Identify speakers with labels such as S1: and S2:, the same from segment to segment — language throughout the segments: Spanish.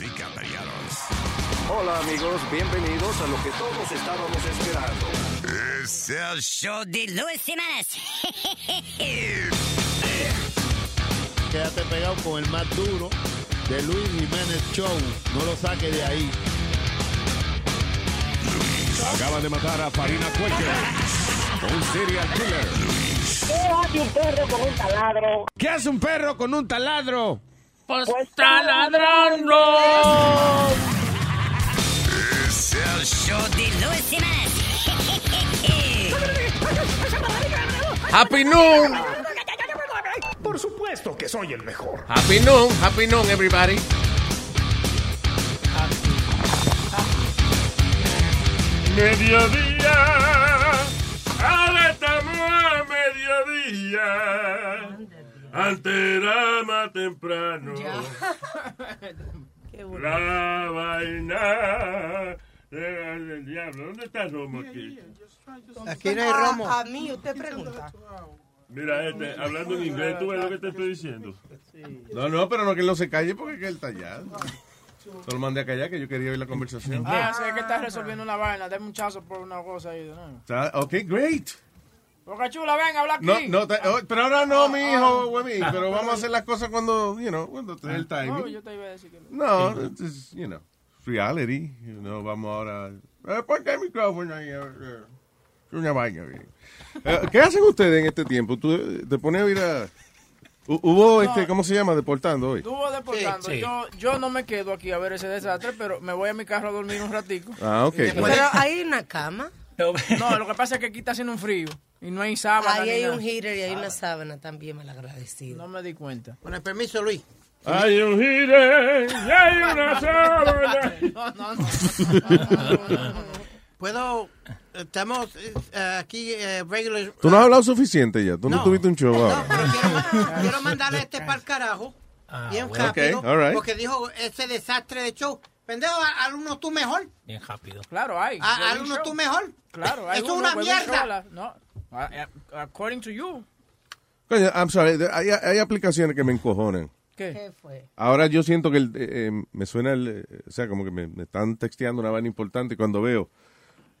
S1: y caballeros.
S2: Hola amigos, bienvenidos a lo que todos estábamos esperando.
S1: Es el show de Luis Jiménez.
S3: Quédate pegado con el más duro de Luis Jiménez Show. No lo saques de ahí.
S4: Acaban de matar a Farina Cuello, un serial killer.
S5: ¿Qué hace un perro con un taladro?
S4: ¿Qué hace un perro con un taladro?
S6: Pues,
S5: Pues
S6: está ladrando.
S1: Es el show de Luis Jiménez.
S6: Happy noon.
S2: Por supuesto que soy el mejor.
S4: Ah,
S6: Happy noon. Happy noon, everybody. Mediodía. Aletamos a mediodía. Anterama temprano. La vaina. del diablo. ¿Dónde está Romo aquí?
S7: Aquí no hay romo. Ah, A, mí, usted pregunta.
S6: Mira, este, hablando en inglés, tú ves lo que te estoy diciendo.
S4: No, no, pero no que él no se calle porque es que él está allá. Yo lo mandé a callar que yo quería oír la conversación.
S8: Ah, sé que estás resolviendo una vaina. Dame un chazo por una cosa ahí. ¿no?
S4: Está- Ok, great.
S8: Boca chula, ven, habla aquí.
S4: No, no, ta- oh, pero ahora no, mi hijo, pero vamos a hacer las cosas cuando, you know, cuando tenga el
S8: No,
S4: timing.
S8: Oh, yo te iba a decir que no.
S4: No, it's just, you know, reality. You know, vamos ahora. Eh, ¿Por qué el micrófono? ahí? Eh, eh, Es una vaina. bien. Eh, ¿Qué hacen ustedes en este tiempo? ¿Tú eh, te pones a ir a... Hu- Hubo, este, ¿cómo se llama? Deportando hoy.
S8: Estuvo deportando.
S6: Sí, sí.
S8: Yo, yo no me quedo aquí a ver ese desastre, pero me voy a mi carro a dormir un ratico.
S4: Ah, ok.
S7: Pero hay una cama,
S8: No, lo que pasa es que aquí está haciendo un frío y no hay sábana
S7: ahí
S8: ni
S7: hay
S8: nada.
S7: un heater y hay una sábana también
S8: Ah, No
S7: malagradecida.
S8: me di cuenta.
S9: Con el permiso, Luis.
S6: Hay un gire y hay una sábana.
S8: No, no, no.
S9: Puedo. Estamos eh, eh, aquí, eh, regular.
S4: Tú no has hablado suficiente ya. Tú no, tuviste un show
S9: No,
S4: ahora.
S9: pero quiero, ma- quiero mandarle este para el carajo. Ah, bien rápido.
S4: Ok, all right.
S9: Porque dijo ese desastre de show. Pendejo, a- al uno tú mejor.
S6: Bien rápido.
S8: Claro, hay.
S9: A-
S8: Wedding
S9: Al uno
S8: show.
S9: Ah, tú mejor.
S8: Claro, hay
S9: Eso es
S8: uno,
S9: una
S8: wedding
S9: mierda.
S8: show, la- No. A- a- According to you.
S4: Coño, I'm sorry. Hay, hay aplicaciones que me encojonan.
S8: ¿Qué?
S7: ¿Qué fue?
S4: Ahora yo siento que el, eh, eh, me suena el... eh, o sea, como que me, me están texteando una vaina importante cuando veo...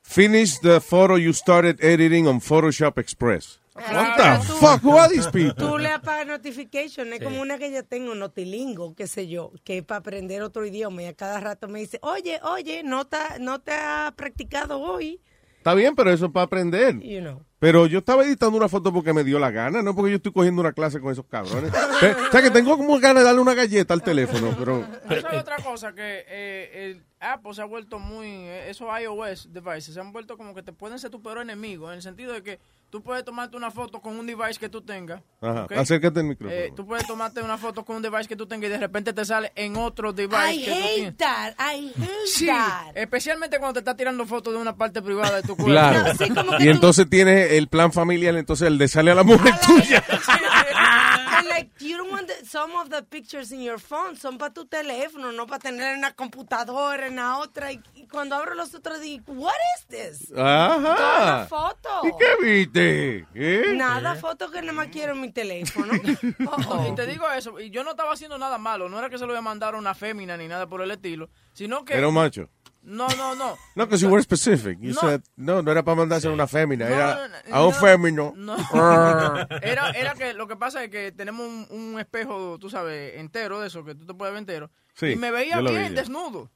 S4: Finish the photo you started editing on Photoshop Express. What
S7: Ahora
S4: the
S7: tú-
S4: fuck? Who are these
S7: Tú
S4: people?
S7: le apagas notification, es como una que yo tengo, notilingo, qué sé yo, que es para aprender otro idioma y a cada rato me dice, oye, oye, no te, ha- no te ha practicado hoy,
S4: Está bien, pero eso es para aprender.
S7: you know.
S4: Pero yo estaba editando una foto porque me dio la gana, no porque yo estoy cogiendo una clase con esos cabrones. Pe- o sea, que tengo como ganas de darle una galleta al teléfono, pero...
S8: ¿Tú sabes otra cosa? Que eh, el Apple se ha vuelto muy... eh, Esos iOS devices se han vuelto como que te pueden ser tu peor enemigo. En el sentido de que tú puedes tomarte una foto con un device que tú tengas.
S4: Ajá,
S8: ¿ok?
S4: acércate al micrófono.
S8: Eh, tú puedes tomarte una foto con un device que tú tengas y de repente te sale en otro device
S7: I
S8: que tú
S7: hate
S8: tienes.
S7: that, I hate
S8: Sí,
S7: that.
S8: especialmente cuando te estás tirando fotos de una parte privada de tu cuerpo.
S4: Claro.
S7: No, sí, como que
S4: y
S7: tú-
S4: entonces tienes el plan familiar, entonces el de sale a la mujer
S8: Ah,
S4: tuya.
S7: And like you don't want the- some of the pictures in your phone son para tu teléfono, no para tener en la computadora, en la otra. Y, y cuando abro los otros digo, what is this? Toda
S4: Ajá.
S7: una foto.
S4: ¿Y qué viste? ¿Eh?
S7: Nada, foto que nada más quiero en mi teléfono.
S8: No, Y
S7: Oh,
S8: te digo eso, y yo no estaba haciendo nada malo, no era que se lo voy a mandar a una fémina ni nada por el estilo, sino que...
S4: Era un macho.
S8: No, no, no.
S4: No, because you were specific. You
S8: No.
S4: said, no, no era para mandarse a una fémina,
S8: No,
S4: era
S8: no, no,
S4: a un
S8: no.
S4: fémino.
S8: No. Era, era que lo que pasa es que tenemos un, un espejo, tú sabes, entero de eso, que tú te puedes ver entero.
S4: Sí,
S8: y me veía
S4: yo lo vi
S8: bien
S4: ya.
S8: desnudo.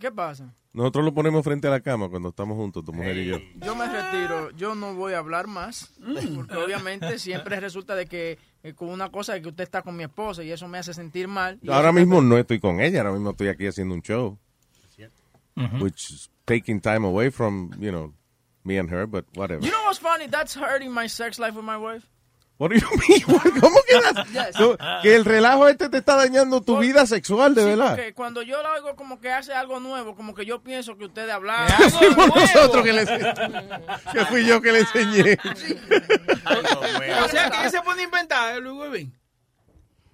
S8: ¿Qué pasa?
S4: Nosotros lo ponemos frente a la cama cuando estamos juntos, tu mujer y yo.
S8: Yo me retiro, yo no voy a hablar más, porque obviamente siempre resulta de que eh, con una cosa de que usted está con mi esposa y eso me hace sentir mal. Y
S4: Ahora
S8: eso-
S4: mismo no estoy con ella, ahora mismo estoy aquí haciendo un show. Which is taking time away from, you know, me and her, but whatever.
S8: You know what's funny? That's hurting my sex life with my wife.
S4: What do you mean? ¿Cómo que, las-
S8: Yes.
S4: no, que el relajo este te está dañando tu vida sexual, de verdad?
S8: Porque cuando yo la oigo como que hace algo nuevo, como que yo pienso que ustedes hablaron.
S4: Que fuimos nosotros que le que fui yo que le enseñé.
S10: O sea, que él se pone a inventar, eh, Luis Webin.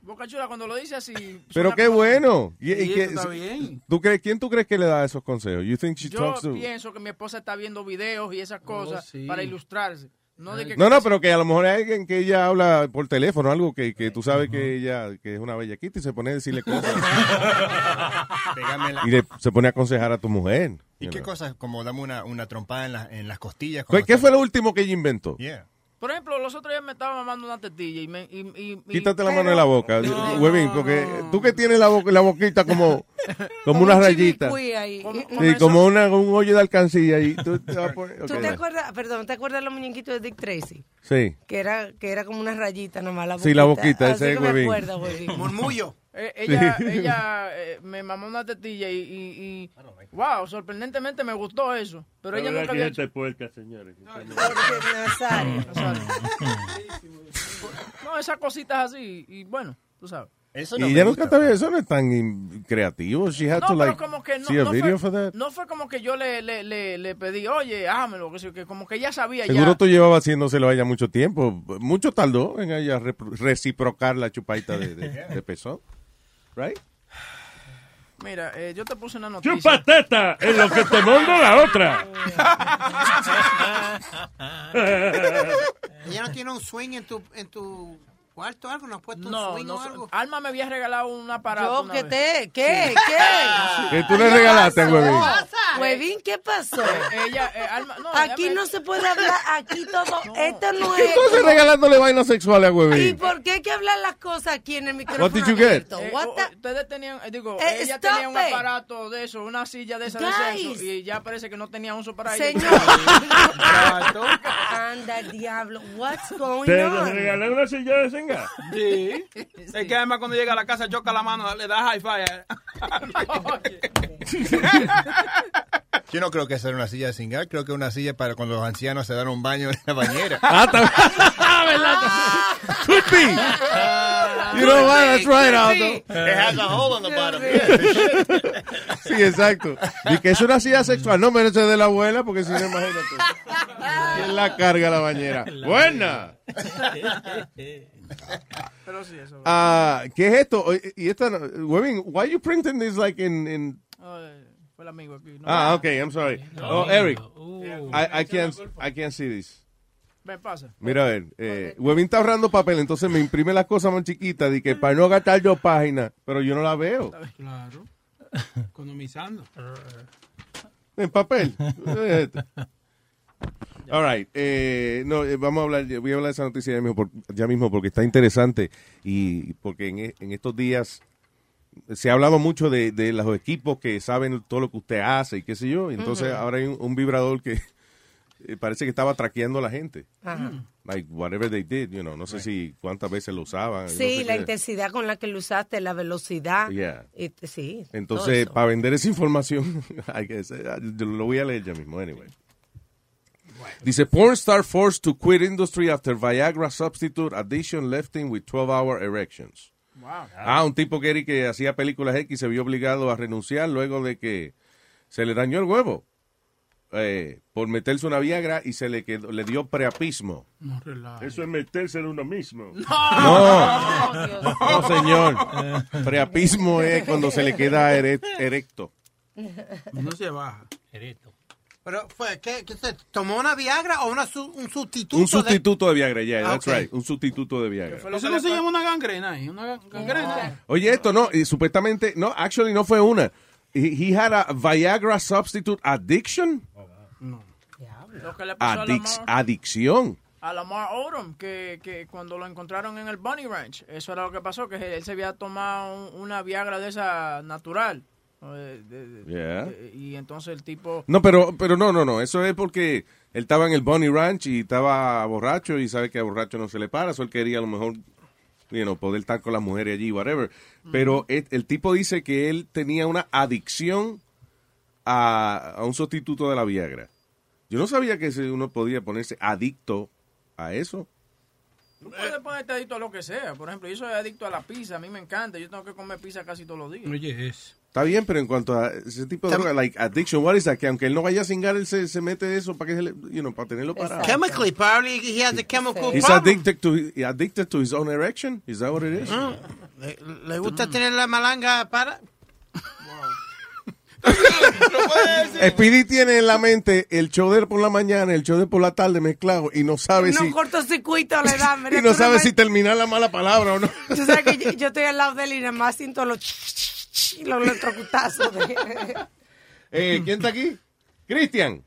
S8: Boca Chula, cuando lo dice así.
S4: Pero
S8: suena
S4: qué
S8: como-
S4: bueno. Y, y
S10: Sí,
S4: que-
S10: eso está bien.
S4: ¿tú crees, ¿Quién tú crees que le da esos consejos? You think she
S8: Yo
S4: talks to-
S8: pienso que mi esposa está viendo videos y esas cosas
S10: sí.
S8: para ilustrarse. No, de que-
S4: No, no, pero que a lo mejor hay alguien que ella habla por teléfono, algo que, que tú sabes que ella que es una bellaquita y se pone a decirle cosas.
S11: Pégame la-
S4: y le- se pone a aconsejar a tu mujer.
S11: ¿Y
S4: you
S11: qué
S4: know.
S11: cosas? Como dame una, una trompada en, la- en las costillas.
S4: ¿Qué,
S11: cuando
S4: qué
S11: está-
S4: fue lo último que ella inventó?
S11: Yeah.
S8: Por ejemplo, los otros días me estaba mamando una tetilla y me... y- y- y-
S4: Quítate la mano
S8: pero-
S4: de la boca,
S8: No,
S4: huevín, porque tú que tienes la, boca- la boquita como, como una rayita.
S7: Como-
S4: Sí, como una, un hoyo de alcancía y tú te vas a poner...
S7: ¿Tú
S4: ok.
S7: te acuerdas, perdón, te acuerdas de los muñequitos de Dick Tracy?
S4: Sí.
S7: Que era, que era como una rayita nomás, la boquita.
S4: Sí, la boquita,
S7: Así
S4: ese
S7: que
S4: es
S7: me
S4: huevín.
S7: acuerdo, huevín.
S9: Murmullo.
S8: Eh, ella
S4: Sí.
S8: ella eh, me mamó una tetilla y, y- y- Wow, sorprendentemente me gustó eso. Pero ella nunca había hecho...
S6: gente este puerca, señores.
S8: No, esas cositas así. Y bueno, tú sabes.
S11: Eso
S4: y ella nunca te había... Eso no es tan in- creativo. She had
S8: No,
S4: to,
S8: pero
S4: like,
S8: como que no,
S4: see a
S8: no
S4: video
S8: fue,
S4: for that.
S8: no fue como que yo le, le, le, le pedí, oye, hágamelo, que, sí, que como que ya sabía
S4: Seguro
S8: ya.
S4: tú llevabas haciéndoselo a ella mucho tiempo. Mucho tardó en ella repro- reciprocar la chupadita de, de, de pezón. Right?
S8: Mira, eh, yo te puse una noticia.
S6: Chupa teta en lo que te mando la otra.
S9: Ella no tiene un swing en tu, en tu cuarto o algo, no has puesto un
S8: No,
S9: swing
S8: no,
S9: o algo.
S8: Alma me había regalado un aparato.
S7: Yo,
S8: una
S7: ¿qué
S8: vez.
S7: te? ¿Qué? ¿Qué?
S4: ¿Qué tú le regalaste, huevín?
S7: Huevín, ¿qué pasó?
S8: Eh, ella, eh, Alma, no,
S7: Aquí
S8: déjame-
S7: no se puede hablar, aquí todo, esto no es...
S4: Entonces regalándole vainas sexuales a
S7: ¿Y
S4: huevín.
S7: por qué hay que hablar las cosas aquí en el micrófono
S4: What did you get?
S7: abierto?
S8: Eh,
S7: What
S8: o-
S7: the-
S8: ustedes tenían, eh, digo,
S7: Eh,
S8: ella
S7: stop
S8: tenía un
S7: it.
S8: aparato de eso, una silla de esa de
S7: Guys.
S8: sexo, y ya parece que no tenía uso para ella.
S7: Señor. Anda, diablo. What's going
S6: ¿Te
S7: on?
S6: regalé una silla
S10: Pues
S6: de senga?
S10: Sí. Es que además cuando llega a la casa choca la mano, le da hi-fi.
S11: Yo no creo que sea una silla de cingar, creo que una silla para cuando los ancianos se dan un baño en la bañera.
S4: Ah, está- ¿verdad?
S12: Ah,
S4: Could be.
S11: Ah.
S4: You know what? That's right, Aldo.
S11: It has a hole on the bottom.
S4: Sí, exacto. Y que es una silla sexual. No merece de la abuela, porque si no, imagínate. ¿Quién la carga a la bañera? Buena.
S8: Pero sí, eso.
S4: Ah, ¿Qué es esto? Oye, Y esta, no- Webin, why you printing this like in, in-
S8: Ay, fue el amigo aquí. no.
S4: Ah, okay, I'm sorry. Oh, Eric,
S11: Uh.
S4: I, I can't, I can't see this.
S8: Ven, pasa.
S4: Mira, a ver, eh, Webin está ahorrando papel, entonces me imprime las cosas más chiquitas, de que para no gastar yo páginas, pero yo no la veo.
S10: Claro. Economizando.
S4: En papel. Eh, All right. eh, no, eh, vamos a hablar, voy a hablar de esa noticia ya mismo, por- ya mismo porque está interesante y porque en, e- en estos días se ha hablado mucho de, de los equipos que saben todo lo que usted hace y qué sé yo. Entonces
S12: Ujú.
S4: ahora hay un, un vibrador que eh, parece que estaba traqueando a la gente.
S7: Ajá.
S4: Like whatever they did, you know. No sé si cuántas veces lo usaban. no
S7: Sí,
S4: sé
S7: la
S4: qué.
S7: intensidad con la que lo usaste, la velocidad.
S4: Yeah.
S7: Y- sí. todo
S4: Entonces,
S7: eso.
S4: para vender esa información, hay que ser- ah, yo lo voy a leer ya mismo, anyway. Dice, porn star forced to quit industry after Viagra substitute addiction left him with 12-hour erections.
S8: Wow.
S4: Ah, un tipo que, era y que hacía películas X se vio obligado a renunciar luego de que se le dañó el huevo eh, por meterse una Viagra y se le, quedó, le dio preapismo.
S6: No Eso es meterse en uno mismo.
S7: Oh,
S4: No, no señor. Preapismo es cuando se le queda ere- erecto.
S10: No se baja.
S9: Pero fue, ¿qué, qué se tomó una Viagra o una su- un sustituto?
S4: Un
S9: de-
S4: sustituto de Viagra, ya, that's
S9: Ah, ok.
S4: right. Un sustituto de Viagra.
S10: Eso no se llama una gangrena, ¿eh? Una gan- gangrena.
S4: Oye, esto no, y supuestamente, no, actually no fue una. He, he had a Viagra substitute addiction.
S8: Lo
S4: Ah,
S8: que le pasó a
S4: Addic-
S8: Lamar,
S4: adicción.
S8: a Lamar Odom, que, que cuando lo encontraron en el Bunny Ranch, eso era lo que pasó, que él se había tomado un- una Viagra de esa natural. eh, de- de-
S4: Yeah.
S8: de- y entonces el tipo...
S4: No, pero, pero no, no, no. Eso es porque él estaba en el Bunny Ranch y estaba borracho y sabe que a borracho no se le para. Eso él quería a lo mejor, you know, poder estar con las mujeres allí, whatever. Pero el, el tipo dice que él tenía una adicción a, a un sustituto de la Viagra. Yo no sabía que ese- uno podía ponerse adicto a eso.
S8: Tú puedes ponerte adicto a lo que sea. Por ejemplo, yo soy adicto a la pizza. A mí me encanta. Yo tengo que comer pizza casi todos los días.
S10: Oye, es.
S4: Está bien, pero en cuanto a ese tipo de droga, like addiction, what is that? Que aunque él no vaya a cingar, él se, se mete eso para que se le- you know, para tenerlo parado.
S9: Chemically, probably he has a chemical
S4: He's
S9: problem.
S4: addicted to addicted to his own erection. Is that what it is?
S9: Mm. Le, le gusta tener la malanga para...
S4: Eh, Speedy tiene en la mente el show de él por la mañana, el show de él por la tarde mezclado y no sabe
S7: No
S4: si
S7: cortocircuito le da.
S4: y no sabe si terminar la mala palabra o no.
S7: Tú sabes que yo, yo estoy al lado de él y nada más siento los, ch- ch- ch- los electrocutazos. De...
S4: Eh, ¿Quién está aquí? Cristian.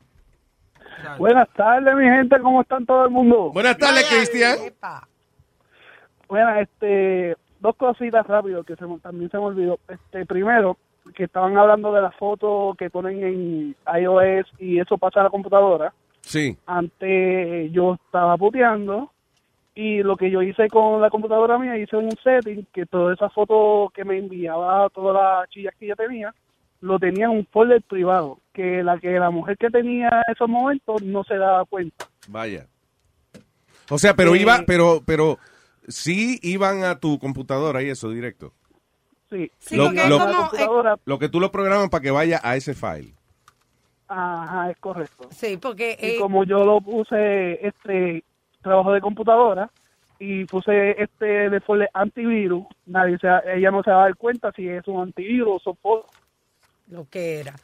S12: Buenas tardes, mi gente, ¿cómo están todo el mundo?
S4: Buenas tardes, Cristian.
S12: Bueno, este, dos cositas rápido que se, me- también se me olvidó. Este, primero, que estaban hablando de las fotos que ponen en iOS y eso pasa a la computadora.
S4: Sí.
S12: Antes yo estaba puteando y lo que yo hice con la computadora mía, hice un setting que todas esas fotos que me enviaba, todas las chillas que yo tenía, lo tenía en un folder privado, que la que la mujer que tenía esos momentos no se daba cuenta.
S4: Vaya. O sea, pero
S12: Eh,
S4: iba, pero, pero sí iban a tu computadora y eso directo.
S12: Sí,
S4: lo, lo-
S12: La computadora,
S4: lo que tú lo programas para que vaya a ese file.
S12: Ajá, es correcto.
S7: Sí, porque... eh,
S12: Y como yo lo puse, este, trabajo de computadora, y puse este de folder antivirus, nadie se, ella no se va a dar cuenta si es un antivirus o por...
S7: Lo que era.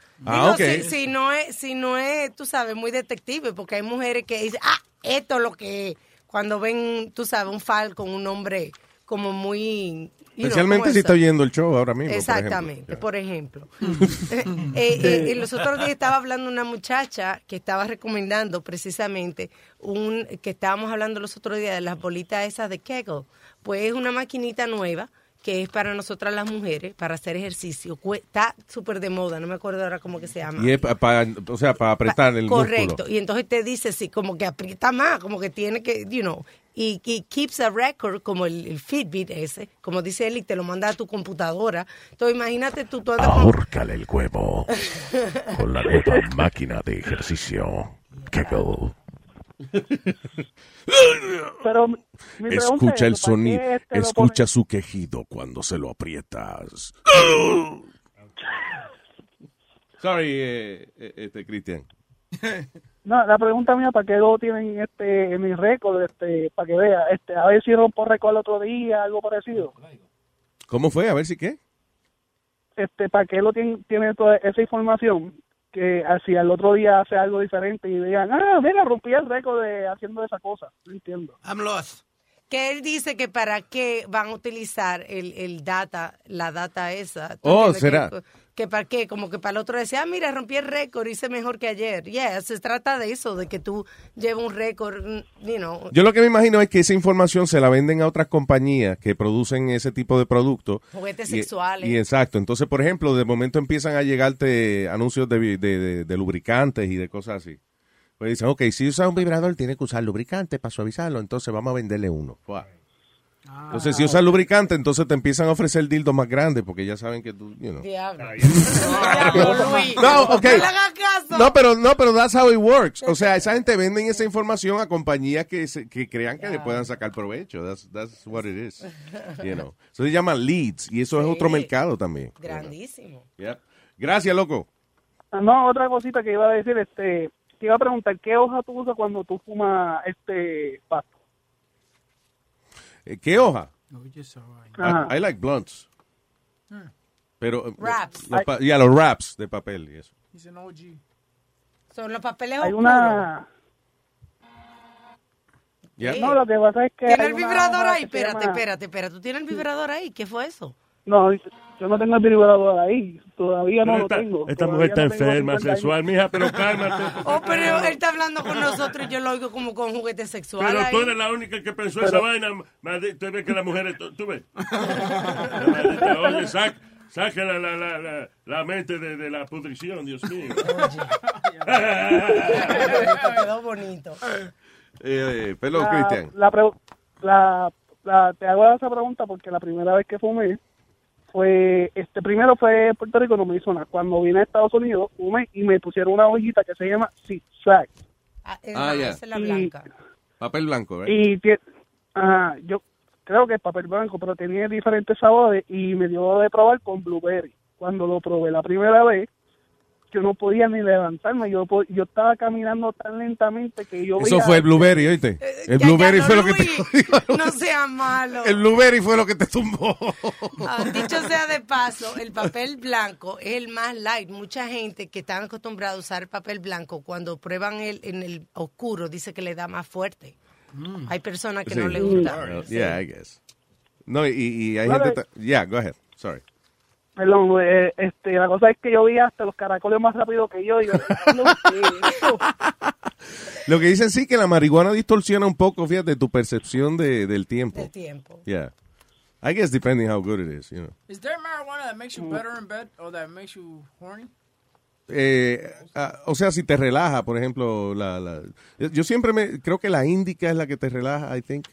S7: Digo,
S4: Ah, ok.
S7: si, si no es, si no es, tú sabes, muy detective, porque hay mujeres que dicen, ah, esto es lo que es", Cuando ven, tú sabes, un file con un nombre como muy... you know,
S4: Especialmente
S7: como eso.
S4: si está oyendo el show ahora mismo. por ejemplo.
S7: Exactamente, por ejemplo. Eh, eh, eh, y los otros días estaba hablando una muchacha que estaba recomendando precisamente un que estábamos hablando los otros días de las bolitas esas de Kegel. Pues es una maquinita nueva que es para nosotras las mujeres para hacer ejercicio. Cu- Está súper de moda, no me acuerdo ahora cómo que se llama.
S4: Y es para, o sea, para apretar el
S7: Correcto.
S4: músculo.
S7: Y entonces te dice, sí, como que aprieta más, como que tiene que, you know, y, y keeps a record, como el, el Fitbit ese, como dice él, y te lo manda a tu computadora. Entonces imagínate tú, tú andas con-
S13: Ahórcale el huevo con la nueva máquina de ejercicio. Kegel.
S12: Pero mi mi pregunta
S13: Escucha
S12: es,
S13: el
S12: ¿para qué
S13: sonido,
S12: este lo
S13: escucha su quejido cuando se lo aprietas.
S4: Sorry, eh, eh, este, Cristian.
S12: No, la pregunta mía, ¿para qué lo tienen este, en mi récord? Este, para que vea, este, a ver si rompo récord el otro día, algo parecido.
S4: ¿Cómo fue? A ver si qué.
S12: Este, ¿Para qué lo tienen, tiene toda esa información? Que si al otro día hace algo diferente y digan, ah, mira, rompí el récord de haciendo esa cosa. No entiendo.
S7: que él dice que para qué van a utilizar el, el data, la data esa. ¿Tú
S4: Oh,
S7: entiendes?
S4: será.
S7: Que, que para qué, como que para el otro decía, ah, mira, rompí el récord, hice mejor que ayer. Yeah, se trata de eso, de que tú llevas un récord, mm, you know.
S4: Yo lo que me imagino es que esa información se la venden a otras compañías que producen ese tipo de productos.
S7: Juguetes
S4: Y-
S7: sexuales.
S4: Y exacto. Entonces, por ejemplo, de momento empiezan a llegarte anuncios de, vi- de- de- de lubricantes y de cosas así. Pues dicen, ok, si usa un vibrador, tiene que usar lubricante para suavizarlo, entonces vamos a venderle uno. Fuá.
S7: Ah.
S4: Entonces, si usas lubricante, entonces te empiezan a ofrecer dildos más grandes porque ya saben que tú, you know.
S7: Diablo.
S5: Diablo, Luis.
S4: Ah. No, ok.
S5: No le hagas caso.
S4: No, pero no, pero that's how it works. O sea, esa gente venden esa información a compañías que, se- que crean que le puedan sacar provecho. That's, that's what it is. You know. Eso se llama leads y eso es otro mercado también.
S7: Grandísimo.
S4: Yep. Gracias, loco.
S12: Ah, No, otra cosita que iba a decir, este, te iba a preguntar, ¿qué hoja tú usas cuando tú fumas este pasto?
S4: Eh, ¿Qué hoja?
S12: Ajá.
S4: I, I like blunts.
S8: Hmm.
S4: Pero eh,
S7: Wraps.
S4: los pa- y a los wraps de papel y eso.
S8: He's an OG.
S7: Son los papeles
S12: Hay
S7: oscuros.
S12: una...
S4: Yep.
S12: No, lo que pasa es que...
S7: Tiene
S12: hay
S7: el
S12: una
S7: vibrador
S12: hoja
S7: ahí,
S12: que se
S7: espérate,
S12: llama-
S7: espérate, espérate. ¿Tú tienes el vibrador ahí? ¿Qué fue eso?
S12: No, yo no tengo el vibrador ahí, todavía no
S6: Pero
S12: lo
S6: esta,
S12: tengo.
S6: esta
S12: todavía
S6: mujer está
S12: no tengo
S6: enferma,
S12: 50 años.
S6: sexual, mija, pero cálmate.
S7: Oh, pero él está hablando con nosotros y yo lo oigo como con juguete sexual.
S6: Pero tú
S7: ahí.
S6: eres la única que pensó
S7: Pero-
S6: esa vaina. madre- Tú ves que las mujeres, tú, tú ves. La maldita, oye, sac- saca la, la, la, la, la mente de, de la pudrición, Dios mío.
S7: Quedó bonito.
S4: Eh, eh, perdón,
S12: La-
S4: Cristian.
S12: Ah, La, pregu- la- la- te hago esa pregunta porque la primera vez que fumé fue, este primero fue en Puerto Rico, no me hizo nada. Cuando vine a Estados Unidos, fumé y me pusieron una hojita que se llama zigzag.
S4: Ah, ya.
S7: esa es la
S12: Y-
S7: blanca.
S4: Papel blanco, ¿verdad?
S12: Y tie- ajá, yo creo que es papel blanco, pero tenía diferentes sabores y me dio de probar con blueberry. Cuando lo probé la primera vez, yo no podía ni levantarme, yo, po- yo estaba caminando tan lentamente que yo
S4: Eso
S12: veía-
S4: fue el blueberry, oíste. El blueberry fue lo que te...
S7: No sea malo.
S4: El blueberry fue lo que te tumbó.
S7: Ah, dicho sea de paso, el papel blanco es el más light. Mucha gente que están acostumbrada a usar el papel blanco, cuando prueban el en el oscuro, dice que le da más fuerte.
S9: Mm.
S7: Hay personas Ah, que no
S4: Sí. Mm.
S7: le gusta.
S4: Yeah, I guess. No, y, y hay
S12: Vale.
S4: gente... ta- Yeah, go ahead. Sorry.
S12: Perdón, eh, este, la cosa es que yo vi hasta los caracoles más rápido que yo. y yo "No, sí".
S4: Lo que dicen sí que la marihuana distorsiona un poco, fíjate, tu percepción de, del tiempo.
S8: Del tiempo.
S4: Yeah. I guess depending how good it is, you know.
S8: Is there marijuana that makes you
S4: Mm.
S8: better in bed or that makes you horny?
S4: Eh, ah, o sea, si te relaja, por ejemplo, la, la- yo siempre me creo que la índica es la que te relaja, I think.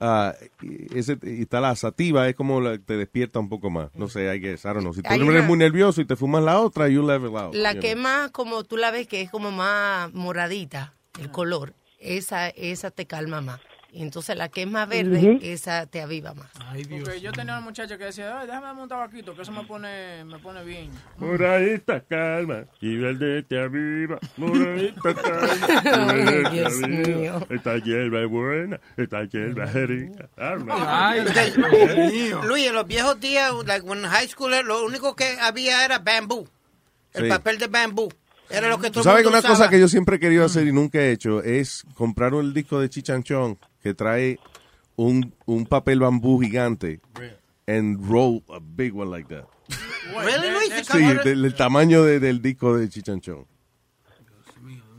S4: Ah, y, ese- y está la sativa, es como la que te despierta un poco más. No sé, I guess, I don't know. Si tú
S7: Hay
S4: eres
S7: una-
S4: muy nervioso y te fumas la otra, you level out.
S7: La
S4: you
S7: que
S4: know.
S7: más, como tú la ves, que es como más moradita, el color, esa, esa te calma más. Y entonces la que es más verde,
S8: Ujú.
S7: esa te aviva más.
S8: Porque yo tenía una muchacha que decía, "Ay, déjame darme un tabaquito, que eso me pone, me pone bien.
S6: Moradita calma, y verdete arriba, moradita calma, y
S8: Ay,
S6: verdete
S8: Dios
S6: arriba.
S8: mío.
S6: Esta hierba es buena, esta hierba es rica. Ah.
S9: Ay,
S6: Dios mío.
S9: Luis, en los viejos días, like when high school, lo único que había era bambú. El
S4: Sí.
S9: papel de bambú. Era lo que todo
S4: Tú
S9: el
S4: sabes que
S9: mundo
S4: una
S9: usaba.
S4: cosa que yo siempre he querido
S7: Mm.
S4: hacer y nunca he hecho es comprar el disco de Chichanchón que trae un, un papel bambú gigante and roll a big one like that.
S9: Really, Luis?
S4: Sí, del, del tamaño de- del disco de Chichanchón.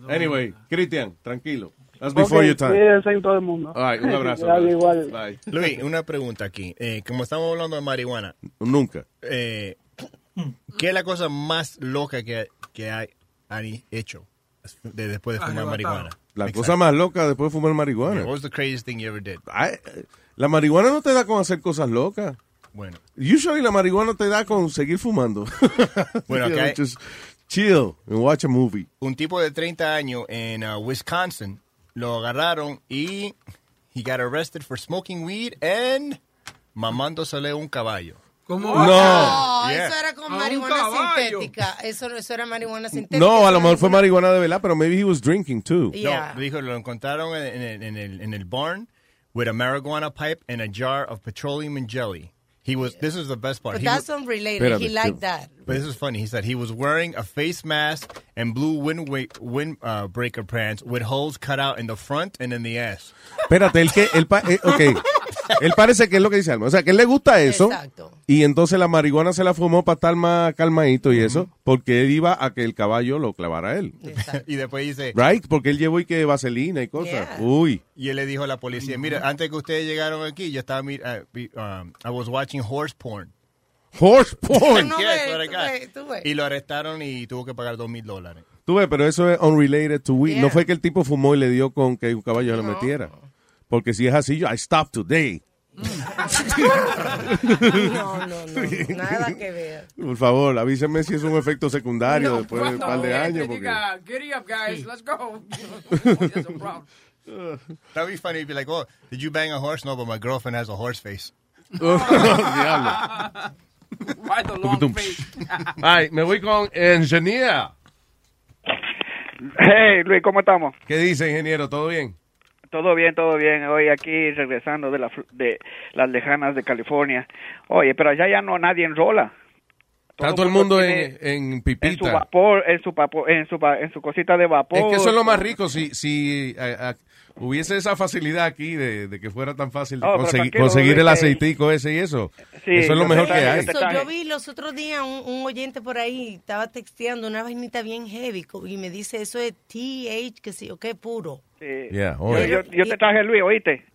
S4: Anyway, Cristian, tranquilo. That's before
S12: Ok,
S4: your time.
S12: cuídense en todo el mundo.
S4: All right, un abrazo.
S12: Dale, igual.
S11: Luis, una pregunta aquí. Eh, como estamos hablando de marihuana,
S4: Nunca.
S11: eh, ¿qué es la cosa más loca que, que hay, han hecho de- después de fumar
S4: Arrebatado.
S11: marihuana?
S4: La cosa más loca después de fumar marihuana.
S11: What was the craziest thing you ever did?
S4: Ay, la marihuana no te da con hacer cosas locas.
S11: Bueno.
S4: Usually la marihuana te da con seguir fumando.
S11: Bueno, acá hay-
S4: Just chill and watch a movie.
S11: un tipo de 30 años en uh, Wisconsin lo agarraron y he got arrested for smoking weed and mamándosele un caballo.
S9: ¿Cómo?
S11: No.
S7: No,
S11: Yeah.
S7: Oh, eso era con
S9: A un
S7: marihuana
S9: caballo.
S7: sintética. Eso, no- eso era marihuana sintética.
S4: No, a lo mejor fue marihuana de verdad, pero maybe he was drinking too.
S7: Yeah.
S11: No, dijo, lo encontraron en, en- en el, en el barn with a marijuana pipe and a jar of petroleum and jelly. He was, this is the best part.
S7: But
S11: He wa-
S7: that's unrelated. He
S11: Espérame,
S7: liked
S11: que-
S7: that.
S11: But this is funny. He said he was wearing a face mask and blue wind, wind uh, breaker pants with holes cut out in the front and in the ass.
S4: Espérate, el que, el pa- eh, ok. Él parece que es lo que dice Alma. O sea, que él le gusta eso. Y entonces la marihuana se la fumó para estar más calmadito y eso, porque él iba a que el caballo lo clavara a él.
S11: y después dice,
S4: Right? Porque él llevó y que vaselina y cosas.
S11: Yeah.
S4: Uy.
S11: Y él le dijo a la policía,
S7: Mm-hmm.
S11: mira, antes que ustedes llegaron aquí, yo estaba, mir- ah, vi- um, I was watching horse porn.
S4: Horse porn.
S11: Yes, what I got.
S7: ve, tú ve.
S11: Y lo arrestaron y tuvo que pagar dos mil dólares.
S4: Tú ves, pero eso es unrelated to weed.
S11: Yeah.
S4: No fue que el tipo fumó y le dio con que un caballo se lo
S11: No.
S4: metiera. Porque si es así, yo, I stop today.
S7: No, no, no. Nada que ver.
S4: Por favor, avísenme si es un efecto secundario después de un par de años.
S8: Te
S4: Porque...
S8: diga, "Ah, Giddy up, guys, let's go. That's a problem.
S11: That would be funny. It'd be like, oh, did you bang a horse? No, but my girlfriend has a horse face.
S13: Diablo.
S8: Why the long face?
S4: Ah,
S13: Ay, me voy con Engineer.
S14: Hey, Luis, ¿cómo estamos?
S4: ¿Qué dice, ingeniero? ¿Todo bien?
S14: Todo bien, todo bien. Hoy aquí regresando de, la, fl- de las lejanas de California. Oye, pero allá ya no nadie enrola.
S4: Está todo el mundo
S14: tiene
S4: en, en
S14: En su
S4: pipita.
S14: vapor, en su, papo- en su, pa- en su cosita de vapor.
S4: Es que eso es lo más rico. Si, si eh, eh, hubiese esa facilidad aquí de, de que fuera tan fácil de
S14: Oh, pero
S4: conseguir,
S14: tranquilo,
S4: conseguir el
S14: Luis, que-
S4: aceitico ese y eso,
S14: Sí,
S4: eso es lo
S14: yo
S4: mejor
S14: te
S4: que
S14: traje,
S4: hay.
S14: yo te
S7: Eso, yo vi los otros días un, un oyente por ahí estaba texteando una vainita bien heavy co- y me dice eso es TH que sí o qué puro.
S14: Sí.
S4: Yeah,
S14: yo,
S4: oye.
S14: yo- yo te traje Luis, oíste.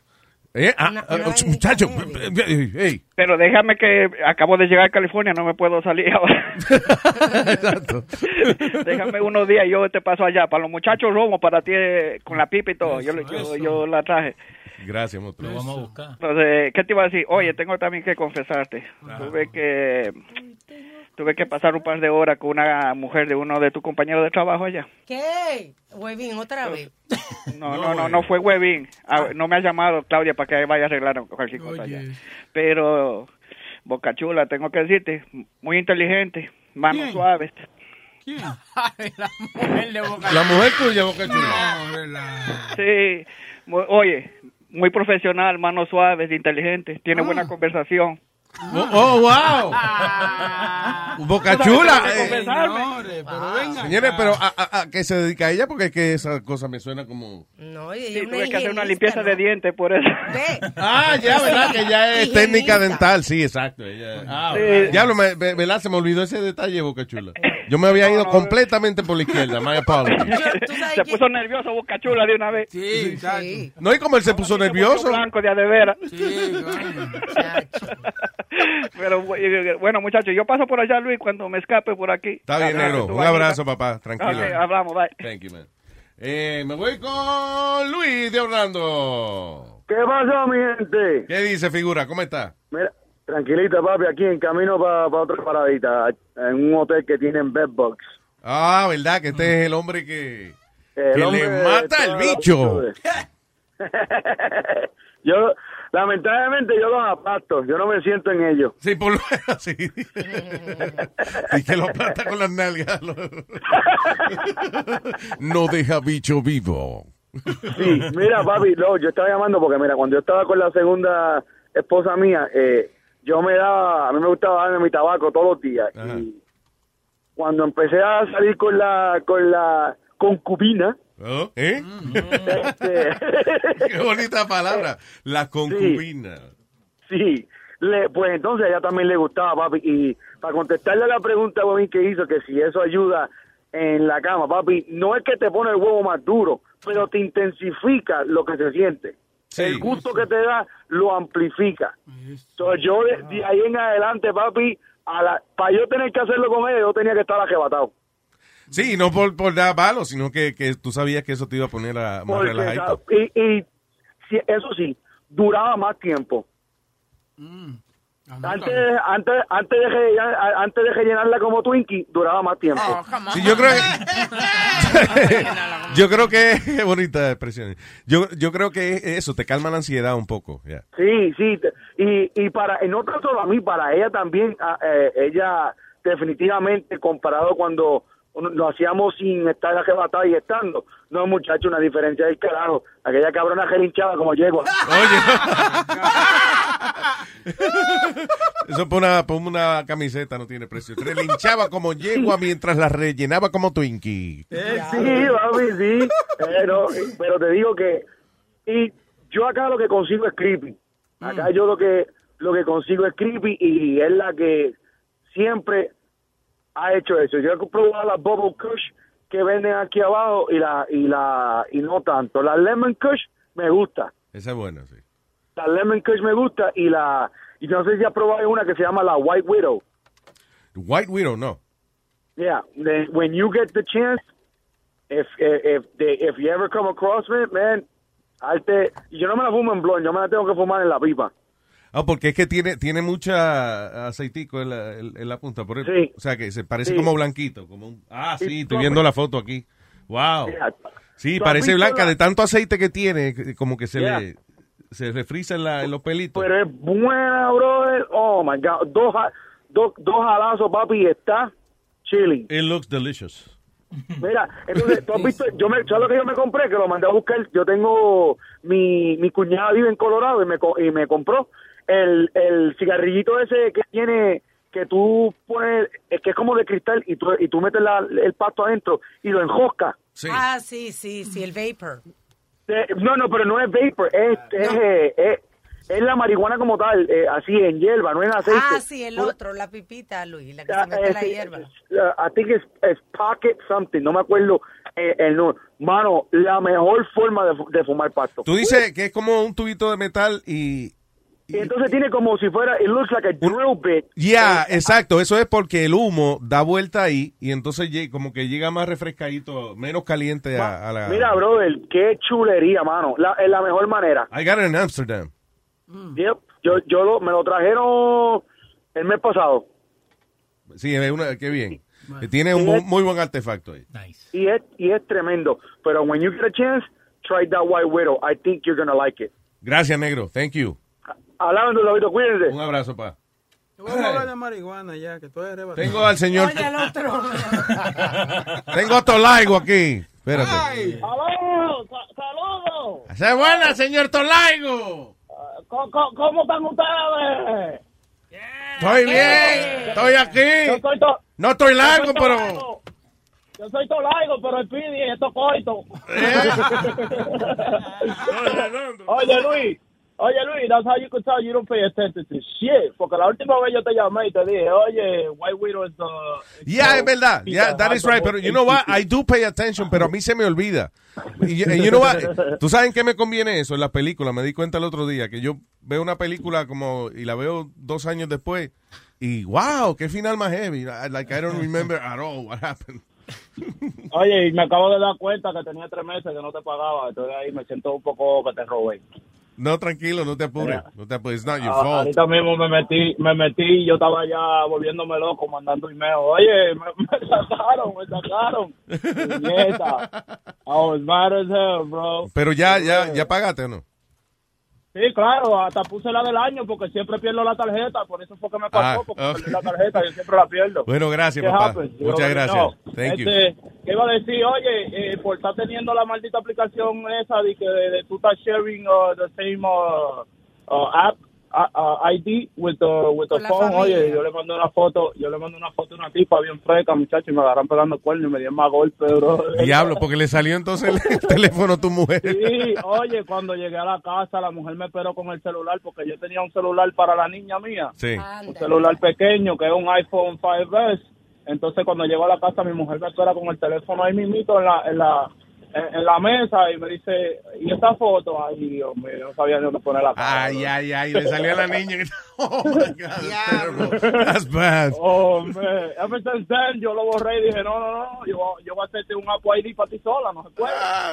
S4: Eh, ah, ah, muchacho, eh, eh, eh,
S14: Pero déjame que acabo de llegar a California, no me puedo salir ahora.
S4: Exacto.
S14: déjame unos días, y yo te paso allá. Para los muchachos romo, para ti eh, con la pipa y todo. Yo, yo- yo la traje.
S4: hey. Gracias, monstruo.
S15: Lo vamos a buscar.
S14: Entonces, ¿qué te iba a decir? Oye, tengo también que confesarte. Tuve que tuve que pasar un par de horas con una mujer de uno de tus compañeros de trabajo allá.
S7: ¿Qué? Huevín otra
S5: Pues,
S7: vez.
S14: No, no, no, no fue Webin. Ah, no me ha llamado Claudia para que vaya a arreglar cualquier cosa allá. Pero Bocachula, tengo que decirte, muy inteligente, manos suaves.
S16: ¿Quién?
S17: la mujer de Boca
S4: La mujer tuya, Boca Chula.
S18: Sí, mu- oye, muy profesional, manos suaves, inteligente, tiene buena conversación.
S4: Oh, oh, wow. Boca Chula.
S18: Para
S4: eh.
S18: conversarme.
S4: Señores,
S14: Ah.
S4: pero a, a- a qué se dedica ella porque es que esa cosa me suena como
S7: No,
S18: Sí, tuve que hacer una limpieza de dientes por eso.
S4: Ah, ya, verdad que ya es técnica dental, sí, exacto. ella-
S18: Ah, Sí.
S4: Ya lo me, ve- verdad, se me olvidó ese detalle, Boca Chula. Yo me había ido completamente por la izquierda, my apologies.
S18: Se puso nervioso Boca Chula de una vez.
S16: Sí,
S4: No, y como él se puso nervioso.
S18: blanco de adevera. Pero bu- bueno, muchachos, yo paso por allá, Luis, cuando me escape por aquí.
S4: Está bien, negro. Un abrazo, papá. Tranquilo.
S18: Ok, hablamos, bye.
S4: Thank you, man. Eh, me voy con Luis de Orlando.
S5: ¿Qué pasó, mi gente?
S4: ¿Qué dice, figura? ¿Cómo está?
S5: Mira, tranquilita, papi, aquí en camino para otra paradita, en un hotel que tienen bedbugs.
S4: Ah, verdad que este es el hombre que,
S5: El
S4: que
S5: hombre
S4: le
S5: de
S4: mata el
S5: todas las
S4: bicho.
S5: Yo, lamentablemente, yo los aplasto, yo no me siento en ellos.
S4: Sí, por lo menos, sí. Y que lo plata con las nalgas. lo- No deja bicho vivo.
S5: Sí, mira, papi, no, yo estaba llamando porque, mira, cuando yo estaba con la segunda esposa mía, eh, yo me daba, a mí me gustaba darme mi tabaco todos los días. Y cuando empecé a salir con la, con la concubina,
S4: ¿Oh? ¿Eh?
S5: este,
S4: Qué bonita palabra. La concubina.
S5: Sí, le, pues entonces a ella también le gustaba, papi. Y para contestarle a la pregunta papi, que hizo, que si eso ayuda en la cama, papi, no es que te pone el huevo más duro, pero te intensifica lo que se siente. El gusto que te da lo amplifica. Entonces yo de, de ahí en adelante, papi, a la, para yo tener que hacerlo con ella, yo tenía que estar arrebatado.
S4: Sí, no por, por dar balos, sino que, que tú sabías que eso te iba a poner a, más
S5: Porque,
S4: relajadito.
S5: ¿sabes? y, y sí, eso sí, duraba más tiempo. Antes, antes, antes, de rellenar- a- antes de rellenarla como Twinkie, duraba más tiempo.
S4: Sí, yo creo que... yo creo que... Qué bonita expresión. Yo, yo creo que eso te calma la ansiedad un poco. ya.
S5: Sí, sí. te- Y, y para, y no tan solo a mí, para ella también, a- eh, ella definitivamente comparado cuando uno- lo hacíamos sin estar arrebatada y estando. No, muchacho, una diferencia del carajo. Aquella cabrona gelinchada como yegua.
S4: Eso por una, por una camiseta no tiene precio. Relinchaba como yegua mientras la rellenaba como Twinkie.
S5: Eh, sí, papi, sí. Pero, pero te digo que. Y yo acá lo que consigo es creepy. Acá yo lo que lo que consigo es creepy y es la que siempre ha hecho eso. Yo he probado las Bubble Kush que venden aquí abajo y la y la y no tanto. La Lemon Kush me gusta.
S4: Esa es buena, sí.
S5: La Lemon Kush me gusta y la y no sé si has probado una que se llama la White Widow.
S4: White Widow, no.
S5: Yeah, then when you get the chance, if if they, if you ever come across it, man, hazte- yo no me la fumo en blon, yo me la tengo que fumar en la pipa.
S4: Ah, porque es que tiene, tiene mucha aceitico en la, en- en la punta. Por el- O sea, que se parece
S5: Sí.
S4: como blanquito. Como un, ah, sí,
S5: Sí,
S4: estoy
S5: tú-
S4: viendo la foto aquí. Wow.
S5: Yeah.
S4: Sí,
S5: ¿Tú has
S4: parece
S5: visto
S4: blanca
S5: la-
S4: de tanto aceite que tiene, que- como que se
S5: Yeah.
S4: le se refriza en, la- en los pelitos.
S5: Pero es buena, brother. Oh my God, dos ja- dos dos jalazos, papi, y está chilling.
S4: It looks delicious.
S5: Mira, entonces, tú has visto, yo me, ¿sabes lo que yo me compré? Que lo mandé a buscar. Yo tengo, mi, mi cuñada vive en Colorado y me, co- y me compró el, el cigarrillito ese que tiene, que tú pones, es que es como de cristal y tú, y tú metes la- el pasto adentro y lo enjoscas.
S7: Ah, sí, sí, sí, el vapor.
S5: Eh, No, no, pero no es vapor, es,
S7: Ah,
S5: es, eh, es, es la marihuana como tal, eh, así en hierba, no en aceite. Pues,
S7: Ah, sí, el
S5: Tú-
S7: otro, la pipita, Luis, la que se mete
S5: eh,
S7: la
S5: sí,
S7: hierba.
S5: Uh, I think it's, it's pocket something, no me acuerdo eh, el nombre. Mano, la mejor forma de, fu- de fumar pasto.
S4: Tú dices que es como un tubito de metal y...
S5: Y entonces tiene como si fuera, it looks like a drill bit.
S4: Ya, exacto. Eso es porque el humo da vuelta ahí y entonces lle- como que llega más refrescadito, menos caliente a, a la...
S5: Mira, brother, qué chulería, mano. La, es la mejor manera.
S4: I got it in Amsterdam.
S5: Yep. Yo, yo lo, me lo trajeron el mes pasado.
S4: Sí, es una, qué bien. Que Tiene un bu- muy buen artefacto ahí.
S5: Y es, y es tremendo. Pero when you get a chance, try that White Widow. I think you're gonna like it.
S4: Gracias, negro. Thank you.
S5: Hablando, David, cuídense.
S4: Un abrazo, pa.
S17: Yo voy a hablar de marihuana ya, que tú eres rebelde.
S4: Tengo al señor- Oye, al otro. Tengo Tolaigo aquí. Espérate.
S19: ¡Aló! sa- ¡Saludos!
S4: ¡Se buena, señor Tolaigo!
S19: Co- co- ¿Cómo están ustedes?
S4: Estoy bien, estoy aquí. No estoy largo,
S19: Yo soy
S4: pero
S19: Tolaigo. Yo soy Tolaigo, pero el Pidi esto corto.
S4: Eh.
S19: oye, Luis. Oye, Luis, that's how you could tell you don't pay attention to shit. Porque la última vez yo te llamé y te dije, oye, White Widow uh, is the...
S4: Yeah, es verdad. Yeah, that is right. Pero you know what? I do pay attention, pero a mí se me olvida. Y, y you know what? ¿Tú sabes en qué me conviene eso? En las películas. Me di cuenta el otro día que yo veo una película como y la veo dos años después y wow, qué final más heavy. I- Like I don't remember at all what happened.
S19: Oye, y me acabo de dar cuenta que tenía tres meses que no te pagaba. Entonces ahí me siento un poco que te robé.
S4: No, tranquilo, no te apures. No te apures. It's not your
S19: Ah,
S4: fault.
S19: Ahorita mismo me metí, me metí, yo estaba ya volviéndome loco, mandando email. Oye, me, me sacaron, me sacaron. Puñeta. I was mad as hell, bro.
S4: Pero ya, ya, ya pagaste, ¿o ¿no?
S19: Sí, claro, hasta puse la del año porque siempre pierdo la tarjeta. Por eso fue que me
S4: Ah,
S19: pasó, porque
S4: ok.
S19: perdí la tarjeta, yo siempre la pierdo.
S4: Bueno, gracias,
S19: It
S4: papá.
S19: happens, you
S4: Muchas
S19: know,
S4: gracias.
S19: no.
S4: Thank you.
S19: Este, ¿Qué iba a decir? Oye, eh, por estar teniendo la maldita aplicación esa de que de, de tú estás sharing uh, the same uh, uh, app uh, uh, ID with the, with the
S10: Con la
S19: phone.
S10: familia.
S19: Oye, yo le mandé una foto, yo le mandé una foto a una tipa bien fresca, muchacho, y me agarran pegando cuernos y me dieron más golpes, bro.
S4: Diablo, porque le salió entonces el teléfono a tu mujer.
S19: Sí, oye, cuando llegué a la casa, la mujer me esperó con el celular porque yo tenía un celular para la niña mía.
S4: Sí.
S19: Un celular pequeño que es un iPhone 5S. Entonces, cuando llego a la casa, mi mujer me espera con el teléfono ahí mismito en la, en la, en, en la mesa y me dice, ¿y esa foto? Ay, Dios mío, yo no sabía ni dónde poner la cara.
S4: Ay,
S19: bro.
S4: ay, ay, le salió a la niña. Oh, my God, that's terrible. That's bad.
S19: Oh, man. Ever since then, yo lo borré y dije, no, no, no, yo, voy- yo voy a hacerte un Apple ID para ti sola, no se puede.
S4: Ah,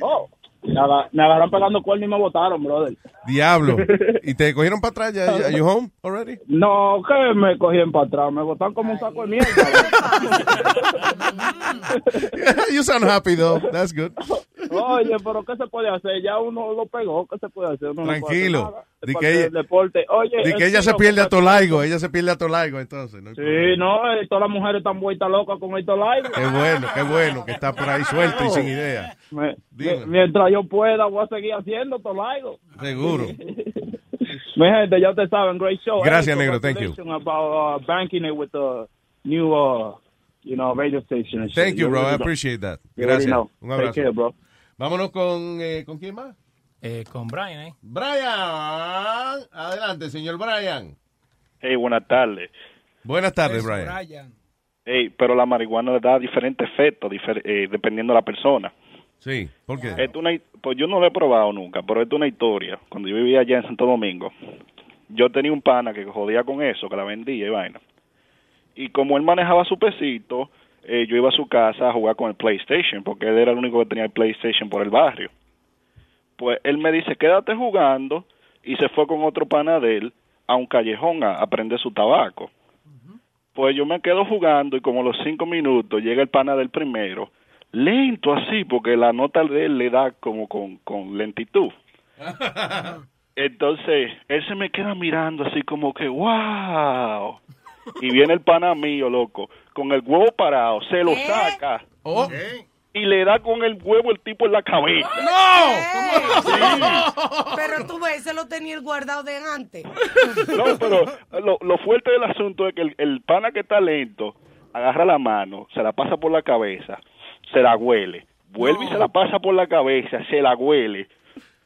S19: Oh, me aga- me agarraron pegando cuerno y me botaron, brother.
S4: Diablo. ¿Y te cogieron para atrás? ¿Ya, ya- you home already?
S19: No, que me cogían para atrás, me botaron como un saco de mierda.
S4: you sound happy, though. That's good.
S19: Oye, pero ¿qué se puede hacer? Ya uno lo pegó, ¿qué se puede hacer? Uno no puede hacer
S4: Tranquilo.
S19: nada. Es
S4: Di
S19: parte
S4: que,
S19: del
S4: ella,
S19: deporte. Oye,
S4: di que
S19: es
S4: ella se
S19: chino,
S4: pierde a
S19: compa-
S4: Tolaigo. Ella se pierde a Tolaigo, entonces. ¿no?
S19: Sí, no, eh, todas las mujeres están vueltas locas con estos live.
S4: Qué bueno, qué bueno que está por ahí suelto y sin idea.
S19: Me-
S4: Dime.
S19: me- mientras yo pueda, voy a seguir haciendo Tolaigo.
S4: Seguro.
S19: Mi gente, ya te saben, great show.
S4: Gracias,
S19: Hey,
S4: negro, thank you.
S19: congratulations About, uh, banking it with the new, uh, you know, radio station. and shit.
S4: Thank you, bro. I
S19: already know.
S4: appreciate that.
S19: You already
S4: Gracias.
S19: know.
S4: Un
S19: Take
S4: abrazo.
S19: care, bro.
S4: Vámonos con, eh, ¿con quién más?
S20: con Brian, ¿eh?
S4: Brian. Adelante, señor Brian.
S21: Hey, buenas tardes.
S4: Buenas tardes, Brian.
S21: Hey, pero la marihuana le da diferentes efectos difer- eh, dependiendo de la persona.
S4: Sí, ¿por qué?
S10: Eh,
S21: Esto una, hi- pues yo no lo he probado nunca, pero esto es una historia. Cuando yo vivía allá en Santo Domingo, yo tenía un pana que jodía con eso, que la vendía y vaina. Y como él manejaba su pesito, eh, yo iba a su casa a jugar con el PlayStation, porque él era el único que tenía el PlayStation por el barrio. Pues él me dice, quédate jugando, y se fue con otro pana de él a un callejón a, a prender su tabaco. Pues yo me quedo jugando y como a los cinco minutos llega el pana del primero, lento así, porque la nota de él le da como con, con lentitud. Entonces, él se me queda mirando así como que, wow. Y viene el pana mío, loco, con el huevo parado, se lo saca.
S4: Oh,
S17: Oh.
S21: Y le da con el huevo el tipo en la cabeza.
S7: Pero tú ves, se lo tenía el guardado de antes.
S21: No, pero lo, lo fuerte del asunto es que el, el pana que está lento agarra la mano, se la pasa por la cabeza, se la huele, vuelve y se la pasa por la cabeza, se la huele,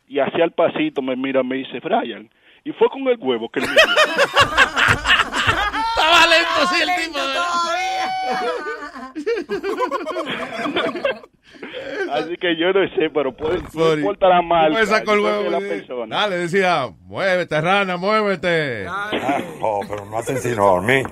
S21: y hacia el pasito me mira, me dice, Brian, y fue con el huevo que él me dio".
S22: Estaba lento, sí, el tipo.
S4: ¿eh?
S21: Así que yo no sé, pero puede, no importa la marca.
S4: Puedes sacar el
S21: yo creo que la
S4: huevo.
S21: persona.
S4: Dale, Ah, decía, muévete, rana, muévete.
S23: Oh, pero no hacen sino dormir.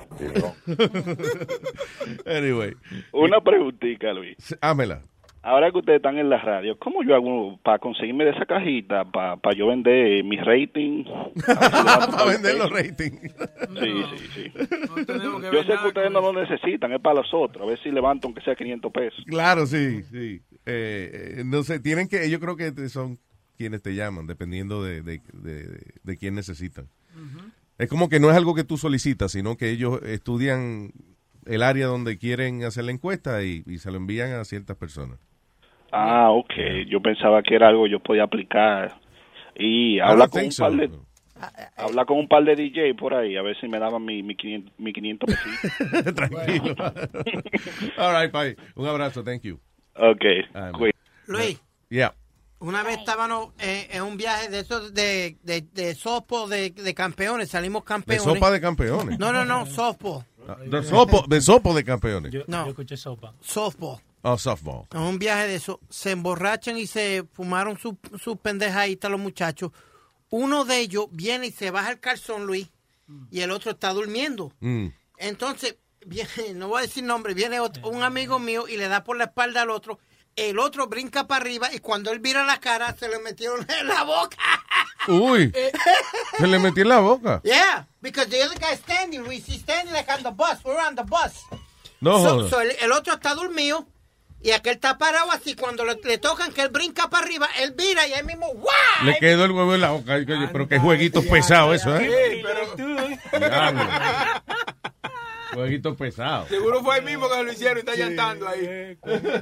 S4: anyway.
S21: Una preguntita, Luis.
S4: Ámela.
S21: Ahora que ustedes están en la radio, ¿cómo yo hago para conseguirme de esa cajita, para yo vender mis ratings? para
S4: vender los ratings.
S21: Sí, sí, sí. yo sé que ustedes no lo necesitan, es para los otros. A ver si levanto aunque sea 500 pesos.
S4: Claro, sí, sí. Eh, eh, no sé, tienen que, yo creo que te- son quienes te llaman, dependiendo de, de, de- de quién necesitan. Es como que no es algo que tú solicitas, sino que ellos estudian el área donde quieren hacer la encuesta y, y se lo envían a ciertas personas.
S24: Ah, ok. Yo pensaba que era algo yo podía aplicar. Y habla
S4: don't
S24: con un
S4: think
S24: par
S4: so. Ah, eh,
S24: de... Habla con un par de DJ por ahí, a ver si me daban mi, mi 500, mi 500 pesitos.
S4: Tranquilo. All right, bye. Un abrazo, thank you.
S24: Okay.
S4: Ah,
S9: Luis.
S4: Yeah.
S9: Una vez estábamos eh, en un viaje de esos de, de, de softball de, de campeones, salimos campeones.
S4: sopa de campeones?
S9: No, no, no, softball.
S4: De sopo, de sopo de campeones.
S9: no. escuché sopa. Softball.
S4: Oh, softball.
S9: En un viaje de eso, se emborrachan y se fumaron sus sus pendejaditas los muchachos. Uno de ellos viene y se baja el calzón, Luis, y el otro está durmiendo.
S1: Mm.
S9: Entonces, viene- no voy a decir nombre, viene otro- un amigo mío y le da por la espalda al otro. El otro brinca para arriba y cuando él vira la cara, se le metieron en la boca.
S4: Uy,
S9: Eh.
S4: se le metió en la boca.
S9: Yeah, because the other guy's standing, Luis, he's standing like on the bus, we're on the bus.
S4: No
S9: So-
S4: jodas.
S9: so el, el otro está dormido y aquel está parado así. Cuando le, le tocan que él brinca para arriba, él vira y él mismo, ¡guau!
S4: Le quedó el huevo en la boca. Ay, coño, Pero qué jueguito pesado eso, ¿eh? Diablo. Jueguito pesado.
S10: Seguro fue el mismo que se lo hicieron y está llantando ahí.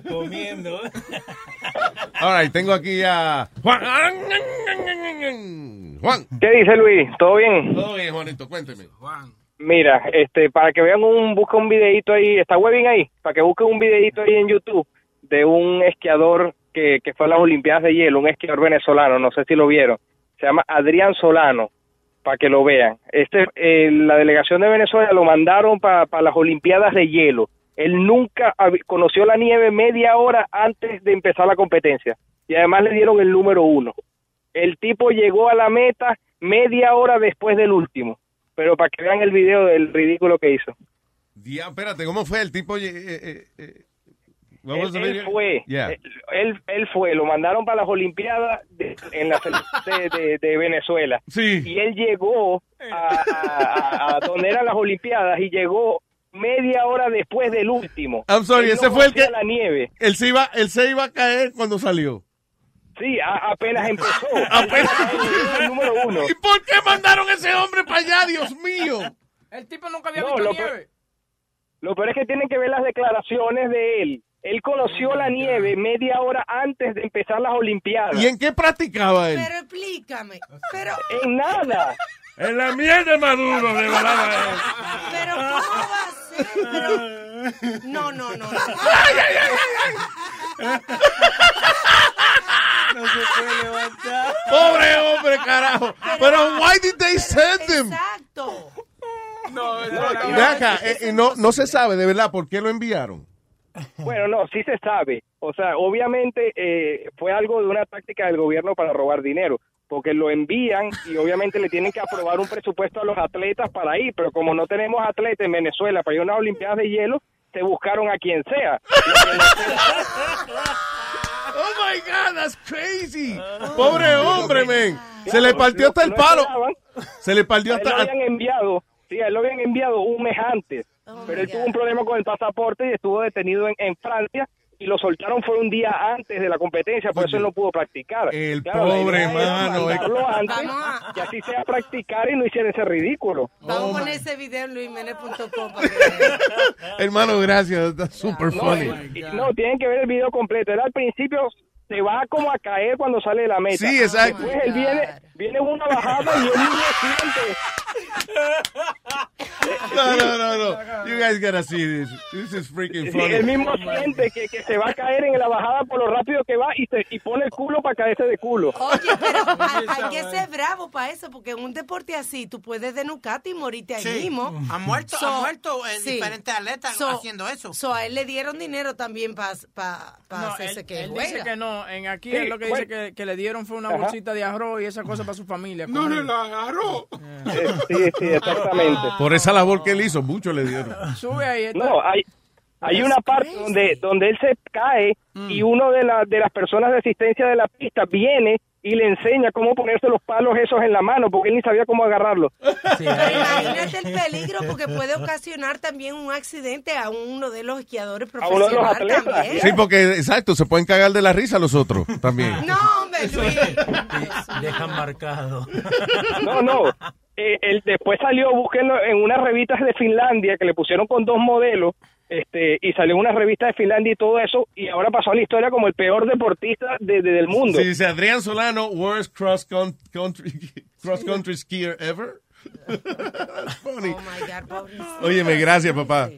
S25: Comiendo.
S4: All right, tengo aquí a Juan. Juan.
S26: ¿Qué dice Luis? ¿Todo bien?
S4: Todo bien, Juanito, cuénteme.
S26: Mira, este, para que vean un, busca un videito ahí, está Webin ahí, para que busquen un videito ahí en YouTube de un esquiador que, que fue a las Olimpiadas de Hielo, un esquiador venezolano, no sé si lo vieron, se llama Adrián Solano, para que lo vean. Este, eh, la delegación de Venezuela lo mandaron para las Olimpiadas de Hielo. Él nunca hab- conoció la nieve media hora antes de empezar la competencia y además le dieron el número uno. El tipo llegó a la meta media hora después del último. Pero para que vean el video del ridículo que hizo.
S4: Dia- espérate, ¿cómo fue el tipo? eh, eh, eh, what was
S26: Él,
S4: the
S26: él
S4: video?
S26: fue,
S4: Yeah.
S26: él, él- él fue, lo mandaron para las Olimpiadas de- en la selección de, de- de Venezuela. Y él llegó a, a- a- a donde eran las Olimpiadas y llegó media hora después del último.
S4: I'm sorry,
S26: Él no
S4: ese fue el que.
S26: conocía la nieve.
S4: Él se, iba, él se iba a caer cuando salió.
S26: Sí, a- apenas empezó. apenas el número uno.
S4: ¿Y por qué mandaron ese hombre para allá, Dios mío?
S8: El tipo nunca había
S26: No,
S8: visto
S26: lo
S8: nieve.
S26: Lo peor es que tienen que ver las declaraciones de él. Él conoció la nieve media hora antes de empezar las Olimpiadas.
S4: ¿Y en qué practicaba él?
S7: Pero explícame. Pero,
S5: Eh,
S26: En nada.
S6: En la mierda Maduro le balaba eh. él.
S7: pero, ¿cómo va a ser? Pero- No, no, no.
S1: No se puede levantar.
S4: Pobre hombre, carajo. Pero why did they send him?
S7: Exacto.
S10: No,
S4: Ve acá, eh, eh, no, no se sabe de verdad por qué lo enviaron.
S26: Bueno, no, sí se sabe. O sea, obviamente eh, fue algo de una táctica del gobierno para robar dinero, porque lo envían y obviamente le tienen que aprobar un presupuesto a los atletas para ir, pero como no tenemos atletas en Venezuela para ir a unas Olimpiadas de hielo, se buscaron a quien sea.
S4: Oh my God, that's crazy.
S17: Ah.
S4: Pobre hombre, men. Se le partió hasta el palo. Se le partió
S26: A él lo
S4: hasta.
S26: habían enviado, sí, a él lo habían enviado un mes antes,
S7: Oh
S26: pero él tuvo un problema con el pasaporte y estuvo detenido en, en Francia y lo soltaron fue un día antes de la competencia, por eso él no pudo practicar. El
S4: pobre mano, eh.
S26: antes y así sea practicar y no hiciera ese ridículo.
S4: Oh,
S7: Vamos a poner ese video en luismenes.com.
S4: Hermano, gracias. Está super
S26: No,
S4: funny.
S26: y- y- no, tienen que ver el video completo. Él al principio se va como a caer cuando sale de la meta.
S4: Sí, exacto.
S26: Después él viene, viene una bajada y él mismo siente.
S4: No, no, no, no. You guys gotta see this. This is freaking
S26: Sí,
S4: funny.
S26: él mismo siente que, que se va a caer en la bajada por lo rápido que va y, se, y pone el culo para caerse de culo.
S7: Oye, pero hay, hay que ser bravo para eso, porque en un deporte así tú puedes denucarte y morirte ahí mismo.
S9: Han muerto- han muerto, eh, diferentes atletas haciendo
S7: eso. So, a él le dieron dinero también para
S8: No,
S7: hacerse
S8: él,
S7: que
S8: él
S7: juega.
S8: dice que no. En aquí
S7: Sí,
S8: es lo que
S9: pues,
S7: bueno.
S8: dice que, que le dieron fue una
S26: Ajá.
S8: bolsita de arroz y esa cosa para su familia.
S10: No
S8: comer.
S10: le la agarró.
S26: Sí, sí, exactamente.
S4: Por esa labor que él hizo, mucho le dieron.
S8: Sube ahí. este- está.
S26: No, hay, hay una parte donde, donde él se cae y
S4: Mm.
S26: uno de, la- de las personas de asistencia de la pista viene y le enseña cómo ponerse los palos esos en la mano porque él ni sabía cómo agarrarlos.
S7: Imagínate el peligro porque puede ocasionar también un accidente a uno de los esquiadores
S26: A uno de los
S7: profesionales.
S26: atletas.
S4: Sí, porque, exacto, se pueden cagar de la risa los otros también.
S7: No, hombre, Luis.
S25: Dejan marcado.
S26: No, no. eh, él después salió, búsquenlo en unas revistas de Finlandia que le pusieron con dos modelos, este, y salió en una revista de Finlandia y todo eso, y ahora pasó a la historia como el peor deportista de- de- del mundo.
S4: Si dice Adrián Solano, worst cross con- country, cross country skier ever. Funny.
S17: Oh,
S4: Óyeme, gracias, papá.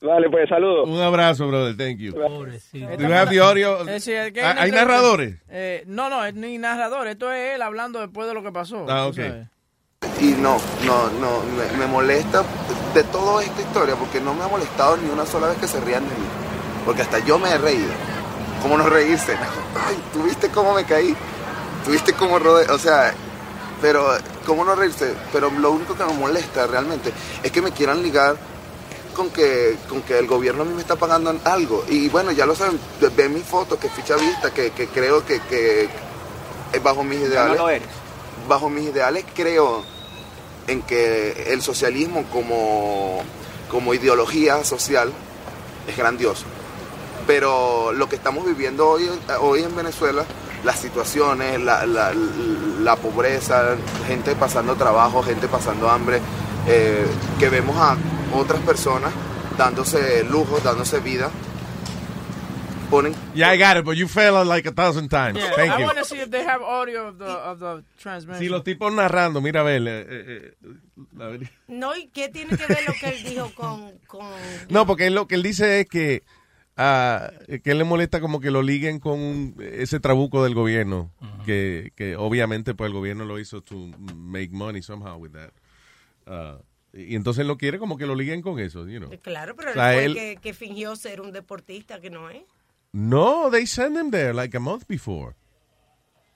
S26: Vale, pues saludos.
S4: Un abrazo, brother. Thank you.
S8: Esta
S4: Do you have the
S8: cosa-
S4: audio?
S8: Eh, sí, es que
S4: ¿Hay
S8: una
S4: hay
S8: entrevista-
S4: narradores?
S8: Eh, no, no, es ni narrador. Esto es él hablando después de lo que pasó.
S4: Ah,
S8: tú
S4: ok.
S8: sabes.
S25: Y no, no, no, me, me molesta de toda esta historia porque no me ha molestado ni una sola vez que se rían de mí. Porque hasta yo me he reído. ¿Cómo no reírse? Ay, ¿tú viste cómo me caí? ¿Tuviste cómo rodé? O sea, pero ¿cómo no reírse? Pero lo único que me molesta realmente es que me quieran ligar con que, con que el gobierno a mí me está pagando algo. Y bueno, ya lo saben, ven mis fotos, que ficha vista, que, que creo que, que es bajo mis ideales.
S10: lo eres.
S25: Bajo mis ideales creo en que el socialismo como, como ideología social es grandioso. Pero lo que estamos viviendo hoy, hoy en Venezuela, las situaciones, la, la- la pobreza, gente pasando trabajo, gente pasando hambre, eh, que vemos a otras personas dándose lujos, dándose vida, ponen...
S4: Yeah, I got it, but you failed like a thousand times.
S8: Yeah,
S4: Thank
S8: I
S4: you.
S8: want to see if they have audio of the, of the transmission.
S4: Si los tipos narrando, mira a ver. eh, eh, eh, a ver.
S7: No, ¿y qué tiene que ver lo que él dijo con... con...
S4: No, porque él lo que él dice es que ah, que él le molesta como que lo liguen con un- ese trabuco del gobierno, que, que obviamente pues el gobierno lo hizo to make money somehow with that. Ah, y entonces él lo quiere como que lo liguen con eso, you know.
S7: Claro, pero
S4: O
S7: él
S4: sea,
S7: fue
S4: él-
S7: que, que fingió ser un deportista, que no es.
S4: No, they sent him there like a month before.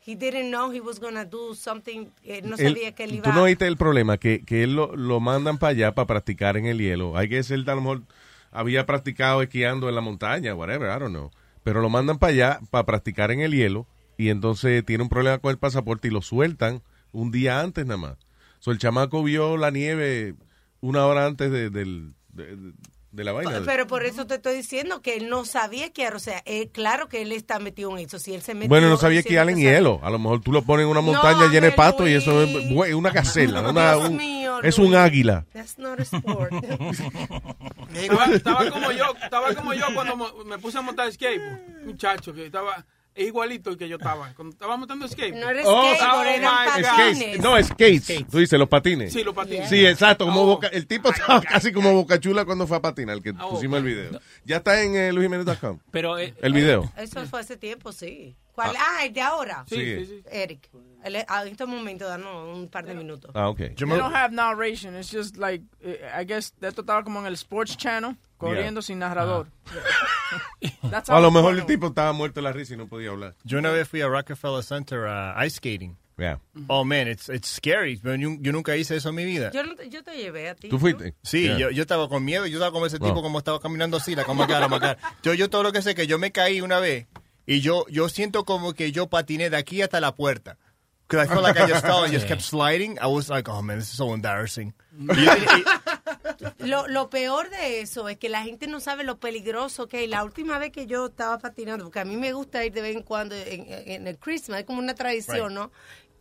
S7: He didn't know he was gonna do something. eh, no
S4: Él-
S7: sabía que él iba
S4: Tú no oíste el problema, que, que él lo, lo mandan para allá para practicar en el hielo. Hay que ser, a lo mejor, había practicado esquiando en la montaña, whatever, I don't know. Pero lo mandan para allá para practicar en el hielo y entonces tiene un problema con el pasaporte y lo sueltan un día antes nada más. So, el chamaco vio la nieve una hora antes de, del- de- de- de la vaina.
S7: Pero por eso te estoy diciendo que él no sabía que O sea, eh, claro que él está mmetido en eso. Si él se metió,
S4: bueno, no
S7: él
S4: sabía
S7: sí
S4: esquiar
S7: lo
S4: en
S7: sabe.
S4: hielo. A lo mejor tú lo pones en una montaña llena de pasto y eso es bue- una gacela, una-
S7: Dios
S4: un-
S7: mío,
S4: es un
S7: Luis.
S4: águila.
S7: That's not a sport.
S10: Estaba, estaba como yo, estaba como yo cuando mo- me puse a montar skateboard, muchacho, que estaba es igualito que yo estaba. Cuando estaba montando skateboard.
S7: No era
S4: Oh,
S7: skateboard, eran
S10: my God.
S4: Skates. No, skates. Tú dices los patines.
S10: Sí, los patines. Oh.
S4: Sí, exacto. Como Boca- el tipo estaba casi como bocachula cuando fue a patinar, que
S10: Ah,
S4: pusimos el video. Ya está en eh, luisjimenez.com.
S20: Pero, eh,
S4: el video.
S7: Eso fue hace tiempo, sí. ¿Cuál? Ah, el de ahora.
S4: Sí, Sí. sí, sí.
S7: Eric, el- a este momento, danos un par de minutos.
S4: Ah, ok.
S8: They don't have narration. It's just like, eh, I guess, esto estaba como en el Sports Channel, corriendo sin narrador. That's
S4: Ah. A
S8: how
S4: lo
S8: it's
S4: mejor
S8: going.
S4: el tipo estaba muerto de la risa y no podía hablar.
S11: Yo una vez fui a Rockefeller Center a ice skating.
S4: Yeah.
S11: Oh man, it's, it's scary. Yo, nu- yo nunca hice eso en mi vida.
S7: Yo, no te- yo te llevé a ti.
S4: ¿Tú fuiste?
S11: Sí,
S4: Yeah.
S11: yo, yo estaba con miedo. Yo estaba como ese tipo
S4: Wow.
S11: como estaba caminando así, la cama cara, la cara. Yo, yo todo lo que sé que yo me caí una vez y yo, yo siento como que yo patiné de aquí hasta la puerta. Because I felt like I just fell and just kept sliding. I was like, oh man, this is so embarrassing.
S7: Lo, lo peor de eso es que la gente no sabe lo peligroso que es. La última vez que yo estaba patinando, porque a mí me gusta ir de vez en cuando en, en el Christmas, es como una tradición,
S5: Right.
S7: ¿no?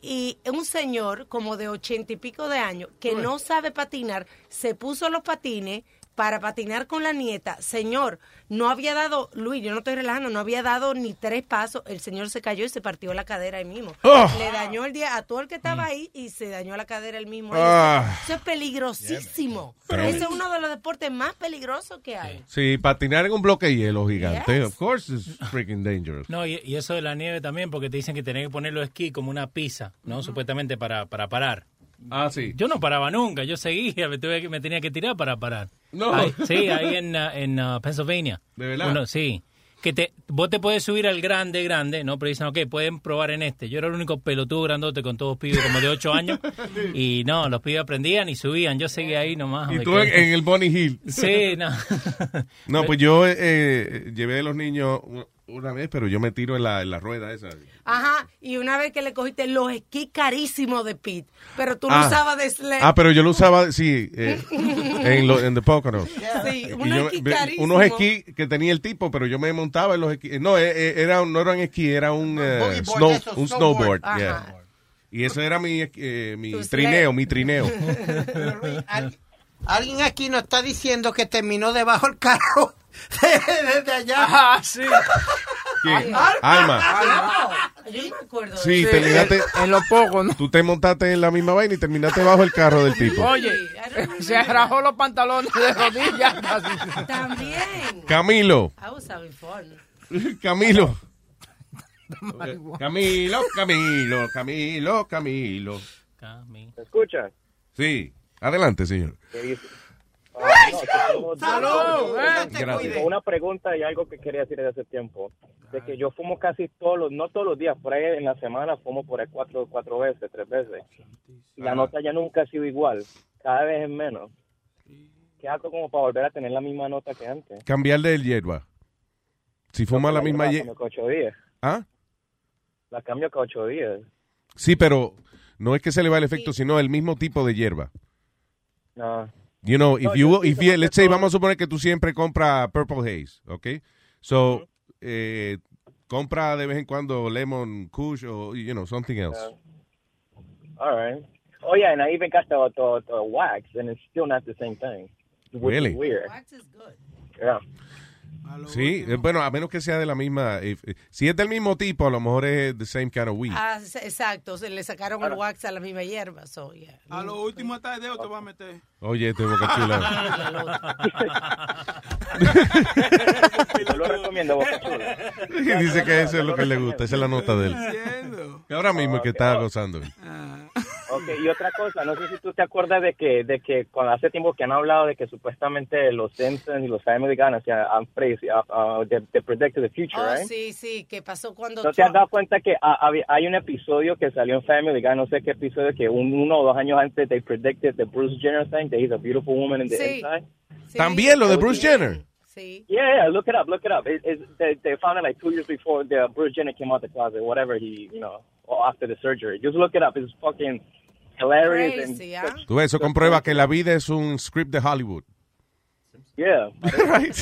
S7: Y un señor como de ochenta y pico de años que
S5: Uy.
S7: no sabe patinar, se puso los patines para patinar con la nieta. Señor, no había dado, Luis, yo no estoy relajando, no había dado ni tres pasos. El señor se cayó y se partió la cadera ahí mismo.
S5: Oh. Mm.
S7: Le dañó el día a todo el que estaba ahí y se dañó la cadera él mismo.
S4: Ah.
S7: Eso es peligrosísimo.
S4: Pero-
S7: Ese es uno de los deportes más peligrosos que hay.
S4: Sí, patinar en un bloque de hielo gigante.
S20: Yes.
S4: Of course it's freaking dangerous.
S20: No, y, y eso de la nieve también, porque te dicen que tenés que poner los esquí como una pizza, ¿no? Supuestamente para, para parar.
S4: Ah, sí.
S20: Yo no paraba nunca, yo seguía, me, tuve que- me tenía que tirar para parar.
S4: No.
S20: Ahí- sí, ahí en, uh, en uh, Pennsylvania.
S4: ¿De verdad?
S20: Uno- sí. Que te, vos te puedes subir al grande, grande, ¿no? Pero dicen, ok, pueden probar en este. Yo era el único pelotudo grandote con todos pibes como de 8 años. Y no, los pibes aprendían y subían. Yo seguía ahí nomás.
S4: Y
S20: me
S4: tú en,
S20: quedé.
S4: en el Bonnie Hill.
S20: Sí, no.
S4: No, pues yo eh, eh, llevé a los niños u- una vez, pero yo me tiro en la, en la rueda esa.
S7: Ajá, y una vez que le cogiste los esquís carísimos de Pete, pero tú lo
S4: Ah.
S7: usabas de sled.
S4: Ah, pero yo lo usaba, sí, eh, en, lo, en The Poconos.
S7: Sí,
S4: Y
S7: unos
S4: yo-
S7: esquís
S4: ve-
S7: carísimos.
S4: unos esquí que tenía el tipo, pero yo me montaba en los esquí. No, eh, eh, era, un- no eran esquí, era un, eh,
S7: boogie board,
S4: snow-
S7: eso,
S4: un
S7: snowboard.
S4: snowboard.
S7: Ajá.
S4: yeah. Y ese era mi, eh, mi
S9: Tu sled.
S4: trineo, mi trineo.
S9: Alguien aquí nos está diciendo que terminó debajo el carro de- desde allá.
S8: Ah, sí.
S4: ¿Quién? Alma.
S7: Yo me acuerdo.
S4: Sí, terminaste.
S8: En lo poco, ¿no?
S4: Tú te montaste en la misma vaina y terminaste bajo el carro del tipo.
S8: Oye, se rajó los pantalones de rodillas. casi.
S4: Camilo.
S7: I was having fun.
S4: Camilo. Camilo, Camilo, Camilo, Camilo.
S15: ¿Me escuchas?
S4: Sí, adelante, señor.
S3: Ah,
S8: ¡Salud!
S4: Gracias. cuide.
S3: este, Una pregunta y algo que quería decir desde hace tiempo. De que yo fumo casi todos los, no todos los días, por ahí en la semana fumo por ahí cuatro, cuatro veces, tres veces. Y la
S27: Ajá.
S3: nota ya nunca ha sido igual, cada vez es menos. ¿Qué hago como para volver a tener la misma nota que antes?
S4: Cambiar del hierba. Si fuma la misma
S3: La
S4: hierba.
S3: cambio cada ocho días.
S4: ¿Ah?
S3: La cambio cada ocho días.
S4: Sí, pero no es que se le va el efecto, sino el mismo tipo de hierba.
S3: No.
S4: You know,
S3: No,
S4: if you,
S3: yo sí
S4: if
S3: tomo
S4: you, let's say,
S3: todo.
S4: vamos a suponer que tú siempre compras Purple Haze, ¿ok? So, eh, compra de vez en cuando Lemon Kush o, you know, something else.
S3: Uh, All right. Oh yeah, and I even got the, the, the wax, and it's still not the same thing. Which
S4: Really?
S3: Is weird. Yeah.
S4: Sí, eh, bueno, a menos que sea de la misma, if- eh, si es del mismo tipo, a lo mejor es the same kind of weed.
S7: Ah, s- exacto, se le sacaron el wax a la misma hierba. So, yeah.
S10: A lo último hasta el dedo te va a meter.
S4: Oye, este boca chula.
S3: Yo lo recomiendo, Boca Chula.
S4: Dice que eso es lo que le gusta, esa es la nota de él.
S3: Entiendo.
S4: Que ahora mismo es que
S3: Ok.
S4: está gozando.
S3: Ok, y otra cosa, no sé si tú te acuerdas de que, de que cuando hace tiempo que han hablado de que supuestamente los Simpsons y los americanos se han predecido, de they, predict the future,
S7: Oh,
S3: right?
S7: sí, sí, que pasó cuando...
S3: ¿No te has dado cuenta que ha- hab- hay un episodio que salió en Family Guy, no sé qué episodio, que un- uno o dos años antes they predicted the Bruce Jenner thing, that he's a beautiful woman in the
S7: Sí.
S3: inside?
S4: También lo de Bruce Jenner.
S3: Yeah, yeah, look it up, look it up. It, it's they, they found it like two years before the Bruce Jenner came out the closet, whatever he, you know, or after the surgery. Just look it up. It's fucking hilarious. and
S7: Crazy, ¿ah?
S4: Tú ves, eso comprueba que la vida es un script de Hollywood.
S3: Yeah.
S4: Right.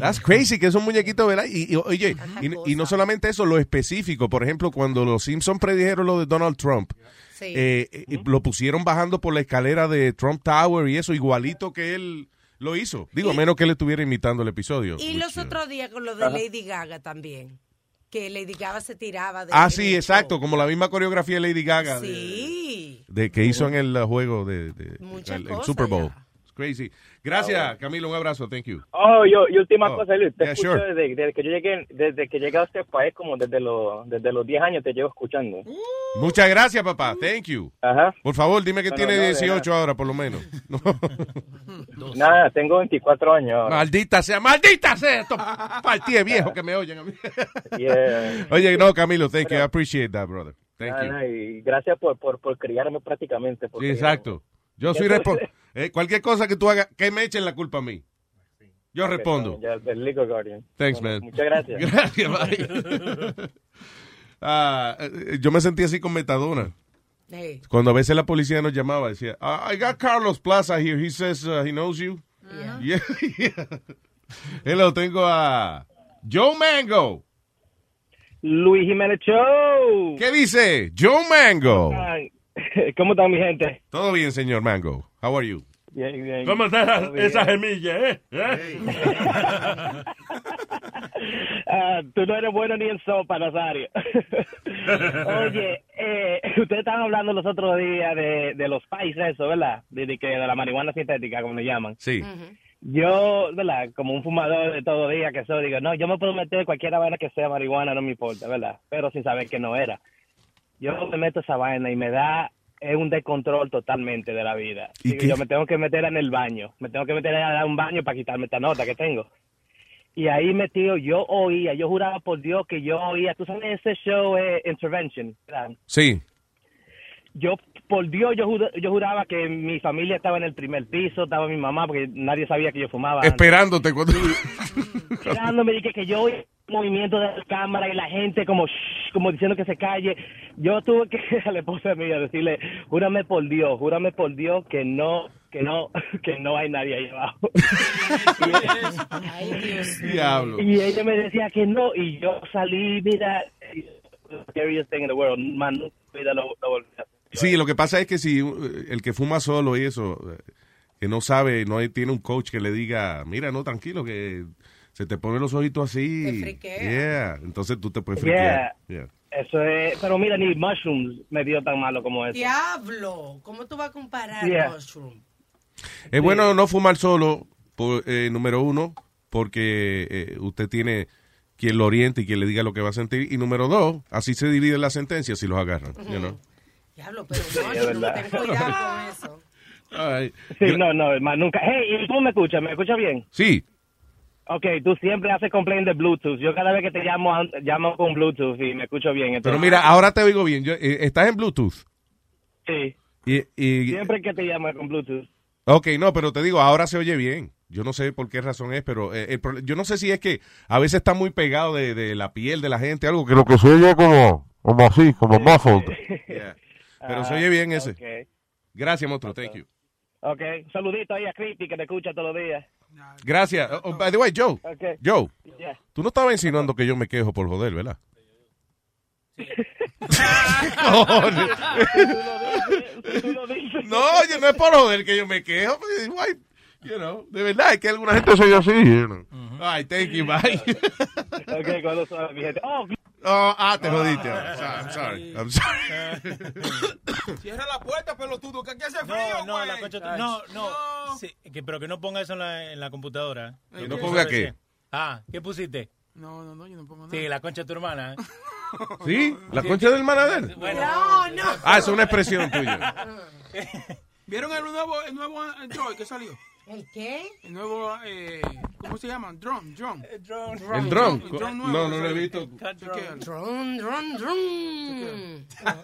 S4: That's crazy, que es un muñequito, ¿verdad? Y, y- oye, y, y no solamente eso, lo específico. Por ejemplo, cuando los Simpsons predijeron lo de Donald Trump,
S7: Sí.
S4: eh, eh, lo pusieron bajando por la escalera de Trump Tower y eso, igualito que él lo hizo. Digo, a menos que le estuviera imitando el episodio.
S7: Y
S4: which,
S7: los
S4: uh,
S7: otros días con lo de
S4: Ajá.
S7: Lady Gaga también. Que Lady Gaga se tiraba de...
S4: Ah, sí, exacto, como la misma coreografía de Lady Gaga. de-
S7: Sí.
S4: de que hizo en el uh, juego de, de-
S7: Muchas
S4: el, el
S7: cosas
S4: Super Bowl.
S7: ya.
S4: It's crazy. Gracias,
S3: Ah,
S4: Camilo, un abrazo. Thank you.
S3: Oh, yo, y última
S4: Oh,
S3: cosa, Luis, te
S4: yeah,
S3: escucho
S4: sure.
S3: desde, desde que yo llegué, desde que llegué a este país, como desde los, desde los 10 años te llevo escuchando.
S4: Muchas gracias, papá. Thank you. Por favor, dime que
S3: No, no,
S4: tiene
S3: no, de
S4: 18 ahora, por lo menos. No.
S3: Nada, tengo 24 años ahora.
S4: Maldita sea, maldita sea estos partidos viejos que me oyen a mí.
S3: Yeah.
S4: Oye, no, Camilo, thank you. I appreciate that, brother. Thank
S3: Nada,
S4: you.
S3: nada, Ah, y gracias por, por, por criarme prácticamente. por
S4: Sí,
S3: criarme.
S4: exacto. Yo soy responsable. cualquier cosa que tú hagas, que me echen la culpa a mí. Yo respondo.
S3: Ya, del Legal Guardian.
S4: Thanks, man.
S3: Muchas gracias.
S4: Gracias, bye. Ah, eh, yo me sentí así con metadona.
S7: Hey.
S4: Cuando a veces la policía nos llamaba, decía, "Ah, I got Carlos Plaza here. He says uh, he knows you. Yeah, yeah. Hello, tengo a Joe Mango.
S28: Luis Jiménez Show.
S4: ¿Qué dice? Joe Mango.
S28: Ay, ¿Cómo están mi gente?
S4: Todo bien, señor Mango. How are you?
S28: Bien, bien.
S6: ¿Cómo está esa,
S28: Todo bien.
S6: esa gemilla, eh? ¿Eh?
S28: Ah, tú no eres bueno ni en sopa, Nazario. Oye, eh, ustedes estaban hablando los otros días de, de los países, eso, ¿verdad? De, de que de la marihuana sintética, como le llaman.
S4: Sí.
S28: Yo, ¿verdad? Como un fumador de todo día que soy, digo, no, yo me puedo meter cualquier vaina que sea marihuana, no me importa, ¿verdad? Pero sin saber que no era. Yo me meto esa vaina y me da es un descontrol totalmente de la vida.
S4: ¿Y
S28: Digo,
S4: qué?
S28: yo me tengo que meter en el baño, me tengo que meter a dar un baño para quitarme esta nota que tengo. Y ahí metido, yo oía, yo juraba por Dios que yo oía, tú sabes ese show eh, Intervention, ¿verdad?
S4: Sí.
S28: yo por Dios yo, jura- yo juraba que mi familia estaba en el primer piso, estaba mi mamá porque nadie sabía que yo fumaba. antes.
S4: Esperándote cuando...
S28: Esperándome dije que yo oí movimiento de la cámara y la gente como shh, como diciendo que se calle. Yo tuve que a la esposa mía decirle, "Júrame por Dios, júrame por Dios que no que no que no hay nadie ahí abajo."
S4: Diablo.
S28: Y ella me decía que no, y yo salí, mira, scariest thing in the world, man, nunca en la vida lo, lo volví a hacer.
S4: Sí, lo que pasa es que si eh, el que fuma solo y eso, eh, que no sabe, no hay- tiene un coach que le diga, mira, no, tranquilo, que se te ponen los ojitos así. Yeah. Entonces tú te puedes
S28: Yeah.
S4: friquear. Yeah.
S28: Eso es, pero mira, ni mushrooms me dio tan malo como eso.
S7: Diablo, ¿cómo tú vas a comparar
S28: Yeah.
S7: mushroom?
S4: Es bueno no fumar solo, por, eh, número uno, porque eh, usted tiene quien lo oriente y quien le diga lo que va a sentir. Y número dos, así se dividen las sentencias si los agarran. you know.
S7: Diablo, pero
S28: es
S7: mushroom,
S28: verdad.
S7: ten cuidado con eso.
S28: Sí, no, no, hermano, nunca. Hey, ¿y tú me escuchas? ¿Me escuchas bien?
S4: Sí.
S28: Ok, tú siempre haces complaint de Bluetooth. Yo cada vez que te llamo, an- llamo con Bluetooth y me escucho bien.
S4: Pero
S28: entonces- ah.
S4: mira, ahora te oigo bien. Yo, eh, estás en Bluetooth.
S28: Sí,
S4: Y, y,
S28: siempre que te llamo es con Bluetooth.
S4: Ok, no, pero te digo, ahora se oye bien. Yo no sé por qué razón es, pero eh, el pro- yo no sé si es que a veces está muy pegado de, de la piel de la gente, algo que
S13: Lo que se oye como, como así, como muffled.
S4: Yeah. Pero se oye bien ese. Gracias, monstruo. Thank you.
S28: Ok, un saludito ahí a Creepy que te escucha todos los días.
S4: Gracias. Oh, oh, by the way, Joe.
S28: Ok.
S4: Joe.
S28: Yeah.
S4: Tú no estabas insinuando que yo me quejo por joder, ¿verdad? Cojones. no, yo no es por joder que yo me quejo. pues, guay, you know, de verdad, es que alguna gente
S13: Yo soy así. you know.
S4: Ay, thank you, bye.
S28: ok, cuando suave, mi gente. Oh,
S4: Oh, ah, te jodiste. I'm sorry. I'm sorry.
S10: Cierra la puerta, pelotudo, que aquí hace frío,
S20: No,
S10: güey.
S20: la concha tu- no, no, sí, que- pero que no ponga eso en la, en la computadora.
S10: Que
S20: Lo
S4: no
S20: que
S4: ponga
S20: puso
S4: qué.
S20: recién. Ah, ¿qué pusiste?
S10: No, no, no, yo no pongo nada.
S20: Sí, la concha de tu hermana. ¿eh?
S4: ¿Sí? ¿La concha del manadero?
S10: No, no.
S4: Ah, es una expresión tuya.
S10: ¿Vieron el nuevo, el nuevo Android que salió?
S7: ¿El qué?
S10: El nuevo, eh, ¿cómo se llama? Drone, drone. El drone.
S4: El drone.
S10: nuevo
S4: No,
S10: que
S4: no lo he
S10: salió.
S4: visto.
S10: Chequéalo.
S7: Drum, drum, drum.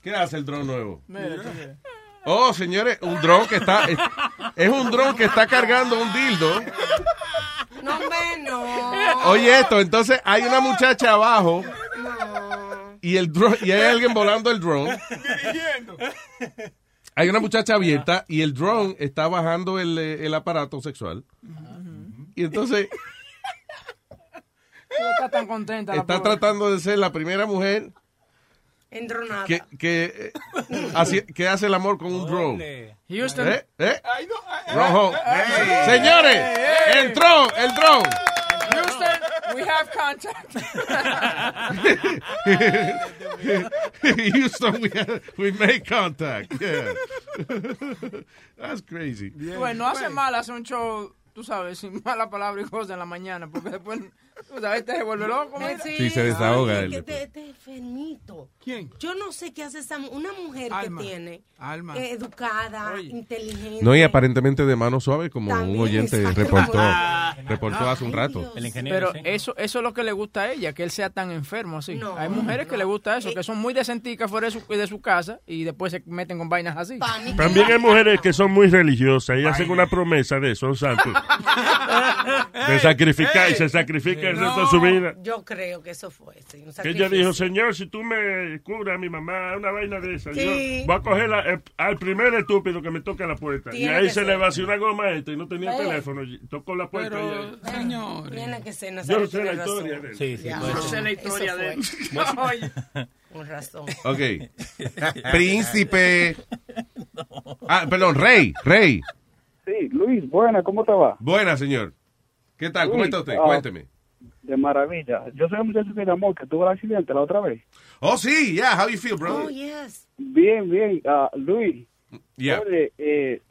S4: ¿Qué hace el dron nuevo?
S7: Mira,
S4: Oh, señores, un dron que está. Es, es un dron que está cargando un dildo.
S7: No menos.
S4: Oye, esto, entonces hay una muchacha abajo. Y, el dron, y hay alguien volando el dron. Hay una muchacha abierta y el dron está bajando el, eh, el aparato sexual. Y entonces
S8: No está tan contenta. la
S4: está
S8: pobre.
S4: tratando de ser la primera mujer
S7: Entronada.
S4: que, que, eh, hace, que hace el amor con un drone.
S8: Houston.
S4: ¿Eh? ¿Eh? Rojo. Señores, el drone, el drone.
S8: Houston, we have contact.
S4: Houston, we, we make contact. Yeah. That's crazy.
S8: Bueno, Pues no hace mal hacer un show, tú sabes, sin mala palabra y cosas en la mañana, porque después, tú sabes, te se vuelve loco. mira.
S4: Sí, se desahoga él
S7: Eh, Que te, te enfermito. ¿Quién? Yo no sé qué hace esa mu- una mujer
S10: Alma.
S7: que tiene
S10: Alma.
S7: eh, educada, inteligente.
S4: No, y aparentemente de mano suave, como
S7: También,
S4: un oyente
S7: exacto.
S4: reportó,
S7: Ah.
S4: reportó hace un rato.
S8: Pero eso, eso es lo que le gusta a ella, que él sea tan enfermo así. Hay mujeres que le gusta eso, que son muy decenticas fuera de su, de su casa y después se meten con vainas así.
S6: También hay mujeres que son muy religiosas y hacen una promesa de eso, son santos. Se sacrifican y se sacrifican el resto de su vida.
S7: Yo creo que eso fue. sí, un
S6: Que ella
S7: sacrificio.
S6: dijo, señor, si tú me curas a mi mamá, una vaina de esa,
S7: Sí.
S6: yo voy a coger la- el- al primer estúpido que me toque la puerta. Y
S7: Tiene
S6: ahí
S7: que
S6: se
S7: ser.
S6: le vació una goma esta y no tenía
S7: Pero-
S6: teléfono. y Tocó la
S17: Pues,
S6: puerta y
S7: Ah, Tiene que ser, no
S6: Yo
S7: sabe
S6: sé la
S7: tener
S6: historia
S7: razón.
S6: de él. Sí, sí,
S7: Ya.
S6: puede Pues,
S7: Yo
S6: ser.
S7: sé la historia de él.
S6: Eso fue.
S7: Oye, Con razón.
S4: Ok. Príncipe. Ah, perdón, Rey, Rey.
S2: Sí, Luis, buena, ¿cómo te va?
S4: Buena, señor. ¿Qué tal? ¿Cómo
S2: Luis,
S4: está usted?
S2: ah,
S4: Cuénteme.
S2: De maravilla. Yo soy el muchacho que llamó, que tuvo el accidente la otra vez.
S4: Oh, sí, yeah, how you feel, brother? Oh,
S7: yes.
S2: Bien, bien, ah, Luis.
S4: Yeah.
S2: Oye, eh,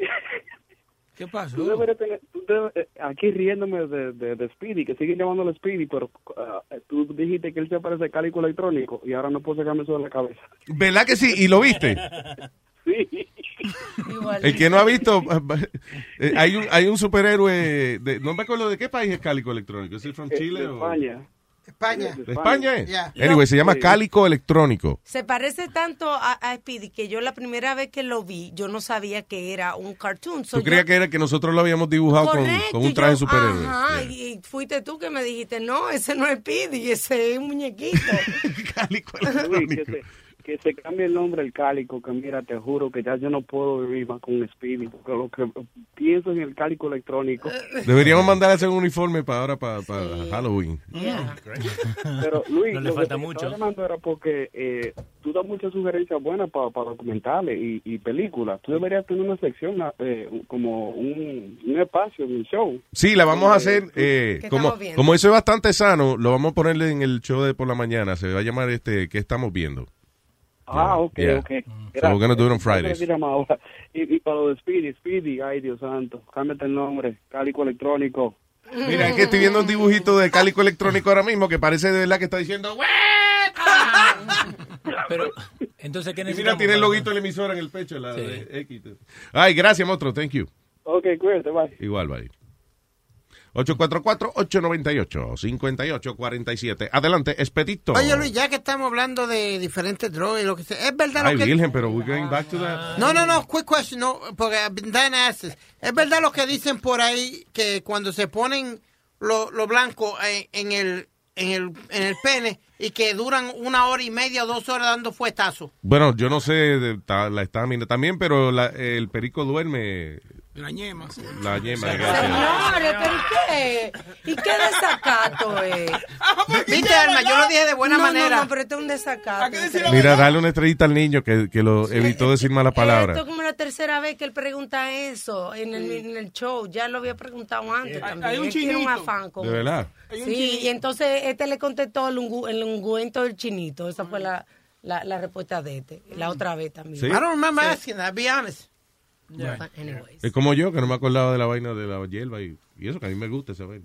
S10: ¿Qué pasó?
S2: tú deberías tener- tú debes- eh, aquí riéndome de, de, de Speedy, que siguen llamándole Speedy, pero ah, tú dijiste que él se parece a Cálico Electrónico y ahora no puedo sacarme eso de la cabeza.
S4: ¿Verdad que sí? ¿Y lo viste?
S2: Sí.
S4: El que no ha visto, eh, hay un, hay un superhéroe, de, no me acuerdo de qué país es Cálico Electrónico, ¿es from Chile
S2: de
S4: o-
S2: España.
S9: España.
S4: ¿De España es?
S9: Yeah.
S4: Anyway, se llama
S2: Sí.
S4: Cálico Electrónico.
S7: Se parece tanto a, a Speedy que yo la primera vez que lo vi, yo no sabía que era un cartoon. So
S4: ¿Tú creías
S7: yo-
S4: que era que nosotros lo habíamos dibujado con,
S7: Correcto,
S4: con
S7: y
S4: un traje de
S7: yo,
S4: superhéroe?
S7: Ajá, y, y fuiste tú que me dijiste, no, ese no es Speedy, ese es un muñequito.
S2: Luis, que, se, que se cambie el nombre del cálico, que mira, te juro que ya yo no puedo vivir más con Speedy, porque lo que pienso en el cálico electrónico.
S4: Deberíamos mandar a hacer un uniforme para ahora, para, para Halloween.
S17: Oh,
S2: Pero Luis,
S4: No le
S2: lo que
S4: falta
S2: te
S4: mucho.
S2: estaba llamando era porque eh, tú das muchas sugerencias buenas para documentales y, y películas. Tú deberías tener una sección, eh, como un, un espacio, un show.
S4: Sí, la vamos a hacer. eh,
S2: ¿Qué
S4: como,
S2: estamos viendo?
S4: como eso es bastante sano, lo vamos a ponerle en el show de por la mañana. Se va a llamar este ¿Qué estamos viendo?
S2: Ah, ok,
S4: Yeah.
S2: ok.
S4: So we're gonna do it on
S2: Gracias.
S4: Fridays.
S2: Mira, Maura, Y, y para lo de Speedy, Speedy, ay Dios santo, cámbiate el nombre, cálico electrónico.
S4: Mira, es que estoy viendo un dibujito de cálico electrónico ahora mismo que parece de verdad que está diciendo
S20: Pero, entonces, ¿qué
S4: Y
S20: necesitamos?
S4: mira, tiene el loguito de la emisora en el pecho, la
S20: Sí.
S4: de X. Ay, gracias, monstruo. Thank you.
S2: Ok, cuídate, bye.
S4: Igual, bye. 844-898-5847. Adelante, Espedito.
S9: Oye, Luis, ya que estamos hablando de diferentes drogas y lo que sea, ¿es verdad lo
S4: Ay,
S9: que...
S4: virgen, pero we're going back to that.
S9: No, no, no, quick question, no, porque I've been dying to ask this. ¿Es verdad lo que dicen por ahí que cuando se ponen lo, lo blanco en, en el, en, el, en el pene y que duran una hora y media o dos horas dando fuetazos?
S4: Bueno, yo no sé de ta- la estamina también, pero la- el perico duerme.
S10: La ñema.
S4: La yema, gracias.
S7: Señores, pero ¿y qué? ¿Y qué desacato es?
S9: Viste, Alma, yo lo dije de buena
S7: No,
S9: manera.
S7: No, no, pero este es un desacato.
S4: Mira, dale una estrellita al niño que, que lo evitó decir malas
S7: Esto es
S4: palabras.
S7: como la tercera vez que él pregunta eso en el, en el show. Ya lo había preguntado antes
S10: Hay-
S7: también.
S10: hay un
S7: Él tiene un
S10: chinito.
S7: afán con
S4: De verdad.
S10: Hay un
S7: Sí, y entonces este le contestó el, ungu- el ungüento del chinito. Esa fue la, la, la respuesta de este. La otra vez también.
S4: Sí. I don't
S9: remember
S7: Sí.
S9: asking that, be honest.
S7: But anyway.
S4: Es como yo, que no me acordaba de la vaina de la hierba y, y eso, que a mí me gusta esa vaina.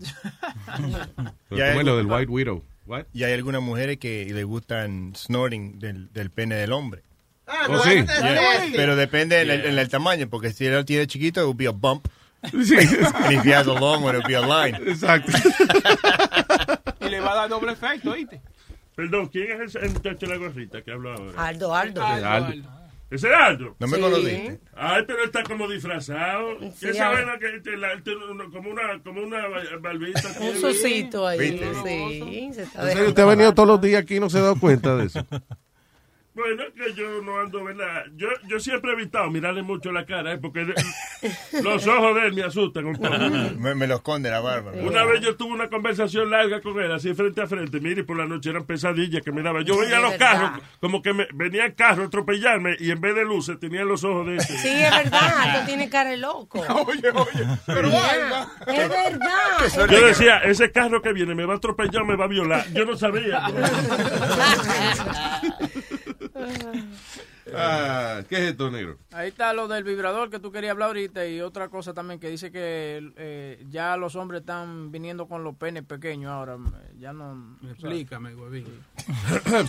S4: Pero ¿cómo es lo del White Widow?
S11: Y hay algunas mujeres que le gustan snorting del, del pene del hombre.
S9: Ah,
S4: Oh, no, sí. that's
S11: Yeah.
S4: nasty.
S11: Pero depende del del- del tamaño, porque si él lo tiene chiquito, it would be a bump.
S4: Sí.
S11: And if he has a long one, it would be a line.
S4: Exacto.
S10: Y le va a dar doble efecto, ¿oíste?
S6: Perdón, ¿quién es el muchacho de la gorrita que habló ahora?
S7: Aldo, Aldo.
S6: Aldo, Aldo. ¿Ese es Aldo?
S11: No me Sí. conociste.
S6: Ay, pero está como disfrazado.
S7: Sí,
S6: Esa
S7: ahora-
S6: vaina que te la- te- uno- como una, como una ba- barbita.
S7: Un
S6: tiene.
S7: sucito ahí.
S6: ¿Viste?
S7: Sí, se está
S4: ¿En serio?
S7: dejando.
S4: usted ha venido todos los días aquí y no se ha dado cuenta de eso.
S6: Bueno, que yo no ando, ¿verdad? Yo, yo siempre he evitado mirarle mucho la cara, ¿eh? porque de- los ojos de él me asustan un poco.
S11: Me, me lo esconde la barba.
S6: Una vez yo tuve una conversación larga con él, así frente a frente. Mire, y por la noche eran pesadillas que me daban. Yo
S7: Sí,
S6: veía
S7: es
S6: los
S7: verdad.
S6: carros, como que me, venía el carro a atropellarme y en vez de luces tenía los ojos de este. ese.
S7: Sí, es verdad, Aldo tiene cara de loco. Oye, oye, pero Es verdad. es
S6: Yo
S7: verdad.
S6: decía, ese carro que viene me va a atropellar, me va a violar. Yo no sabía.
S4: Ah, ¿Qué es esto, negro?
S8: Ahí está lo del vibrador que tú querías hablar ahorita y otra cosa también que dice que eh, ya los hombres están viniendo con los penes pequeños ahora. eh, Ya no...
S10: Explícame, huevín.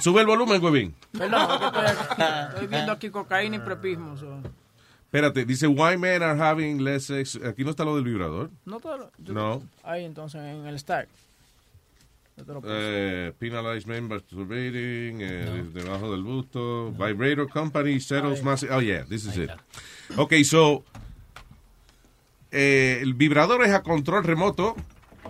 S4: Sube el volumen, huevín.
S8: Perdón, es que estoy, estoy viendo aquí cocaína y prepismo. so.
S4: Espérate, dice, why men are having less sex. Aquí no está lo del vibrador.
S8: No todo lo- yo-
S4: No.
S8: Ahí entonces en el stack. Yo te lo puse.
S4: Eh, penalized men masturbating, eh, debajo del busto. Vibrator company settles mass... Oh, yeah, this is it. Ok, so... eh, el vibrador es a control remoto.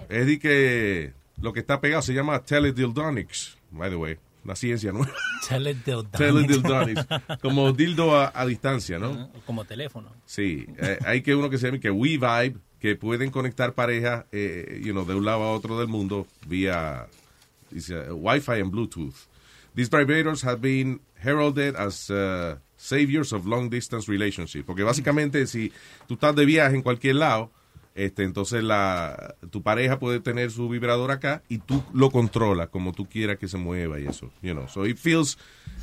S4: Es de que lo que está pegado se llama teledildonics, by the way. La ciencia nueva.
S20: Teledildonics.
S4: Teledildonics. Como dildo a, a distancia, ¿no?
S20: Como teléfono.
S4: Sí, eh, hay que uno que se llama que WeVibe, que pueden conectar parejas eh, you know, de un lado a otro del mundo vía dice, Wi-Fi and Bluetooth. These vibrators have been heralded as uh, saviors of long distance relationship. Porque básicamente si tú estás de viaje en cualquier lado, este, entonces la, tu pareja puede tener su vibrador acá y tú lo controlas como tú quieras que se mueva y eso. You know. So it feels,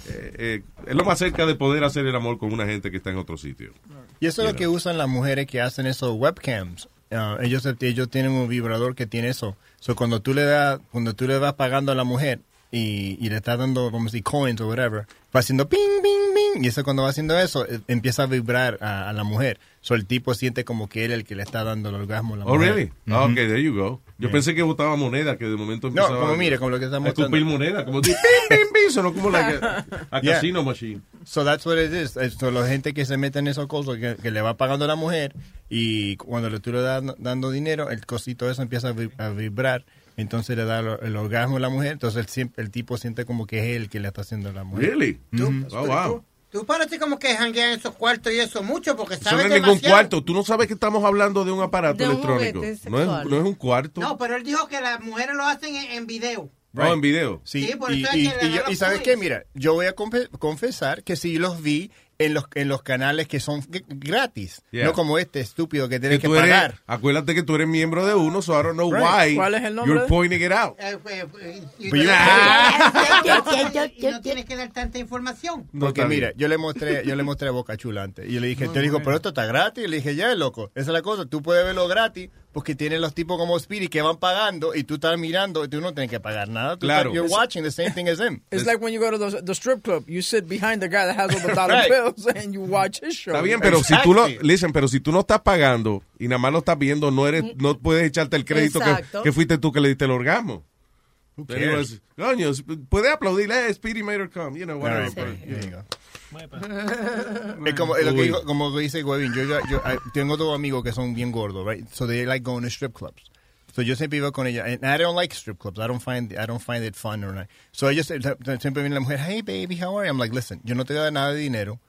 S4: eh, eh, es lo más cerca de poder hacer el amor con una gente que está en otro sitio.
S11: Y eso es lo que usan las mujeres que hacen esos webcams. Ah, ellos, ellos tienen un vibrador que tiene eso. So cuando tú le das, cuando tú le vas pagando a la mujer y, y le estás dando como si coins o whatever, va haciendo ping, ping, ping. Y eso cuando va haciendo eso, eh, empieza a vibrar a, a la mujer. So el tipo siente como que él es el que le está dando el orgasmo a la
S4: Oh,
S11: mujer.
S4: really?
S11: Ujú.
S4: Ah, okay, there you go. Yo
S11: Yeah.
S4: pensé que botaba moneda, que de momento
S11: No,
S4: empezaba
S11: como
S4: a-
S11: mire, como lo que
S4: a
S11: estamos
S4: escupir moneda, como ti- pim, pim, pim, sonó como la que- a
S11: Yeah.
S4: casino machine.
S11: So that's what it is. Eh, So la gente que se mete en esos cosas que, que le va pagando la mujer y cuando le tú le das dando dinero, el cosito eso empieza a, vi- a vibrar. Entonces le da el, el orgasmo a la mujer, entonces el, siem- el tipo siente como que es él que le está haciendo la mujer.
S4: Really?
S11: Mhm.
S4: Oh, wow.
S9: Tú parece como que janguean esos cuartos y eso mucho porque
S4: Eso no
S9: sabes
S4: es ningún
S9: demasiado.
S4: cuarto. Tú no sabes que estamos hablando de un aparato
S9: De un
S4: electrónico.
S9: juguete
S4: No es,
S9: sexual.
S4: no es un cuarto.
S9: No, pero él dijo que las mujeres lo hacen en, en video.
S4: No, Oh, en video.
S11: Sí,
S9: Sí, por
S11: y,
S9: eso es
S11: y-
S9: que le
S11: y yo-
S9: dan los
S11: y sabes qué,
S9: points.
S11: mira, yo voy a confe- confesar que sí los vi en los en los canales que son g- gratis,
S4: Yeah.
S11: no como este estúpido que
S4: Que
S11: tienes que,
S4: tú eres-
S11: pagar.
S4: acuérdate que tú eres miembro de uno, so I don't know
S11: Right.
S4: why
S11: ¿Cuál es el nombre?
S4: you're pointing it out.
S9: Eh, eh, eh, y-
S11: But you-
S9: "Ah, y no tienes que dar tanta información.
S11: Porque mira, yo le mostré, yo le mostré a Boca Chula antes y yo le dije, te digo, pero esto está gratis. Y le dije, ya, loco, esa es la cosa. Tú puedes verlo gratis porque tienen los tipos como Speedy que van pagando y tú estás mirando y tú no tienes que pagar nada. Tú
S4: Claro.
S11: estás- you're watching the same thing as them.
S8: It's like when you go to the, the strip club, you sit behind the guy that has all the dollar
S11: Right.
S8: bills and you watch his show.
S4: Está bien, pero si tú lo, listen, pero si tú no estás pagando y nada más lo estás viendo, no eres, no puedes echarte el crédito que,
S8: Exacto.
S4: que fuiste tú que le diste el orgasmo.
S11: cares?
S4: Pero es- Coño, es- puedes aplaudir, eh, Speedy made her come, you know, whatever.
S11: All right,
S4: but,
S11: there you
S4: yeah.
S11: go. Es como, es lo que
S4: Uy.
S11: digo- como dice Webin, yo, yo- yo- I- tengo dos amigos que son bien gordos, right? So they like going to strip clubs. So yo siempre iba con ella, and I don't like strip clubs. I don't find I don't find it fun or not. So ellos se- se- siempre viene la mujer, hey baby, how are you? I'm like, listen, yo no te voy a dar nada de dinero.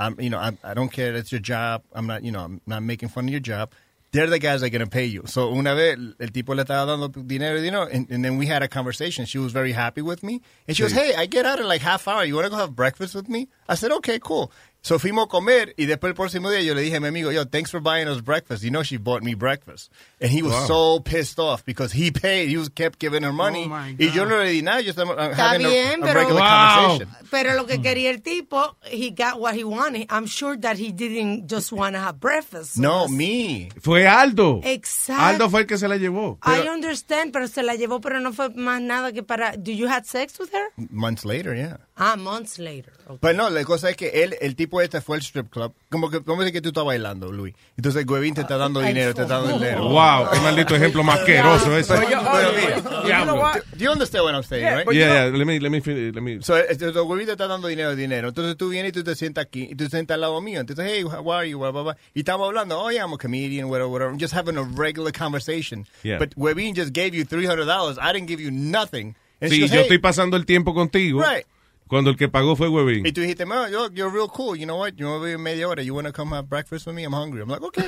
S11: I'm, you know, I'm, I don't care. That's your job. I'm not, you know, I'm not making fun of your job. They're the guys that gonna pay you. So una vez el el tipo le estaba dando dinero, you know, and, and then we had a conversation. She was very happy with me, and she was,
S4: Sí.
S11: hey, I get out in like half hour. You want to go have breakfast with me? I said, okay, cool. So fuimos a comer y después el próximo día yo le dije a mi amigo, yo, thanks for buying us breakfast. You know she bought me breakfast. And he was
S4: Wow.
S11: so pissed off because he paid. He was kept giving her
S4: Oh
S11: money.
S7: my
S11: y yo no le di nada. Yo estaba uh,
S7: Está
S11: having a-
S7: bien,
S11: a,
S7: pero,
S11: regular conversation.
S7: pero lo
S4: Mm.
S7: que quería el tipo, he got what he wanted. I'm sure that he didn't just want to have breakfast.
S11: No, me.
S4: Fue Aldo.
S7: Exacto.
S4: Aldo fue el que se la llevó.
S7: I understand, pero se la llevó, pero no fue más nada que para... Do you had sex with her?
S11: Months later, yeah.
S7: Ah, months later.
S11: Pero Pues no, la cosa es que él, el tipo este fue al strip club. Como que, ¿cómo es que tú estás bailando, Luis? Entonces, Guevín te está dando dinero, te está dando dinero.
S4: Wow, qué maldito ejemplo más asqueroso ese.
S11: Pero, pero mira,
S4: Diablo.
S11: do you understand what I'm saying,
S4: Yeah,
S11: right?
S4: yeah, let me, let me, fin- let me.
S11: eh? So, este, tu abuelita está dando dinero, dinero. Entonces tú vienes y tú te sientas aquí y tú te sientas al lado mío. Entonces, hey, how are you? Blah, blah, blah. Y estamos hablando, oh, yeah, I'm a comedian, whatever, whatever. I'm just having a regular conversation.
S4: Yeah.
S11: But Webin just gave you $300. I didn't give you nothing. And she
S4: Sí,
S11: goes,
S4: yo
S11: "Hey."
S4: estoy pasando el tiempo contigo.
S11: Right.
S4: Cuando el que pagó fue Webin.
S11: Y tú dijiste, man, you're, you're real cool. You know what? You want to be media hora. You want to come have breakfast with me? I'm hungry. I'm like, okay.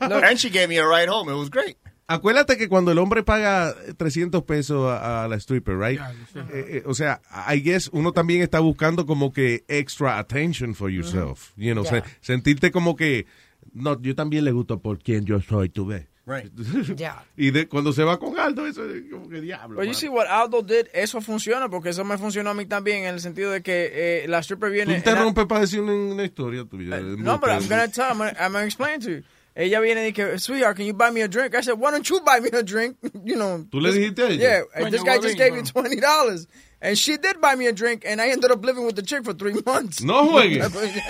S11: and she gave me a ride home. It was great.
S4: Acuérdate que cuando el hombre paga 300 pesos a, a la stripper, right? Eh, eh, o sea, I guess uno también está buscando como que extra attention for yourself. You know,
S7: Yeah.
S4: se- sentirte como que, no, yo también le gusto por quien yo soy, tú ves.
S11: Right.
S7: Yeah.
S4: Y de, cuando se va con Aldo, eso es como que diablo.
S8: But you
S4: mano.
S8: see what Aldo did, eso funciona, porque eso me funcionó a mí también, en el sentido de que eh, la stripper
S4: Tú
S8: viene...
S4: interrumpes para decir una, una historia tuya.
S8: Eh, No, but I'm gonna tell. I'm gonna, I'm gonna explain to you. Ella viene y que, sweetheart, can you buy me a drink? I said, why don't you buy me a drink? You know.
S4: Tú le
S8: this-
S4: dijiste a ella.
S8: Yeah,
S4: Coño,
S8: this guy just
S4: huevín,
S8: gave me twenty dollars, and she did buy me a drink, and I ended up living with the chick for three months.
S4: No juegues.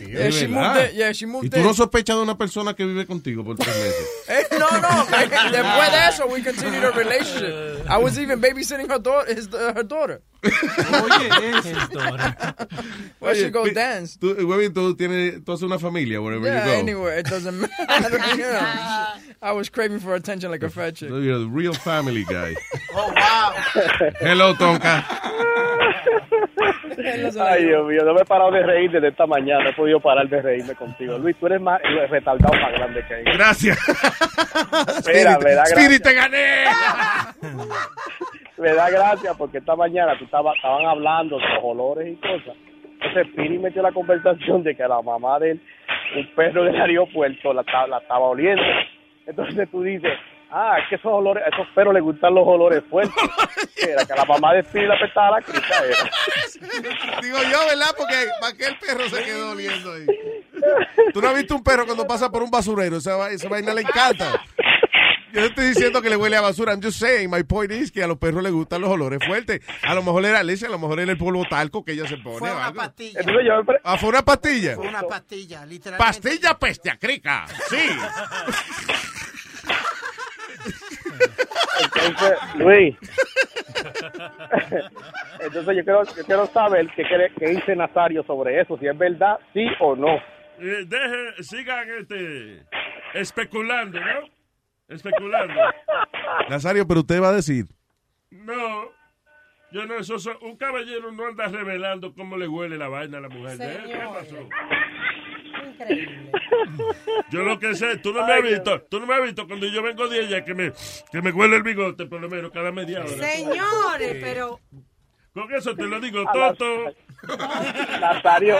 S8: yeah, she moved
S4: ¿Verdad?
S8: it. Yeah, she moved
S4: Y tú
S8: in.
S4: no sospechas de una persona que vive contigo por tres meses.
S8: Eh, no, no. Después de eso, we continued our relationship. I was even babysitting her daughter. His, her daughter.
S20: His daughter.
S8: Where she go
S4: Oye,
S8: dance?
S4: Tú, güey, tú, tienes, tú haces una familia, wherever
S8: Yeah,
S4: you go.
S8: anywhere. It doesn't matter. you know. I was craving for attention like a fat chick.
S4: So you're the real family guy. Hello, Tonka.
S26: Ay, Dios mío, no me he parado de reír desde esta mañana. No he podido parar de reírme contigo. Luis, tú eres más, el retardado más grande que hay.
S4: Gracias.
S26: Mira, me da
S4: Speedy,
S26: gracia.
S4: te gané.
S26: Me da gracia porque esta mañana tú estaba- estaban hablando de los olores y cosas. Entonces, Piri metió la conversación de que a la mamá de él, un perro del aeropuerto, la, ta- la estaba oliendo. Entonces tú dices, ah, es que esos olores, a esos perros les gustan los olores fuertes. Que Era que a la mamá de Piri la apestaba la crita. Era.
S4: Digo yo, ¿verdad? Porque para qué el perro se quedó oliendo ahí. Tú no has visto un perro cuando pasa por un basurero. Esa, va- esa vaina le encanta. Yo no estoy diciendo que le huele a basura. I'm just saying, my point is que a los perros les gustan los olores fuertes. A lo mejor era leche, a lo mejor era el polvo talco que ella se pone.
S9: Fue
S4: o
S9: una
S4: algo.
S9: pastilla.
S26: Entonces yo me-
S4: Ah, fue una pastilla.
S9: Fue una pastilla, literalmente.
S4: Pastilla peste a crica. Sí.
S26: Entonces, Luis. Entonces yo quiero, yo quiero saber qué, cree- qué dice Nazario sobre eso, si es verdad, sí o no.
S6: Eh, deje, sigan este, especulando, ¿no? especulando.
S4: Nazario, pero usted va a decir.
S6: No, yo no, eso, son- un caballero no anda revelando cómo le huele la vaina a la mujer. de él. ¿Qué pasó? Yo lo que sé, tú no me has visto, tú no me has visto cuando yo vengo de ella que me, que me huele el bigote por lo menos cada media hora.
S7: Señores, pero.
S6: Con eso te lo digo, Toto.
S12: Nazario.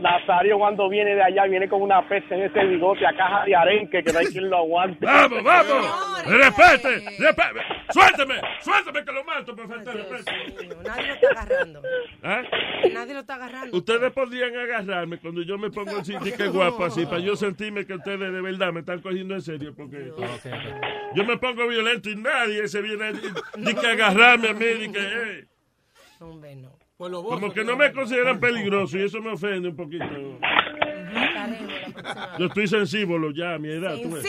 S12: Nazario cuando viene de allá viene con una peste en ese bigote a caja de arenque que no hay quien lo aguante.
S6: ¡Vamos, vamos! ¡Respete! ¡Respete! ¡Suéltame! ¡Suéltame que lo mato por falta de respeto!
S7: Nadie lo está agarrando.
S6: ¿Ah?
S7: Nadie lo está agarrando.
S6: Ustedes podrían agarrarme cuando yo me pongo así, que guapo así, para yo sentirme que ustedes de verdad me están cogiendo en serio, porque yo me pongo violento y nadie se viene ni, ni que agarrarme a mí, ni que... eh.
S7: Hombre, no.
S6: Como que no me consideran peligroso y eso me ofende un poquito. Yo estoy sensible ya a mi edad. tú ves.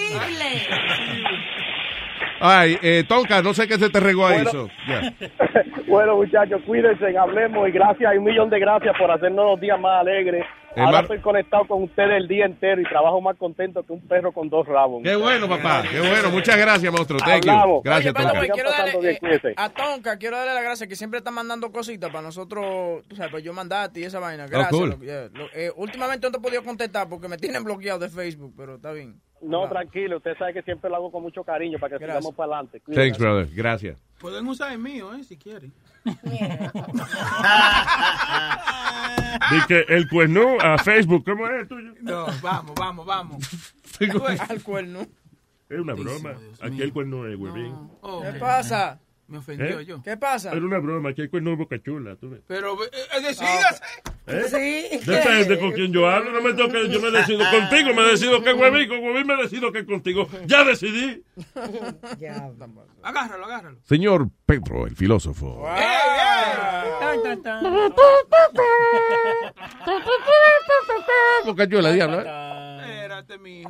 S4: Ay, eh, Tonka, no sé qué se te regó ahí.
S12: Bueno.
S4: so, ya.
S12: bueno, muchachos, cuídense, hablemos y gracias, y un millón de gracias por hacernos los días más alegres.
S4: El
S12: Ahora
S4: mar-
S12: estoy conectado con ustedes el día entero y trabajo más contento que un perro con dos rabos.
S4: Qué bueno, papá. Qué bueno. Muchas gracias, monstruo. Thank you.
S12: Hablamos.
S4: Gracias,
S12: Oye, by the
S4: Tonka.
S12: way,
S8: Quiero darle,
S12: Pasando bien,
S8: eh,
S12: cuídense.
S8: a Tonka, quiero darle las gracias que siempre está mandando cositas para nosotros, tú sabes, para yo mandarte y esa vaina.
S4: Oh,
S8: Gracias.
S12: cool.
S8: loco, yeah. Lo- eh, últimamente no te he podido contestar porque me tienen bloqueado de Facebook, pero está bien.
S12: No,
S8: Hablamos.
S12: tranquilo, usted sabe que siempre lo hago con mucho cariño para que sigamos para adelante.
S4: Thanks, brother. Gracias.
S10: Pueden usar el mío, eh, si quieren.
S6: Di que el cuerno a Facebook, ¿cómo es el tuyo?
S10: No, vamos, vamos, vamos.
S8: Al cuerno.
S6: Es una broma. Aquí el cuerno es, huevín.
S8: ¿Qué pasa?
S10: Me ofendió
S6: ¿Eh?
S10: yo.
S8: ¿Qué pasa? Ah,
S6: Era una broma, aquí hay cuerno de boca chula, tú ves.
S10: Pero eh, eh, decídase.
S6: ¿Eh? Depende con quién yo hablo, no me toca, yo me decido contigo, me decido que huevín, con huevín me decido que contigo. Ya decidí.
S10: Agárralo, agárralo.
S4: Señor Pedro, el filósofo. Boca Chula, diablo,
S10: Espérate, mi hijo.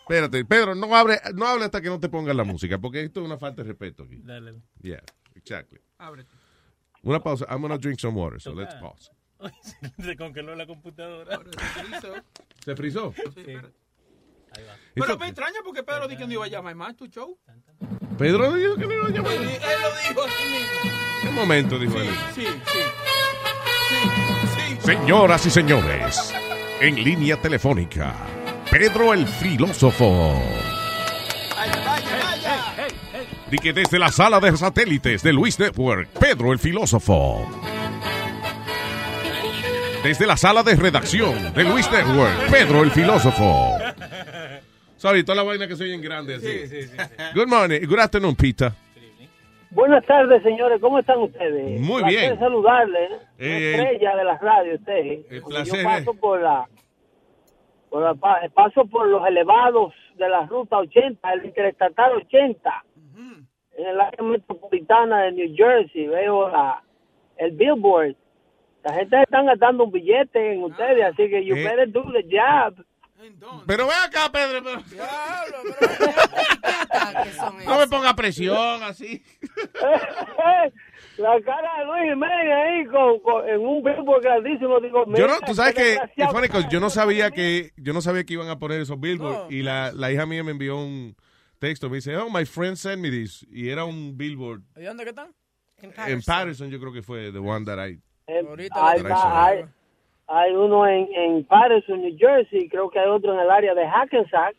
S4: Espérate, Pedro, no hable, no hable hasta que no te pongan la música, porque esto es una falta de respeto aquí.
S20: Dale.
S4: Yeah, exactly.
S10: Ábrete.
S4: Una pausa. I'm gonna drink some water, so let's pause.
S20: Se congeló la computadora.
S4: ¿Se frizó?
S10: Pero me extraña porque Pedro dijo que no iba a llamar más tu show.
S4: Pedro dijo que no iba a llamar.
S10: Él, él lo dijo así mismo.
S4: Un momento, dijo él.
S10: Sí, sí.
S13: Señoras y señores, en línea telefónica, Pedro el Filósofo.
S4: Y que desde la sala de satélites de Luis Network, Pedro el Filósofo.
S13: Desde la sala de redacción de Luis Network, Pedro el Filósofo.
S4: Sorry, toda la vaina que soy en grande.
S10: Sí,
S4: así.
S10: sí, sí.
S4: Good morning, good afternoon, Pita.
S14: Buenas tardes, señores. ¿Cómo están ustedes?
S4: Muy
S14: Placer
S4: bien.
S14: saludarle.
S4: Eh,
S14: estrella de las radios, usted. ¿eh?
S4: el
S14: Porque
S4: placer
S14: Yo
S4: es-
S14: paso por la, por la pa- paso por los elevados de la ruta 80, el interestatal 80, en el área metropolitana de New Jersey. Veo la, el billboard. La gente están gastando un billete en ustedes, así que you
S4: Eh.
S14: better do the job.
S4: Pero ve acá, Pedro. pero- No me ponga presión así.
S14: La cara de Luis Jiménez ahí con, con- en un billboard grandísimo. Digo,
S4: Yo
S14: mira,
S4: no, tú sabes
S14: qué
S4: que,
S14: desgraciado.
S4: it's funny 'cause yo no sabía que, yo no sabía que iban a poner esos billboards y la, la hija mía me envió un texto, me dice, oh, my friend sent me this, y era un billboard
S8: ¿Y dónde qué están?
S4: en Patterson, yo creo que fue the one that I,
S14: Eh,
S4: Ahorita
S14: hay, va-
S4: lo traicionó.
S14: hay, hay uno en, en Patterson, New Jersey, creo que hay otro en el área de Hackensack.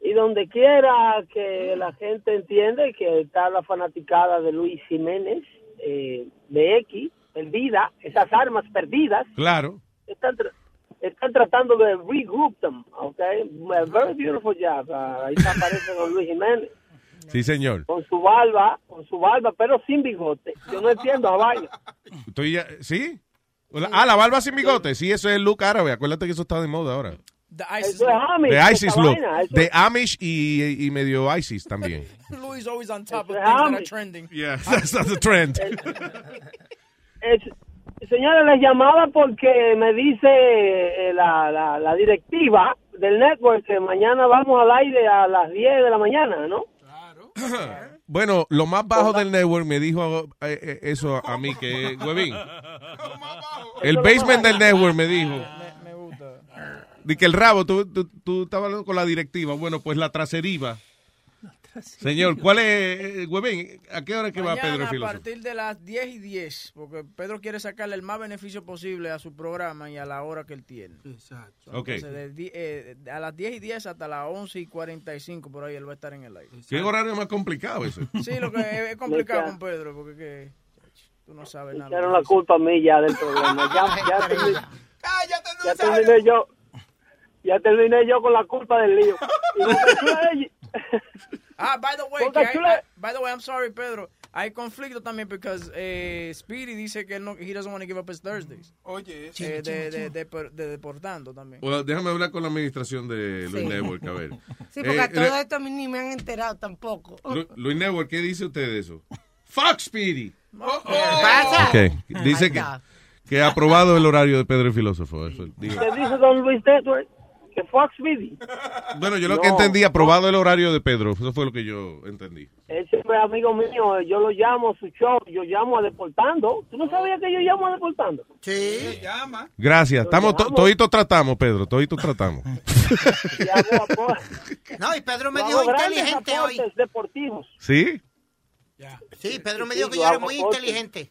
S14: Y donde quiera que la gente entiende que está la fanaticada de Luis Jiménez, eh, de X, perdida, esas armas perdidas,
S4: claro.
S14: están, tra- están tratando de regroup them, ok? Very beautiful job. Ah, ahí está, aparece don Luis Jiménez,
S4: Sí, señor.
S14: con su barba, con su barba, pero sin bigote. Yo no entiendo, Jabalio.
S4: Estoy ya- ¿sí? Hola- Ah, la barba sin bigote, sí, eso es el look árabe, acuérdate que eso está de moda ahora.
S14: Eso es Amish,
S4: De
S14: esa
S4: ISIS look,
S14: vaina, eso
S4: de Amish y, y medio ISIS también.
S8: Luis always on top of
S14: Ese
S8: things that are
S14: hombre.
S8: trending.
S4: Yeah, that's, that's the trend.
S14: Es- señora, les llamaba porque me dice eh, la, la, la directiva del network que mañana vamos al aire a las 10 de la mañana, ¿no?
S4: Bueno, lo más bajo del network me dijo eh, eh, eso a mí, que es Huevín. El basement del network me dijo. Di que el rabo, tú, tú, tú estabas hablando con la directiva. Bueno, pues la traseriva. Señor, ¿cuál es, eh, Huevín? ¿A qué hora es que va Pedro
S8: Mañana
S4: el
S8: a
S4: Filósofo?
S8: partir de las 10 y 10, porque Pedro quiere sacarle el más beneficio posible a su programa y a la hora que él tiene. Exacto.
S4: Ok.
S8: Entonces, de di- eh, a las 10 y 10 hasta las 11 y 45, por ahí él va a estar en el aire.
S4: ¿Qué horario más complicado ese?
S8: Sí, lo que es, es complicado
S14: Mucha-
S8: con Pedro, porque que, tú no sabes nada.
S14: echaron la culpa a mí ya del problema. Ya, ya terminé, ya terminé yo. Ya terminé yo con la culpa del lío. Y Boca Chula es-
S8: Ah, by the way,
S14: Boca
S8: que hay-
S14: Chula-
S8: hay- by the way, I'm sorry, Pedro. Hay conflicto también because eh, Speedy dice que él no, he doesn't want to give up his Thursdays. Oye,
S10: Chinga,
S8: eh, de,
S10: chinga,
S8: de,
S10: chinga.
S8: de, per- de deportando también.
S4: Bueno, déjame hablar con la administración de
S7: Sí.
S4: Luis Network, a ver.
S7: Sí, porque
S4: Eh,
S7: a todo
S4: eh,
S7: esto a mí ni me han enterado tampoco.
S4: Lu- Luis Network, ¿qué dice usted de eso? Fuck Speedy. oh.
S7: pasa?
S4: ¿Qué? Dice que, que ha aprobado el horario de Pedro el Filósofo. Eso, digo.
S14: ¿Qué dice Don Luis Network? Que Fox Media.
S4: Bueno, yo lo que entendí, aprobado el horario de Pedro. Eso fue lo que yo entendí.
S14: Él siempre es amigo mío, yo lo llamo a su show, yo llamo a Deportando. ¿Tú no sabías que yo llamo a Deportando?
S9: Sí.
S14: llama.
S4: Gracias. Estamos, to-
S14: llamamos.
S4: toditos tratamos, Pedro. Toditos tratamos.
S9: No, y Pedro me
S14: Yo
S9: dijo
S14: hago grandes
S9: inteligente hoy.
S14: aportes deportivos.
S4: ¿Sí?
S9: Sí, Pedro me
S14: Sí,
S9: dijo que
S14: yo
S9: yo era
S14: hago
S9: muy
S14: aportes.
S9: inteligente.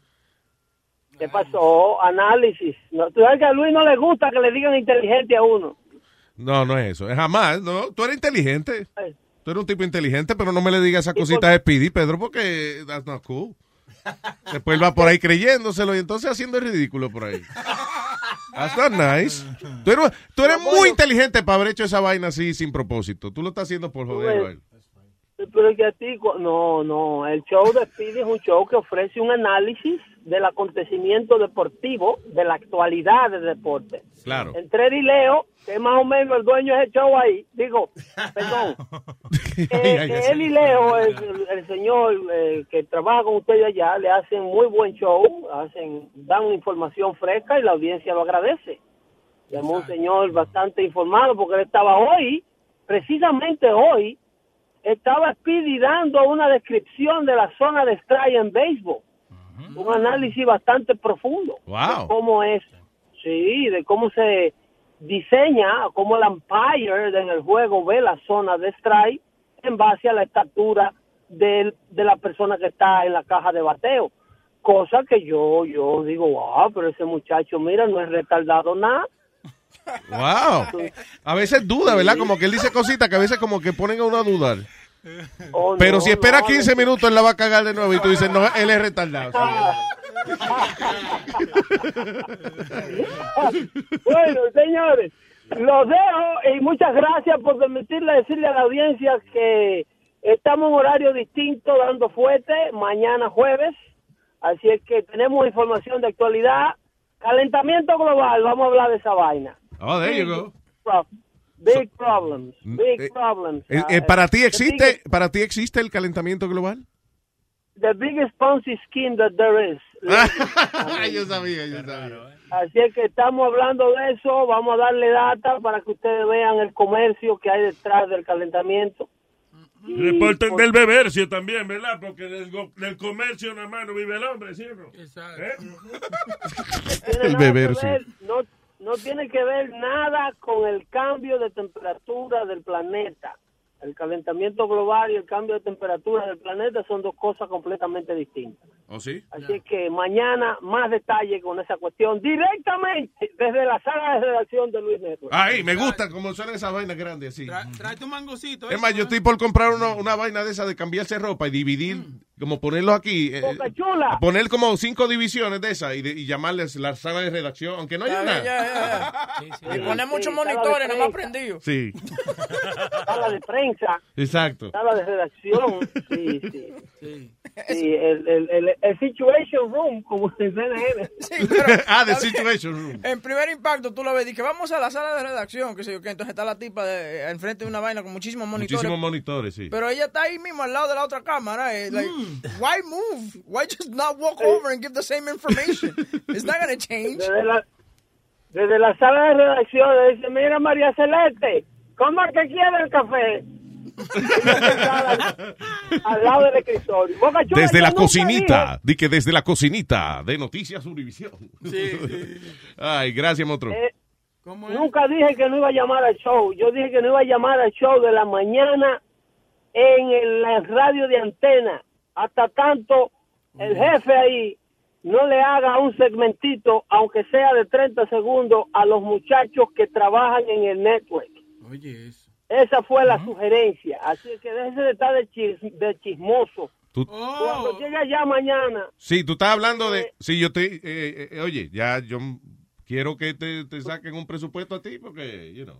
S14: ¿Qué pasó? Análisis. No, tú sabes que a Luis no le gusta que le digan inteligente a uno.
S4: No, no es eso. Es jamás. No, tú eres inteligente. Tú eres un tipo inteligente, pero no me le digas esas
S14: por-
S4: cositas de Speedy, Pedro, porque that's not cool. Después va por ahí creyéndoselo y entonces haciendo el ridículo por ahí. That's not nice. Tú eres, tú eres muy inteligente para haber hecho esa vaina así sin propósito. Tú lo estás haciendo por joder.
S14: Pues,
S4: ¿vale?
S14: Pero que a ti, cu- no, no, el show de Speedy es un show que ofrece un análisis del acontecimiento deportivo, de la actualidad del deporte.
S4: Claro.
S14: Entre Ed y Leo, que es más o menos el dueño de ese show ahí, digo, perdón, eh,
S4: Ay, ay,
S14: él y Leo, el, el señor eh, que trabaja con ustedes allá, le hacen muy buen show, hacen dan información fresca y la audiencia lo agradece. Llamó un señor bastante informado porque él estaba hoy, precisamente hoy, estaba Speedy dando una descripción de la zona de strike en béisbol. Un análisis bastante profundo de
S4: Wow.
S14: cómo es, sí, de cómo se diseña, cómo el umpire en el juego ve la zona de strike en base a la estatura del- de la persona que está en la caja de bateo. Cosa que yo, yo digo, wow, pero ese muchacho, mira, no es retardado nada.
S4: Wow. A veces duda, ¿verdad? Como que él dice cositas que a veces como que ponen a uno a dudar.
S14: Oh,
S4: Pero
S14: no,
S4: si espera
S14: no,
S4: 15 minutos, él la va a cagar de nuevo y tú dices, no, él es retardado.
S14: bueno, señores, los dejo y muchas gracias por permitirle decirle a la audiencia que estamos en horario distinto, dando fuerte, mañana jueves. Así es que tenemos información de actualidad. Calentamiento global, vamos a hablar de esa vaina.
S4: Oh, there you go.
S14: Pro- Big problems,
S4: eh,
S14: big problems. Ah,
S4: Eh, eh, ¿Para ti existe para ti existe el calentamiento global?
S14: The biggest Ponzi scheme that there is.
S4: yo sabía, yo sabía.
S14: Así es que estamos hablando de eso, vamos a darle data para que ustedes vean el comercio que hay detrás del calentamiento. Y,
S6: Mm, Reporten
S14: pues,
S6: del bebercio también, ¿verdad? Porque del, go- del comercio nada más no vive el hombre, ¿sí o no? ¿Eh?
S14: tiene
S6: El
S14: nada que
S6: beber, sí.
S14: ver, no, no tiene que ver nada con el cambio de temperatura del planeta. El calentamiento global y el cambio de temperatura del planeta son dos cosas completamente distintas.
S4: ¿O sí?
S14: Así es que mañana más detalle con esa cuestión directamente desde la sala de redacción de Luis Neto.
S6: Ah.
S4: Ahí, me gusta como son esas vainas grandes así.
S10: Trae tu mangocito. eh.
S4: Es más, yo estoy por comprar uno- una vaina de esa de cambiarse ropa y dividir,
S8: Mm.
S4: como ponerlos aquí. eh,
S14: Boca Chula.
S4: poner como cinco divisiones de esas y, de- y llamarles la sala de redacción, aunque no haya
S8: Ya, ya,
S4: nada.
S8: ya, ya. Y
S4: sí.
S8: poner
S14: Sí,
S8: muchos
S14: sala de
S8: monitores, nada más
S14: prensa.
S8: prendido.
S4: Sí,
S14: Sala de prensa.
S4: exacto.
S14: Sala de redacción. Sí, sí. Sí, el, el, el, el Situation Room, como se dice en él.
S4: ah, The Situation Room.
S8: En primer impacto, tú lo ves, que vamos a la sala de redacción, que sé yo qué, entonces está la tipa de- eh, enfrente de una vaina con muchísimos monitores.
S4: Muchísimos monitores, sí.
S8: Pero ella está ahí mismo al lado de la otra cámara. eh, like, why move? Why just not walk over and give the same information? It's not gonna change.
S14: Desde la, desde la sala de redacción le dice, mira María Celeste, ¿cómo es que quiere el café? al lado del escritorio. Boca Chula,
S4: Desde
S14: yo
S4: la
S14: nunca
S4: cocinita, di que desde la cocinita de Noticias Univisión. Ay, gracias, Motro.
S14: dije, eh, Nunca dije que no iba a llamar al show. Yo dije que no iba a llamar al show de la mañana en el- la radio de antena. Hasta tanto el jefe ahí no le haga un segmentito, aunque sea de 30 segundos, a los muchachos que trabajan en el network.
S10: Oye, eso.
S14: Esa fue la sugerencia. Así que déjese de estar de, chis- de chismoso.
S4: Tú-
S14: Cuando llegue ya mañana,
S4: Sí, tú estás hablando de... Sí, yo estoy... eh, eh, oye, ya yo quiero que te, te saquen un presupuesto a ti porque, you know.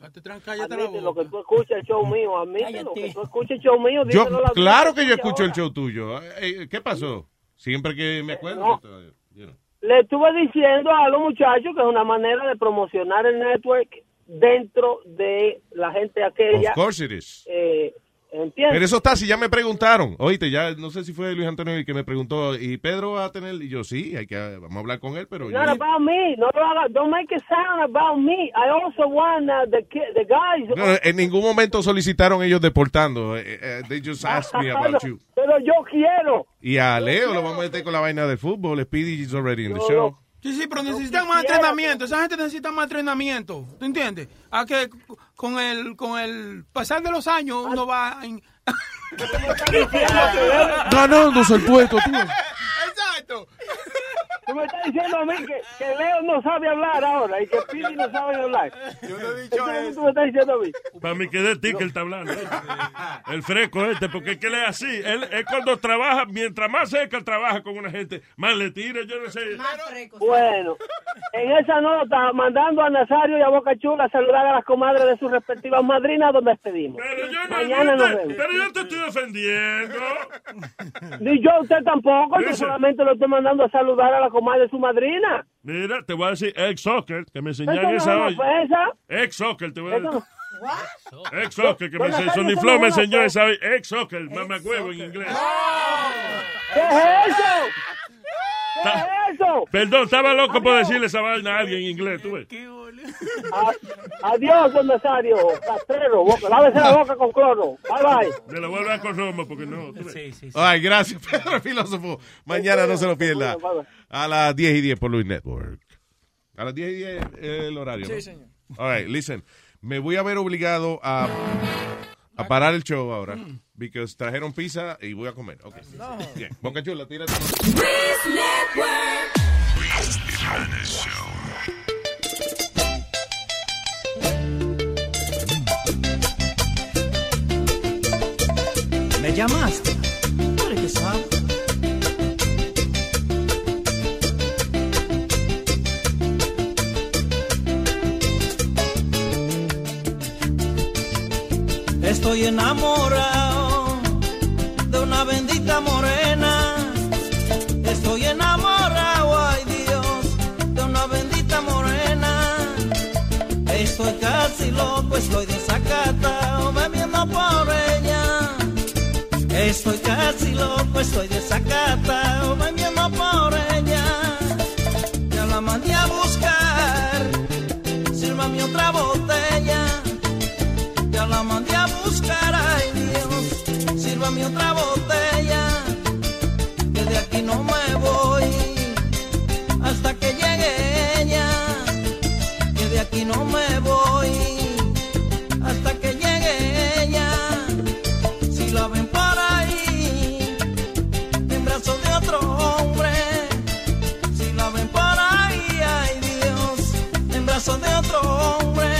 S14: admite lo que tú escuchas el show mío. Admite lo que tú escuchas el show mío.
S4: Yo,
S14: díselo a la
S4: claro que yo
S14: audiencia
S4: escucho
S14: ahora. Eh,
S4: el show tuyo. Eh, eh, ¿Qué pasó? Siempre que me acuerdo...
S14: no.
S4: que te- you know.
S14: le estuve diciendo a los muchachos que es una manera de promocionar el network dentro de la gente aquella.
S4: Of course it is.
S14: Eh, ¿Entiendes?
S4: Pero eso está, si ya me preguntaron. Oíste, ya no sé si fue Luis Antonio el que me preguntó, ¿y Pedro va a tener? Y yo, sí, hay que, vamos a hablar con él, pero
S14: It's
S4: yo...
S14: not about me. No lo haga. Don't make it sound about me. I also want uh, the, ki- the guys.
S4: No, en ningún momento solicitaron ellos deportando. Eh, eh, they just asked me about you.
S14: Pero yo quiero.
S4: Y a Leo lo vamos a meter con la vaina del fútbol. Speedy is already in the
S14: No,
S4: show.
S10: Sí, sí, pero necesitan más entrenamiento. Esa gente necesita más entrenamiento. ¿Tú entiendes? A que con el, con el pasar de los años
S14: Ah.
S10: uno va... en-
S4: Ganando el puesto, tú.
S10: Exacto.
S14: Tú me estás diciendo a mí que, que Leo no sabe hablar ahora y que Pili no sabe hablar. Yo no he dicho eso. Tú me estás diciendo a mí.
S6: Para mí que de ti que él está hablando. ¿eh? El fresco este, porque es que él es así. Él es cuando trabaja, mientras más cerca trabaja con una gente, más le tira, yo no sé.
S14: Bueno, en esa nota, mandando a Nazario y a Boca Chula a saludar a las comadres de sus respectivas madrinas, donde despedimos. Mañana nos vemos.
S6: Pero yo te estoy defendiendo.
S14: Ni yo a usted tampoco, yo
S6: Dice.
S14: solamente lo estoy mandando a saludar a la comadre de su madrina.
S6: Mira, te voy a decir ex soccer, que me
S14: Eso no
S6: enseñaron
S14: es
S6: esa
S14: una
S6: hoy.
S14: ofensa.
S6: Ex soccer, te voy a
S14: Eso
S6: decir.
S14: no-
S6: Ex soccer, que me
S14: Don
S6: enseñó.
S14: Nazario,
S6: Sonny
S14: eso
S6: Flow
S14: no
S6: me
S14: es una
S6: enseñó
S14: ofensa.
S6: esa hoy. Ex soccer, mamacuevo en inglés.
S14: ¿Qué es eso? ¿Qué
S6: Ta-
S14: es eso?
S6: Perdón, estaba loco por decirle esa vaina a alguien en inglés, tú ves.
S14: A- adiós, don Nazario. Castrero, boca, lávese la boca con cloro. Bye bye.
S6: Me lo voy a hablar con Roma porque no. tú ves.
S4: Ay, gracias, Pedro el Filósofo. Mañana no se lo pierda. A las 10 y 10 por Luis Network. A las 10 y eh, 10 el horario.
S10: Sí,
S4: ¿no?
S10: señor.
S4: All right, listen. Me voy a ver obligado a, a parar el show ahora.
S10: Mm.
S4: Because trajeron pizza y voy a comer. Okay. Bien. Boca Chula, tírate.
S29: Me llamaste. Claro que sabe. Estoy enamorado de una bendita morena. Estoy enamorado, ay Dios, de una bendita morena. Estoy casi loco, estoy desacatado, bebiendo por ella. Estoy casi loco, estoy desacatado, bebiendo por ella. Ya la mandé a buscar, sírvame otra botella. Ya la mandé a buscar, ay Dios, sírvame otra botella. Que de aquí no me voy hasta que llegue ella que de aquí no me voy hasta que llegue ella. Si la ven por ahí, en brazos de otro hombre. Si la ven por ahí, ay Dios, en brazos de otro hombre.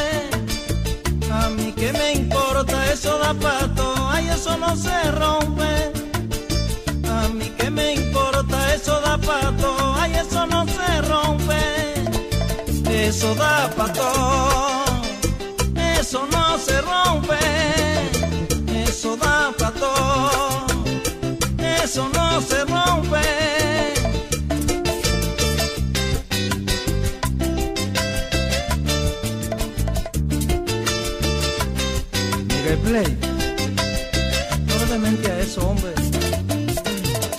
S29: A mí que me importa, eso da pato, ay eso no se rompe. A mí que me importa, eso da pato, ay eso no se rompe. Eso da patón, eso no se rompe. Eso da patón, eso no se rompe. Mire, Play, no le demente a eso, hombre.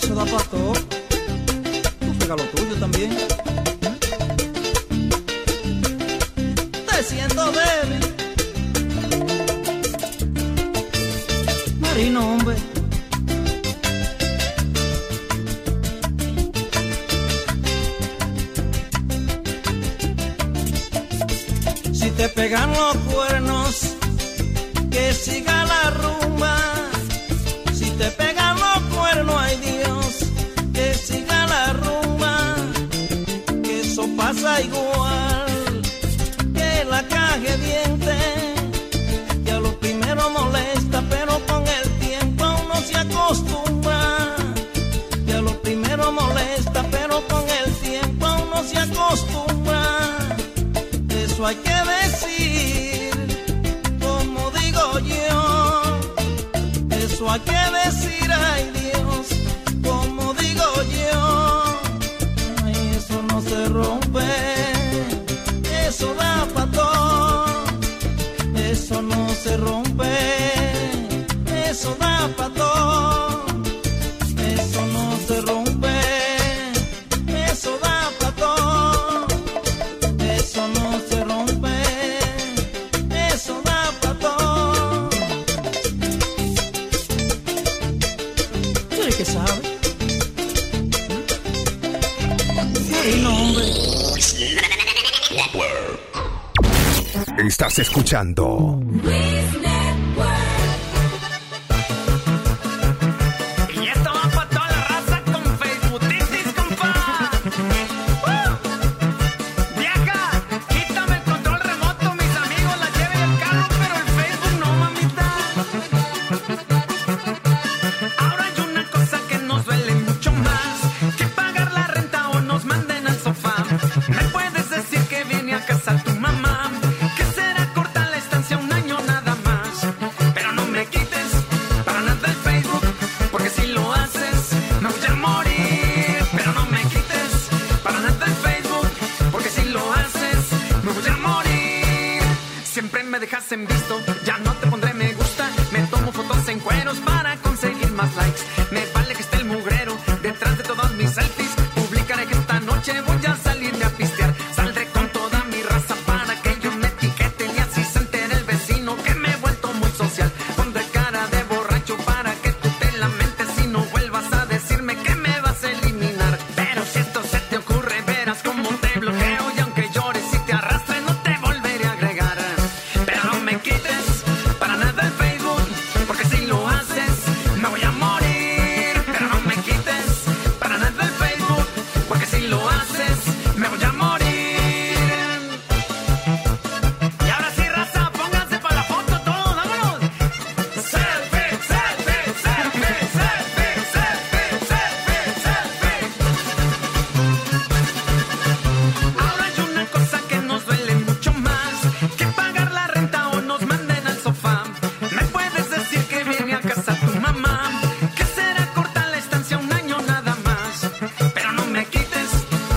S29: Eso da patón. Tú pega lo tuyo también. te siento débil. Marino, hombre.
S17: te pegan los cuernos, que siga la rumba. Si te pegan los cuernos, ay Dios, que siga la rumba. Que eso pasa igual, que la caje diente, que a lo primero molesta, pero con el tiempo uno se acostumbra. Que a lo primero molesta, pero con el tiempo uno se acostumbra. Eso hay que decir, como digo yo. Eso hay que decir, ay Dios, como digo yo. Ay, eso no se rompe, eso da pa' todo. Eso no se rompe, eso da pa' todo. Eso no se rompe, eso da pa' todo. Eso no se rompe, eso da pa' todo. ¿Tú eres que sabe? Sí, no, hombre.
S24: Estás escuchando
S17: Y esto va para toda la raza con Facebookitis, compa. ¡Uh! Viaja, quítame el control remoto, mis amigos la lleven el carro, pero el Facebook no, mamita. Ahora hay una cosa que nos duele mucho más que pagar la renta o nos manden al sofá. Me puedes decir que viene a casa tu mamá, que será corta la estancia un año nada más, pero no me quites para nada el Facebook. Porque si lo haces, me voy a morir. Pero no me quites para nada el Facebook. Porque si lo haces, me voy a morir. Siempre me dejas en visto, ya no te pondré me gusta. Me tomo fotos en cueros para conseguir más likes. Me vale que esté el mugrero detrás de todas mis selfies. Publicaré que esta noche voy a salirme a pistear. Saldré con toda mi raza para que ellos me etiqueten y así se entere el vecino que me he vuelto muy social. Pondré cara de borracho para que tú te lamentes y no vuelvas a decirme que me vas a eliminar. Pero si esto se te ocurre, verás como te bloqueo y aunque llores y te arrastre, no te volveré a agregar. Pero no me quites para nada el Facebook, porque si lo haces, me voy a morir. Pero no me quites para nada el Facebook, porque si lo haces, me voy a morir. Y ahora sí, raza, pónganse para la foto todos, vámonos. Selfie, selfie, selfie, selfie, selfie, selfie, selfie. Ahora hay una cosa que nos duele mucho más que pagar la renta o nos manden al sofá. Me puedes decir que viene a casa tu mamá, que será corta la estancia un año nada más. Pero no me quites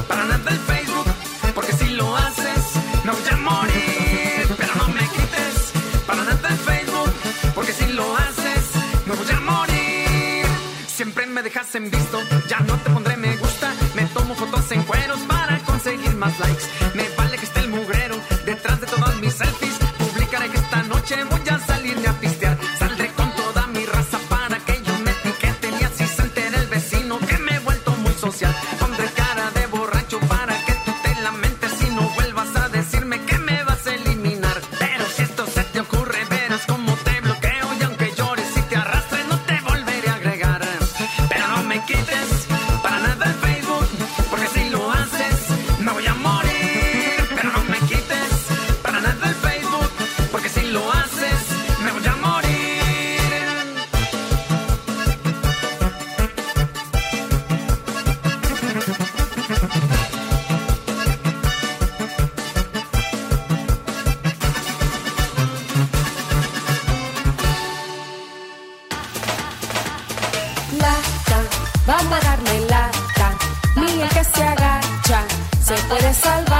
S17: para nada el Facebook, porque si lo haces, me voy a morir. Pero no me quites para nada el Facebook, porque si lo haces, me voy a morir. Siempre me dejas en visto, ya no te pondré me gusta. Me tomo fotos en cueros para conseguir más likes. Me vale que esté el mugrero detrás de todas mis selfies. Publicaré que esta noche voy a salirme a pistear. Saldré con toda mi raza para que ellos me etiqueten y así se entere el vecino que me he vuelto muy social. Pondré cara de borracho para que tú te lamentes y no vuelvas a decirme que me vas a eliminar. Pero si esto se te ocurre, verás como te bloqueo y aunque llores y te arrastres, no te volveré a agregar. Pero no me quites para nada el Facebook, porque si lo haces, me voy a morir. Pero no me quites para nada el Facebook, porque si lo haces, me voy a morir.
S30: Lata, vamos a darle lata. Mía que se agacha, se puede salvar.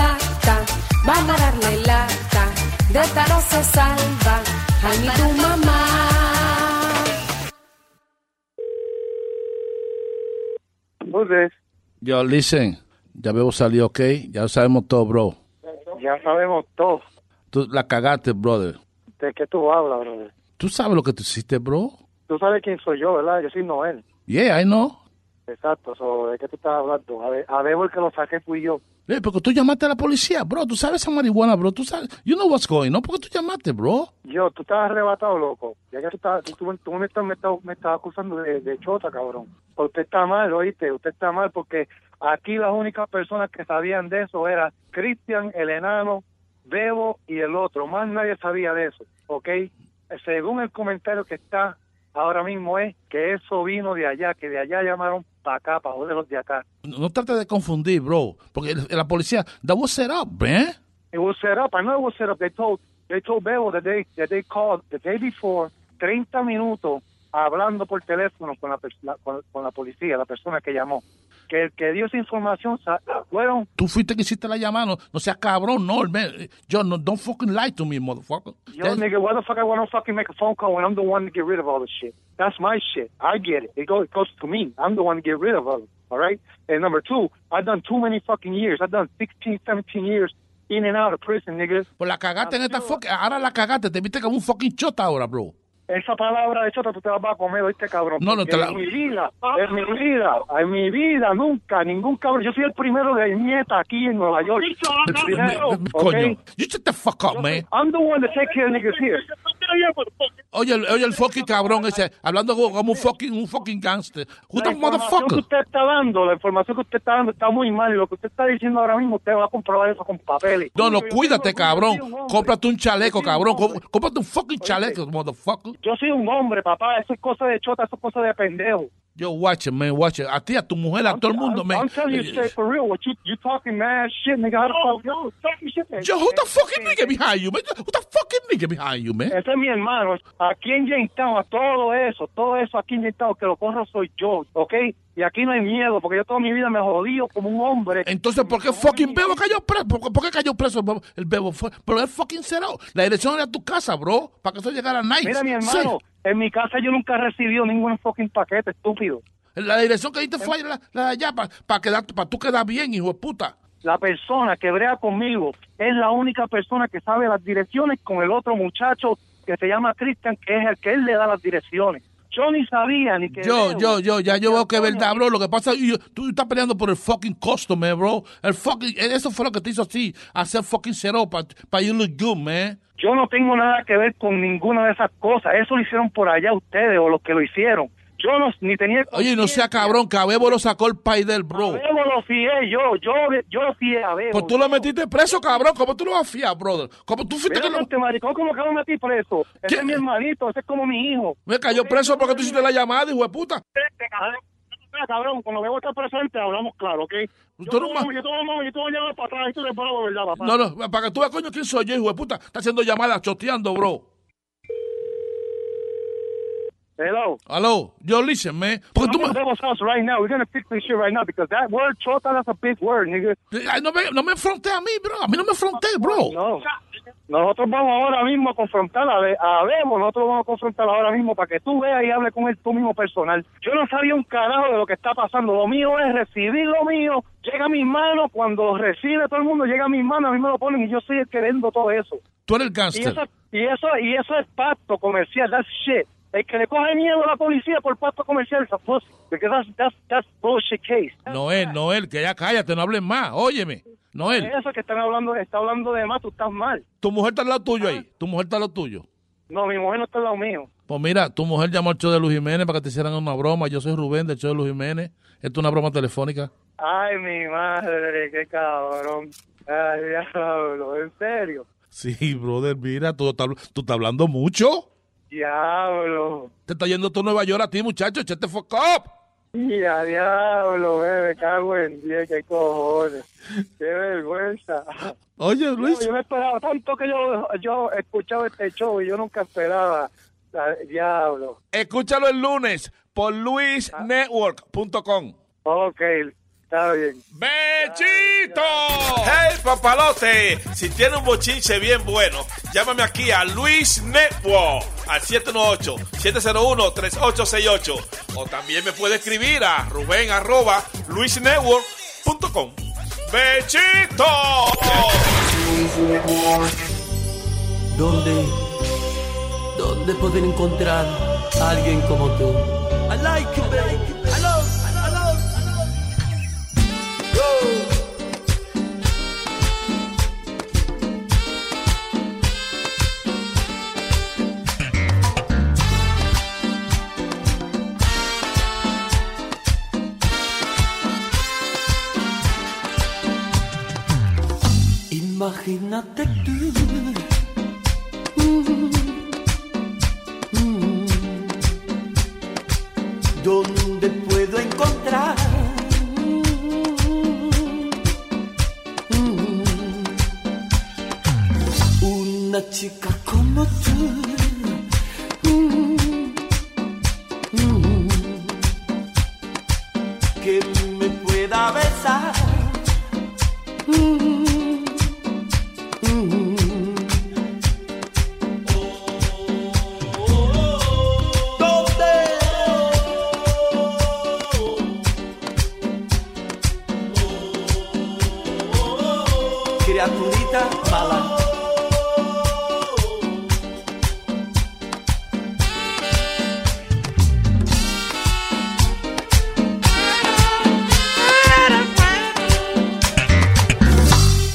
S30: Lata, vamos a darle lata. De esta no se salva, a mí tu mamá.
S27: Entonces,
S31: Yo, listen, ya veo salió, ok. Ya sabemos todo, bro.
S27: ya sabemos todo
S31: Tú la cagaste, brother.
S27: de qué tú hablas, brother.
S31: ¿Tú sabes lo que tú hiciste, bro?
S27: Tú sabes quién soy yo, ¿verdad? Yo soy Noel.
S31: Yeah, I know.
S27: Exacto, so, ¿de qué tú estás hablando? A, ver, a Bebo el que lo saqué fui yo.
S31: Eh, porque tú llamaste a la policía, bro. Tú sabes esa marihuana, bro. Tú sabes. You know what's going on. ¿Por qué tú llamaste, bro?
S27: Yo, tú estás arrebatado, loco. Ya que tú, estás, tú, tú- tú me, estás, me, estás, me estás acusando de, de chota, cabrón. Pero usted está mal, oíste. Usted está mal porque aquí las únicas personas que sabían de eso eran Cristian, el enano, Bebo y el otro. Más nadie sabía de eso, ¿ok? Según el comentario que está ahora mismo es que eso vino de allá, que de allá llamaron para acá, para joderlos de acá.
S31: No, no trates de confundir, bro. Porque el- la policía, that was set up, man.
S27: It was set up. I know it was set up. They told they told Bebo that they that they called the day before 30 minutos hablando por teléfono con la, pers- la- con, con la policía, la persona que llamó. Que el que dio esa información sa- fueron
S31: Tú fuiste que hiciste la llamada. No, no seas cabrón, no, man. Yo, no, don't fucking lie to me, motherfucker.
S27: yo nigga, why the fuck I want to fucking make a phone call when I'm the one to get rid of all this shit? That's my shit. I get it. It goes, it goes to me. I'm the one to get rid of all of it. All right? And number two, I've done too many fucking years. I've done 16, 17 years in and out of prison, nigga. Ah,
S31: Pues la cagaste en esta fucking... Ahora la cagaste. Te viste como un fucking chota ahora, bro.
S27: Esa palabra de chota tú te la vas a comer, oíste, cabrón.
S31: No, no,
S27: Porque
S31: te la-
S27: Es mi vida, es mi vida, en mi vida, nunca, ningún cabrón. Yo soy el primero de mi nieta aquí en Nueva York. El primero,
S31: Coño.
S27: ¿ok?
S31: You shut the fuck up, man.
S27: I'm the one that take care of niggas here.
S31: Oye, el- oye el fucking cabrón ese, hablando como como un fucking, un fucking gangster. Who
S27: La
S14: the
S27: información que
S14: motherfucker?
S27: usted está dando, la información que usted está dando está muy mal y lo que usted está diciendo ahora mismo usted va a comprobar eso con papeles.
S31: No,
S27: Yo
S31: no,
S27: soy
S31: cuídate,
S27: un-
S31: cabrón.
S27: yo soy un hombre.
S31: Cómprate un chaleco,
S27: Yo soy un
S31: cabrón.
S27: hombre.
S31: Cómp- Cómprate un fucking chaleco, motherfucker.
S27: Yo soy un hombre, papá. Eso es cosa de chota, eso es cosa de pendejo.
S31: Yo, watch it, man, watch it. A ti, a tu mujer, a todo el mundo, Eh, man.
S27: I'm telling you straight for real. What you you talking mad shit, nigga? How the Eh, fuck yo talking shit? man.
S31: Yo, who the fucking nigga behind you, man? Who the fucking nigga behind you, man?
S27: Ese es mi hermano. Aquí en Jamestown, a todo eso, todo eso aquí en Jamestown, que lo corro soy yo, ¿ok? Y aquí no hay miedo, porque yo toda mi vida me jodío como un hombre.
S31: Entonces, ¿por qué fucking Bebo cayó preso? ¿Por, por qué cayó preso el Bebo? El Bebo fue, pero él fucking cerró. La dirección era tu casa, bro, para que eso llegara a Nice.
S27: Mira, mi hermano, en mi casa yo nunca he recibido ningún fucking paquete, estúpido.
S31: La dirección que diste fue la, la de allá, para para tú quedar bien, hijo de puta.
S27: La persona que brea conmigo es la única persona que sabe las direcciones con el otro muchacho que se llama Christian, que es el que él le da las direcciones. Yo ni sabía ni que...
S31: Yo,
S27: Bebo-
S31: yo, yo, ya yo veo que es verdad, bro. Lo que pasa es que tú estás peleando por el fucking customer, bro. El fucking, e, eso fue lo que te hizo así, hacer fucking cero para you look good, man.
S27: Yo no tengo nada que ver con ninguna de esas cosas. Eso lo hicieron por allá ustedes o los que lo hicieron. Yo no, ni tenía...
S31: Oye, no sea cabrón, que a Bebo lo sacó el país del bro.
S27: Bebo lo fié yo, yo, yo lo fié a Bebo.
S31: Pues tú lo metiste preso, cabrón. ¿Cómo tú lo vas a fiar, brother? ¿Cómo tú fuiste
S27: Mira,
S31: que lo...
S27: este maricón, ¿cómo que lo metí preso? Ese es mi hermanito, ese es como mi hijo.
S31: Me cayó preso porque tú hiciste la llamada, hijo de puta.
S27: Mira, cabrón, cuando Bebo está presente hablamos claro, ¿ok? Yo
S31: Tú
S27: te
S31: no
S27: voy
S31: ma-
S27: yo te voy a llamar, yo te voy a llamar para atrás y tú le paras de verdad, papá.
S31: No, no, para que tú veas, coño, quién soy yo, hijo de puta. Está haciendo llamadas, choteando, bro.
S27: Hello.
S31: Hello. Yo, listen, man. Porque tú me...
S27: I'm at Bebo's house right now. We're gonna fix this shit right now because that word chota, that's a big word, nigga.
S31: Ay, No me, no me frontees a mí, bro. A mí no me frontees, bro.
S27: No. Nosotros vamos ahora mismo a confrontar a, Be- a Bebo, nosotros vamos a confrontar ahora mismo para que tú veas y hables con él tú mismo personal. Yo no sabía un carajo de lo que está pasando. Lo mío es recibir lo mío. Llega a mis manos, cuando lo recibe todo el mundo, llega a mis manos, a mí me lo ponen y yo soy el que vendo todo eso.
S31: Tú eres el
S27: Y
S31: gángster.
S27: eso, y eso, y eso es pacto comercial, that's shit. El que le coge miedo a la policía por pacto comercial es a pussy. Because that's, that's, that's bullshit case.
S31: Noel, Noel, que ya cállate, no hables más. Óyeme, Noel,
S27: Eso que están hablando, está hablando de más, tú estás mal. Ah.
S31: tu mujer está al lado tuyo ahí. Tu mujer está al lado tuyo.
S27: No, mi mujer no está al lado mío.
S31: Pues mira, tu mujer llamó al show de Luis Jiménez para que te hicieran una broma. Yo soy Rubén del show de Luis Jiménez. Esto es una broma telefónica.
S27: Ay, mi madre, qué cabrón. Ay, diablo, en serio.
S31: Sí, brother, mira, tú, estás- tú estás hablando mucho.
S27: Diablo.
S31: Te está yendo tú a Nueva York a ti, muchacho. Echate fuck up.
S27: Mira, diablo, bebé, cago en 10, qué cojones. Qué vergüenza.
S31: Oye, Luis.
S27: yo me esperaba tanto que yo, yo escuchaba este show y yo nunca esperaba. la- Diablo.
S31: Escúchalo el lunes por
S27: Ah.
S31: luisnetwork.com.
S27: Ok, está bien. Ah.
S31: ¡Bechito!
S1: ¡Hey, papalote! Si tiene un bochinche bien bueno, llámame aquí a Luis Network al 718-701-3868. O también me puede escribir a ruben arroba luisnetwork.com. ¡Bechito!
S17: ¿Dónde? ¿Dónde poder encontrar a alguien como tú? I like you, baby. I love, I love, I love. Imagínate tú. Mm, mm. ¿Dónde puedo encontrar? Mm, Una chica como tú. Mm, mm. Que me pueda besar. Mm. Criaturita mala.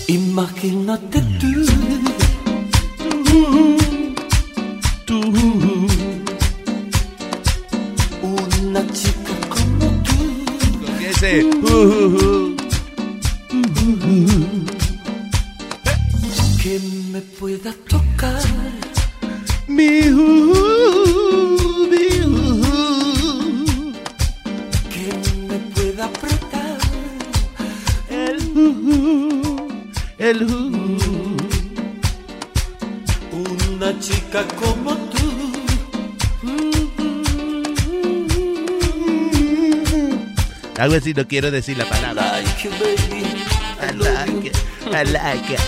S17: Imagínate tú. Tú. Una chica como tú.
S4: Ese. uh,
S17: Que me pueda tocar mi ju- mi ju- Que me pueda apretar el ju- el ju- Una chica como tú
S32: Algo así, no quiero decir la palabra.
S17: like you, baby. I like it.
S32: I like it.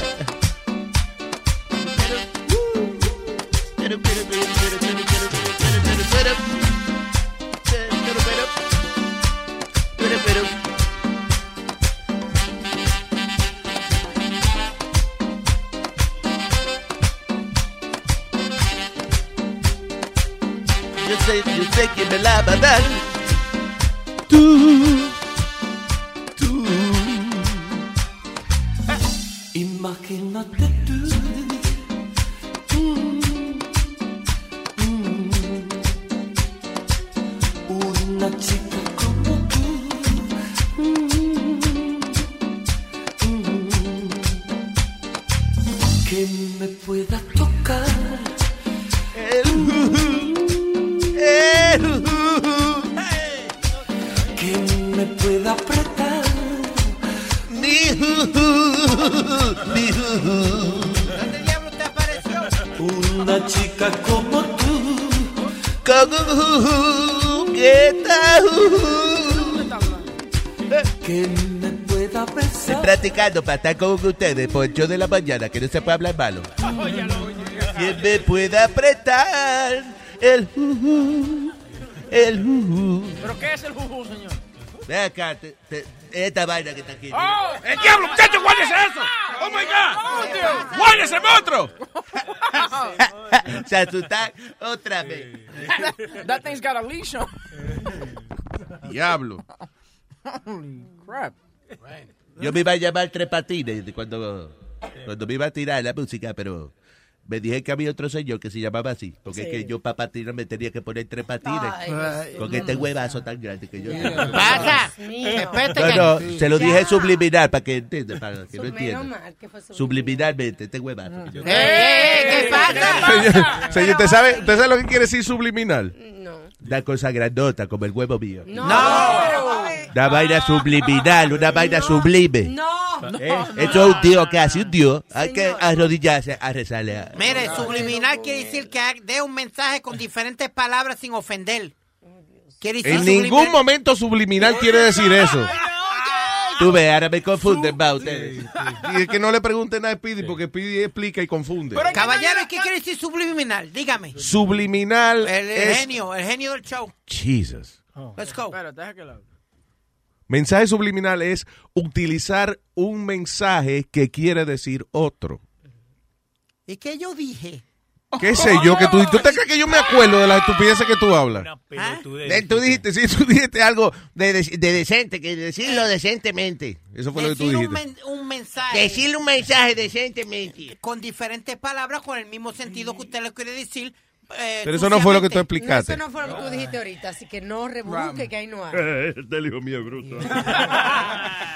S17: Yo sé, yo sé que me la va a dar. Tú, tú. Imagínate tú. Mm, mm. Una chica como tú. Mm, mm. Que me pueda tocar. Que me pueda apretar mi mi Una chica como tú, como que Que me pueda
S32: Eh. Estoy
S17: besar.
S32: practicando para estar con ustedes por 8 de la mañana, que no se puede hablar malo.
S17: Que me pueda apretar el juju, el juju.
S8: ¿Pero qué es el juju, señor?
S32: Ve acá, te- te- esta vaina que está aquí.
S8: ¡Oh!
S33: ¡El diablo, muchacho! ¡Guárdese eso! ¡Oh, my God! ¡Guárdese, monstruo!
S32: se asustan otra vez.
S8: That thing's got a leash on.
S32: Diablo.
S8: Holy crap.
S32: Yo me iba a llamar Tres Patines de cuando, cuando me iba a tirar la música, pero me dije que había otro señor que se llamaba así. Porque es
S17: Sí.
S32: que yo para patinar me tenía que poner Tres Patines.
S17: Ay, Dios
S32: con
S17: mío.
S32: este huevazo tan grande que yo tengo.
S9: Pasa.
S34: Dios mío.
S9: Respete que-
S32: No, no, se lo
S34: Ya.
S32: dije subliminal para que entiendan, para que no
S34: Menos
S32: entiendan.
S34: mal que fue
S32: Subliminalmente, este huevazo. que yo
S9: ¡Eh, eh, eh! ¿Qué pasa?
S4: Señor, señor, ¿usted sabe, ¿usted sabe lo que quiere decir subliminal?
S32: Una cosa grandota como el huevo mío.
S34: No.
S32: Una vaina subliminal, una vaina sublime.
S34: No. No.
S32: Eh, Eso es un dios que hace un dios. Hay que arrodillarse a rezarle. a-
S9: Mire, subliminal quiere decir que dé un mensaje con diferentes palabras sin ofender. Quiere decir
S4: En ningún momento subliminal quiere decir eso.
S32: Tú ve, ahora me confunden, va ustedes.
S4: Y es que no le pregunten a Speedy porque Speedy explica y confunde.
S9: subliminal. Caballero, ¿qué quiere decir subliminal? Dígame.
S4: Subliminal
S9: El, el
S4: es
S9: genio, el genio del show.
S4: Jesus.
S9: Let's go.
S4: Mensaje subliminal es utilizar un mensaje que quiere decir otro.
S9: ¿Y qué yo dije?
S4: ¿Qué sé yo? Que tú, ¿Tú te crees que yo me acuerdo de las estupideces que tú hablas?
S32: Ven, Tú dijiste, sí, tú dijiste algo de, de- de decente, que decirlo decentemente.
S4: Eso fue lo que tú
S9: Decir
S4: dijiste.
S9: un, men- un mensaje.
S32: Decirle un mensaje decentemente.
S9: Con diferentes palabras, con el mismo sentido que usted le quiere decir, eh,
S4: Pero eso no fue lo que tú
S9: suciamente.
S4: explicaste.
S7: Eso no fue lo que tú dijiste ahorita, así que no rebusque que ahí no hay.
S6: Este es el hijo mío bruto.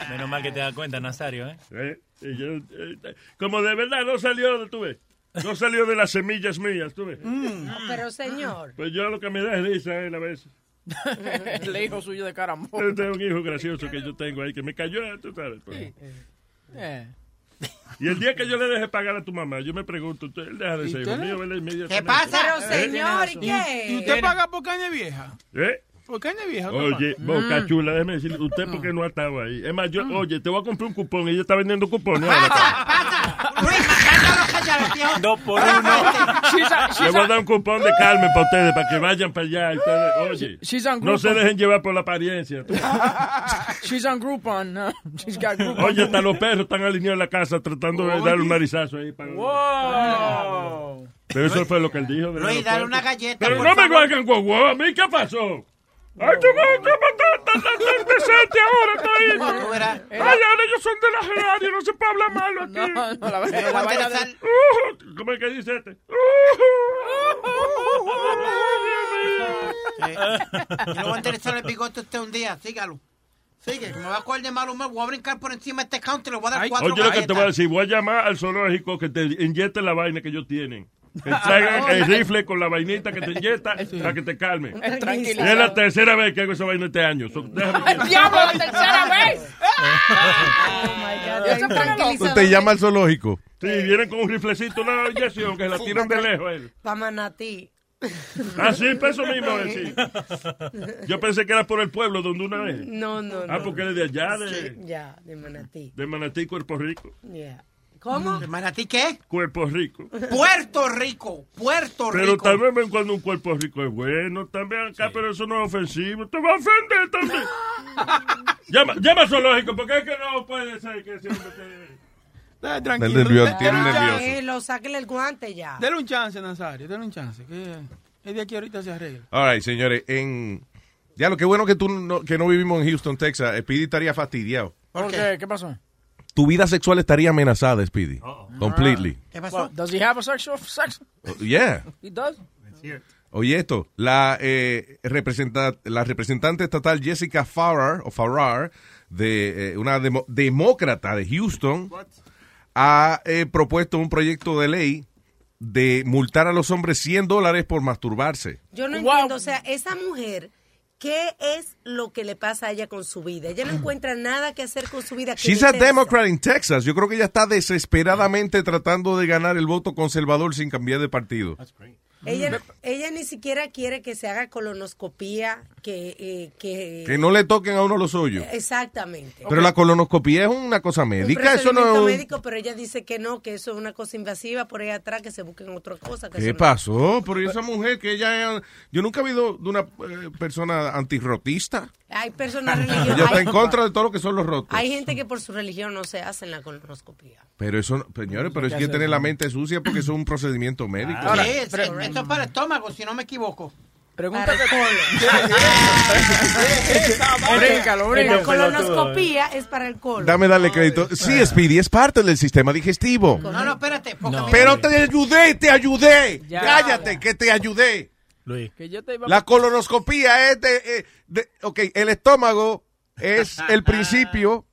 S20: Menos mal que te das cuenta, Nazario, ¿eh?
S6: Eh, y yo, eh, como de verdad no salió, de- tú ves, no salió de las semillas mías, tú ves.
S20: Mm.
S7: No, pero señor.
S6: Pues yo lo que me da es risa ¿eh? él a veces.
S8: El hijo suyo de carambol.
S6: Este es un hijo gracioso que yo tengo ahí que me cayó, eh, tú sabes. pues.
S8: Eh.
S6: Y el día que yo le deje pagar a tu mamá, yo me pregunto, ¿tú- él deja de ser hijo
S8: usted?
S6: mío, ¿verdad? Inmediatamente.
S10: ¿Y usted paga por caña vieja?
S6: ¿Eh?
S10: ¿Por caña vieja?
S6: Oye,
S10: papá?
S20: Mm.
S6: boca
S7: Mm.
S6: chula, déjeme decirle, usted porque no ha estado ahí. Es más, yo, oye, te voy a comprar un cupón, ella está vendiendo cupones.
S20: Ah,
S6: ahora.
S20: Dos por uno.
S6: Le voy a dar un cupón de Carmen para ustedes, para que vayan para allá. Ustedes,
S8: She's
S6: oye,
S8: on
S6: no se
S8: Groupon.
S6: dejen llevar por la apariencia.
S8: She's on Groupon. huh? She's got Groupon.
S6: Oye, hasta los perros están alineados en la casa tratando de dar un marizazo ahí. Para...
S8: Wow.
S6: Pero eso fue lo que él dijo. ¿verdad?
S9: Luis,
S6: Los
S9: dale
S6: perros.
S9: una galleta,
S6: Pero
S9: por
S6: no me
S9: favor.
S6: guarden guagua, a mí, ¿qué pasó? Ay, tú me estás tan decente ahora,
S9: Tú
S6: tú
S9: verás.
S6: ahí. Ay, ahora ellos son de la Gerardia, no se puede hablar malo aquí.
S8: No, no, la vaina- la vaina de-
S6: Uh, ¿Cómo es que dice este?
S9: Yo le voy a interesar el bigote a usted un día, sígalo. Sigue, que me va a coger de mal humor, voy a brincar por encima de este counter, le voy a dar cuatro
S6: Oye, lo que te
S9: galletas.
S6: voy a decir, voy a llamar al zoológico que te inyecte la vaina que ellos tienen. Que traigan el rifle con la vainita que te inyecta para que te calme.
S8: Eh,
S6: Y
S8: tranquilo.
S6: es la tercera vez que hago esa vaina este año. So, déjame que-
S8: ¡Diablo, la tercera vez!
S7: Oh Eso
S6: Ah,
S7: tranquilizador.
S4: Usted llama al zoológico.
S6: Sí, vienen con un riflecito, una inyección que la tiran de lejos eh, a él.
S7: Pa' Manatí.
S6: Ah, sí, pues eso mismo, eh, sí. Yo pensé que era por el pueblo donde una vez.
S7: No, no,
S6: Ah,
S7: no.
S6: porque eres de allá,
S7: Sí,
S6: de,
S7: ya, de Manatí.
S6: de Manatí, Cuerpo Rico.
S7: Yeah. ¿Cómo?
S9: ¿De Manatí qué?
S6: Cuerpo Rico.
S9: Puerto Rico, Puerto
S6: Pero
S9: Rico.
S6: también ven cuando un cuerpo rico es bueno, también acá, pero eso no es ofensivo. Te va a ofender también. llama, llama al zoológico, porque es que no puede ser que siempre te...
S10: tranquilo.
S4: Está nervioso,
S10: Dele
S4: tiene
S10: un chance.
S4: nervioso.
S7: Eh, lo sáquele el guante ya.
S10: Dele un chance, Nazario, dele un chance. Que el de aquí ahorita se arregla.
S4: All right, señores, en... Ya, lo que bueno que tú no, que no vivimos en Houston, Texas. Speedy estaría fastidiado.
S8: ¿Por qué? ¿Qué pasó?
S4: Tu vida sexual estaría amenazada, Speedy. Completely.
S8: Ah, ¿Qué pasó? does he have a sexual sex?
S4: Oh, Yeah.
S8: He does.
S4: Oye esto, la, eh, representa- la representante estatal Jessica Farrar, o Farrar de eh, una demo- demócrata de Houston, ha eh, propuesto un proyecto de ley de multar a los hombres 100 dólares por masturbarse.
S7: Yo no entiendo, o sea, esa mujer, ¿qué es lo que le pasa a ella con su vida? Ella no encuentra nada que hacer con su vida. que
S4: Mm. She's
S7: le
S4: a
S7: interesa.
S4: Democrat in Texas. Yo creo que ella está desesperadamente tratando de ganar el voto conservador sin cambiar de partido.
S7: Ella, ella ni siquiera quiere que se haga colonoscopía, que... eh, que,
S4: Que no le toquen a uno los
S7: Eh,
S4: hoyos.
S7: Exactamente.
S4: Pero la colonoscopía es una cosa médica.
S7: Un
S4: Eso no
S7: Pues
S4: es
S7: procedimiento
S4: un-
S7: médico, pero ella dice que no, que eso es una cosa invasiva por ahí atrás, que se busquen otra cosa. que
S4: ¿Qué
S7: pues, eso no-
S4: pasó? Pero esa mujer que ella es- Yo nunca he habido de una eh, persona antirrotista.
S7: Hay personas religiosas.
S4: Ella está en contra de todo lo que son los rotos.
S7: Hay gente que por su religión no se hacen la colonoscopía.
S4: Pero eso, no- señores, pero es
S7: ¿Qué
S4: que
S7: hace
S4: tener
S7: eso?
S4: la mente sucia porque eso es un procedimiento médico.
S9: Sí, es- esto es para el estómago, si no me equivoco.
S8: Pregunta
S9: que
S8: Bríncalo, bríncalo.
S7: La colonoscopía es para el colon.
S4: Dame darle crédito. Sí, Speedy, es parte del sistema digestivo.
S9: No, no, espérate. porque a mí-
S4: Pero te ayudé, te ayudé.
S9: Ya.
S4: Cállate, que te ayudé.
S20: Luis.
S8: Que yo te iba
S4: La colonoscopía es de, eh, de- Ok, el estómago es el principio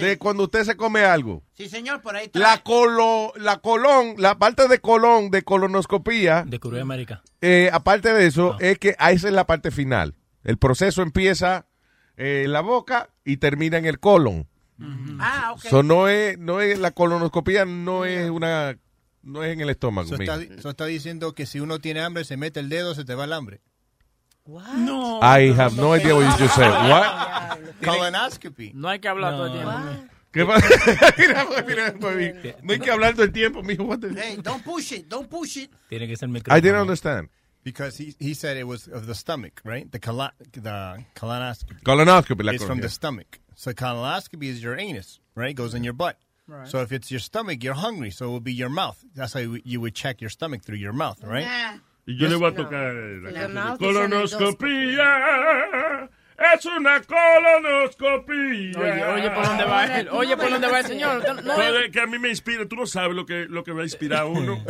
S4: de cuando usted se come algo.
S9: Sí, señor, por ahí está.
S4: La colo, la colon, la parte de colon, de colonoscopía,
S20: De Curué América.
S4: eh, aparte de eso, es que ah, esa es la parte final. El proceso empieza eh, en la boca y termina en el colon.
S9: Ah, ok.
S4: So, no es, no es, la colonoscopía no es una, no es en el estómago.
S11: Eso
S4: mija.
S11: está, eso está diciendo que si uno tiene hambre, se mete el dedo, se te va el hambre.
S8: No.
S4: I have no idea what you just said. What?
S11: Colonoscopy.
S8: No hay que hablar todo el tiempo.
S4: ¿Qué pasa? Mira, pues, mira, pues, no hay que hablar todo el tiempo, mijo. what the-
S9: Hey, don't push it, don't push it.
S20: Tiene que ser
S4: I
S20: micrófono.
S4: didn't understand.
S11: Because he, he said it was of the stomach, right? The, colo the colonoscopy.
S4: Colonoscopy, la
S11: It's from
S4: colonia.
S11: the stomach. So colonoscopy is your anus, right? Goes in your butt.
S9: Right.
S11: So if it's your stomach, you're hungry, so it will be your mouth. That's how you, you would check your stomach through your mouth, right?
S9: Nah.
S6: Y yo le voy a tocar eh, la canción de colonoscopía. Es una colonoscopía.
S8: Oye, oye, ¿por dónde va él? Oye, ¿por dónde va el señor? Usted no-
S6: Pero es que a mí me inspira, tú no sabes lo que, lo que va a inspirar a uno.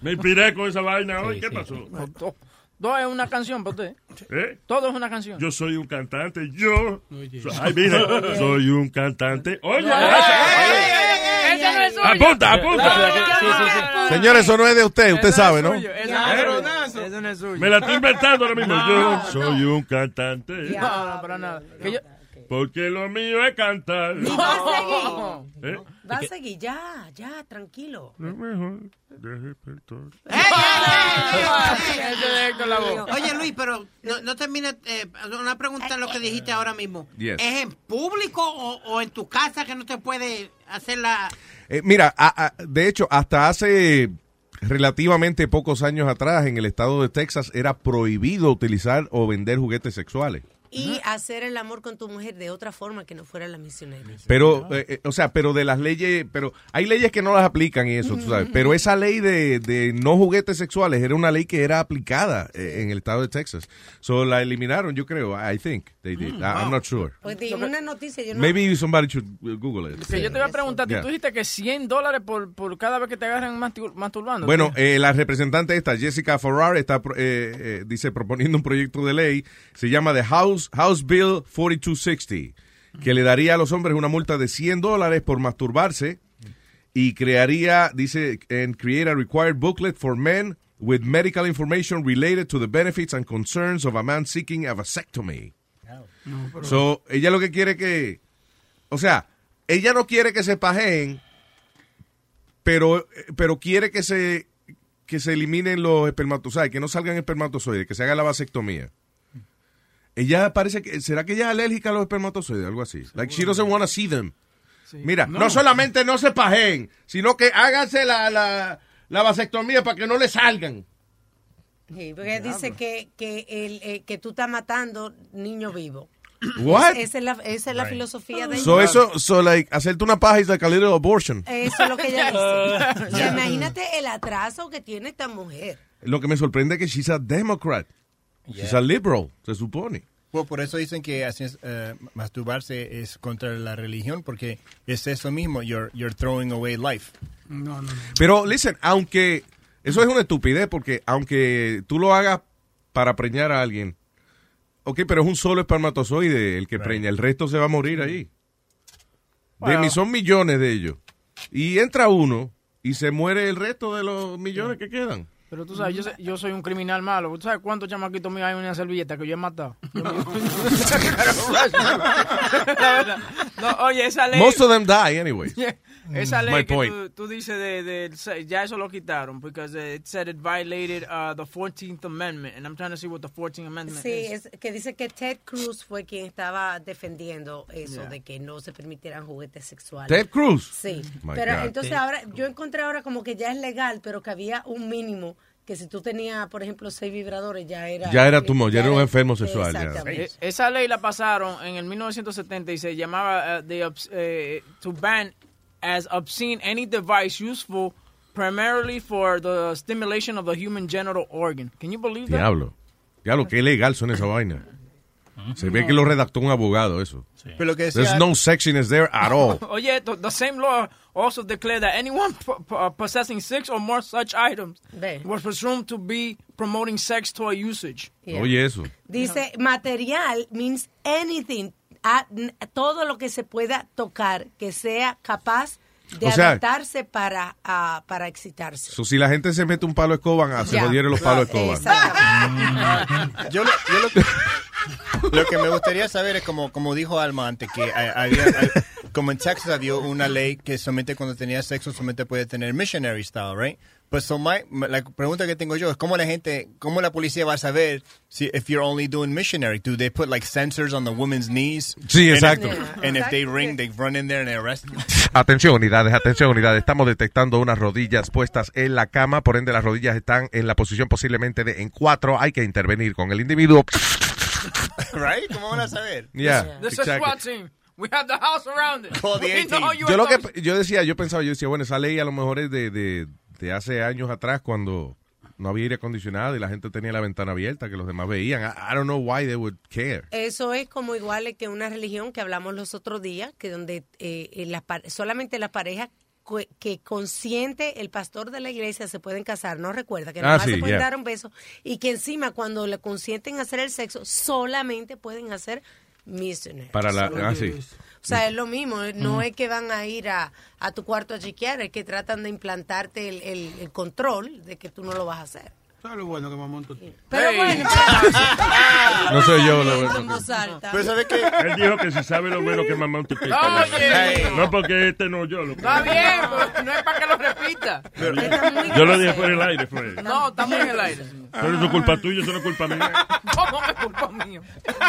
S6: Me inspiré con esa vaina hoy. ¿Qué pasó?
S8: Todo, todo es una canción para usted.
S6: ¿Eh?
S8: Todo es una canción.
S6: Yo soy un cantante, yo.
S8: Oye.
S6: Ay, mira, soy un cantante. Oye,
S8: Ese no es suyo.
S6: apunta, apunta.
S4: Señores, eso no es de usted, usted sabe, ¿no?
S8: Ese no es suyo.
S6: ¿Eh? Me la estoy inventando ahora mismo. Yo
S8: No,
S6: soy un cantante.
S8: No, no, para nada. Que yo-
S6: Porque lo mío es cantar.
S7: Y va a seguir.
S6: ¿Eh?
S7: Va a seguir, ya, ya, tranquilo.
S6: Lo mejor de repertorio.
S9: Oye, Luis, pero no, no termina eh, una pregunta en lo que dijiste ahora mismo.
S4: Yes.
S9: ¿Es en público o, o en tu casa que no te puede hacer la...
S4: Eh, mira, a- a- de hecho, hasta hace relativamente pocos años atrás en el estado de Texas era prohibido utilizar o vender juguetes sexuales.
S7: Y hacer el amor con tu mujer de otra forma que no fuera la misionera.
S4: Pero, eh, eh, o sea, pero de las leyes, pero hay leyes que no las aplican y eso, tú sabes. Pero esa ley de, de no juguetes sexuales era una ley que era aplicada eh, en el estado de Texas. So la eliminaron, yo creo. I think they did. I- I'm not sure.
S7: Pues di una noticia, yo no...
S4: Maybe somebody should uh, Google it.
S8: Que yo te iba a preguntar,
S4: Yeah.
S8: tú dijiste que 100 dólares por, por cada vez que te agarran mastur- masturbando.
S4: Bueno, eh, la representante esta, Jessica Farrar, está, pro- eh, eh, dice, proponiendo un proyecto de ley, se llama The House, House Bill 4260, que le daría a los hombres una multa de 100 dólares por masturbarse y crearía, dice, and create a required booklet for men with medical information related to the benefits and concerns of a man seeking a vasectomy. So, ella lo que quiere que, o sea, ella no quiere que se pajeen, pero, pero quiere que se, que se eliminen los espermatozoides, que no salgan espermatozoides, que se haga la vasectomía. Ella parece que, ¿será que ella es alérgica a los espermatozoides? Algo así. Like, she doesn't want to see them. Mira, no. solamente no se pajeen, sino que háganse la, la, la vasectomía para que no le salgan.
S7: Sí, porque dice que, que, el, eh, que tú estás matando niño vivo.
S4: What?
S7: Esa es la, esa es la
S4: Right.
S7: filosofía de
S4: So, eso, so, like, hacerte una paja is like a little abortion.
S7: Eso es lo que ella dice. O sea,
S4: Yeah.
S7: Imagínate el atraso que tiene esta mujer.
S4: Lo que me sorprende es que she's a Democrat. She's a liberal, se supone.
S11: Bueno, por eso dicen que así es, eh, masturbarse es contra la religión, porque es eso mismo, you're, you're throwing away life.
S35: No, no, no.
S4: Pero, listen, aunque eso es una estupidez, porque aunque tú lo hagas para preñar a alguien, ok, pero es un solo espermatozoide el que preña, el resto se va a morir ahí. De
S11: Wow.
S4: mí son millones de ellos. Y entra uno y se muere el resto de los millones que quedan.
S8: Pero tú sabes, yo, sé- yo soy un criminal malo. ¿Tú sabes cuántos chamaquitos míos hay en una servilleta que yo he matado? Yo me-
S35: La verdad. No, oye, esa ley.
S4: Most of them die anyway.
S8: Yeah. Esa ley
S4: My
S8: que
S4: point.
S8: tú, tú dices de, del se- ya eso lo quitaron because eh, it said it violated uh, the 14th Amendment and I'm trying to see what the 14th Amendment
S7: Sí,
S8: is.
S7: es que dice que Ted Cruz fue quien estaba defendiendo eso
S8: Yeah.
S7: de que no se permitieran juguetes sexuales.
S4: Ted Cruz.
S7: Sí.
S4: My
S7: pero
S4: God.
S7: entonces
S4: Ted
S7: ahora yo encontré ahora como que ya es legal, pero que había un mínimo que si tú tenías, por ejemplo, seis vibradores ya era
S4: Ya era tu mo- ya era un enfermo sexual, ya.
S7: Exactamente.
S8: Eh, Esa ley la pasaron en el 1970 y se llamaba uh, the obs- eh, to ban as obscene any device useful primarily for the stimulation of the human genital organ. Can you believe that?
S4: Diablo. Diablo, qué legal son esa vaina. Se ve
S8: No.
S4: que lo redactó un abogado eso.
S8: Pero lo que decía-
S4: There's no sexiness there at all.
S8: Oye, the, the same law also declared that anyone p- p- uh, possessing six or more such items was presumed to be promoting sex toy usage.
S4: Oye eso.
S7: Dice, material means anything, a- n- todo lo que se pueda tocar, que sea capaz de
S4: O sea-
S7: adaptarse para, ah, para excitarse.
S4: So, si la gente se mete un palo escoban, ah, se
S7: Ya.
S4: jodieron los palos escoban.
S11: Yo, lo, yo lo, que, lo que me gustaría saber es, como, como dijo Alma antes, que ha- había, ha- como en Texas había una ley que solamente cuando tenías sexo solamente puede tener missionary style, right? Pues so my- my- la pregunta que tengo yo es cómo la gente, cómo la policía va a saber si if you're only doing missionary, do they put like sensors on the woman's knees?
S4: Sí,
S11: And if-
S4: exacto.
S11: and if they ring, they run in there and they arrest you.
S4: Atención, unidades, atención, unidades. Estamos detectando unas rodillas puestas en la cama, por ende las rodillas están en la posición posiblemente de en cuatro. Hay que intervenir con el individuo.
S11: right? ¿Cómo van a saber?
S4: Yeah,
S8: This is
S4: exactly.
S8: SWAT team. We have the house around it.
S11: Call the
S8: We
S11: A
S8: know
S11: team.
S8: you
S4: Yo
S8: are
S4: lo
S8: talking-
S4: que yo decía, yo pensaba, yo decía, bueno, esa ley a lo mejor es de, de, de hace años atrás cuando no había aire acondicionado y la gente tenía la ventana abierta que los demás veían. I, I don't know why they would care.
S7: Eso es como igual que una religión que hablamos los otros días, que donde eh, eh, las pa- solamente las parejas cu- que consciente el pastor de la iglesia se pueden casar, no recuerda que
S4: Ah,
S7: nada más
S4: sí,
S7: se pueden
S4: yeah.
S7: dar un beso y que encima cuando le consienten hacer el sexo solamente pueden hacer missionary.
S4: Para la. Ah, sí.
S7: O sea, es lo mismo, eh, no
S4: Mm.
S7: es que van a ir a, a tu cuarto a chequear, es que tratan de implantarte el, el- el control de que tú no lo vas a hacer.
S10: ¿Sabes lo bueno que mamón tú
S7: Pero
S10: Hey.
S7: bueno,
S4: No soy yo, la
S7: en
S4: verdad.
S7: voz alta.
S6: Él dijo que si sabe lo bueno que mamá te quita.
S8: Oye.
S6: No, porque este no yo. Lo que-
S8: Está bien, pero no es para que lo repita.
S6: yo lo dije por el aire, fue.
S8: No, estamos en el aire.
S6: Pero eso es culpa tuya, eso no es culpa mía.
S8: ¿Cómo es culpa mía?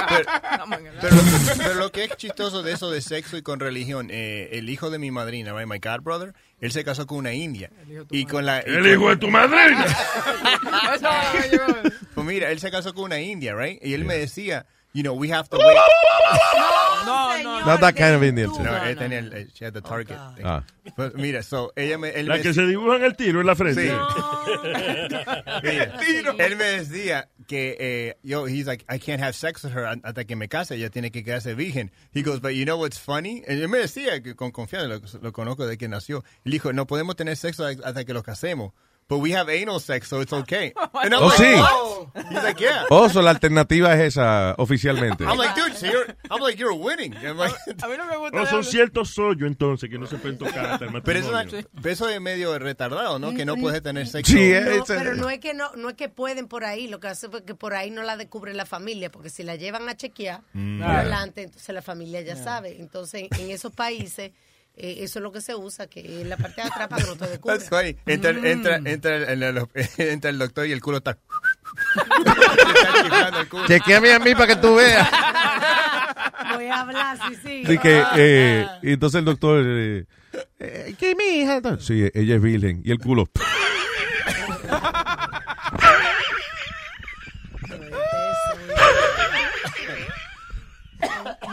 S11: Pero, lo que- pero lo que es chistoso de eso de sexo y con religión, eh, el hijo de mi madrina, right, my god brother, él se casó con una india. Y con la, y
S6: El
S11: con-
S6: hijo de tu madrina.
S11: pues mira, él se casó con una india, right? Y él me decía, you know, we have to wait.
S8: No, no,
S11: no.
S8: no.
S11: Not that kind of
S4: Indian.
S11: No, él tenía el, eh, she had the target. thing.
S4: Ah.
S11: But mira, so, ella me, él
S6: La
S11: me
S6: que se dibujan el tiro en la frente.
S11: Sí. Mira, él me decía que eh, yo, he's like, I can't have sex with her hasta que me case. Ella tiene que quedarse virgen. He goes, but you know what's funny? Eh, Él me decía que con confianza, lo, lo conozco de que nació. Él dijo, no podemos tener sexo hasta que los casemos. But we have anal sex, so it's okay. And I'm
S4: Oh,
S11: like,
S4: sí.
S11: "What?" He's like, yeah.
S6: Oh,
S4: Oso, Oh, la alternativa es esa oficialmente.
S11: I'm like, dude, so you're, I'm like, you're winning. I'm like,
S6: O Oh, son ciertos sollos entonces que no se pueden tocar hasta el
S11: pero eso,
S6: matrimonio.
S11: es una- eso es medio retardado, ¿no? Que no puedes tener sexo.
S7: No, pero no es que no, no es que pueden por ahí, lo que hace es que por ahí no la descubre la familia, porque si la llevan a chequear
S11: Mm.
S7: por
S11: Yeah.
S7: adelante, entonces la familia ya sabe. Entonces, en esos países, eh, eso es lo que se usa, que es la parte de atrás para que no te descubran.
S11: That's funny. Ah, Entra,
S7: Mm.
S11: entra, entra, el, el- entra el doctor y el culo está.
S4: Chequéame a mí para que tú veas.
S7: Voy a hablar, sí, sí.
S4: Así que,
S8: Ah,
S4: eh, y entonces el doctor. eh, eh, ¿Qué mi hija? Sí, ella es virgen. Y el culo.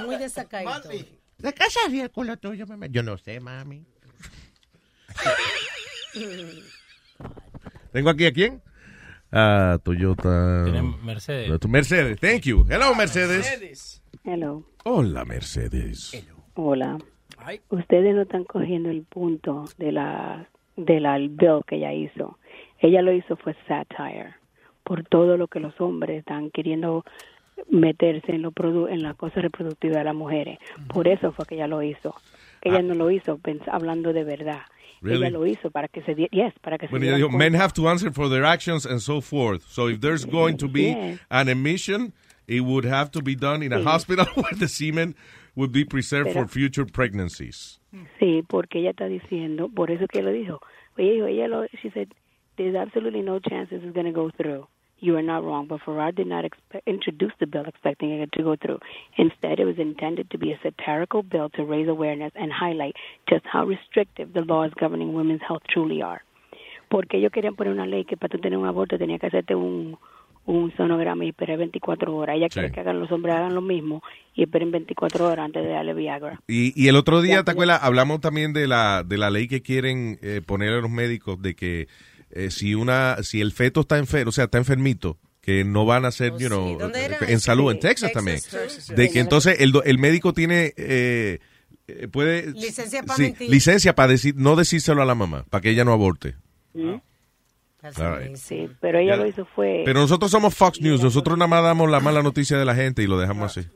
S7: Muy desacaído.
S17: ¿De qué sería el culo tuyo, mamá? Yo no sé, mami.
S4: Tengo aquí a quién? A Toyota.
S20: Tenemos Mercedes.
S4: A tu Mercedes, thank you. Hello, Mercedes.
S30: Hello.
S4: Hola, Mercedes.
S30: Hola. Ustedes no están cogiendo el punto de la de la bill que ella hizo. Ella lo hizo fue satire por todo lo que los hombres están queriendo meterse en, lo produ- en las cosas reproductivas de las mujeres. Por eso fue que ella lo hizo. Ella no lo hizo pens- hablando de verdad.
S4: Ah. Really?
S30: Ella lo hizo para que se diera, yes, para que
S4: Bueno,
S30: se
S4: ella
S30: diera
S4: dijo, men have to answer for their actions and so forth. So if there's going to be
S30: Yes.
S4: an emission, it would have to be done in a
S30: Sí.
S4: hospital where the semen would be preserved
S30: Pero-
S4: for future pregnancies.
S30: Sí, porque ella está diciendo, por eso que lo dijo. Ella dijo, ella lo, she said, there's absolutely no chance this is going to go through. You are not wrong, but Farrar did not expe- introduce the bill expecting it to go through. Instead, it was intended to be a satirical bill to raise awareness and highlight just how restrictive the laws governing women's health truly are. Porque ellos querían poner una ley que para tú tener un aborto tenía que hacerte un, un sonograma y esperar 24 horas. Ella quiere que hagan los hombres hagan lo mismo y esperen 24 horas antes de darle Viagra.
S4: Y, y el otro día, ¿te acuerdas? Hablamos también de la, de la ley que quieren eh, poner a los médicos de que eh, si una si el feto está enfermo, o sea, está enfermito, que no van a ser, you know,
S7: Oh, ¿Dónde era?
S4: en salud, en
S7: Sí,
S4: Texas,
S7: Texas,
S4: también.
S7: Texas, sí.
S4: De que entonces el, do- el médico tiene, eh, eh, puede...
S7: Licencia para
S4: sí,
S7: mentir.
S4: Licencia para decir, no decírselo a la mamá, para que ella no aborte. All right.
S30: Sí, pero ella
S4: Ya-
S30: lo hizo fue...
S4: Pero nosotros somos Fox News, nosotros nada más damos la mala noticia de la gente y lo dejamos así.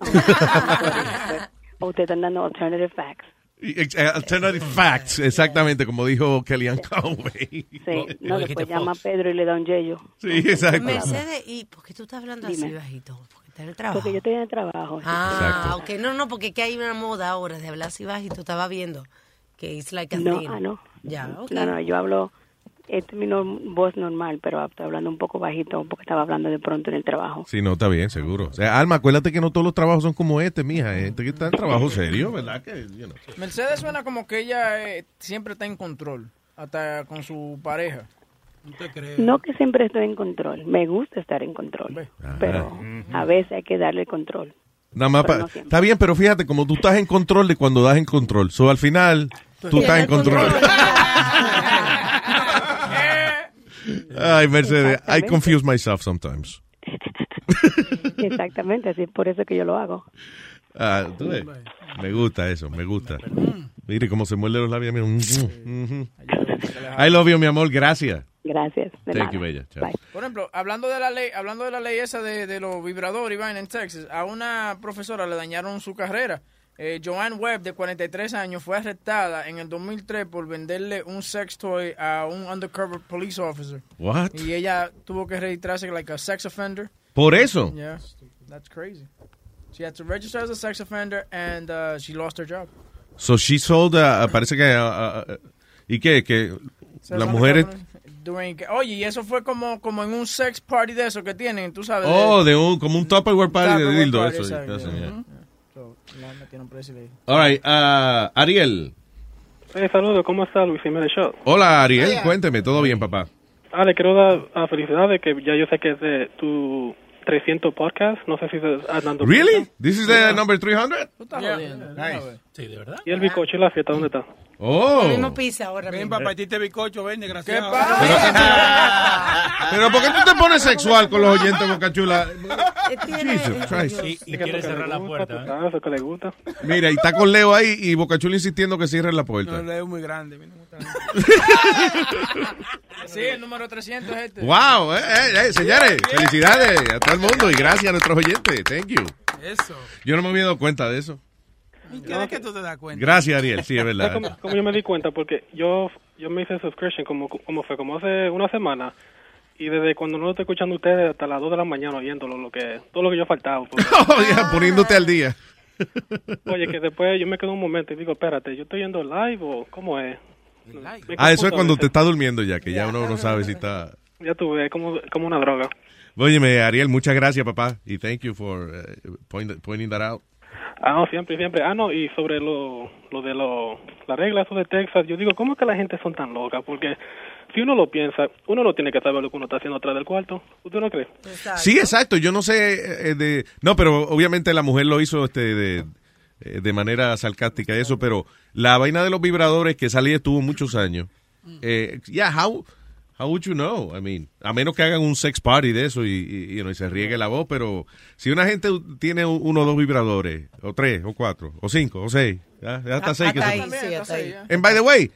S30: o ustedes están dando alternative facts.
S4: Y- ex- eh, Alternative facts, exactamente, como dijo Kellyanne Conway.
S30: Sí, no, después llama a Pedro y le da un yello.
S4: Sí, exacto.
S7: Mercedes, ¿y por qué tú estás hablando así
S30: Dime.
S7: bajito? Porque está en el trabajo.
S30: Porque yo estoy en el trabajo. sí.
S7: Ah, ok. No, no, porque aquí hay una moda ahora de hablar así bajito. Estaba viendo que es like a
S30: No,
S7: thing.
S30: ah, no.
S7: Ya, ok.
S30: No, no, yo hablo, es mi no- voz normal, pero estoy hablando un poco bajito porque estaba hablando de pronto en el trabajo.
S4: Sí, no, está bien, seguro. O sea, Alma, acuérdate que no todos los trabajos son como este, mija. Hay gente que está en trabajo serio, ¿verdad? Que, you know.
S8: Mercedes suena como que ella eh, siempre está en control, hasta con su pareja. No te creo.
S30: No que siempre estoy en control, me gusta estar en control,
S4: Ajá.
S30: pero
S4: Ah.
S30: a veces hay que darle control.
S4: Nada más
S30: Pero
S4: pa-
S30: no siempre.
S4: está bien, pero fíjate, como tú estás en control de cuando das en control. So, al final, tú estás en control. Ay, Mercedes, I
S30: Exactamente.
S4: confuse myself sometimes.
S30: Exactamente, así es por eso que yo lo hago.
S4: Ah, tú ves. Me gusta eso, me gusta. Mire cómo se muerde los labios. mira. Mhm. I love you, mi amor. Gracias.
S30: Gracias. de
S4: Thank you,
S30: nada.
S4: bella. Chao.
S8: Por ejemplo, hablando de la ley, hablando de la ley esa de, de los vibradores, Iván, en Texas, a una profesora le dañaron su carrera. Eh, Joanne Webb, de 43 años, fue arrestada en el 2003 por venderle un sex toy a un undercover police officer.
S4: What?
S8: Y ella tuvo que registrarse like a sex offender.
S4: ¿Por eso?
S8: Yeah, that's crazy. She had to register as a sex offender and uh, she lost her job.
S4: So she sold, uh, uh, parece que. uh, uh, uh, ¿Y qué? Que las mujeres.
S8: During- oye, y eso fue como, como en un sex party de eso que tienen, tú sabes.
S4: Oh, de un, como un Tupperware party de
S8: Tupperware
S4: dildo.
S8: party,
S4: Eso. ya
S8: exacto,
S4: sé,
S8: yeah.
S4: ya.
S8: Ujú. So, la metieron presa y le-
S4: All right, uh, Ariel.
S16: Eh, saludos, ¿cómo está Luis Jiménez Show?
S4: Hola, Ariel. Cuénteme, ¿todo bien, papá?
S16: Ah, le quiero dar ah, felicidades que ya yo sé que es de tu 300 podcast, no sé si estás andando.
S4: Really? This is the number 300?
S8: Tú estás jodiendo. Nice. Sí, de verdad.
S16: ¿Y el bicocho y la fiesta dónde está?
S4: Oh.
S7: pizza ahora
S16: Ven,
S7: mismo.
S16: papá,
S7: a ti
S16: te bicocho, ven,
S7: desgraciado.
S4: Pero ¿por qué tú te pones sexual con los oyentes, Bocachula? Jesus Christ.
S16: Y, quiere cerrar la puerta. ¿eh? Eso que le gusta.
S4: Mira, y está con Leo ahí y Bocachula insistiendo que cierre la puerta.
S16: No, Leo es muy grande. a mí no me gusta.
S8: Sí, el número 300 es este.
S4: Wow, eh, eh, eh, señores, felicidades a todo el mundo y gracias a nuestros oyentes. Thank you.
S16: Eso.
S4: Yo no me había dado cuenta de eso.
S16: ¿Y qué es que tú te das cuenta?
S4: Gracias, Ariel, sí, es verdad.
S16: ¿Sabes cómo, cómo yo me di cuenta? Porque yo, yo me hice subscription como, como fue, como hace una semana. Y desde cuando no lo estoy escuchando a ustedes hasta las 2 de la mañana oyéndolo, lo que, todo lo que yo faltaba. porque-
S4: Oh, Ya, Poniéndote al día.
S16: oye, que después yo me quedo un momento y digo, espérate, ¿yo estoy yendo live o cómo es? Me
S4: Ah, eso es
S16: confundo a
S4: cuando te
S16: veces.
S4: está durmiendo ya, que ya uno no sabe si está...
S16: Ya tuve, como, como una droga.
S4: Óyeme, Ariel, muchas gracias, papá. Y thank you for eh, point- pointing that out.
S16: Ah, no, siempre, siempre. Ah, no, y sobre lo, lo de lo, la regla eso de Texas, yo digo, ¿cómo es que la gente son tan locas? Porque si uno lo piensa, uno no tiene que saber lo que uno está haciendo atrás del cuarto. ¿Usted no cree?
S4: Sí, exacto. Yo no sé eh, de... No, pero obviamente la mujer lo hizo este de, eh, de manera sarcástica eso, pero la vaina de los vibradores que salía estuvo muchos años. Eh, yeah, how, how would you know? I mean, a menos que hagan un sex party de eso y, y, you know, y se riegue la voz, pero si una gente tiene u- uno o dos vibradores, o tres, o cuatro, o cinco, o seis, ya, ya hasta seis. que se- And by the way,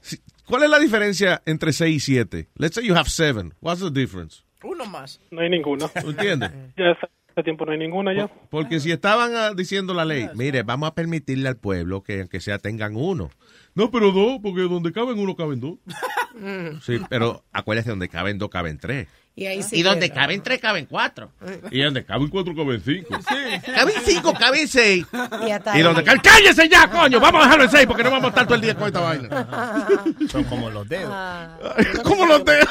S4: si- ¿cuál es la diferencia entre seis y siete? Let's say you have seven. What's the difference?
S8: Uno más.
S16: No hay ninguno.
S4: ¿Entiendes?
S16: Ya hace hace tiempo no hay ninguna ya.
S4: Porque si estaban ah, diciendo la ley, mire, vamos a permitirle al pueblo que aunque sea tengan uno. No, pero dos, porque donde caben uno, caben dos. Mm. Sí, pero acuérdese, donde caben dos, caben tres.
S7: Y ahí sí
S32: Y donde
S7: queda.
S32: caben tres, caben cuatro.
S4: Y donde caben cuatro, caben cinco.
S32: Caben cinco, caben seis.
S7: Y, hasta
S4: Y donde caben... ¡Cállese ya, coño! Vamos a dejarlo en seis porque no vamos a estar todo el día con esta vaina.
S17: Son como los dedos.
S4: ¿Cómo los dedos?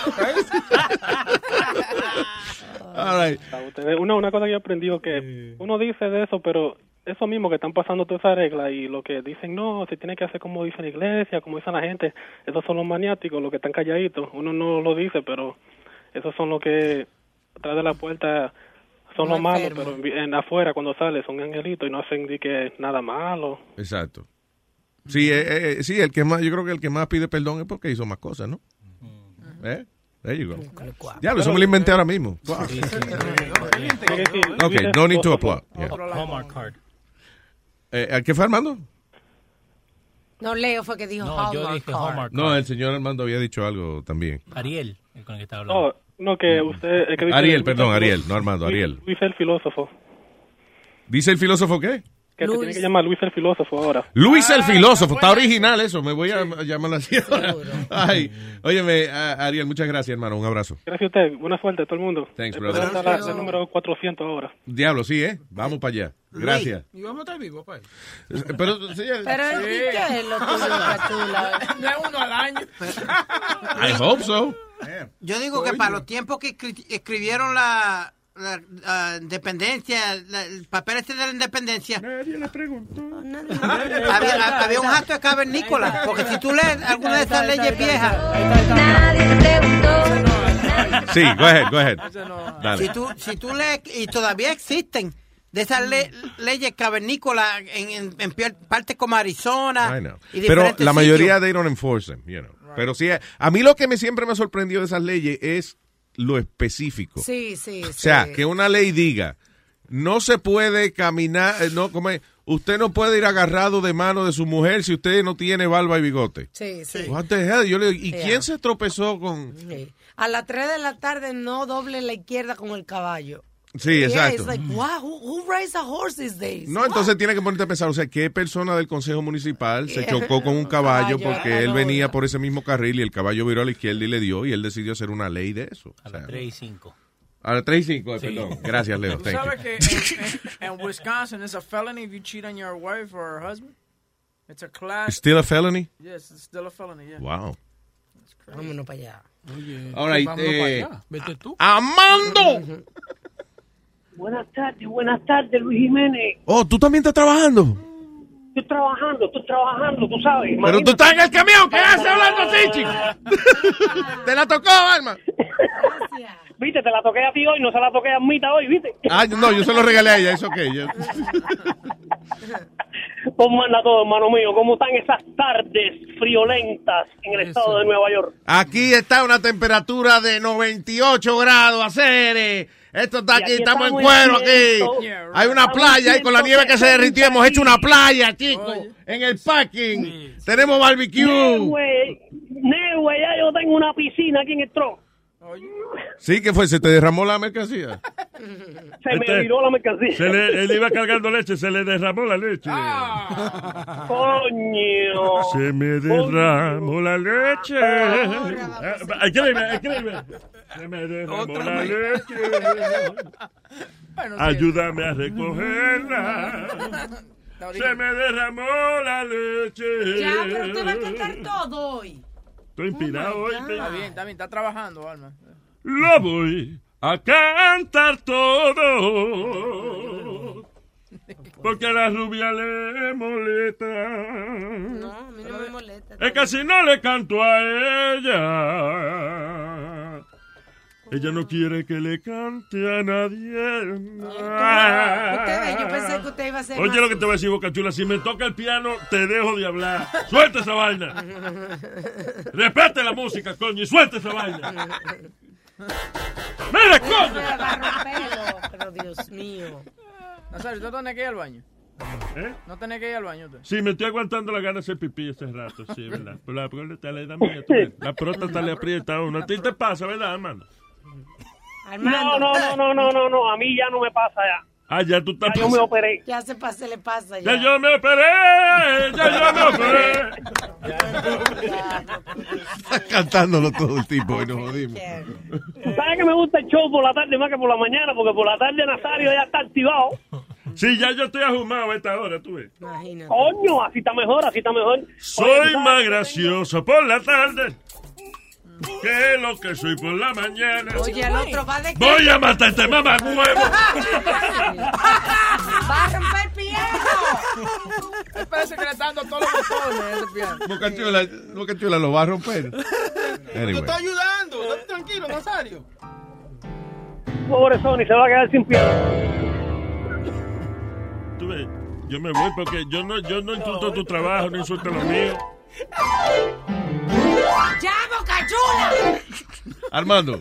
S16: A ustedes, Una, una cosa que yo aprendí es que uno dice de eso, pero eso mismo que están pasando toda esa regla y lo que dicen, no, se tiene que hacer como dice la iglesia, como dicen la gente, esos son los maniáticos, los que están calladitos. Uno no lo dice, pero esos son los que atrás de la puerta son
S7: Los
S16: los malos,
S7: enfermos.
S16: pero en, en afuera cuando sale son angelitos y no hacen di que nada malo.
S4: Exacto. Sí, eh, eh, sí, el que más, yo creo que el que más pide perdón es porque hizo más cosas, ¿no? ¿Eh? There you go. Ya, lo, eso me lo inventé ahora mismo. Wow.
S16: Sí, sí.
S4: Ok, no need to applaud. Yeah.
S20: Hallmark card.
S4: Eh, ¿a ¿Qué fue Armando?
S7: No, Leo fue que dijo
S20: No, yo
S7: Hallmark
S20: dije
S7: Card.
S20: Hallmark.
S4: No, el señor Armando había dicho algo también.
S20: Ariel, el con el que estaba hablando.
S16: No, no, que usted... el que dice-
S4: Mm. Ariel, perdón, Ariel, no Armando, Ariel.
S16: Luis el filósofo.
S4: ¿Dice el filósofo qué?
S16: Que se tiene que llamar Luis el filósofo ahora.
S4: Luis
S9: Ah,
S4: el filósofo, está original eso, me voy a llamar así ahora. Ay, óyeme, a- Ariel, muchas gracias, hermano, un abrazo.
S16: Gracias a usted. Buena suerte a todo el mundo.
S4: Thanks,
S16: Después
S4: brother.
S16: está la, la número 400 ahora.
S4: Diablo, sí, ¿eh? Vamos para allá. Gracias.
S16: Y vamos a estar vivos, papá.
S10: pues.
S4: Pero, sí,
S7: Pero ¿y qué es lo tuyo, Catula?
S8: No es uno al año.
S4: I hope so.
S9: Yo digo que para los tiempos que escri- escribieron la, la, ah, independencia, la- el papel este de la independencia. Nadie le preguntó. había, había un acto de cavernícola. Porque si tú lees alguna de esas leyes viejas,
S4: Sí, go ahead, go ahead.
S9: si
S4: Dale.
S9: tú, si tú lees, y todavía existen de esas le- leyes cavernícolas en, en, en pier- partes como Arizona.
S4: I know.
S9: y
S4: Pero
S9: diferentes
S4: la
S9: sitios.
S4: mayoría they don't enforce them, you know. Pero sí, a mí lo que me siempre me ha sorprendido de esas leyes es lo específico.
S7: Sí, sí,
S4: O sea, que una ley diga no se puede caminar, eh, no, ¿cómo es? usted no puede ir agarrado de mano de su mujer si usted no tiene barba y bigote.
S7: Sí, sí.
S4: What the hell? Yo le digo, ¿y
S7: Yeah.
S4: quién se tropezó con...?
S7: Sí. A las 3 de la tarde no doble la izquierda con el caballo.
S4: Sí,
S7: Yeah,
S4: exacto. Mm.
S7: it's like, wow, who, who rides a horse these days?
S4: No, entonces tiene que ponerte a pensar, o sea, ¿qué persona del Consejo Municipal se
S7: Yeah.
S4: chocó con un caballo
S7: Caballo,
S4: porque él venía por ese mismo carril y el caballo viró a la izquierda y le dio y él decidió hacer una ley de eso? O sea,
S20: 3 y 5.
S4: a las 3 y 5,
S20: Sí.
S4: perdón. Gracias, Leo.
S8: Tú
S4: Thank you.
S8: sabes que en, en- en Wisconsin it's a felony if you cheat on your wife or her husband. It's a class.
S4: It's still a felony?
S8: Yes, it's still a felony. Yeah.
S4: Wow.
S7: Vámonos para allá.
S10: Oye,
S4: All right,
S10: vámonos
S4: eh,
S10: para allá. Vete tú.
S4: ¡Amando!
S36: Buenas tardes, buenas tardes, Luis Jiménez.
S4: Oh, tú también estás trabajando.
S36: Estoy trabajando, estoy trabajando, tú sabes. Ah.
S4: Pero tú estás en el camión, ¿qué haces hablando
S36: así,
S4: chico? Te la tocó, Alma.
S36: Viste, te la toqué a ti hoy, no se la toqué a Mita hoy, viste.
S4: Ah, no, yo se lo regalé a ella, eso ok. yo-
S36: ¿Cómo anda Pues todo, hermano mío? ¿Cómo están esas tardes friolentas en el estado de Nueva York?
S4: Aquí está una temperatura de 98 grados, hacer. eh, Esto está
S36: Y
S4: aquí,
S36: aquí
S4: estamos en
S36: estamos
S4: cuero
S36: en
S4: aquí.
S36: 100. Yeah, right.
S4: Hay una
S36: Estamos
S4: playa y con la nieve que se derritió hemos hecho una playa, chico.
S36: Oye.
S4: En el parking tenemos barbecue.
S36: güey, ne, güey, ya yo tengo una piscina aquí en el tro.
S4: Sí, que fue, se te derramó la mercancía.
S36: Se
S4: Este.
S36: me viró la mercancía.
S6: Se le, él iba cargando leche, se le derramó la leche.
S7: Ah.
S36: Coño.
S6: Se
S7: Oh.
S6: me derramó la leche.
S4: Eh,
S6: Ah, Escríbeme, escríbeme. Se me derramó la leche. Ayúdame a recogerla. Se me derramó la leche.
S7: Ya, pero usted va a cantar Oh, todo hoy.
S6: Estoy inspirado hoy. te-
S8: Está bien, está bien, está trabajando, Alma.
S6: Lo voy a cantar todo. Porque a la rubia le molesta.
S7: No, a mí no me molesta.
S6: Es que si no le canto a ella, ella
S7: Oh.
S6: no quiere que le cante a
S7: Usted ve,
S6: nadie.
S7: yo pensé que usted iba a ser
S6: Oye lo que te voy a decir, Boca Chula, si me toca el piano, te dejo de hablar. Suelta esa vaina. Respete la música, coño, y suelta esa vaina. ¡Mira, coño!
S8: Pero Dios mío. Nazario, ¿tú no tenés que ir al baño?
S6: ¿Eh?
S8: No tenés que ir al baño. tú.
S6: Sí, me estoy aguantando la gana de hacer pipí ese rato, sí, es verdad. Pero la próstata le da mía, tú ves. La próstata le aprieta a uno. A ti te pasa, ¿verdad, hermano?
S36: No, no, no, no, no, no, no, a mí ya no me pasa ya.
S6: Ah, ya tú estás...
S36: Ya yo me operé.
S7: Ya se pasa, se le pasa
S6: Ya
S7: ya.
S6: yo me operé, ya yo me operé.
S4: Cantándolo todo el tipo y nos jodimos.
S36: ¿Sabes que me gusta el show por la tarde más que por la mañana? Porque por la tarde Nazario ya está activado.
S6: Sí, ya yo estoy ajumado a esta hora, tú ves.
S36: Coño, así está mejor, así está mejor.
S6: Soy más gracioso por la tarde que lo que soy por la mañana.
S7: Oye, el otro va de
S6: Voy a matarte, mamá, huevo.
S7: Va a romper piano.
S8: Él parece que le está dando todos los botones a ese piano.
S4: Boca Chula, Boca Chula lo va a romper.
S10: Te
S4: Anyway.
S10: está ayudando. Date tranquilo, Nazario.
S36: Pobre Sony, se va a quedar sin piano.
S6: Tú ves, yo me voy porque yo no, yo no insulto tu trabajo, no insulto lo mío.
S7: ¡Ya, Bocachula!
S4: Armando.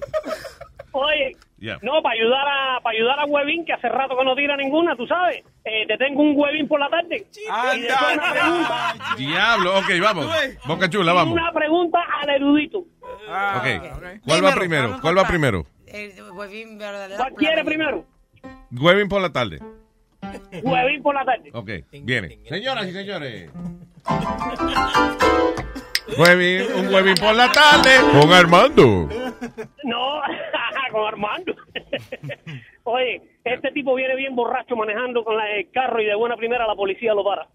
S36: Oye,
S4: Ya.
S36: no, para ayudar a para ayudar a Huevín, que hace rato que no tira ninguna, tú sabes. Eh, te tengo un Huevín por la tarde. Y después una pregunta,
S4: Diablo, ok, vamos. Boca Chula, vamos.
S36: una Ah, pregunta al erudito.
S4: Ok. ¿Cuál va primero? ¿Cuál va primero?
S36: ¿Cuál quiere primero?
S4: Huevin por la tarde.
S36: Huevín por la tarde.
S4: Ok, viene. Señoras y señores. Huevín, un huevín por la tarde. Con Armando.
S36: No, con Armando. Oye, este tipo viene bien borracho manejando con la- el carro y de buena primera la policía lo para.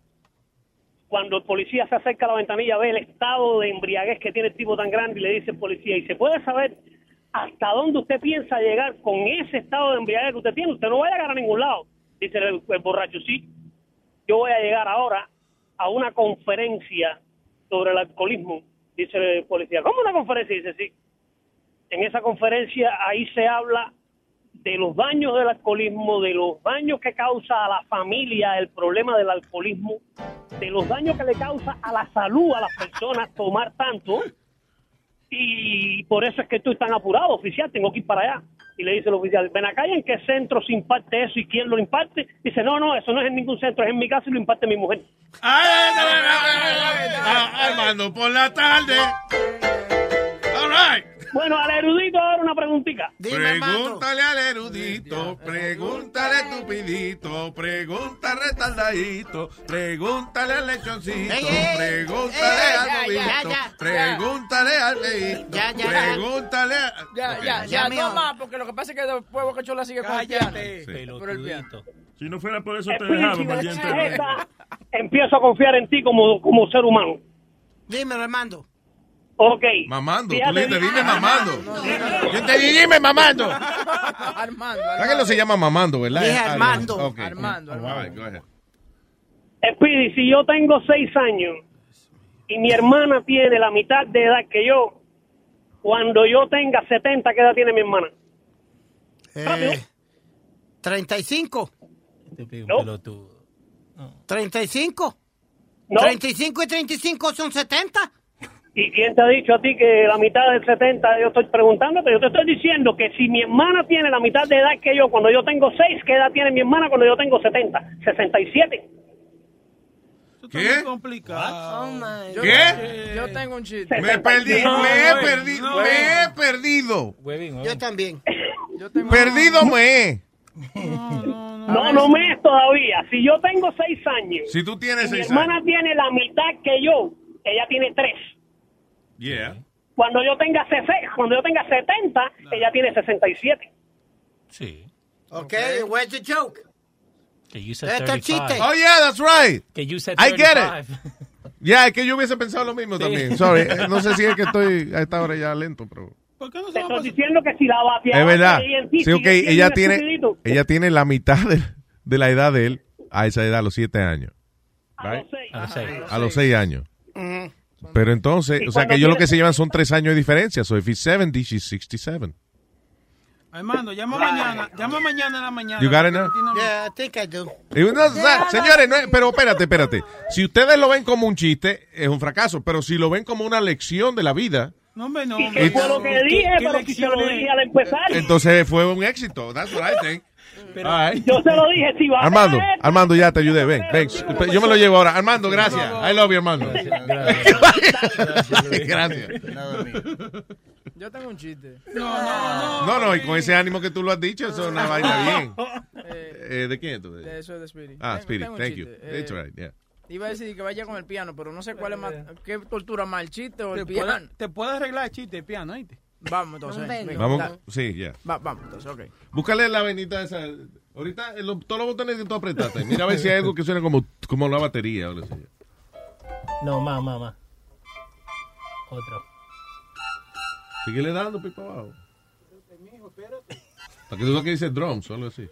S36: Cuando el policía se acerca a la ventanilla ve el estado de embriaguez que tiene el tipo tan grande y le dice el policía, ¿y se puede saber hasta dónde usted piensa llegar con ese estado de embriaguez que usted tiene? Usted no va a llegar a ningún lado. Dice el, el borracho, sí, yo voy a llegar ahora a una conferencia sobre el alcoholismo. Dice el policía, ¿cómo una conferencia? Dice, sí. En esa conferencia ahí se habla de los daños del alcoholismo, de los daños que causa a la familia el problema del alcoholismo, de los daños que le causa a la salud a las personas tomar tanto. Y por eso es que estoy tan apurado, oficial, tengo que ir para allá. y le dice al oficial, ven acá, ¿y en qué centro se imparte eso y quién lo imparte? Dice, no, no, eso no es en ningún centro, es en mi casa y lo imparte mi mujer.
S32: Armando, por la tarde. All right.
S36: Bueno, al erudito ahora una preguntita.
S4: Pregúntale al erudito, pregúntale estupidito, pregúntale retardadito, pregúntale al lechoncito, pregúntale
S32: ey, ya,
S4: al
S32: ya,
S4: bobito,
S32: ya,
S4: pregúntale al feíto,
S8: Ya, ya.
S4: pregúntale a...
S8: Ya,
S4: Ok.
S8: ya, ya,
S6: mijo.
S8: no más, porque lo que pasa es que después Bocachola sigue con el piano. Pero el piano.
S6: Si no fuera por eso, te dejaba, valiente.
S36: Empiezo a confiar en ti como, como ser humano.
S9: Dímelo, Armando.
S36: Ok.
S4: Mamando,
S9: Fíjate,
S4: tú le dijiste, dime mamando.
S9: Yo
S4: te di, dime mamando.
S8: Armando.
S4: ¿Sabes que no se llama mamando, verdad?
S36: Dije
S4: Es algo-
S36: Armando.
S4: ok. Oh,
S36: Armando,
S4: All right, go ahead.
S36: Speedy, si yo tengo seis años y mi hermana tiene la mitad de edad que yo, cuando yo tenga 70, ¿qué edad tiene mi hermana?
S9: Eh, 35.
S20: Pelotudo.
S9: 35.
S36: No.
S9: 35 y 35 son 70.
S36: ¿Y quién te ha dicho a ti que la mitad del 70? Yo estoy preguntándote, yo te estoy diciendo que si mi hermana tiene la mitad de edad que yo, cuando yo tengo seis, ¿qué edad tiene mi hermana cuando yo tengo 70? 67.
S4: ¿Qué?
S8: complicado. Yo-
S4: ¿Qué?
S8: Oh, Yo tengo un chiste.
S4: Me perdí,
S8: No,
S4: me he
S8: güey,
S4: perdido,
S8: no, güey.
S4: me he perdido.
S9: Yo también.
S4: Perdido me he.
S36: No, no me es todavía. Si yo tengo seis años,
S4: Si tú tienes
S36: y mi
S4: seis
S36: hermana
S4: años.
S36: tiene la mitad que yo, ella tiene tres.
S4: Yeah.
S36: Cuando yo tenga, sese- cuando yo tenga 70, ella tiene 67.
S20: Sí.
S9: Ok, where's the joke?
S20: Que you said
S9: Este
S20: 35.
S9: chiste.
S4: Oh, yeah, that's right.
S20: Que you said
S4: I get
S20: 35.
S4: it. Ya, es que yo hubiese pensado lo mismo
S20: Sí.
S4: también. Sorry, eh, no sé si es que estoy a esta hora ya lento, pero...
S36: Te estoy diciendo que si la bateaba
S4: Es verdad.
S36: creía en ti,
S4: Sí, ok,
S36: sigue siendo
S4: ella
S36: un
S4: tiene,
S36: estupidito.
S4: ella tiene la mitad de, de la edad de él a esa edad, a los siete años. Right?
S20: A los seis.
S4: A los seis años. Pero entonces, o sea, que ellos lo que se llevan son tres años de diferencia. So if he's 70, she's 67.
S17: Armando, llama mañana. Llama mañana en la mañana.
S4: You got it now?
S9: Yeah, I think I do.
S4: Y uno, o sea, señores, no es- pero espérate, espérate. Si ustedes lo ven como un chiste, es un fracaso. Pero si lo ven como una lección de la vida,
S17: No, hombre, no.
S36: ¿Y qué fue lo que dije?
S17: ¿Qué- qué
S36: Pero si se lo
S17: lecciones?
S36: dije al empezar.
S4: entonces fue un éxito. That's what I think. All right.
S36: Yo se lo dije, si va
S4: Armando, Armando, ya te ayudé. Ven, ven. Yo me lo llevo ahora. Armando, gracias. I love you, Armando. Gracias. Eh.
S8: Yo tengo un chiste. Ah.
S17: No, no,
S4: No, no, y con ese ánimo que tú lo has dicho, eso es una vaina bien. Eh, ¿De quién es tú?
S8: De eso es de Spirit.
S4: Ah,
S8: Tengo-
S4: Spirit,
S8: tengo un
S4: thank you.
S8: chiste. Eh,
S4: It's all right, yeah.
S8: Iba a decir que vaya con el piano, pero no sé cuál es más. ¿Qué tortura más, el chiste
S17: Eh,
S8: o
S17: Te
S8: el
S17: puedo,
S8: piano?
S17: te puedo arreglar el chiste de piano, ¿oíste?
S8: Vamos, entonces. venga.
S4: Vamos, sí, ya.
S8: Va- vamos, entonces, ok.
S4: Búscale la venita esa. Ahorita eh, lo- todos los botones que tú apretaste. Mira a ver si hay algo que suene como, como la batería. o lo que sea.
S20: No, más, más, más. Otro.
S4: Síguele dando, pipa abajo. Hasta que tú lo que dices drums, solo así.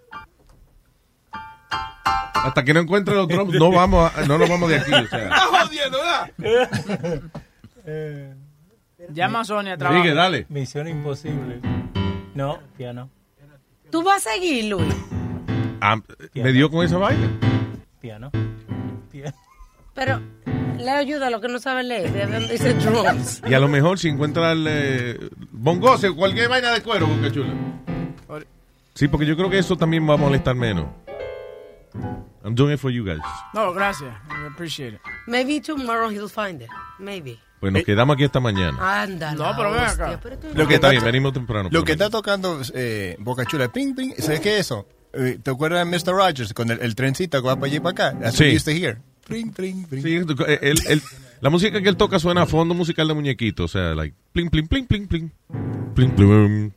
S4: Hasta que no encuentre los drums, no vamos a- no nos vamos de aquí. O sea.
S17: jodiendo, ¿verdad?
S8: Llama a Sonia, trabaja.
S4: Sigue, dale.
S20: Misión imposible. No, piano.
S7: ¿Tú vas a seguir, Luis?
S4: Ah, me dio con esa vaina.
S20: Piano. Piano.
S7: Pero le ayuda a lo que no sabe leer. Ve dónde dice drums.
S4: Y a lo mejor si encuentra el eh, bongose o cualquier vaina de cuero, boca chula. Sí, porque yo creo que eso también va a molestar menos. I'm doing it for you guys.
S8: No, gracias. I appreciate it.
S7: Maybe tomorrow he'll find it. Maybe.
S4: Pues nos quedamos aquí hasta mañana.
S7: Ándala.
S8: No, pero ven
S7: hostia,
S8: acá.
S7: pero tú-
S4: Lo que está bien, venimos temprano.
S11: Lo que está tocando eh, Boca Chula, ping, ping, ¿sabes qué es eso? Eh, ¿Te acuerdas de Mr. Rogers con el, el trencito que va para allí y para acá? That's
S4: Sí.
S11: what you used to hear. Pling, pling, pling.
S4: Sí, eh, él- él- la música que él toca suena a fondo musical de muñequito. O sea, like, pling, pling, pling, pling, pling. Pling, pling.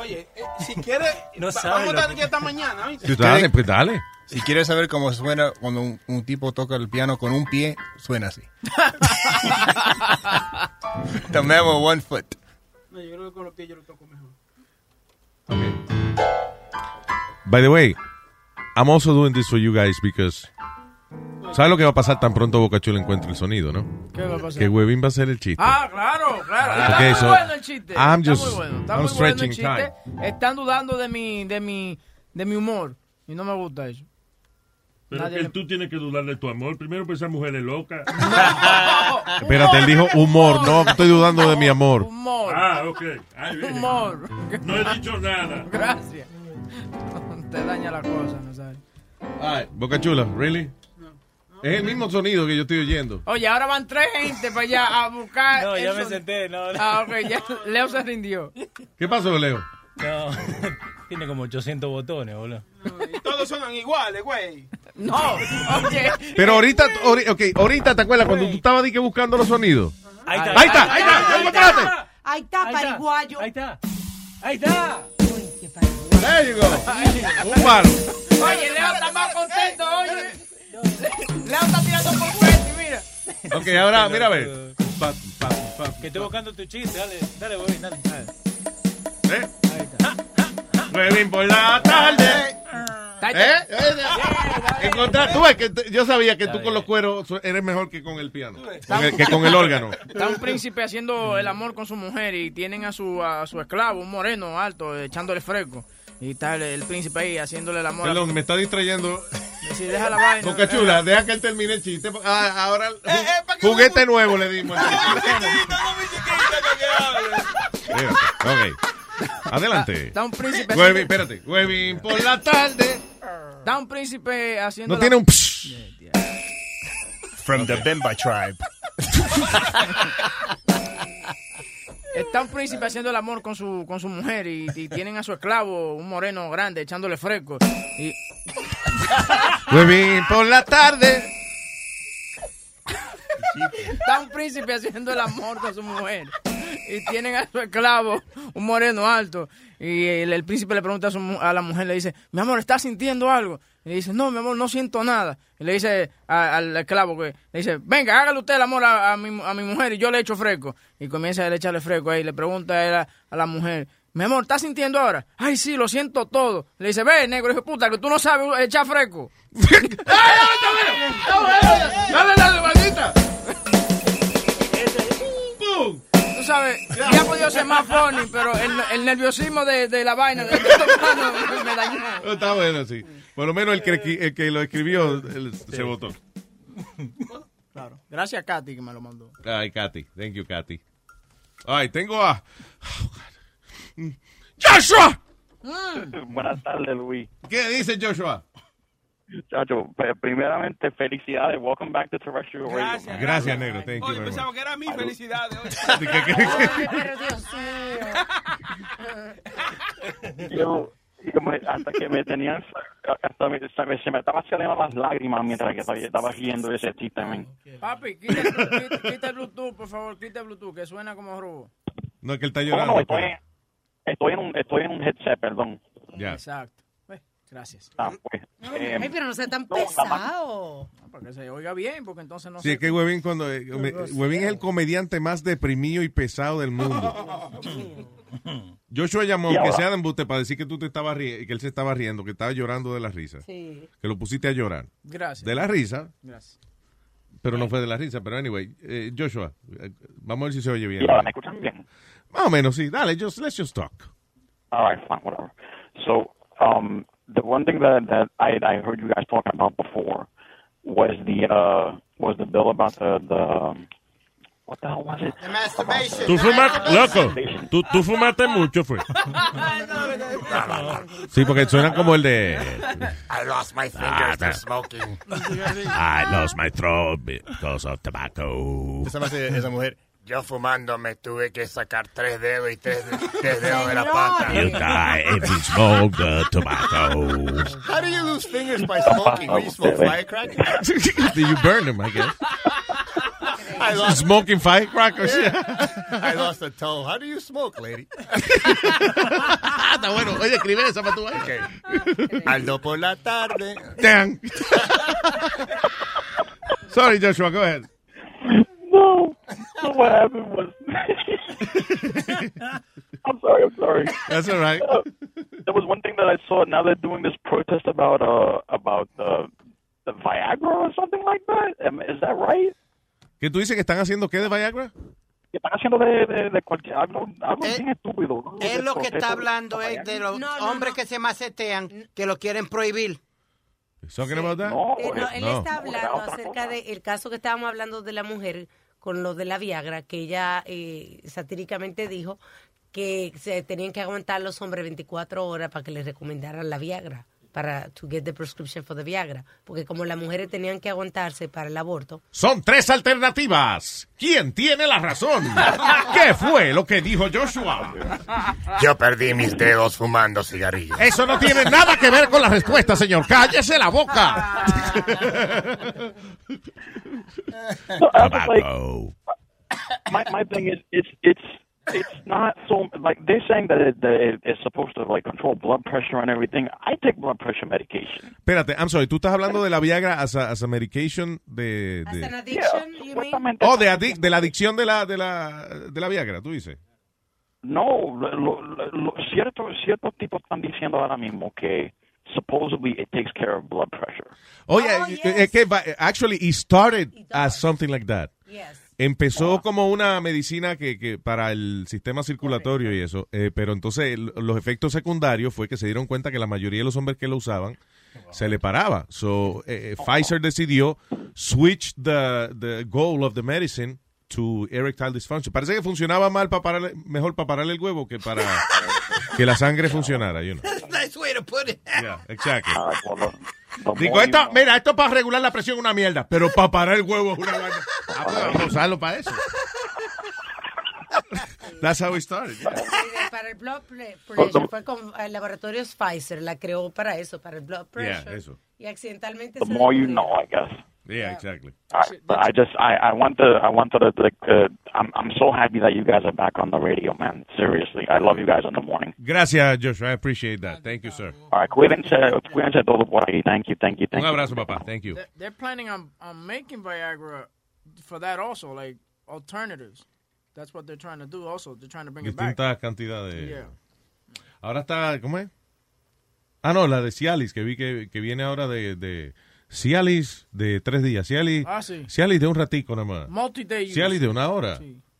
S17: Oye, eh, si quieres,
S11: No
S17: va-
S11: sabe
S17: vamos
S11: lo
S17: a estar aquí
S11: que-
S17: hasta mañana, ¿oíste?
S11: Si ustedes-
S4: Dale, pues dale.
S11: Si quieres saber cómo suena cuando un, un tipo toca el piano con un pie, suena así. The man with one foot.
S17: No, yo creo que con los pies yo lo toco mejor.
S4: By the way, I'm also doing this for you guys because... ¿Sabes lo que va a pasar tan pronto Boca Chula encuentre el sonido, no?
S8: ¿Qué va a pasar?
S4: Que Huevín va a ser el chiste.
S8: Ah, claro, claro.
S4: Ah,
S8: está
S4: ok,
S8: muy
S4: so
S8: bueno el chiste.
S4: I'm
S8: está
S4: just-
S8: muy bueno. Está
S4: I'm
S8: muy bueno el
S4: stretching
S8: chiste. Están dudando de mi, de mi, de mi humor. Y no me gusta eso.
S6: Pero
S8: Nadie
S6: que
S8: le-
S6: tú tienes que dudar de tu amor. Primero, pues esa mujer es loca.
S4: Espérate, él dijo humor, no, que estoy dudando de mi amor.
S8: Humor.
S6: Ah, ok. Ay, bien.
S8: Humor.
S6: No he dicho nada.
S8: Gracias. Te daña la cosa, no sabes.
S4: Ay, Boca Chula, ¿really? Es el mismo sonido que yo estoy oyendo.
S8: Oye, ahora van tres gente para allá a buscar.
S20: No, ya
S8: el
S20: me
S8: son-
S20: senté, no, no.
S8: Ah, ok, ya. Leo se rindió.
S4: ¿Qué pasó, Leo?
S20: No, tiene como 800 botones, boludo.
S10: Y todos sonan iguales, güey. Oh.
S8: No, oye.
S4: Pero ahorita, ori- ok, ahorita, ¿te acuerdas cuando tú estabas di que buscando los sonidos?
S20: Ahí
S4: está, ahí está, ahí está,
S17: Ahí
S4: ahí
S17: está.
S4: está.
S17: Ahí está, pariguayo. Ahí
S20: está. Ahí está.
S4: There you go. Un palo.
S8: Oye, Leo está más contento, oye. Leo está tirando confeti, mira.
S4: Ok, ahora, mira a ver. Pa, pa, pa, pa.
S20: Que estoy buscando tu chiste, dale, dale, güey, dale. dale.
S4: ¿Eh? Huevín por la tarde. ¿Eh? Encontrar, tú ves que te- yo sabía que tú con los cueros so- eres mejor que con el piano, con el- que con el órgano.
S8: Está un príncipe haciendo el amor con su mujer y tienen a su, a su esclavo, un moreno alto, echándole fresco. Y está el, el príncipe ahí haciéndole el amor.
S4: Perdón, me está distrayendo.
S8: Sí, deja la vaina. Eh,
S4: Boca chula, deja que él termine el chiste. Ah, ahora juguete nuevo le dimos. Mira, ok. Adelante.
S8: Está un príncipe
S4: Huevín,
S8: haciendo-
S4: espérate. Huevín por la tarde.
S8: Está un príncipe
S4: No
S8: haciendo. el
S4: tiene
S8: amor-
S4: un psh.
S11: From the Bemba tribe.
S8: Está un príncipe haciendo el amor con su, con su mujer y, y tienen a su esclavo, un moreno grande, echándole fresco. Y
S4: Huevín por la tarde.
S8: está un príncipe haciendo el amor con su mujer y tienen a su esclavo, un moreno alto. Y el, el príncipe le pregunta a, su mu- a la mujer, le dice, mi amor, ¿estás sintiendo algo? Y le dice, no, mi amor, no siento nada. Y le dice a- al esclavo que, le dice, venga, hágale usted el amor a, a mi, a mi mujer y yo le echo fresco. Y comienza a echarle fresco ahí, le pregunta él a- a la mujer, Mi amor, ¿estás sintiendo ahora? Ay, sí, lo siento todo. Le dice, ve, negro, hijo de puta, que tú no sabes echar fresco.
S37: ¡Dale la levadita!
S8: ¡Pum! Tú sabes, ya podido ser más funny, pero el, el nerviosismo de, de la vaina de- de tomando me- me dañó.
S4: Está bueno, sí. Por lo menos el que, el que lo escribió él se votó.
S8: Claro. Gracias a Katy que me lo mandó.
S4: Ay, Katy. Thank you, Katy. Ay, tengo a. ¡Joshua!
S13: Buenas tardes, Luis.
S4: ¿Qué dice Joshua?
S13: Chacho, pe- primeramente, felicidades. Welcome back to Terrestrial Radio.
S4: Gracias, Gracias, negro. Thank you
S10: Oye,
S4: very
S10: pensaba
S4: much.
S10: que era mi felicidad.
S4: ¿De qué crees? Ay,
S17: pero Dios mío.
S13: Yo, yo me- hasta que me tenían, hasta me- se, me, se me estaba saliendo las lágrimas mientras que estaba, estaba riendo de ese chiste, man.
S8: Papi, quita, quita- quita el Bluetooth, por favor, quita el Bluetooth, que suena como robo.
S4: No, es que él está
S13: Oh,
S4: llorando. pues.
S13: no, estoy, en- estoy, en un, estoy en un headset, perdón.
S4: Ya.
S8: Exacto. Ve, Gracias.
S13: Ah, pues, eh,
S17: Ay, pero no sea tan pesado.
S8: No, Para que se oiga bien, porque entonces no
S4: Sí,
S8: sé.
S4: es que Huevín, cuando, eh, me- Huevín es el comediante más deprimido y pesado del mundo. Joshua llamó,
S13: Y
S4: aunque
S13: ahora-
S4: sea de embuste, para decir que tú te estabas riendo, que él se estaba riendo, que estaba llorando de la risa.
S8: Sí.
S4: Que lo pusiste a llorar.
S8: Gracias.
S4: De la risa,
S8: Gracias.
S4: pero no fue de la risa. Pero anyway, eh, Joshua, eh, vamos a ver si se oye bien.
S13: Y ahora me escuchan bien.
S4: Más o menos, sí. Dale, just, let's just talk.
S13: All right, fine, whatever. So, um, the one thing that that I I heard you guys talking about before was the uh was the bill about the um, the what the hell was it? The masturbation.
S6: Tú fumaste, loco. Tú, tú fumaste mucho, fue.
S4: Sí, porque suena como el de.
S37: I lost my
S4: Ah,
S37: fingers
S4: no.
S37: to smoking.
S4: I lost my throat because of tobacco.
S11: Esa me hace- esa mujer.
S37: Yo fumando me tuve que sacar tres dedos y tres, tres dedos de la
S11: Señor.
S37: pata.
S11: You die
S4: eh,
S11: if you
S4: smoke the tobacco.
S11: How do you lose fingers by smoking? What, you
S4: eh,
S11: smoke firecrackers?
S4: you burn them, I guess.
S11: I lost-
S4: Smoking firecrackers.
S11: Yeah. I lost a toe. How do you smoke, lady?
S38: Está bueno. Oye, escribe esa para tu
S11: Aldo por la tarde.
S4: Damn. Sorry, Joshua, go ahead.
S13: No, so what happened was. I'm sorry. I'm sorry.
S4: That's all right.
S13: Uh, there was one thing that I saw. Now they're doing this protest about uh about uh, the Viagra or something like that. Am- Is that right?
S4: ¿Qué tú dices que están haciendo qué de Viagra?
S13: Que están haciendo de, de, de cualquier algo, algo
S7: Eh,
S13: bien estúpido. ¿no?
S9: Es
S13: De
S9: lo que eh,
S13: protestas.
S9: está hablando es de los hombres que se macetean que lo quieren prohibir.
S4: Talking about that?
S7: Eh, no, él está hablando acerca del caso que estábamos hablando de la mujer con lo de la Viagra, que ella eh, satíricamente dijo que se tenían que aguantar los hombres 24 horas para que les recomendaran la Viagra, para to get the prescription for the Viagra, porque como las mujeres tenían que aguantarse para el aborto.
S4: Son tres alternativas. ¿Quién tiene la razón? ¿Qué fue lo que dijo Joshua?
S17: Yo perdí mis dedos fumando cigarrillos.
S4: Eso no tiene nada que ver con la respuesta, señor. Cállese la boca.
S10: Ah,
S17: Tobacco.
S13: my my thing is it's it's it's not so like they're saying that it, that it is supposed to like control blood pressure and everything. I take blood pressure medication.
S4: Espérate, I'm sorry. Tú estás hablando de la Viagra as a, as a medication de... de- Oh, de, adic- de la adicción de la, de, la, de la Viagra, tú dices.
S13: No, lo, lo- lo- cierto, ciertos tipos están diciendo ahora mismo que supposedly it takes care of blood pressure.
S4: Oye, Oh, es que va- actually it started as something like that. Empezó como una medicina que, que para el sistema circulatorio y eso, eh, pero entonces el- los efectos secundarios fue que se dieron cuenta que la mayoría de los hombres que lo usaban se le paraba. So eh, eh, Pfizer decidió switch the, the goal of the medicine to erectile dysfunction. Parece que funcionaba mal para parar, mejor para parar el huevo que para que la sangre funcionara, you know.
S32: Nice way to put it.
S4: Exacto.
S17: more
S4: Digo, esto, mira, esto para regular la presión es una mierda, pero para parar el huevo es una vaina. Ah, pues vamos a usarlo para eso. That's how we started. yeah.
S7: Para el blood pre- pressure fue con eh, laboratorios Pfizer, la creó para eso, para el blood pressure.
S17: Yeah, eso.
S7: Y accidentalmente
S13: The
S7: se
S13: more you know, I guess.
S4: Yeah, exactly.
S13: I, but I just I I want to I want to like uh, I'm I'm so happy that you guys are back on the radio, man. Seriously, I love you guys in the morning.
S4: Gracias, Joshua. I appreciate that. Thank you, sir.
S13: All right, uh, cuídense, cuídense todo por ahí. Thank you, thank you, thank
S4: Un
S13: you.
S4: abrazo, papá. Thank you.
S8: They're planning on, on making Viagra for that also, like alternatives. That's what they're trying to do also. They're trying to bring it back.
S4: Distintas cantidades.
S8: Yeah.
S4: Ahora está, ¿cómo es? Ah, no, la de Cialis, que vi que, que viene ahora de, de Cialis de tres días. Cialis,
S8: Ah, sí.
S4: Cialis de un ratico nada más.
S8: Multi-day use.
S4: Cialis de una hora.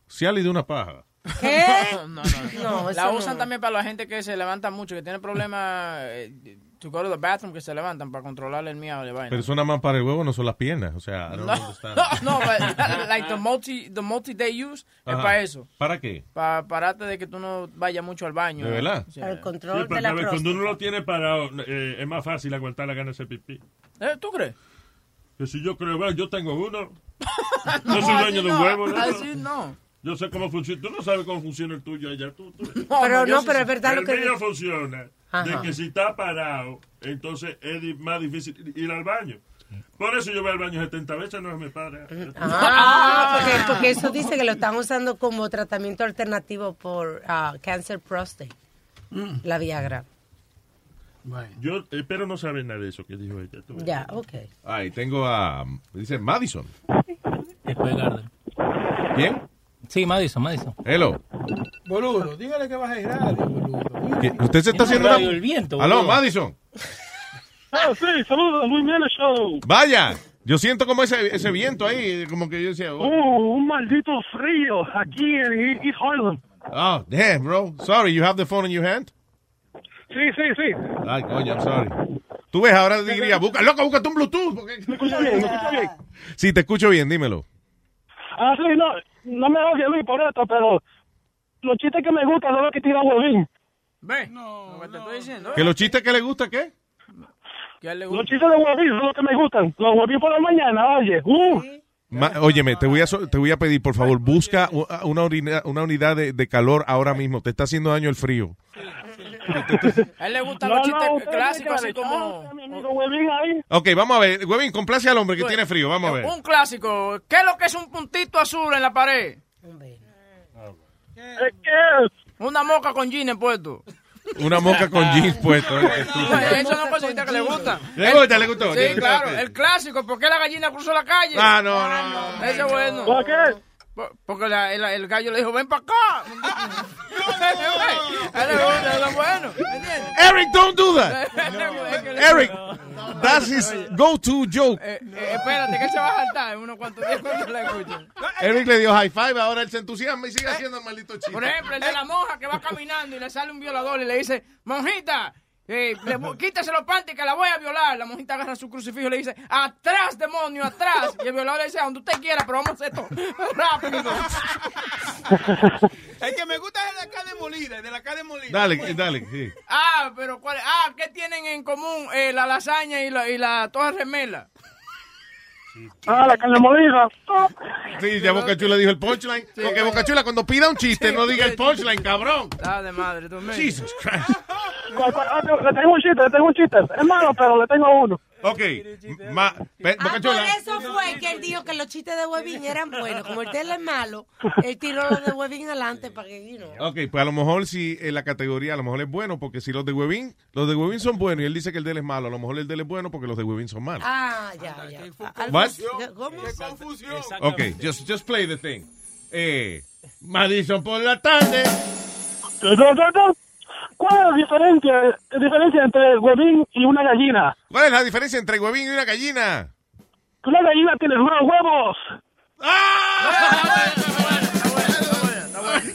S4: Cialis de una paja.
S8: ¿Qué? No, no, no.
S7: No, eso
S8: La usan
S7: no.
S8: también para la gente que se levanta mucho, que tiene problemas eh, to go to the bathroom, que se levantan para controlar el miedo de vaina.
S4: Pero eso nada más para el huevo, no son las piernas. O sea, I don't
S8: No,
S4: understand.
S8: no, no, but, like the multi, the multi-day use es
S4: Ajá.
S8: para eso.
S4: ¿Para qué?
S8: Para pararte de que tú no vayas mucho al baño.
S4: ¿De verdad?
S8: Sí.
S7: Para el
S6: Sí,
S7: control
S6: pero
S7: de la
S6: a ver, cuando
S7: próstata.
S6: uno lo tiene parado, eh, es más fácil aguantar la gana de ese pipí.
S8: Eh, ¿Tú crees?
S6: Que si yo creo, bueno, yo tengo uno. Yo soy dueño de un
S8: no,
S6: huevo. ¿no?
S8: Así no.
S6: Yo sé cómo funciona. Tú no sabes cómo funciona el tuyo allá. Tú, tú-
S7: Pero no, pero es verdad
S6: el
S7: lo que-
S6: mío funciona.
S7: Ajá.
S6: De que si está parado, entonces es di- más difícil ir al baño. Por eso yo voy al baño 70 veces, no me para.
S7: Ah, porque, porque eso dice que lo están usando como tratamiento alternativo por ah, cáncer prostate, la Viagra.
S6: Yo
S4: eh,
S6: espero no saber nada de eso que dijo ella. tú.
S7: Ya, ok.
S4: Ahí Ah, tengo a. Dice Madison.
S20: Después de Garden.
S4: ¿Bien?
S20: Sí, Madison, Madison.
S4: Hello.
S10: Boludo, dígale que baje el radio.
S4: ¿Qué? ¿Usted se está
S20: Tiene
S4: haciendo una...
S20: radio el viento,
S4: Aló,
S20: boludo.
S4: Madison.
S10: Ah, sí, saludos, Luis Melo Show.
S4: Vaya. Yo siento como ese, ese viento ahí, como que yo decía. oh.
S10: Uh, un maldito frío aquí en East Harlem.
S4: Oh, damn, bro. Sorry, you have the phone in your hand?
S10: Sí, sí, sí.
S4: Ay, coño, I'm sorry. Tú ves, ahora diría, busca, loco, búscate un Bluetooth. porque-
S10: ¿Me escucha bien? ¿Me escucha bien?
S4: Sí, te escucho bien, dímelo.
S10: Ah, sí, no, no me odia Luis por esto, pero los chistes que me gustan son los que tira Huevín.
S8: Ve. No, te estoy diciendo.
S4: ¿Que los chistes que le gusta qué?
S8: Que a él le
S10: Los
S8: gusta.
S10: chistes de Huevín son los que me gustan. Los Huevín por la mañana, oye. Uh.
S4: Ma- óyeme, te voy, a, so- te voy a pedir, por favor, busca u- una, orina- una unidad de, de calor ahora mismo. Te está haciendo daño el frío.
S8: A él le gustan
S10: No,
S8: los
S10: no,
S8: chistes
S10: usted
S8: clásicos,
S10: tiene
S8: así
S10: que
S8: como.
S4: Ok, vamos a ver. Huevín, complace al hombre que tiene frío. Vamos a ver.
S8: Eh, Un clásico. ¿Qué es lo que es un puntito azul en la pared?
S10: ¿Qué es?
S8: Una moca con jean en puesto.
S4: Una moca con jeans puesto. eh, estúpido.
S8: Eso son cositas que le gustan.
S4: ¿Le gusta? ¿Le gustó?
S8: Sí, claro. El clásico. ¿Por qué la gallina cruzó la calle?
S4: Ah, no, no, no.
S8: Eso es bueno.
S10: ¿Por qué?
S8: Por- Porque la- el, el gallo le dijo, ven para acá. Eso es bueno, eso es bueno. ¿me entiendes?
S4: Eric, don't do that.
S8: Es que le-
S4: Eric, that's his go-to joke.
S8: Eh, eh, espérate, que él se va a saltar en unos cuantos días cuando la escuchen.
S4: Eric
S8: eh.
S4: le dio high five, ahora él se entusiasma y sigue haciendo el maldito chiste.
S17: Eh.
S8: Por ejemplo, el de la monja que va caminando y le sale un violador y le dice, monjita, Eh, le bu- quítese los panties que la voy a violar. La monjita agarra su crucifijo y le dice, atrás, demonio, atrás. Y el violador le dice, a donde usted quiera, pero vamos a hacer esto rápido.
S17: Es que me gusta de acá de Molina, de la acá de
S8: Eh,
S17: Molina.
S4: Dale, dale, sí.
S8: Ah, pero ¿cuál? Ah, ¿qué tienen en común eh, la lasaña y la, y la toda remela?
S4: Ah, la carne molida.
S17: Ah.
S4: Sí, ya Bocachula dijo el punchline.
S8: Sí. eh.
S4: Porque Bocachula, cuando pida un chiste,
S8: Sí.
S4: no diga el punchline, cabrón.
S8: Ah, de madre, tú me.
S4: Jesus Christ.
S10: Cuál- cuál- ah, Le tengo un chiste, le tengo un chiste. Es malo, pero le tengo uno.
S4: Ok. Ma, pe-
S7: Ah, por
S4: Bocachula.
S7: eso fue que él dijo que los chistes de Webin eran buenos. Como el tele es malo, él tiró los de Webin adelante para que, you know.
S4: Ok, pues a lo mejor si en la categoría a lo mejor es bueno, porque si los de Webin, los de Webin son buenos y él dice que el de él es malo, a lo mejor el de él es bueno porque los de Webin son malos.
S7: Ah, ya, ya. Al-
S4: What?
S7: ¿Cómo?
S17: confusión.
S4: Ok, just, just play the thing. Eh, Madison por la tarde.
S10: ¿Cuál es la diferencia, diferencia entre el huevín y una gallina?
S4: ¿Cuál es la diferencia entre Webin y una gallina?
S10: Una gallina tiene unos huevos.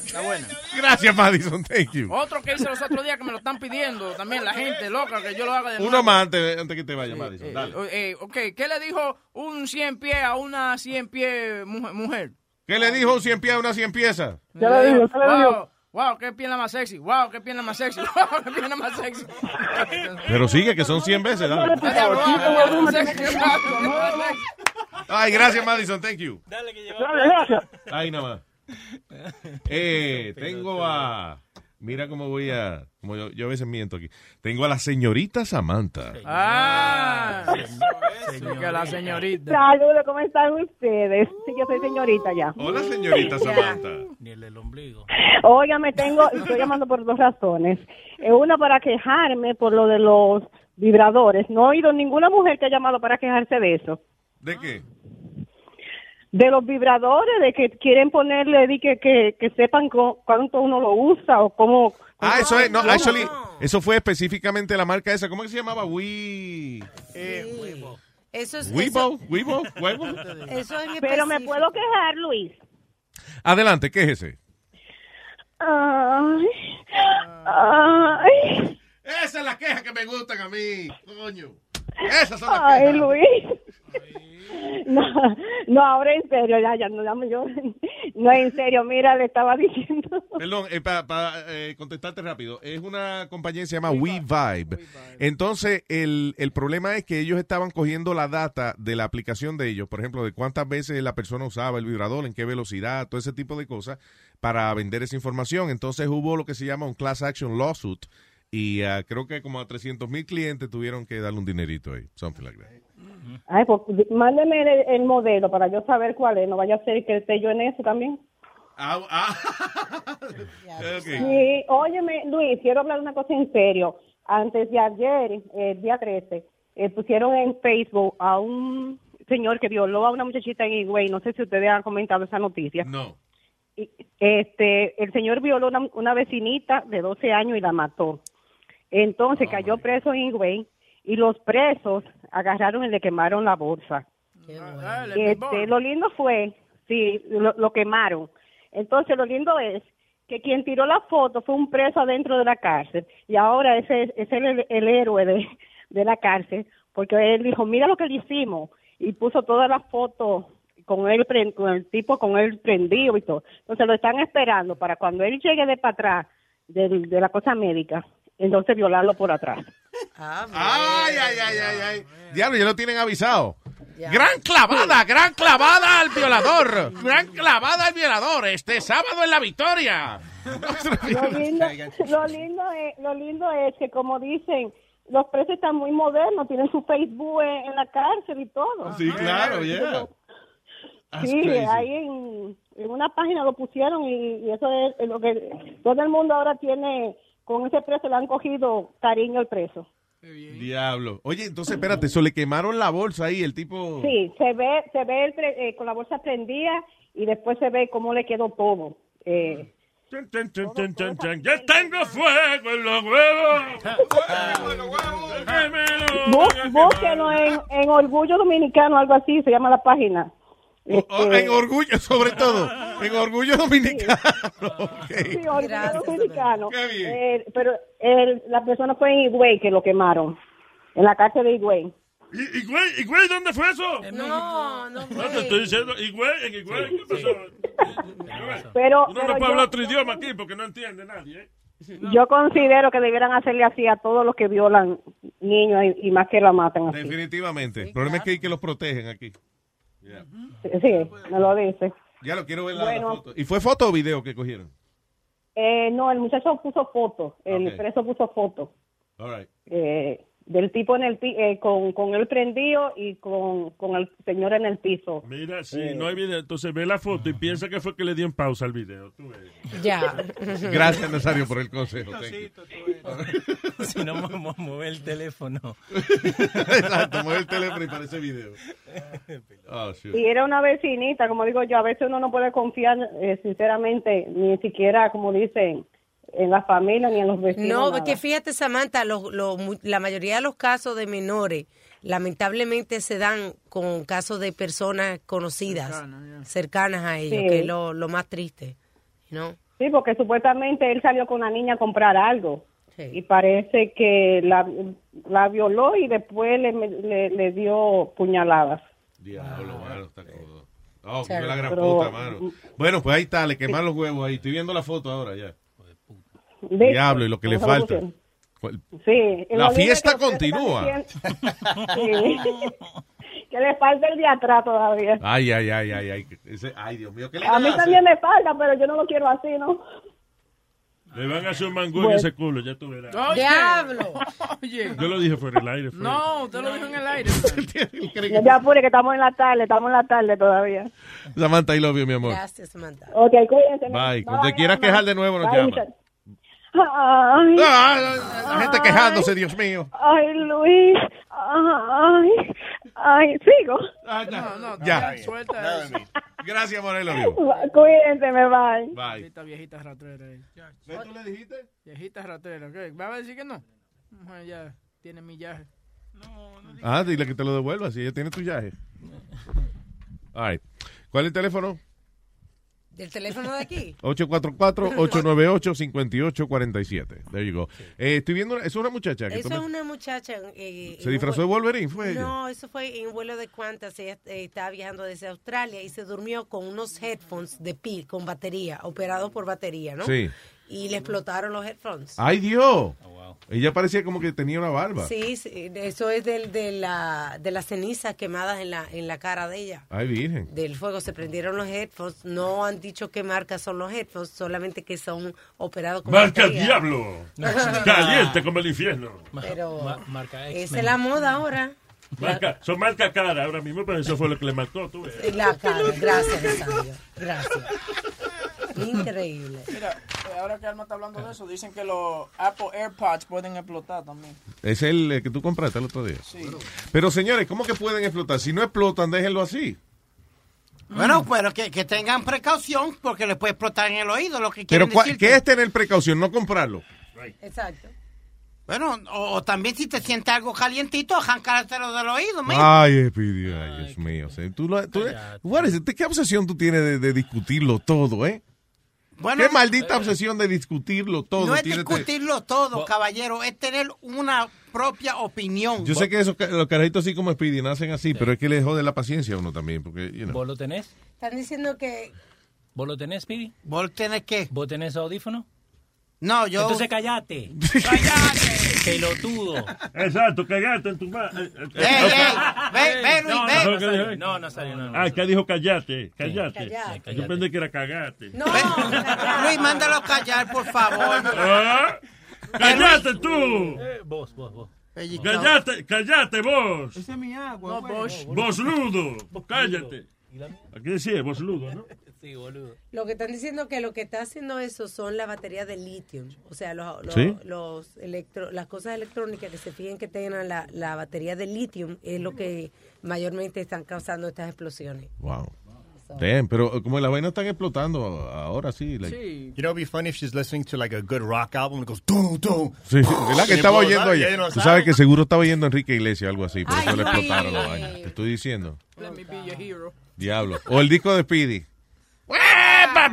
S8: Está buena.
S4: Gracias, Madison, thank you.
S8: Otro que hice los otros días que me lo están pidiendo también la gente loca que yo lo haga de
S4: Uno
S8: nuevo.
S4: más antes, antes que te vaya, Madison.
S8: Eh,
S4: Dale.
S8: eh, ok, ¿qué le dijo un 100 pies a una 100 pies mujer? mujer?
S4: ¿Qué le dijo un 100 pies a una 100 piezas?
S8: Le dijo, wow, wow, qué pierna más sexy. Wow, qué pierna más sexy. Wow, qué pierna más sexy.
S4: Pero sigue, que son 100 veces. Dale. Ay, gracias, Madison, thank you.
S10: Gracias.
S4: Ahí nada más. Eh, tengo a. Mira cómo voy a. Como yo, yo a veces miento aquí. Tengo a la señorita Samantha.
S8: Ah, que la señorita.
S24: Saludos, ¿cómo están ustedes? Sí, yo soy señorita ya.
S4: Hola, señorita
S24: Ya.
S4: Samantha.
S24: Oiga, me tengo, estoy llamando por dos razones. Eh, Una para quejarme por lo de los vibradores. No he oído ninguna mujer que ha llamado para quejarse de eso.
S4: ¿De qué?
S24: De los vibradores, de que quieren ponerle, di que, que, que sepan co- cuánto uno lo usa o cómo...
S4: Ah, eso es. No, actually, eso fue específicamente la marca esa. ¿Cómo que se llamaba? Wii.
S7: Eso es.
S4: Weibo, Weibo, Weibo.
S7: Eso es
S24: Pero me puedo quejar, Luis.
S4: Adelante, ¿qué es ese?
S24: Ay, ay,
S31: Esa es la queja que me gustan a mí, coño. Esas son las
S24: ay,
S31: quejas.
S24: Luis. No, no, ahora en serio, ya, ya, no, dame yo. No, en serio, mira, le estaba diciendo.
S4: Perdón, para Eh, contestarte rápido, es una compañía que se llama WeVibe. Entonces, el, el problema es que ellos estaban cogiendo la data de la aplicación de ellos, por ejemplo, de cuántas veces la persona usaba el vibrador, en qué velocidad, todo ese tipo de cosas, para vender esa información. Entonces hubo lo que se llama un class action lawsuit y ah, creo que como a 300 mil clientes tuvieron que darle un dinerito ahí, something like that.
S24: Ay, pues di- mándeme el, el modelo para yo saber cuál es. No vaya a ser que esté yo en eso también. Sí, óyeme, Luis, quiero hablar una cosa en serio. Antes de ayer, el día 13, eh, pusieron en Facebook a un señor que violó a una muchachita en Higüey. No sé si ustedes han comentado esa noticia.
S4: No.
S24: Este, el señor violó una, una vecinita de 12 años y la mató. Entonces cayó preso en Higüey y los presos agarraron y le quemaron la bolsa. Este, lo lindo fue, sí, lo, lo quemaron. Entonces, lo lindo es que quien tiró la foto fue un preso adentro de la cárcel y ahora ese es- es el, el héroe de, de la cárcel porque él dijo, mira lo que le hicimos y puso todas las fotos con él, pren- con el tipo con él prendido y todo. Entonces, lo están esperando para cuando él llegue de para atrás del- de la cosa médica, entonces violarlo por atrás.
S4: Ay, ay, ay, ay, ay. Diablo, ya lo tienen avisado.
S31: Gran clavada, gran clavada al violador. Gran clavada al violador. Este sábado en la victoria.
S24: lo lindo, lo lindo es, lo lindo es que como dicen, los presos están muy modernos, tienen su Facebook en, en la cárcel y todo.
S4: Ah, Sí, claro, yeah. That's
S24: Sí,
S4: crazy.
S24: ahí en, en una página lo pusieron y, y eso es lo que todo el mundo ahora tiene con ese preso le han cogido cariño al preso.
S4: Diablo. Oye, entonces espérate, eso le quemaron la bolsa ahí, el tipo.
S24: Sí, se ve se ve el pre- eh, con la bolsa prendida y después se ve cómo le quedó todo. Eh,
S4: Mm.
S6: Tan, tan, tan, tan, tan, tan. Ya tengo fuego en los huevos.
S24: Bú- Búsquenlo en, en
S4: Oh,
S24: Orgullo Dominicano, algo así, se llama la página.
S4: O- o- en orgullo, sobre todo.
S39: En orgullo dominicano. Ok.
S24: Sí, orgullo dominicano. Eh, pero el- la persona fue en Higüey que lo quemaron, en la cárcel de Higüey.
S6: ¿Y, y, güey, ¿Y güey dónde fue eso?
S7: No, no
S6: No, te estoy diciendo, ¿y güey? ¿En Higüey? ¿Qué pasó?
S24: Pero,
S6: Uno no
S24: pero
S6: puede
S24: yo,
S6: hablar otro idioma aquí porque no entiende nadie, ¿eh?
S24: yo considero que debieran hacerle así a todos los que violan niños y, y más que la matan así.
S4: Definitivamente. El problema es que hay que los protegen aquí.
S24: Sí, me lo dice.
S4: Ya lo quiero ver la, la
S24: Bueno.
S4: foto. ¿Y fue foto o video que cogieron?
S24: Eh, no, el muchacho puso fotos, el
S4: Ok.
S24: preso puso fotos
S4: All right.
S24: eh, del tipo en el pi- eh, con, con él prendido y con, con el señor en el piso.
S6: Mira, si no hay video, entonces ve la foto y piensa que fue que le dio en pausa al video. Tú ves.
S24: Ya.
S4: Gracias, Nazario, por el consejo. Thank you.
S20: Si no, mo- mo- mueve el teléfono.
S4: Exacto, mueve el teléfono y parece video. Oh, shoot.
S24: Y era una vecinita, como digo yo, a veces uno no puede confiar eh, sinceramente, ni siquiera, como dicen, en la familia ni en los vecinos.
S7: No,
S24: nada.
S7: porque fíjate, Samantha, lo- lo mu- la mayoría de los casos de menores lamentablemente se dan con casos de personas conocidas, cercanas, a ellos,
S24: Sí.
S7: que es lo, lo más triste. ¿no?
S24: Sí, porque supuestamente él salió con una niña a comprar algo.
S7: Sí.
S24: Y parece que la, la violó y después le, le, le dio puñaladas.
S4: Diablo, mano, está codo. Oh,
S24: Terrible.
S4: fue la gran
S24: Pero-
S4: puta, mano. Bueno, pues ahí está, le quemaron los huevos ahí. Estoy viendo la foto ahora ya.
S24: ¿Viste?
S4: Diablo, y lo que le
S24: ¿Cómo se lo
S4: falta.
S24: pusieron?
S4: ¿Cuál?
S24: Sí.
S4: La
S24: y lo mismo
S4: fiesta
S24: que los que
S4: continúa.
S24: están diciendo- Sí. que le falta el día atrás todavía.
S4: Ay, ay, ay, ay, ay. Ese- ay, Dios mío, ¿qué le
S24: A mí
S4: hace?
S24: también me falta, pero yo no lo quiero así, ¿no?
S6: Le van a hacer un mangú
S24: Bueno.
S6: en ese culo, ya tú verás.
S24: ¡Diablo!
S8: Oye.
S6: Yo lo dije fuera del aire. fuera.
S8: No, te lo dijo en el aire.
S24: No te
S8: pues.
S24: apures que estamos en la tarde, estamos en la tarde todavía.
S4: Samantha, I love you, mi amor.
S7: Gracias, Samantha.
S24: Ok, cuídense.
S4: Bye. Cuando te quieras quejar de nuevo, nos
S24: Bye,
S4: llama.
S24: muchachos. Ay,
S4: La gente quejándose, Dios mío.
S24: ay, Luis. Ay, ay, sigo.
S4: No, no, Ah, Ya.
S8: Suelta eso.
S4: Gracias, Morelo. Vivo.
S24: Cuídense, me bye.
S4: Bye.
S8: Esta viejita ratrera.
S17: eh.
S8: ahí. tú le dijiste? Viejita ratrera, ¿qué? ¿Va a decir que no? Mujer ya tiene millaje.
S4: Ah, dile que te lo devuelva, si ella tiene tu viaje. All right. ¿Cuál es el teléfono?
S7: ¿Del teléfono de aquí?
S4: 844-898-5847. There you go. Eh, estoy viendo, una- es una muchacha que
S7: Eso es
S4: toma-
S7: una muchacha. eh,
S4: ¿Se
S7: en
S4: disfrazó de
S7: un vuelo-
S4: Wolverine? ¿Fue ella?
S7: No, eso fue en un vuelo de cuantas. Ella eh, estaba viajando desde Australia y se durmió con unos headphones de pil con batería, operados por batería, ¿no?
S4: Sí.
S7: Y le explotaron los headphones.
S4: ¡Ay, Dios! Ella parecía como que tenía una barba.
S7: Sí, sí, eso es del, de, la, de las cenizas quemadas en la, en la cara de ella.
S4: Ay, virgen.
S7: Del fuego se prendieron los headphones. No han dicho qué marca son los headphones, solamente que son operados con
S6: Marca
S7: batería.
S6: diablo. Caliente como el infierno.
S7: Pero
S20: marca
S7: esa es la moda ahora.
S6: Marca- son marca cara ahora mismo, pero eso fue lo que le marcó. Tú ves.
S7: La cara. Gracias, Rosario. Gracias. Increíble.
S8: Mira, eh, ahora que Alma está hablando de eso, dicen que los Apple AirPods pueden explotar también.
S4: Es el eh, que tú compraste el otro día.
S8: Sí.
S4: Pero señores, ¿cómo que pueden explotar? Si no explotan, déjenlo así.
S9: Bueno, pero que, que tengan precaución porque les puede explotar en el oído lo que
S4: Pero
S9: quieren
S4: cua-
S9: decir.
S4: ¿qué es tener precaución? No comprarlo.
S7: Exacto.
S9: Bueno, o, o también si te sientes algo calientito, arrancártelo del oído, mijo.
S4: Ay, Epidio, ay, Dios mío. sí. Tú lo- tú- what is it? ¿Qué obsesión tú tienes de, de discutirlo todo, eh?
S9: Bueno, eh,
S4: ¿Qué maldita obsesión de discutirlo todo?
S9: no es
S4: tienes?
S9: discutirlo todo, caballero, es tener una propia opinión.
S4: Yo sé que esos, ca- los carajitos así como Speedy nacen así, pero es que le jode la paciencia a uno también, porque, you know.
S20: ¿Vos lo tenés?
S7: Están diciendo que
S20: ¿Vos lo tenés, Pidi?
S9: ¿Vos tenés qué?
S20: ¿Vos tenés audífono?
S9: No,
S6: yo-
S20: Entonces callate. ¡Callate! Pelotudo. eh,
S6: Exacto, callate en tu mano.
S9: Ve, ve, Luis, ve.
S20: No, no, Nazario, No, Nazario, no, no.
S6: Ah, acá dijo callate, callate.
S9: Callate.
S6: Yo pensé que era cagate.
S9: Luis, mándalo a callar, por favor.
S6: Ah, ¡Callate tú!
S20: vos, vos, vos.
S6: ¡Callate, callate vos!
S40: Ese es
S4: Eh.
S40: mi agua.
S8: No,
S40: güey.
S8: Bosch.
S6: ¡Vosludo! ¡Cállate! Aquí decía, vosludo, ¿no?
S20: Sí, boludo.
S7: lo que están diciendo que lo que está haciendo eso son las baterías de litio, o sea, los, los,
S4: Sí.
S7: los electro, las cosas electrónicas que se fijen que tengan la, la batería de litio es lo que mayormente están causando estas explosiones.
S4: Wow. Damn, pero eh, como las vainas están explotando ahora sí. like-
S11: You know, it'd be funny if she's listening to like a good rock album and goes, dum, dum.
S4: Sí, es la que
S11: Y
S4: estaba
S11: pues,
S4: oyendo
S11: ah, ya
S4: ayer.
S11: no
S4: Tú
S11: sabe.
S4: sabes que seguro estaba oyendo a Enrique Iglesias o algo así, por eso
S8: Ay,
S4: le
S8: sí.
S4: explotaron la vaina. Te estoy diciendo.
S8: Let me be your hero.
S4: Diablo. O el disco de Speedy.
S8: ¡Eh,
S17: Ah.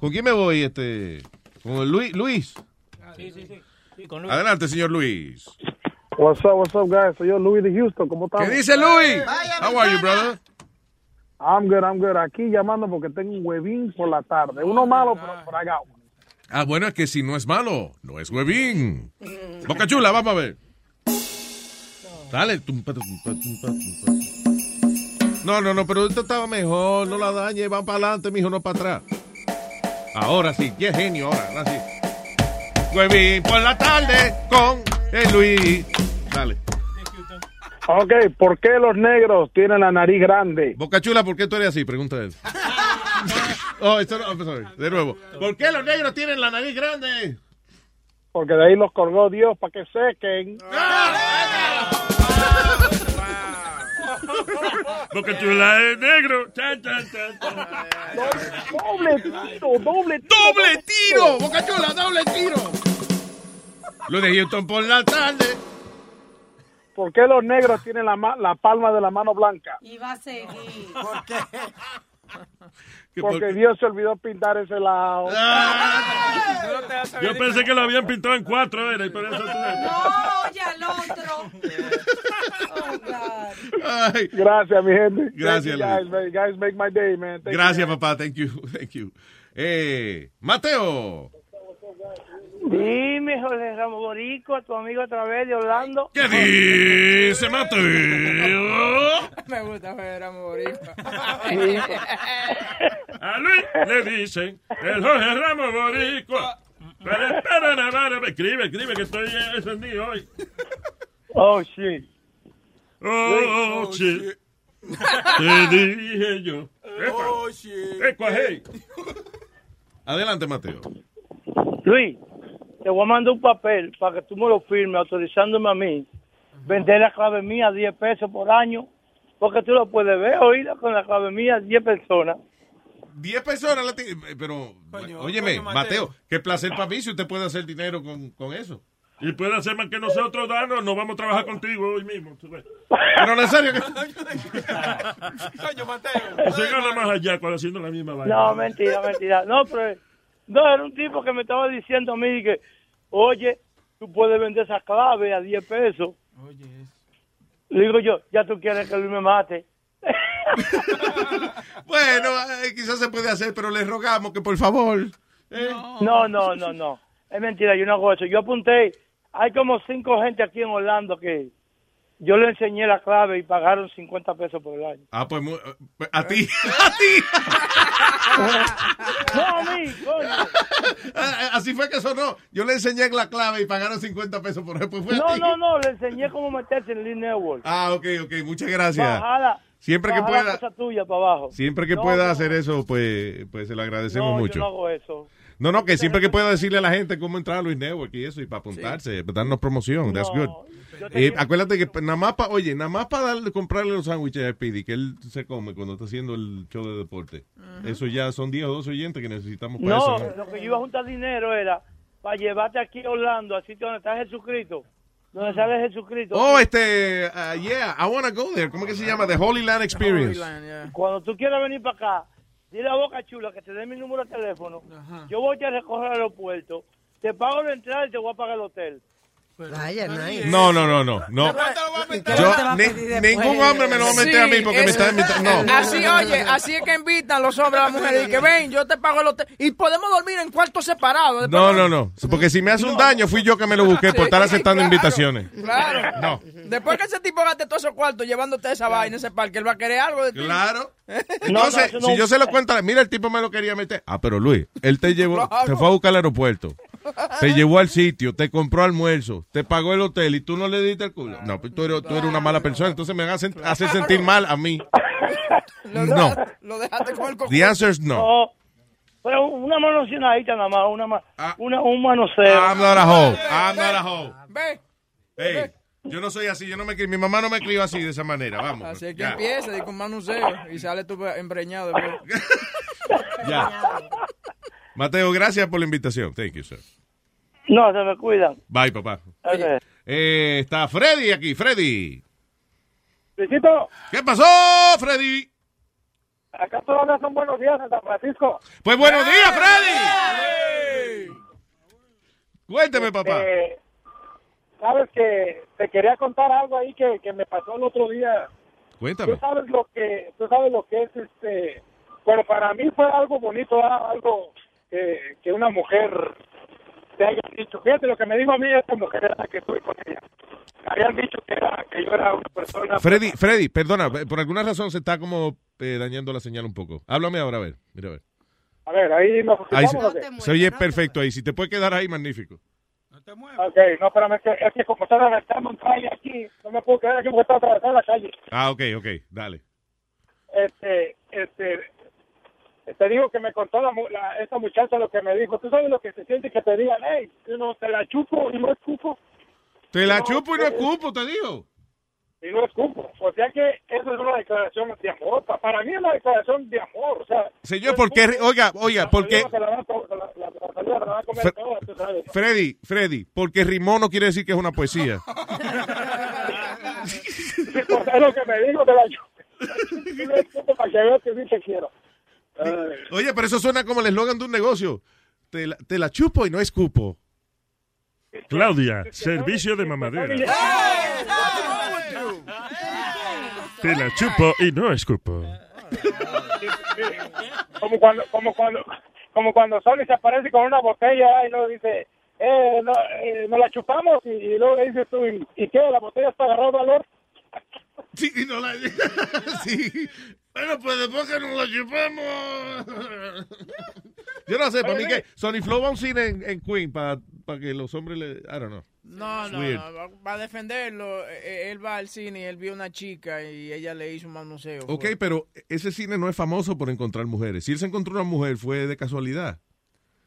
S4: ¿Con quién me voy? Este, con Luis. Luis.
S17: Sí, sí, sí. Sí, con Luis.
S4: Adelante, señor Luis.
S10: What's up, what's up, guys? Soy yo, Luis de Houston. ¿Cómo estás?
S4: ¿Qué dice Luis? How are you, brother?
S10: I'm good, I'm good. Aquí llamando porque tengo un huevín por la tarde. Uno malo, pero por acá.
S4: Ah, bueno, es que si no es malo, no es huevín. Boca chula, vamos a ver. Dale. tumpa, tumpa, tumpa, tumpa. No, no, no, pero esto estaba mejor. No la dañe, van para adelante, mijo, no para atrás. Ahora sí, qué genio, ahora, ahora sí. Huevín por la tarde con el Luis. Dale.
S10: Ok, ¿por qué los negros tienen la nariz grande?
S4: Boca chula, ¿por qué tú eres así? Pregunta él. Oh, esto no, sorry, de nuevo. ¿Por qué los negros tienen la nariz grande?
S10: Porque de ahí los colgó Dios para que sequen.
S6: Porque tú la eres negro. Cha, cha, cha, cha.
S10: Doble tiro, doble tiro.
S4: ¡Doble tiro! ¡Bocachula, doble tiro! Lo de Houston por la tarde.
S10: ¿Por qué los negros tienen la, ma- la palma de la mano blanca?
S7: Y va a seguir.
S10: Porque Dios se olvidó pintar ese lado.
S4: Ah.
S6: Yo pensé que lo habían pintado en cuatro, era, y por eso
S20: Oh,
S7: No, ya el otro. Oh, God.
S10: Gracias, mi gente.
S4: Gracias,
S10: Thank you, guys. You guys make my day, man. Thank
S4: Gracias,
S10: you, man.
S4: papá. Thank you. Thank you. Eh, Mateo.
S41: Dime, Jorge Ramos Borico, tu amigo otra vez de Orlando.
S42: ¿Qué dice Mateo?
S8: Me gusta ver a Boricua.
S6: A Luis le dicen el Jorge Ramos Boricua. Pero espera, Navarro, me escribe, escribe que estoy eh, encendido hoy.
S41: Oh, shit.
S6: Oh,
S41: Oh,
S6: shit.
S41: shit.
S6: Te dije yo.
S41: Oh, shit.
S6: Epa, hey.
S4: Adelante, Mateo.
S41: Luis, te voy a mandar un papel para que tú me lo firmes autorizándome a mí vender la clave mía a 10 pesos por año, porque tú lo puedes ver, oída, con la clave mía a 10 personas.
S4: Diez personas, la ti- eh, pero, óyeme,
S6: coño,
S4: Mateo.
S6: Mateo.
S4: qué placer para mí si usted puede hacer dinero con, con eso.
S6: Y puede hacer más que nosotros, Dano, no vamos a trabajar contigo hoy mismo. tú ves.
S4: Pero en serio, que-
S41: Coño, Mateo.
S6: se gana más allá cuando haciendo la misma vaina.
S41: No, mentira, mentira. No, pero no, era un tipo que me estaba diciendo a mí que, oye, tú puedes vender esa clave a 10 pesos. Le digo yo, ya tú quieres que Luis me mate.
S4: bueno, eh, quizás se puede hacer, pero les rogamos que por favor. Eh.
S41: No, no, no, no. Es mentira, yo no hago eso. Yo apunté, hay como cinco gente aquí en Orlando que yo le enseñé la clave y pagaron 50 pesos por el año.
S4: Ah, pues mu- eh, a ti.
S41: No, a mí, coño.
S4: Eh, Así fue que sonó. Yo le enseñé la clave y pagaron 50 pesos por eso. Pues fue a
S41: No,
S4: ti.
S41: no, no, le enseñé cómo meterse en Lean Network.
S4: Ah, ok, ok. Muchas gracias.
S41: Bajala-
S4: Siempre que
S41: bajala
S4: pueda.
S41: cosa tuya para abajo.
S4: Siempre que
S41: No,
S4: pueda
S41: no,
S4: hacer eso, pues, pues se lo agradecemos
S41: no,
S4: mucho.
S41: Yo no hago eso.
S4: No, no, que siempre que pueda decirle a la gente cómo entrar a Luis Network y eso, y para apuntarse, para darnos promoción, that's good. Eh, acuérdate que nada más para, oye, nada más para darle, comprarle los sándwiches a Speedy, que él se come cuando está haciendo el show de deporte. Eso ya son 10 o 12 oyentes que necesitamos para
S41: No,
S4: eso. ¿no?
S41: lo que yo iba a juntar dinero era para llevarte aquí a Orlando, al sitio donde está Jesucristo. Donde sale Jesucristo. Ah.
S4: Oh, este, ah, yeah, I wanna go there. ¿Cómo que se llama? The Holy Land Experience.
S41: Cuando tú quieras venir para acá, dile a Boca Chula que te dé mi número de teléfono. Yo voy a recoger al aeropuerto. Te pago la entrada y te voy a pagar el hotel.
S7: Vaya, nice.
S4: No, no, no, no, no. Yo- ni- ningún hombre me lo va a meter a mí porque me está invitando. No.
S8: pues, Así, oye, así es que invitan los hombres a las mujeres y que ven, yo te pago el hotel. Y podemos dormir en cuartos separados. después
S4: No, no, no. Porque si me hace un daño, fui yo que me lo busqué por estar aceptando invitaciones.
S8: Claro.
S4: No.
S8: Después que ese tipo gaste todos esos cuartos llevándote esa vaina, ese parque, él va a querer algo de ti.
S4: Claro. Entonces, si yo se lo cuento, a la- mira, el tipo me lo quería meter. Ah, pero Luis, él te llevó,
S8: Claro.
S4: te fue a buscar al aeropuerto, te llevó al sitio, te compró almuerzo, te pagó el hotel y tú no le diste el culo. No, pues tú eres, tú eres una mala persona, entonces me hace, hace sentir mal a mí. No,
S41: Lo dejaste con el
S4: the answer is no.
S41: Pero una manocionadita nada más, una, ma- una, un manoseo.
S4: Ah. I'm not a hoe. I'm not a hoe.
S8: Ve.
S4: Hey, yo no soy así, yo no me cri- mi mamá no me crió así de esa manera, vamos.
S8: Así es que
S4: ya.
S8: empieza y con manuseo y sale tú embreñado. después.
S4: Ya. Mateo, gracias por la invitación. Thank you, sir.
S41: No, se me cuidan.
S4: Bye, papá.
S41: Ok.
S4: Eh, está Freddy aquí, Freddy.
S41: Luisito.
S4: ¿Qué pasó, Freddy?
S10: Acá todavía son buenos días en San Francisco.
S4: Pues buenos días, Freddy. Cuénteme, papá.
S10: Eh, sabes que te quería contar algo ahí que, que me pasó el otro día.
S4: Cuéntame.
S10: Tú sabes lo que, tú sabes lo que es este. Bueno, para mí fue algo bonito, ah, algo que, que una mujer te haya dicho. Fíjate lo que me dijo a mí esta mujer era la que estuve con ella. Habían dicho que, era, que yo era una persona. pues,
S4: Freddy, Freddy, perdona, por alguna razón se está como eh, dañando la señal un poco. Háblame ahora, a ver, mira a ver.
S10: A ver, ahí nos
S4: Ahí se,
S10: escuchamos, ¿o qué?
S4: se oye perfecto ahí. Si te puede quedar ahí, magnífico.
S10: Ok, no, espérame, es que, es que como están arrastrando un trailer aquí, no me puedo quedar aquí porque estaba atravesando la calle.
S4: Ah, ok, ok, dale.
S10: Este, este, te digo que me contó la, mu- la- esta muchacha lo que me dijo. ¿Tú sabes lo que se siente que te digan, hey, yo no te la chupo y no escupo?
S4: Te la
S10: No,
S4: chupo y no
S10: eh,
S4: escupo, te digo.
S10: Y no escupo. O sea que eso es una declaración de amor. Pa- Para mí es una declaración de amor, o sea...
S4: Señor, porque, oiga, oiga, porque,
S10: Se la va a to- se la- la- la saliva se la va a comer
S4: Fre-
S10: toda, tú sabes.
S4: Freddy, Freddy, porque rimó no quiere decir que es una poesía.
S10: O sea, pues, es lo que me dijo, te la chupo. Y no escupo para que veas que sí te quiero.
S4: Oye, pero eso suena como el eslogan de un negocio. Te la, te la chupo y no escupo.
S6: Claudia, servicio de mamadera. Te la chupo y no escupo.
S10: como cuando como cuando como cuando Sony se aparece con una botella y luego dice eh, no, eh, nos la chupamos y, y luego le dices tú y, y qué la botella está agarrado valor
S4: sí no la sí bueno pues después que nos la chupamos Yo no sé, para mí que Sony Flow va a un cine en, en Queen para que los hombres le... I don't know.
S8: No,
S4: It's
S8: no,
S4: weird.
S8: no, va- va a defenderlo. Eh, Él va al cine y él vio una chica y ella le hizo un pues. manoseo.
S4: Ok,
S8: fue.
S4: pero ese cine no es famoso por encontrar mujeres. Si él se encontró una mujer fue de casualidad.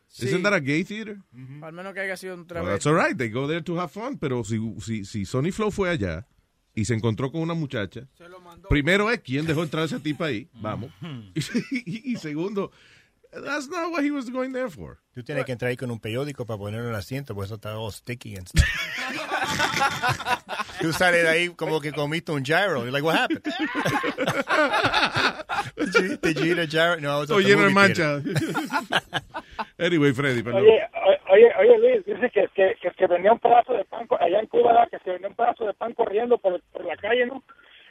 S8: Sí.
S4: ¿Isn't that a gay theater?
S8: Al menos que haya sido un
S4: Well, that's
S8: travesti.
S4: all right. They go there to have fun. Pero si, si, si Sonny Flow fue allá y se encontró con una muchacha, primero es quién dejó entrar a esa tipa ahí. Vamos. y, y segundo, that's not what he was going there for.
S11: Tú tienes que entrar ahí con un periódico para ponerlo en el asiento, porque eso está todo sticky and stuff. Tú sales de ahí como que comiste un gyro. You're like, what happened? did, you, did you eat a gyro? No, I was at
S4: Todo
S11: the
S4: lleno de
S11: movie
S4: mancha. anyway, Freddy, perdón.
S10: oye o- oye oye Luis dice que que, que, que venía un pedazo de pan co- allá en Cuba ¿verdad? que se venía un pedazo de pan corriendo por, por la calle no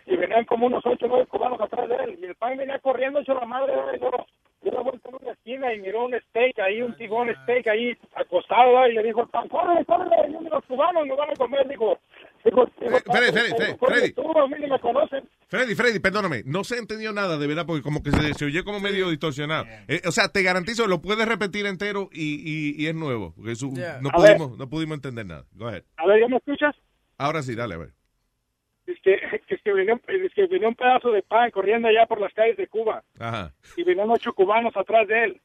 S10: y venían como unos ocho nueve cubanos atrás de él y el pan venía corriendo hecho la madre ¿verdad? y luego dio la vuelta en una esquina y miró un steak ahí, un tibón steak ahí acostado ¿verdad? y le dijo al pan, corre, corre, vienen los cubanos, nos van a comer, dijo,
S4: Freddy, Freddy, Freddy, Freddy.
S10: tú a mí ni me conoces.
S4: Freddy, Freddy, perdóname, no se entendió nada de verdad porque como que se, se oyó como medio distorsionado. Eh, o sea, te garantizo, lo puedes repetir entero y, y- y es nuevo. Porque su-
S10: Yeah.
S4: no,
S10: A ver.
S4: pudimos, no pudimos entender nada. Go ahead.
S10: A ver, ¿ya me escuchas?
S4: Ahora sí, dale, a ver.
S10: Es que, es que, venía, un- es que venía un pedazo de pan corriendo allá por las calles de Cuba
S4: Ajá.
S10: y venían ocho cubanos atrás de él.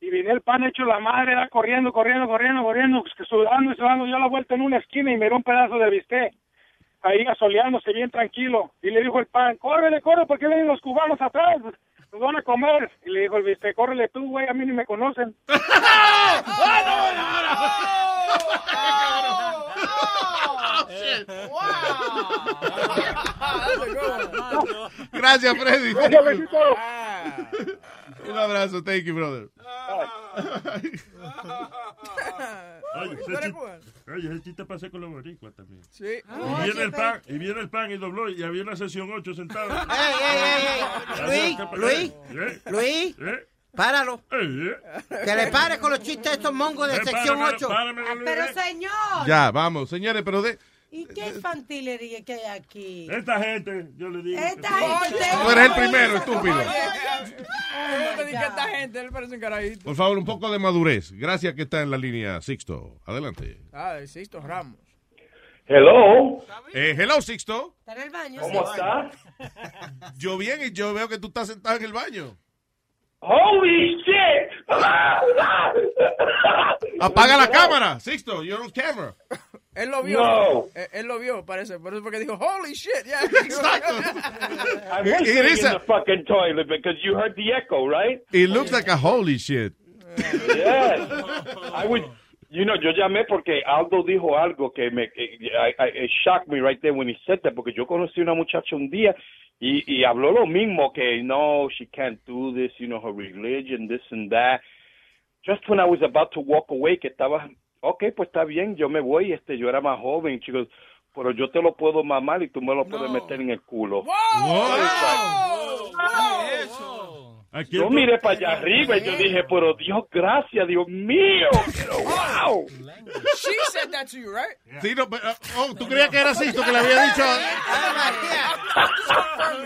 S10: Y venía el pan hecho la madre, ¿verdad? corriendo, corriendo, corriendo, corriendo, pues que sudando y sudando. Yo la vuelta en una esquina y miró un pedazo de bistec ahí asoleándose bien tranquilo. Y le dijo el pan, córrele, corre, porque vienen los cubanos atrás, pues, nos van a comer. Y le dijo el bistec, córrele tú, güey, a mí ni me conocen.
S4: Gracias, Freddy.
S17: Gracias,
S4: Un abrazo, thank you, brother.
S6: Oye,
S17: ¿Tú
S6: ese
S17: eres
S6: chiste- oye, ese chiste pasé con los boricuas también.
S17: Sí.
S6: Y viene el pan, y viene el pan y dobló, y había una sesión 8 sentado.
S9: Ey, ey, ey, ey. Luis, Luis,
S6: ¿Eh?
S9: Luis,
S4: Eh.
S9: páralo. Que le pares con los chistes de estos mongos de sección 8.
S7: Ah, Pero señor,
S4: Ya, vamos, señores, pero de...
S7: ¿y qué infantilería que hay aquí?
S6: Esta gente, yo le digo.
S7: Esta gente.
S4: Tú eres el primero, estúpido.
S8: Yo te dije, esta gente, él parece un carajito.
S4: Por favor, un poco de madurez. Gracias que está en la línea, Sixto. Adelante.
S8: Ah, Sixto Ramos.
S4: Hello. Eh, hello, Sixto.
S7: Está en el
S4: Oh,
S7: baño.
S8: ¿Cómo
S7: sí.
S8: está?
S4: Yo bien y yo veo que tú estás sentado en el baño.
S17: Holy shit.
S4: Apaga la cámara, Sixto. You're on camera.
S8: Él lo vio.
S4: No.
S8: Eh, Él lo vio, parece. Por eso porque dijo, holy shit. Yeah.
S15: I
S8: Exacto.
S15: was
S4: It
S15: sitting
S4: is
S15: in
S4: a-
S15: the fucking toilet because you heard the echo, right?
S4: It looks like a holy shit.
S15: Yes. I was You know, yo llamé porque Aldo dijo algo que me que- I- I- it shocked me right there when he said that porque yo conocí una muchacha un día y, y habló lo mismo que no she can't do this you know her religion this and that just when I was about to walk away que estaba okay pues está bien yo me voy este yo era más joven chicos pero yo te lo puedo mamar y tú me lo puedes meter en el culo yo miré para allá arriba y yo dije pero Dios gracias Dios mío pero wow
S43: She said that to you, right?
S44: Sí, no, pero, oh,
S43: ¿tú creías que era así esto que le había dicho?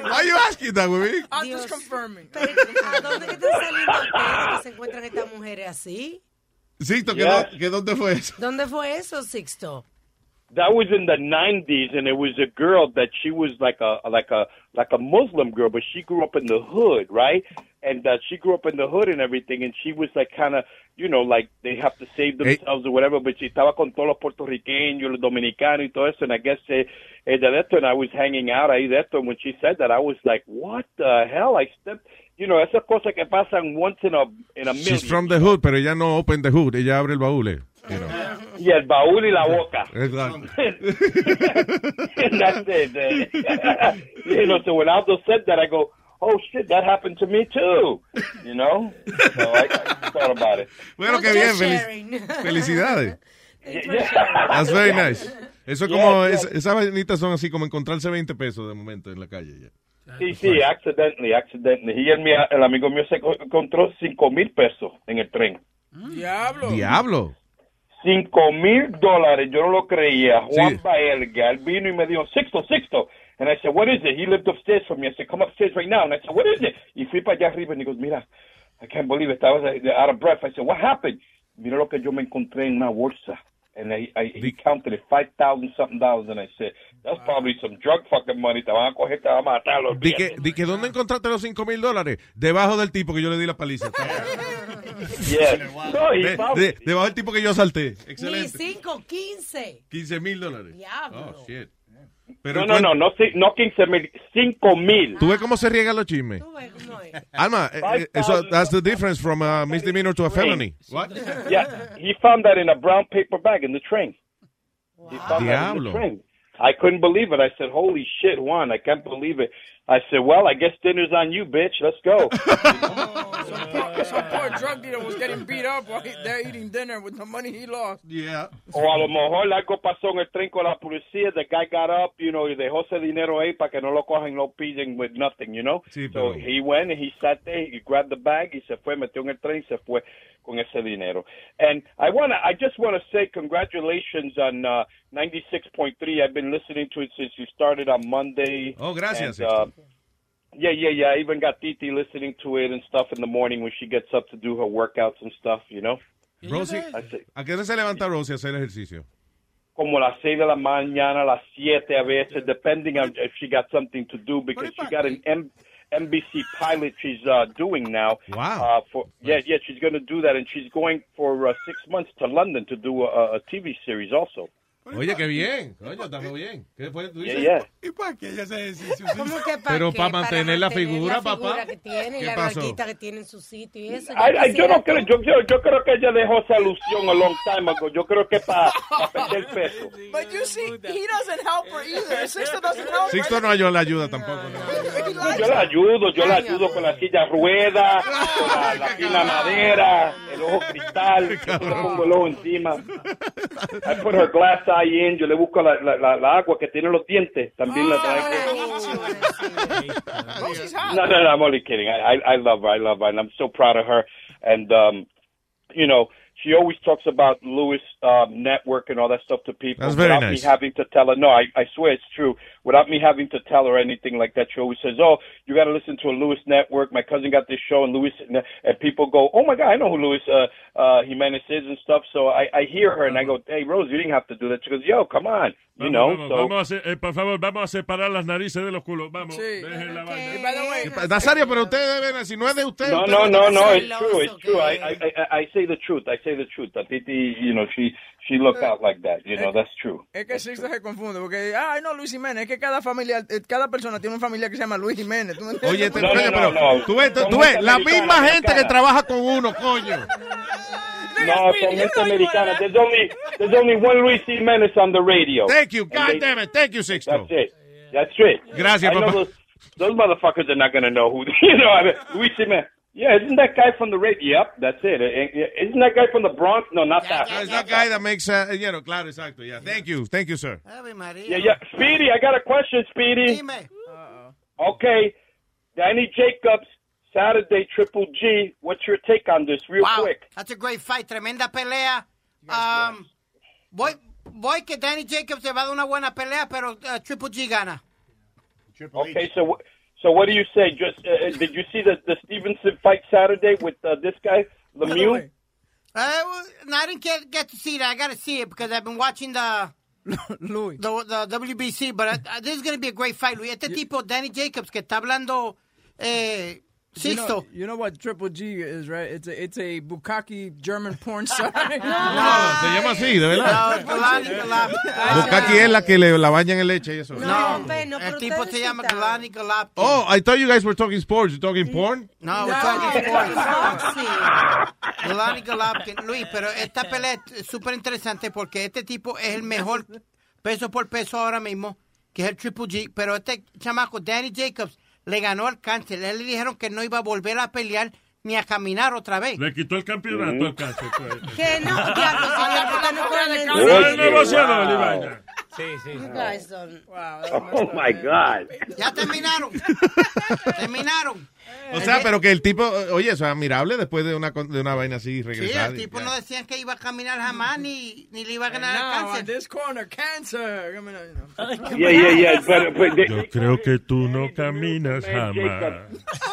S44: Why you asking that, güey?
S4: Ah,
S17: I'm just confirming.
S7: ¿A dónde que están saliendo ustedes que se encuentran estas mujeres así?
S44: Sixto, ¿qué,
S15: Yeah.
S44: do- ¿qué dónde fue eso?
S7: ¿Dónde fue eso, Sixto?
S15: that was in the 90s and it was a girl that she was like a like a like a muslim girl but she grew up in the hood right and uh, she grew up in the hood and everything and she was like kind of you know like they have to save themselves or whatever but she estaba con todos los puertorriqueños los dominicanos y todo eso and i guess eh, eh, de esto and i was hanging out ahí de esto and when she said that i was like what the hell i stepped you know esas cosas que pasan once in a in a million
S4: She's from the hood, pero ella no open the hood, ella abre el baúl. eh.
S15: y el baúl y la boca
S4: Exacto.
S15: and that's it. you know, so when Aldo said that, I go, oh shit, that happened to me too. You know? So I, I thought about it.
S4: Bueno, qué bien, felic- felicidades. That's very nice. Eso
S15: Yeah,
S4: es como,
S15: yeah.
S4: es- esas vainitas son así como encontrarse 20 pesos de momento en la calle. ya.
S15: Sí, sí, accidentally, accidentally. Y el, mi- el amigo mío se co- encontró cinco mil pesos en el tren.
S8: Diablo.
S4: Diablo.
S15: Cinco mil dólares, yo no lo creía. Juan
S4: Sí.
S15: Baelga, él vino y me dijo, Sixto, Sixto. And I said, what is it? He lived upstairs from me. I said, come upstairs right now. And I said, what is it? Y fui para allá arriba y digo, mira, I can't believe it. I was uh, out of breath. I said, what happened? Mira lo que yo me encontré en una bolsa. And I, I, he counted it, 5,000 something dollars. And I said, that's probably some drug fucking money. Te van a coger, te van a matar. Los
S4: Di que, di que ¿dónde encontraste los 5 mil dólares? Debajo del tipo que yo le di la paliza.
S15: Yeah. No, y
S4: De-
S15: vamos.
S4: de- debajo del tipo que yo salté.
S7: Ni
S4: Excelente.
S7: 5, 15.
S4: 15 mil dólares.
S7: Diablo.
S4: Oh, shit.
S15: no, no, no, no, ci- no 15 mil, 5 mil.
S4: ¿Tú ves cómo se riegan los chismes? Alma, eh, eh, eso, that's the difference from a misdemeanor to a felony.
S15: What? Yeah, he found that in a brown paper bag in the train. He found that in the
S4: Diablo.
S15: train. I couldn't believe it. I said, "Holy shit, Juan! I can't believe it." I said, "Well, I guess dinner's on you, bitch. Let's go."
S8: Some poor drug dealer was getting beat up while he- they're eating dinner with the money he lost.
S44: Yeah.
S15: o a lo mejor algo pasó en el tren con la policía. The guy got up, you know, y dejó ese dinero ahí para que no lo cojan, no pillen with nothing, you know.
S4: Sí,
S15: so
S4: pero-
S15: he went and he sat there, he grabbed the bag, y se fue, metió en el tren y se fue con ese dinero. And I wanna, I just wanna say congratulations on uh, 96.3. I've been listening to it since you started on Monday.
S4: Oh, gracias,
S15: And, uh, yeah, yeah, yeah. I even got Titi listening to it and stuff in the morning when she gets up to do her workouts and stuff, you know.
S4: Rosie,
S15: I say-
S4: ¿a qué hora se levanta Rosie a hacer ejercicio?
S15: como las seis de la mañana, las siete a veces, depending on if she got something to do because she got an M- NBC pilot she's uh, doing now. Wow. Uh, for yeah, yeah, she's going to do that, and she's going for uh, six months to London to do a, a TV series also.
S4: Oye, qué bien. Coño, estamos bien. ¿Qué fue? ¿Tú
S15: Yeah,
S4: dices?
S15: yeah.
S44: ¿Y para qué ella se ejercicio?
S7: ¿Cómo que para
S4: Pero
S7: qué?
S4: para mantener la
S7: mantener
S4: figura,
S7: la figura
S4: papá.
S7: que tiene, y
S4: ¿Qué
S7: la
S4: pasó?
S7: barquita que tiene en su sitio y eso.
S15: Ay, ay, yo
S7: quisiera
S15: no creo, yo, yo, yo creo que ella dejó esa ilusión a long time ago. Yo creo que para perder peso.
S17: But you see, he doesn't help her either. Sister doesn't help her.
S4: Sixto no yo la ayuda tampoco. ¿no?
S15: Yo la ayudo, yo la ayudo con la silla rueda, con la, la fina madera, el ojo cristal, yo le pongo el ojo encima. I put her glass eye in, yo le busco la, la, la, la agua que tiene los dientes, también la traigo.
S17: Rosie's hot.
S15: No, no, no, I'm only kidding. I, I, I love her, I love her, and I'm so proud of her. And, um, you know, she always talks about Lewis um, Network and all that stuff to people.
S4: That's very
S15: without
S4: nice.
S15: me having to tell her, no, I, I swear it's true. Without me having to tell her anything like that, she always says, "Oh, you got to listen to a Lewis Network. My cousin got this show, and Lewis." And, and people go, "Oh my God, I know who Lewis uh, uh, Jimenez is and stuff." So I, I hear her, and I go, "Hey, Rose, you didn't have to do that." She goes, "Yo, come on, you
S6: Vamos, vamos,
S15: know." So
S6: vamos a se- eh, por favor, vamos a separar las narices de los culos. Vamos, dejen la vaina.
S4: Nazario, pero ustedes deben, si no es de ustedes.
S15: No,
S4: ustedes
S15: no, no,
S4: deben-
S15: no. It's true. It's true. I, I, I, I say the truth. I say the truth. Titi, you know, she she looked out like that. You know, that's true.
S8: Es que Sixto se confunde, porque, ay, no, Luis Jiménez, es que cada familia, eh, cada persona tiene una familia que se llama Luis Jiménez. ¿tú me entiendes?
S4: Oye, te-
S8: No,
S4: coño,
S8: no,
S4: pero
S8: no, no.
S4: tú ves, tú-
S8: Son
S4: tú ves, la
S8: americanas,
S4: misma gente que
S8: americanas.
S4: trabaja con uno, coño.
S15: No, son gente americana. There's only there's only one Luis Jimenez on the radio.
S4: Thank you.
S15: And
S4: God
S15: they-
S4: damn it. Thank you, Sixto.
S15: That's it. That's it.
S4: Gracias,
S15: I know
S4: papá.
S15: Those, those motherfuckers are not gonna know who you know. I mean, Luis Jimenez. Yeah, isn't that guy from the radio? Yep, that's it. Eh, eh, Isn't that guy from the Bronx? No, not that.
S4: It's that guy that makes, uh, you know, claro, exacto, yeah. Thank you, thank you, sir.
S15: Yeah, yeah. Speedy, I got a question, Speedy. Okay. Danny Jacobs, Saturday, Triple G. What's your take on this, real
S9: Wow,
S15: quick?
S9: that's a great fight, tremenda pelea. Um, voy, voy que Danny Jacobs se va a dar una buena pelea, pero uh, Triple G gana.
S15: Okay, so wh- so what do you say? Just uh, uh, did you see the the Stevenson fight Saturday with uh, this guy Lemieux?
S9: Uh, well, no, I didn't get, get to see that. I got to see it because I've been watching the
S8: Louis.
S9: the, the WBC, but uh, uh, this is going to be a great fight, Luis. Este tipo, Danny Jacobs, que está hablando eh,
S8: You know,
S9: Sixto.
S8: you know what Triple G is, right? It's a, it's a bukkake German porn star. no,
S4: Se llama así, de verdad.
S9: Kalani, Kalani.
S4: Bukaki es la que le, la baña en leche y eso.
S9: No, el tipo se llama Kalani Galap.
S4: Oh, I thought you guys were talking sports. You talking porn?
S9: No, we're
S17: No,
S9: talking
S17: it's
S9: sports. Yolani Golovkin. Luis, pero esta pelea es súper interesante porque este tipo es el mejor peso por peso ahora mismo, que es el Triple G. Pero este chamaco, Danny Jacobs, le ganó al cáncer. A Él le dijeron que no iba a volver a pelear ni a caminar otra vez.
S6: Le quitó el campeonato al cáncer. pues.
S7: Que no, diablo, si ya no están en
S6: No es negociador,
S7: Wow.
S6: y vaina.
S20: Sí, sí.
S7: You guys don't.
S15: Oh my God!
S9: Ya terminaron. terminaron.
S4: O sea, pero que el tipo, eh, oye, eso es admirable después de una, con- de una vaina así
S9: Sí,
S4: regresar.
S9: el
S4: y-
S9: tipo no decían que iba a caminar jamás ni, ni le iba a ganar al
S8: Now,
S9: cáncer.
S8: at this corner, cancer. I mean, you know.
S15: Yeah, yeah, yeah. But, but they,
S6: Yo creo que tú no caminas jamás.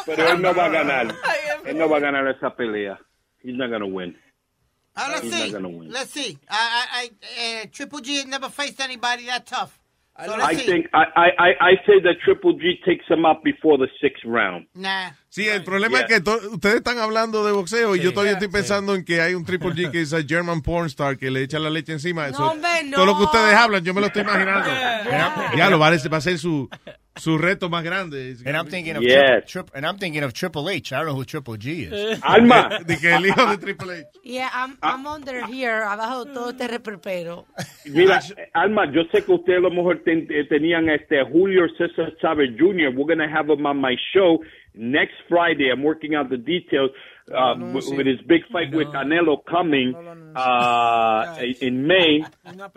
S15: pero él no va a ganar. Él no va a ganar esa pelea. He's not gonna win.
S9: Ahora
S15: He's
S9: sí,
S15: not gonna win.
S9: let's see. I, I, I, uh, Triple G never faced anybody that tough. So let's
S15: I
S9: see.
S15: think I, I, I, I say that Triple G takes him out before the sixth round.
S9: Nah.
S4: Sí, el problema
S15: Yeah.
S4: es Pues que to- ustedes están hablando de boxeo y
S15: Sí.
S4: yo todavía estoy pensando en que hay un Triple G que es a German porn star que le echa la leche encima. Eso,
S7: hombre, no.
S4: Todo lo que ustedes hablan, yo me lo estoy imaginando. ya lo va a, este va a ser su, su reto más grande.
S11: And I'm thinking of
S4: Yes.
S11: Triple, Trip- and I'm thinking of Triple H. I don't know who Triple G is.
S4: Alma. De que el hijo de Triple H.
S7: Yeah, I'm,
S15: Ah.
S7: I'm under here, abajo de todo este reperpero.
S15: Mira, Alma, yo sé que ustedes a lo mejor ten- eh, tenían este Julio Cesar Chavez Jr. We're going to have him on my show next Friday. I'm working out the details uh, with, with his big fight with Canelo coming uh, in May.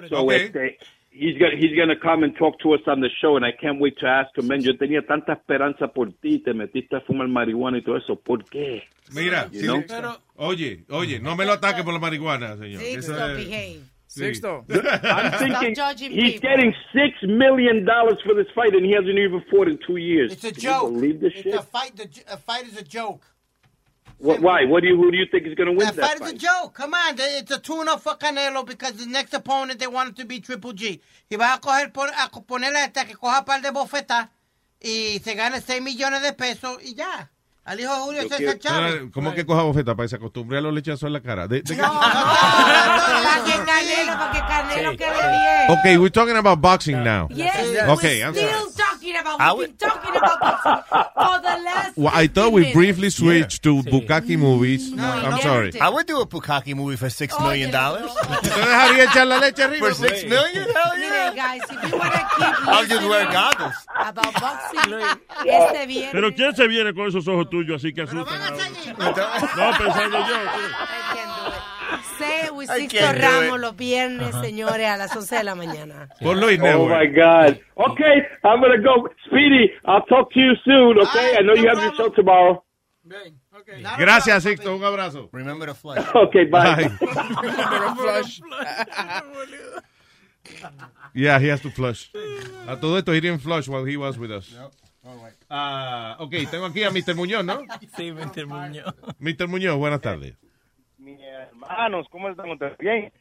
S15: So
S17: Okay.
S15: este, he's going he's gonna come and talk to us on the show, and I can't wait to ask him. Man, yo tenía tanta esperanza por ti, te metiste a fumar marihuana y todo eso. ¿Por qué?
S4: Mira,
S15: You
S4: sí,
S15: know?
S4: pero- oye, oye, no me lo ataque por la marihuana, señor. Eso
S7: Sixto,
S4: es-
S7: behave.
S4: sí.
S15: I'm thinking
S7: Stop judging
S15: he's
S7: people.
S15: getting six million dollars for this fight, and he hasn't even fought in two years.
S9: It's a
S15: Can you
S9: joke.
S15: believe this
S9: It's
S15: shit?
S9: a fight. The, a fight is a joke.
S15: What, why? What do you? Who do you think is going to win
S9: That
S15: that,
S9: fight is a
S15: fight?
S9: joke. Come on, they- it's a tune-up for Canelo because the next opponent they want it to be Triple G. Y va a coger pon- a co- ponerle hasta que coja par de bofetas y se gane 6 millones de pesos y ya. Al hijo de Julio
S4: Yo
S9: César
S4: quiero-
S9: Chávez.
S4: No, no, Ah, ¿Cómo que coja bofeta para se acostumbre a los lechazos en la cara? De- de-
S7: Para que Canelo, para que Canelo
S4: Sí,
S7: quede bien.
S4: Okay, we're talking about boxing now.
S7: Yes,
S4: Okay,
S7: we're
S4: I'm sorry.
S7: still talking about,
S6: Ah,
S4: I
S7: we've been talking about this for the last
S4: Well, I thought
S7: 15
S4: we
S7: minutes.
S4: briefly switched to
S7: Mm.
S4: Bukaki movies. I'm sorry.
S11: I would do a Bukaki movie for six million dollars.
S4: dejaría echar la leche arriba?
S6: Pues
S11: For six million? Hell yeah.
S7: Mira, guys, if you want to keep
S11: I'll just
S7: listening
S11: wear goggles.
S7: about boxing, este viernes.
S6: Pero ¿quién se viene con esos ojos tuyos así que asustan? a uno? No, pensando yo.
S7: Sé
S17: I
S7: Luisito
S17: can't do it.
S7: Ramos los viernes, señores, a las 11 de la mañana.
S4: Por Luis
S15: Oh
S4: Network.
S15: my God! Okay, I'm gonna go. Speedy, I'll talk to you soon. Okay, I know you have your show tomorrow.
S4: Gracias, Sixto. Un abrazo.
S11: Remember to flush.
S15: Okay, bye.
S4: Yeah, he has to flush. A todo esto, he didn't flush while he was with us. Ah, ok, tengo aquí a Mr. Muñoz, ¿no?
S20: Sí, Mr. Muñoz.
S4: Mr. Muñoz, buenas tardes.
S2: Mis hermanos, ¿cómo están ustedes? Bien.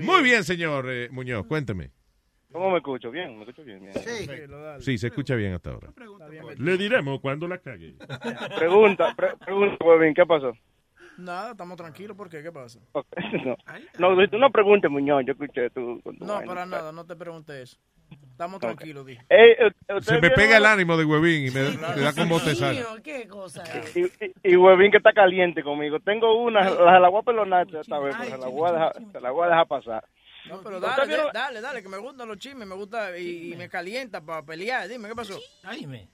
S4: Muy bien, señor eh, Muñoz, cuénteme.
S2: ¿Cómo me escucho? Bien, me escucho bien. bien.
S4: Sí, se escucha bien hasta ahora.
S6: Le diremos cuando la cague.
S2: Pregunta, pre- pregunta, Webin, ¿qué pasó?
S8: Nada, estamos tranquilos. ¿Por qué? ¿Qué pasa?
S2: No, no, tú no preguntes, Muñoz, yo escuché tú. con tu
S8: No,
S2: vaina.
S8: para nada, no te pregunté eso. Estamos tranquilos, dije.
S2: Eh,
S4: Se me pega el ánimo de huevín y me, me da como bostezar.
S8: qué cosa.
S2: Y, y, y huevín que está caliente conmigo. Tengo una, la, la voy a pelonar esta vez, pero se la voy a dejar, se la voy a dejar pasar.
S8: No, pero dale, dale, dale, dale, que me gustan los chismes, me gusta y, y me calienta para pelear. Dime, ¿qué pasó? Dime.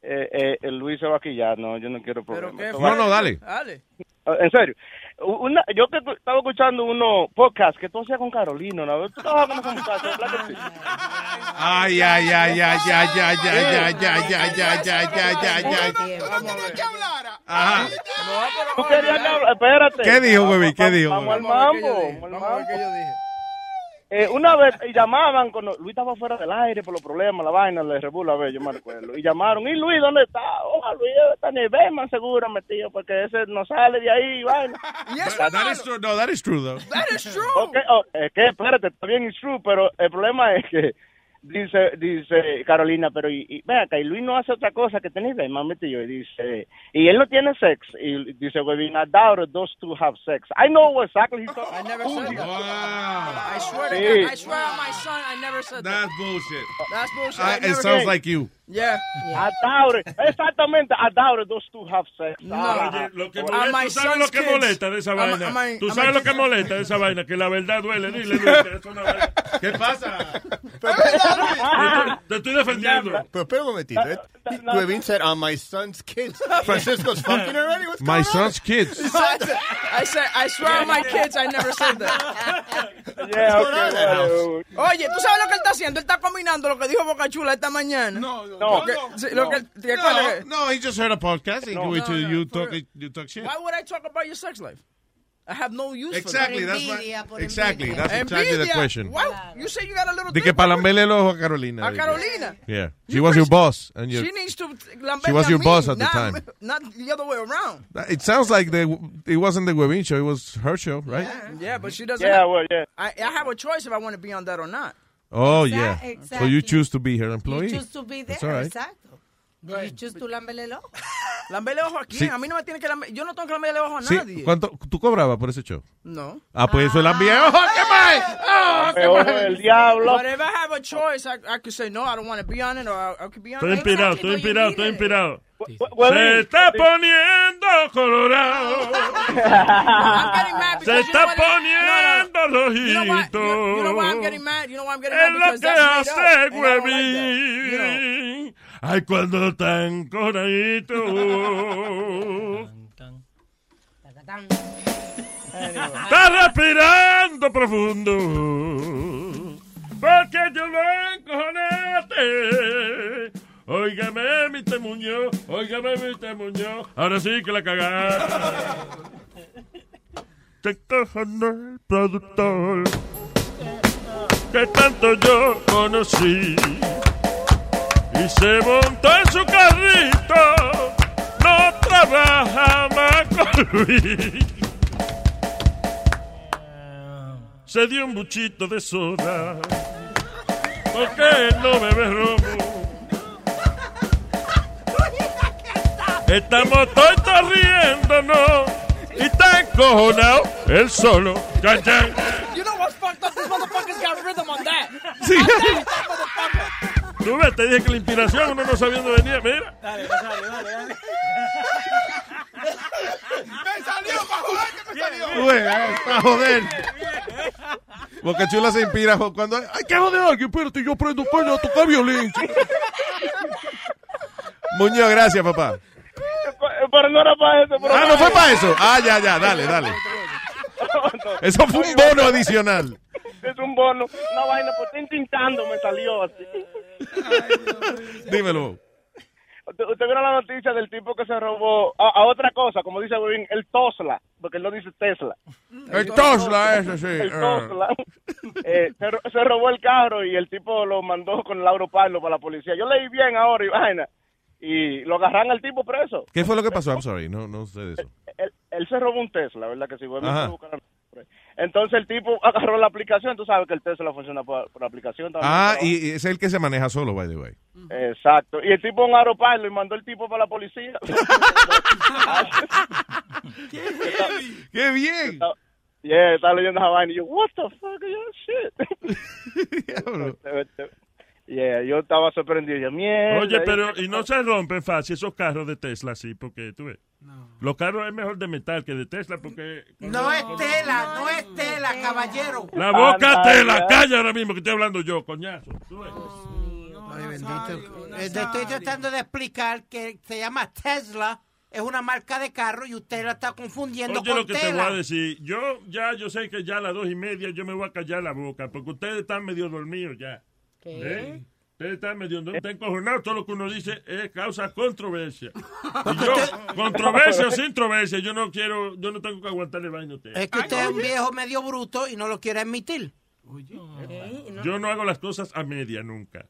S2: Eh, eh, el Luis se va a quillar, no, yo no quiero problemas.
S8: qué
S2: Esto
S8: fue?
S2: va-
S8: Dale.
S2: Ah, En serio, una, yo que tu- estaba escuchando unos podcasts que tú hacías con Carolina, ¿no? Tú estabas con esa muchacha, ¿verdad que sí?
S4: Ay, ay, ay, ay, ay, ay, ay, ay, ay, ay, ay, ay, ay, ay, ay, ay. Ajá.
S2: Tú querías que habla- espérate.
S4: ¿Qué dijo, huevín? ¿Qué dijo?
S2: Vamos al
S4: huevín?
S2: mambo, vamos al mambo. Eh, una vez eh, llamaban, cuando Luis estaba fuera del aire por los problemas, la vaina, le rebula, a ver, yo me recuerdo. Y llamaron, ¿y Luis dónde está? Oh, Luis debe estar en el Berman seguro metido, porque ese no sale de ahí, vaina.
S4: That is true, no, that is true, though.
S2: That is true. oh, es que espérate, está bien, it's true, pero el problema es que dice dice Carolina, pero y, y ven acá, y Luis no hace otra cosa que tener Batman metido. Y dice, y él no tiene sex. Y dice, Webin, I doubt those two have sex. I know exactly. he's talking-
S8: I never said that. I swear
S2: Sí.
S8: to God, I swear on my son, I never said that.
S4: That's bullshit.
S8: That's bullshit.
S4: Ah,
S8: I
S4: It
S8: never
S4: sounds
S8: said-
S4: like you.
S8: Yeah.
S2: I doubt it. Exactamente, I doubt those two have sex.
S8: No,
S2: Ah.
S6: Oye, lo que
S2: Ah,
S6: molesta,
S2: my
S6: ¿tú sabes
S2: son's
S6: lo que
S2: kids.
S6: molesta de esa
S2: Am-
S6: vaina?
S2: am I-
S6: ¿Tú
S2: am
S6: sabes
S2: I-
S6: lo que molesta de esa vaina? Que la verdad duele. Dile, Luis, que eso no vale.
S4: ¿Qué pasa?
S6: Te estoy defendiendo.
S11: Pero espera un momentito. eh. Huevín said, on my son's kids. Francisco's fucking already. What's
S4: My son's kids.
S8: I said, I said, I swear on my kids, I never said that. Eh,
S2: Yeah,
S11: What's going on in that
S2: okay,
S11: house?
S8: Oye, ¿tú sabes lo que él está haciendo? Él está combinando lo que dijo Boca Chula esta mañana. No,
S4: no,
S8: Lo que,
S4: no,
S8: sí, Lo
S4: no.
S8: que, ¿te
S4: No,
S8: acuerdas?
S4: no, he just heard a podcast and
S8: No.
S4: you,
S8: No, no,
S4: you
S8: for
S4: talk you talk shit.
S8: Why would I talk about your sex life? I have no use
S4: Exactly,
S8: for that.
S4: that's why- Envidia, por exactly, envidia. that's exactly the
S8: Envidia?
S4: question.
S8: Why- You say you got a little
S4: De
S8: thing
S4: que para lamberle el ojo a Carolina.
S8: A Carolina.
S4: Yeah. She was your boss. And your,
S8: She needs to lamberle
S4: She was
S8: a
S4: your
S8: mí,
S4: boss at the
S8: not-
S4: time.
S8: Not the other way around.
S4: it sounds like the, it wasn't the Webin show. It was her show, right?
S8: Yeah, but she doesn't.
S4: Yeah, well, yeah.
S8: I, I have a choice if I want to be on that or not.
S4: Oh,
S8: Exa-
S4: yeah. So
S8: exactly.
S4: you choose to be her employee.
S8: You choose to be
S4: That's
S8: there,
S4: all right.
S8: exacto. Y just tú lambele el ojo. Lambele el ojo a quién?
S4: Sí.
S8: A mí no me tiene que lamber. Yo no tengo que lamberle el ojo a
S4: Sí,
S8: nadie.
S4: ¿cuánto tú cobrabas por ese show?
S8: No.
S4: Ah, pues eso la envié. ¡Ojo, qué mal! ¡Oh, qué mal!
S8: Ah. But if I have a choice, I, I could say no, I don't want to be on it, or I, I could be on
S6: Estoy
S8: it.
S6: inspirado, estoy inspirado, estoy inspirado.
S8: well,
S6: Se
S8: well,
S6: está poniendo colorado. Se está poniendo rojito.
S8: You know why I'm getting mad? You know why I'm getting
S6: Es
S8: mad?
S6: lo
S8: Because
S6: que
S8: that's made
S6: hace
S8: up, and I don't like that.
S6: huevín. Ay, cuando tan coradito. Está respirando profundo. Porque yo lo encojonate. Óigame, mi Muñoz. Óigame, mi Muñoz. Ahora sí que la cagaste. Te encojona el productor. Que tanto yo conocí. Y se montó en su carrito. No trabaja más con Luis. Se dio un buchito de soda. Porque no bebe romo. Estamos todos riéndonos. Y tan cojonado él solo. Chan, chan.
S8: You know what's fucked up? This motherfucker's got rhythm on that.
S6: Sí. Tú ves, te dije que la inspiración uno no sabía dónde venía. Mira.
S45: Dale, pues dale, dale, dale.
S17: Me salió, pa' joder que me salió.
S4: Güey, eh, pa' joder. Boca Chula se inspira jo- cuando. ¡Ay, qué joder! alguien! Espérate, yo prendo coño a tocar violín. Muñoz, gracias, papá.
S10: eh,
S2: Pero no era para eso.
S4: Ah, no fue para eso. Ah, ya, ya, dale, dale. Eso fue un bono adicional.
S2: Es un bono, una vaina, pues estoy intentando, me salió así.
S4: Dímelo.
S2: Usted, usted vio la noticia del tipo que se robó a, a otra cosa, como dice Webin, el Tosla, porque él no dice Tesla.
S4: El Tesla, ese sí.
S2: El
S4: Ah.
S2: Tosla. Eh, se, ro- se robó el carro y el tipo lo mandó con Lauro Palo para la policía. Yo leí bien ahora y vaina. Y lo agarran al tipo preso.
S4: ¿Qué fue lo que pasó? I'm sorry, no, no sé de eso.
S2: Él, él se robó un Tesla, ¿verdad? Que si Webin
S4: Ajá.
S2: se buscara- Entonces el tipo agarró la aplicación. Tú sabes que el Tesla funciona por, por aplicación también.
S4: Ah, y y es el que se maneja solo, by the way.
S2: Exacto. Y el tipo un aeropuerto y mandó el tipo para la policía.
S4: ¡Qué bien!
S2: Yeah, estaba leyendo esa vaina y yo, what the fuck is that shit? Este, Yeah, yo estaba sorprendido. Yo, mierda.
S6: Oye,
S2: y-
S6: pero y no se rompen fácil esos carros de Tesla, sí, porque tú ves. Los carros es mejor de metal que de Tesla, porque.
S9: No es tela, no es tela, caballero.
S6: La
S15: Ah,
S6: boca
S9: Anda,
S6: Tesla,
S9: Ah, ya.
S6: calla ahora mismo que estoy hablando yo, coñazo.
S9: Ay, bendito. Eh, te estoy tratando de explicar que se llama Tesla, es una marca de carro y usted la está confundiendo
S6: Oye,
S9: con
S6: lo que te voy
S9: tela.
S6: a decir. Yo ya, yo sé que ya a las dos y media yo me voy a callar la boca, porque ustedes están medio dormidos ya.
S9: ¿Qué?
S6: ¿Eh? Ustedes están medio dormidos, están encojonados. Todo lo que uno dice es causa controversia. Y
S9: Porque
S6: yo,
S9: usted-
S6: controversia o sin controversia, yo no quiero, yo no tengo que aguantar el baño a ustedes.
S9: Es que usted es un viejo medio bruto y no lo quiere admitir.
S6: Yo no hago las cosas a media nunca.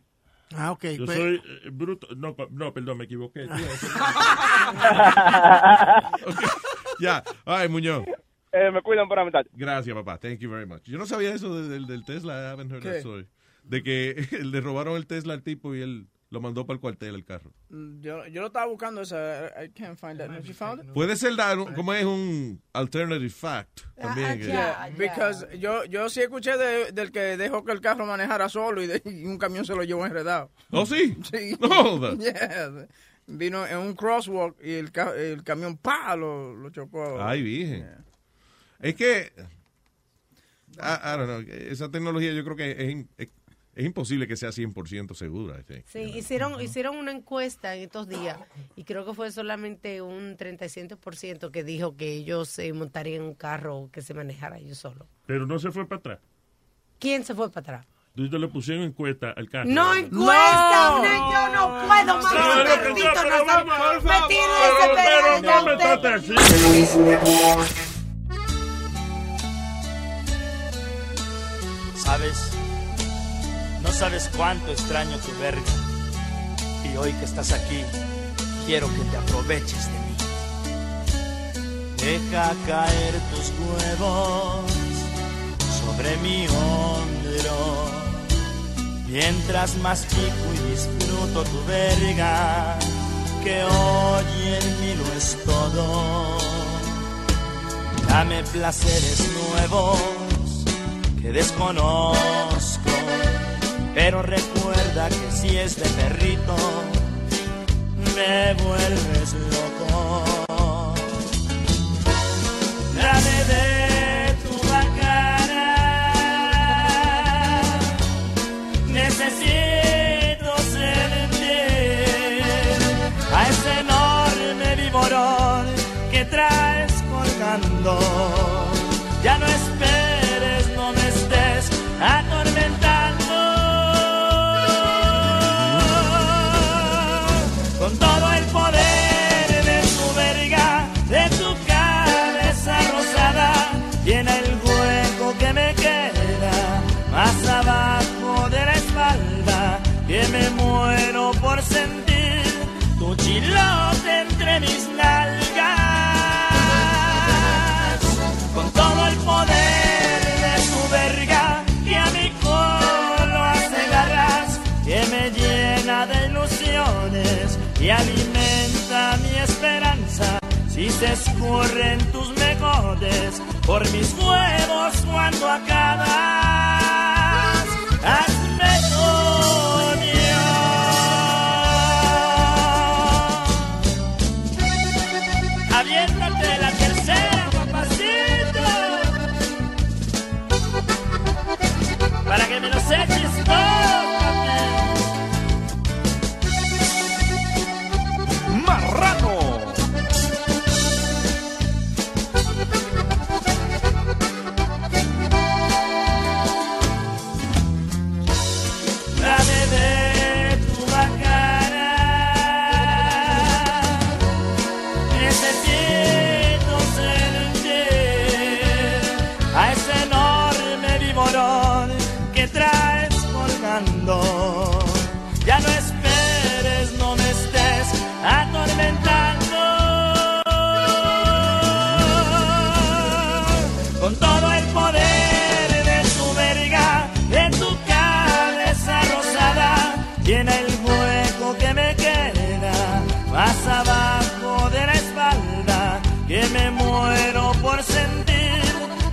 S9: Ah, ok.
S6: Yo
S9: pues-
S6: soy eh, bruto. No, co- no, perdón, me equivoqué.
S4: Ya, ay, Muñoz.
S2: Eh, me cuidan para mitad.
S4: Gracias, papá. Thank you very much. Yo no sabía eso de- del, del Tesla. I haven't heard
S46: ¿Qué?
S4: that story. De que le robaron el Tesla al tipo y él lo mandó para el cuartel el carro.
S8: Yo, yo lo estaba buscando esa. I can't find that. Have you found it?
S4: Puede ser, da- como es un alternative fact
S8: Ah,
S4: también. eh. que-
S8: Yeah, because yo, yo sí escuché de- del que dejó que el carro manejara solo y, de- y un camión se lo llevó enredado.
S4: ¿Oh, sí?
S8: Sí.
S4: No, that-
S8: Yeah. Vino en un crosswalk y el, ca- el camión pa lo, lo chocó.
S4: Ay, virgen. Es que. ah, I, I don't know. Esa tecnología yo creo que es, im- es- es imposible que sea 100% segura. I think.
S7: Sí, hicieron, hicieron una encuesta en estos días y creo que fue solamente un 37% que dijo que ellos se montarían en un carro que se manejara ellos solos.
S6: Pero no se fue para atrás.
S7: ¿Quién se fue para atrás?
S6: Yo te le pusieron encuesta al carro.
S7: No encuesta, no, yo no puedo más.
S6: No, no, no,
S7: Bendito,
S6: pero
S7: no sab-
S6: vamos,
S7: me
S6: por
S7: tiene
S6: favor,
S7: desesperada
S6: pero no me
S7: usted.
S6: trate así.
S47: Sabes, no sabes cuánto extraño tu verga. Y hoy que estás aquí, quiero que te aproveches de mí. Deja caer tus huevos sobre mi hombro. Mientras mastico y disfruto tu verga, que hoy en mí lo es todo. Dame placeres nuevos que desconozco. Pero recuerda que si es de perrito, me vuelves loco. Dame de tu bacana, necesito sentir a ese enorme viborón que traes colgando. Ya no esperes, no me estés atormentando. Con todo el poder de tu verga, de tu cabeza rosada, llena el hueco que me queda más abajo de la espalda, que me muero por sentir tu chilote entre mis nalgas con todo el poder de tu verga y a mi colo hace garras que me llena de ilusiones y alimenta mi esperanza si se escurren tus mejores por mis huevos cuando acabas hazme coño aviéntate la tercera papacito para que me los eches tócame marrano Dame de tu bacana. Necesito sentir a ese enorme viborón que traes colgando. Ya no esperes, no me estés atormentando. Con todo el poder de tu verga, de tu cabeza rosada, llena el hueco que me queda más abajo de la espalda que me muero por sentir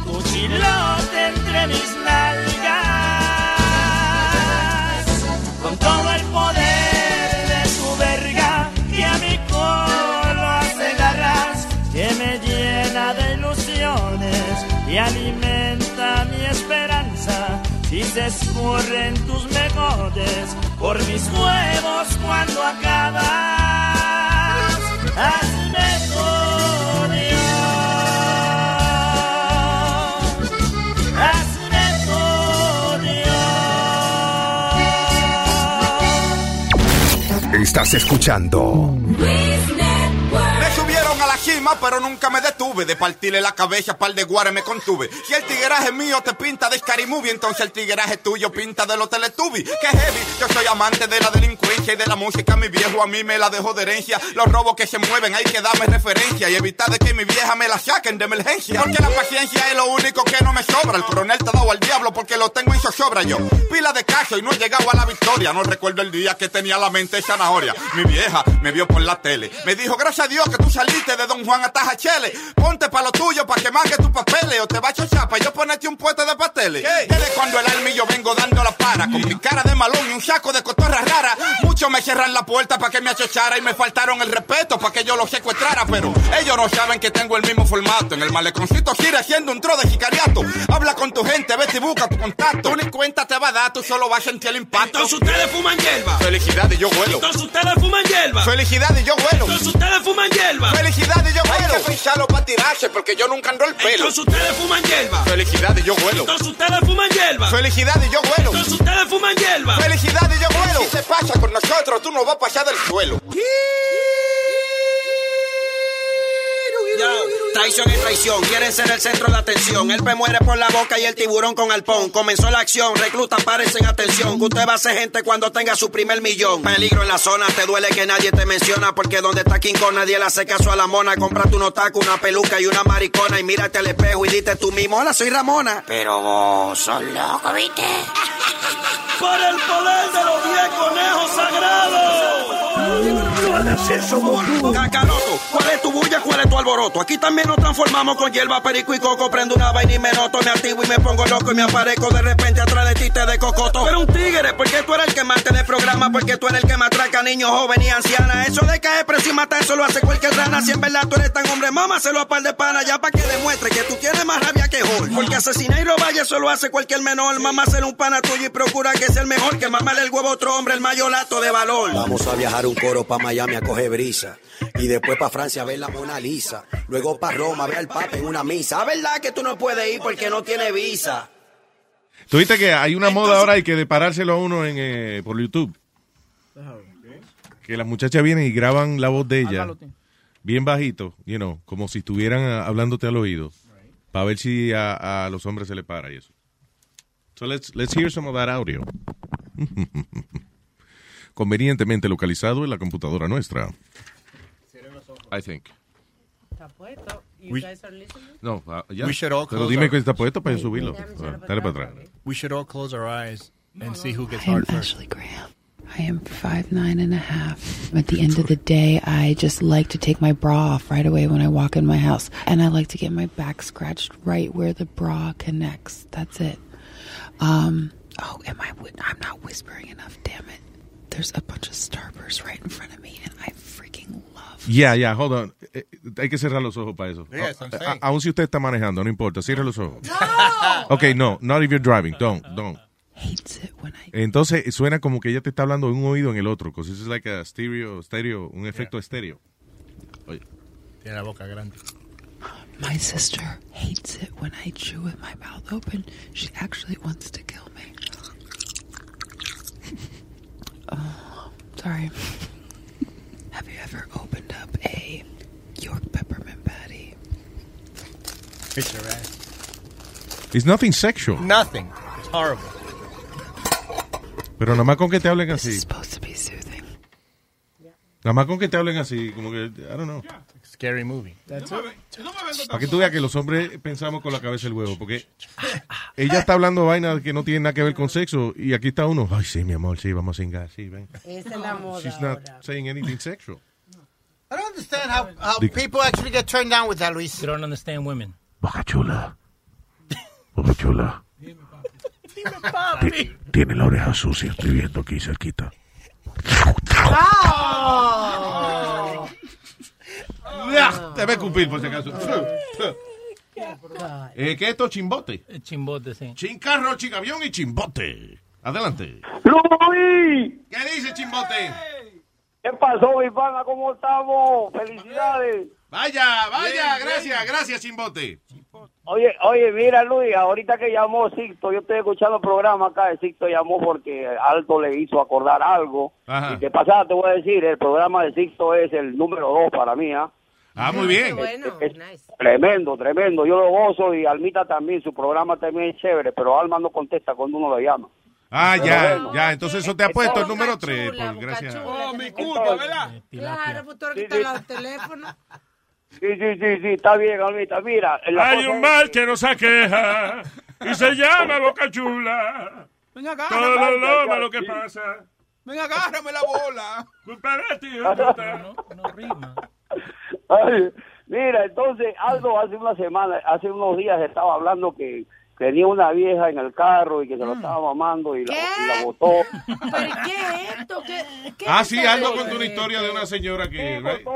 S47: tu chilote entre mis nalgas con que a mi colo hace garras, que me llena de ilusiones y alimenta mi esperanza. Y se escurren tus mejores por mis huevos cuando acabas. Hazme jodido. Hazme
S1: Estás escuchando
S48: Me subieron a la cima, pero nunca me detuve. De partirle la cabeza, par de guares me contuve. Si el tigueraje mío te pinta de Scary Movie, entonces el tigueraje tuyo pinta de los Teletubbies. Que heavy, yo soy amante de la delincuencia y de la música. Mi viejo a mí me la dejó de herencia. Los robos que se mueven, hay que darme referencia y evitar de que mi vieja me la saquen de emergencia. Porque la paciencia es lo único que no me sobra. El coronel te ha dado al diablo porque lo tengo en zozobra yo. Pila de caso y no he llegado a la victoria. No recuerdo el día que tenía la mente zanahoria. Mi vieja me vio por la tele. Me dijo, gracias a Dios que tú saliste de Don Juan hasta Hachele. Ponte pa' lo tuyo pa' que marque tus papeles. O te va a chochar pa' yo ponerte un puesto de pasteles. Desde cuando el alma y yo vengo dando la para. Con mi cara de malón y un saco de cotorra rara. Muchos me cerran la puerta pa' que me achochara. Y me faltaron el respeto pa' que yo los secuestrara. Pero ellos no saben que tengo el mismo formato. En el maleconcito sigue siendo un tro de sicariato. Habla con tu gente, vete y busca tu contacto. Tú ni cuenta te va a dar, tú solo vas a sentir el impacto. Entonces ustedes fuman hierba. Felicidad y yo vuelo. Entonces ustedes fuman hierba. Felicidad y yo vuelo. Entonces ustedes fuman hierba. Felicidad y yo vuelo. Hay que pincharlo para tirarse porque yo nunca ando el pelo. Entonces ustedes fuman hierba. Felicidad y yo vuelo. Entonces ustedes fuman hierba. Felicidad y yo vuelo. Entonces ustedes fuman hierba. Felicidad y yo vuelo. Si te pasa con nosotros, tú no vas a pasar del suelo.
S49: Yo, traición y traición, quieren ser el centro de atención. El pez muere por la boca y el tiburón con alpón. Comenzó la acción, recluta, parecen atención. Que usted va a ser gente cuando tenga su primer millón. Peligro en la zona, te duele que nadie te menciona. Porque donde está King Kong, nadie le hace caso a la mona. Comprate un taco, una peluca y una maricona. Y mírate al espejo y dite tú mismo, hola, soy Ramona. Pero vos sos loco, ¿viste?
S47: Por el poder de los diez conejos sagrados.
S49: Cacaloto, ¿cuál es tu bulla? ¿Cuál es tu alboroto? Aquí también nos transformamos con hierba, perico y coco. Prendo una vaina y me noto, me activo y me pongo loco y me aparezco de repente atrás de ti te de cocoto. Pero un tigre, porque tú eres el que mata en el programa, porque tú eres el que me atraca niños, joven y anciana. Eso de caer preso y matar, eso lo hace cualquier rana. Si en verdad tú eres tan hombre, mamá, se lo a par de pana, ya para que demuestre que tú tienes más rabia que Hulk. Porque asesinar y robar, eso lo hace cualquier menor. Mamá, ser un pana tuyo y procura que sea el mejor, que mamarle el huevo a otro hombre, el mayolato de valor. Vamos a viajar un coro pa' Miami a coger brisa. Y después pa' Francia a ver la Mona Lisa. Luego pa' Roma a ver al Papa en una misa. ¿Ah, verdad que tú no puedes ir porque no tienes visa?
S4: Tú viste que hay una moda ahora y que de parárselo a uno en, eh, por YouTube. Que las muchachas vienen y graban la voz de ella bien bajito, you know, como si estuvieran ah, hablándote al oído. Para ver si a, a los hombres se le para y eso. So let's, let's hear some of that audio. Convenientemente localizado en la computadora nuestra. I think.
S17: Está puesto. You
S4: We-
S17: guys are listening?
S4: No, ah, ya.
S11: We should all
S4: Pero
S11: close
S4: dime
S11: our-
S4: que está puesto para yo subirlo. Ah, Dale para atrás.
S11: We should all close our eyes and see who gets hard first.
S34: I am five nine and a half. At the end of the day, I just like to take my bra off right away when I walk in my house, and I like to get my back scratched right where the bra connects. That's it. Um, oh, am I? whi- I'm not whispering enough. Damn it! There's a bunch of starbursts right in front of me, and I freaking
S4: Yeah, yeah, hold on. Eh, eh, hay que cerrar los ojos para eso.
S34: Yeah, that's what I'm
S4: A-
S34: saying.
S4: aun si usted está manejando, no importa. Cierra los ojos. Okay, no, not if you're driving. Don't, don't.
S34: hates it when
S4: Entonces suena como que ella te está hablando de un oído en el otro. Because this is like a stereo, stereo, un efecto estéreo. Oye.
S11: Tiene la boca grande.
S34: My sister hates it when I chew with my mouth open. She actually wants to kill me. oh, sorry. Have you ever opened up a York peppermint patty?
S11: Fix your ass.
S4: It's nothing sexual.
S11: Nothing. It's horrible.
S4: Pero nada más con que te hablen así.
S34: To be soothing.
S4: Nada más con que te hablen así, como que, I don't know.
S11: Scary movie.
S4: Para que tú veas que los hombres pensamos con la cabeza el huevo, porque ella está hablando vainas que no tienen nada que ver con sexo y aquí está uno, ay sí, mi amor, sí, vamos a cingar, sí, ven.
S17: Esa es la moda
S4: She's not saying anything sexual.
S20: I don't understand how, how
S4: The-
S20: people actually get turned down with that, Luis. You don't understand women.
S1: Boca Chula. Boca Chula. Ti- Tiene la oreja sucia, estoy viendo aquí cerquita.
S3: Ah, Te voy a escupir por si acaso. Eh, ¿Qué es esto? Chimbote.
S20: Chimbote, sí.
S3: Chincarro, chicavión y chimbote. Adelante.
S1: ¡Luis!
S3: ¿Qué dice, Chimbote?
S1: ¿Qué pasó, mi pana? ¿Cómo estamos? ¡Felicidades!
S3: Vaya, vaya, gracias, gracias, Chimbote.
S1: Oye, oye, mira, Luis, ahorita que llamó Sixto, yo estoy escuchando el programa acá, el Sixto llamó porque Aldo le hizo acordar algo.
S3: Ajá.
S1: Y de pasada te voy a decir, el programa de Sixto es el número dos para mí, ¿ah?
S3: Ah, muy bien.
S1: eh, Tremendo, tremendo. Yo lo gozo y Almita también, su programa también es chévere, pero Alma no contesta cuando uno lo llama.
S3: Ah,
S1: Pero
S3: ya,
S1: bueno.
S3: ya. Entonces eso te ha puesto el número 3. gracias.
S1: Oh, mi culpa, ¿verdad?
S7: Claro, pues tú ahorita los teléfonos.
S1: Sí, sí, sí, sí, está bien, Almita. Mira, la
S6: Hay
S1: cosa
S6: un
S1: es-
S6: mal que nos aqueja y se llama Boca Chula.
S10: Venga,
S6: Todo lo
S10: agárrame.
S6: loma lo que pasa.
S10: Venga, agárrame la bola.
S6: Culpa de ti,
S1: Ah,
S6: Almita.
S1: Ay, mira, entonces Aldo hace una semana, hace unos días estaba hablando que que tenía una vieja en el carro y que se lo estaba mamando y la, y la botó.
S7: Mm. ¿Pero qué es esto? ¿Qué, qué
S3: Ah,
S7: es
S3: sí,
S7: esto?
S3: algo con una historia de una señora que. right?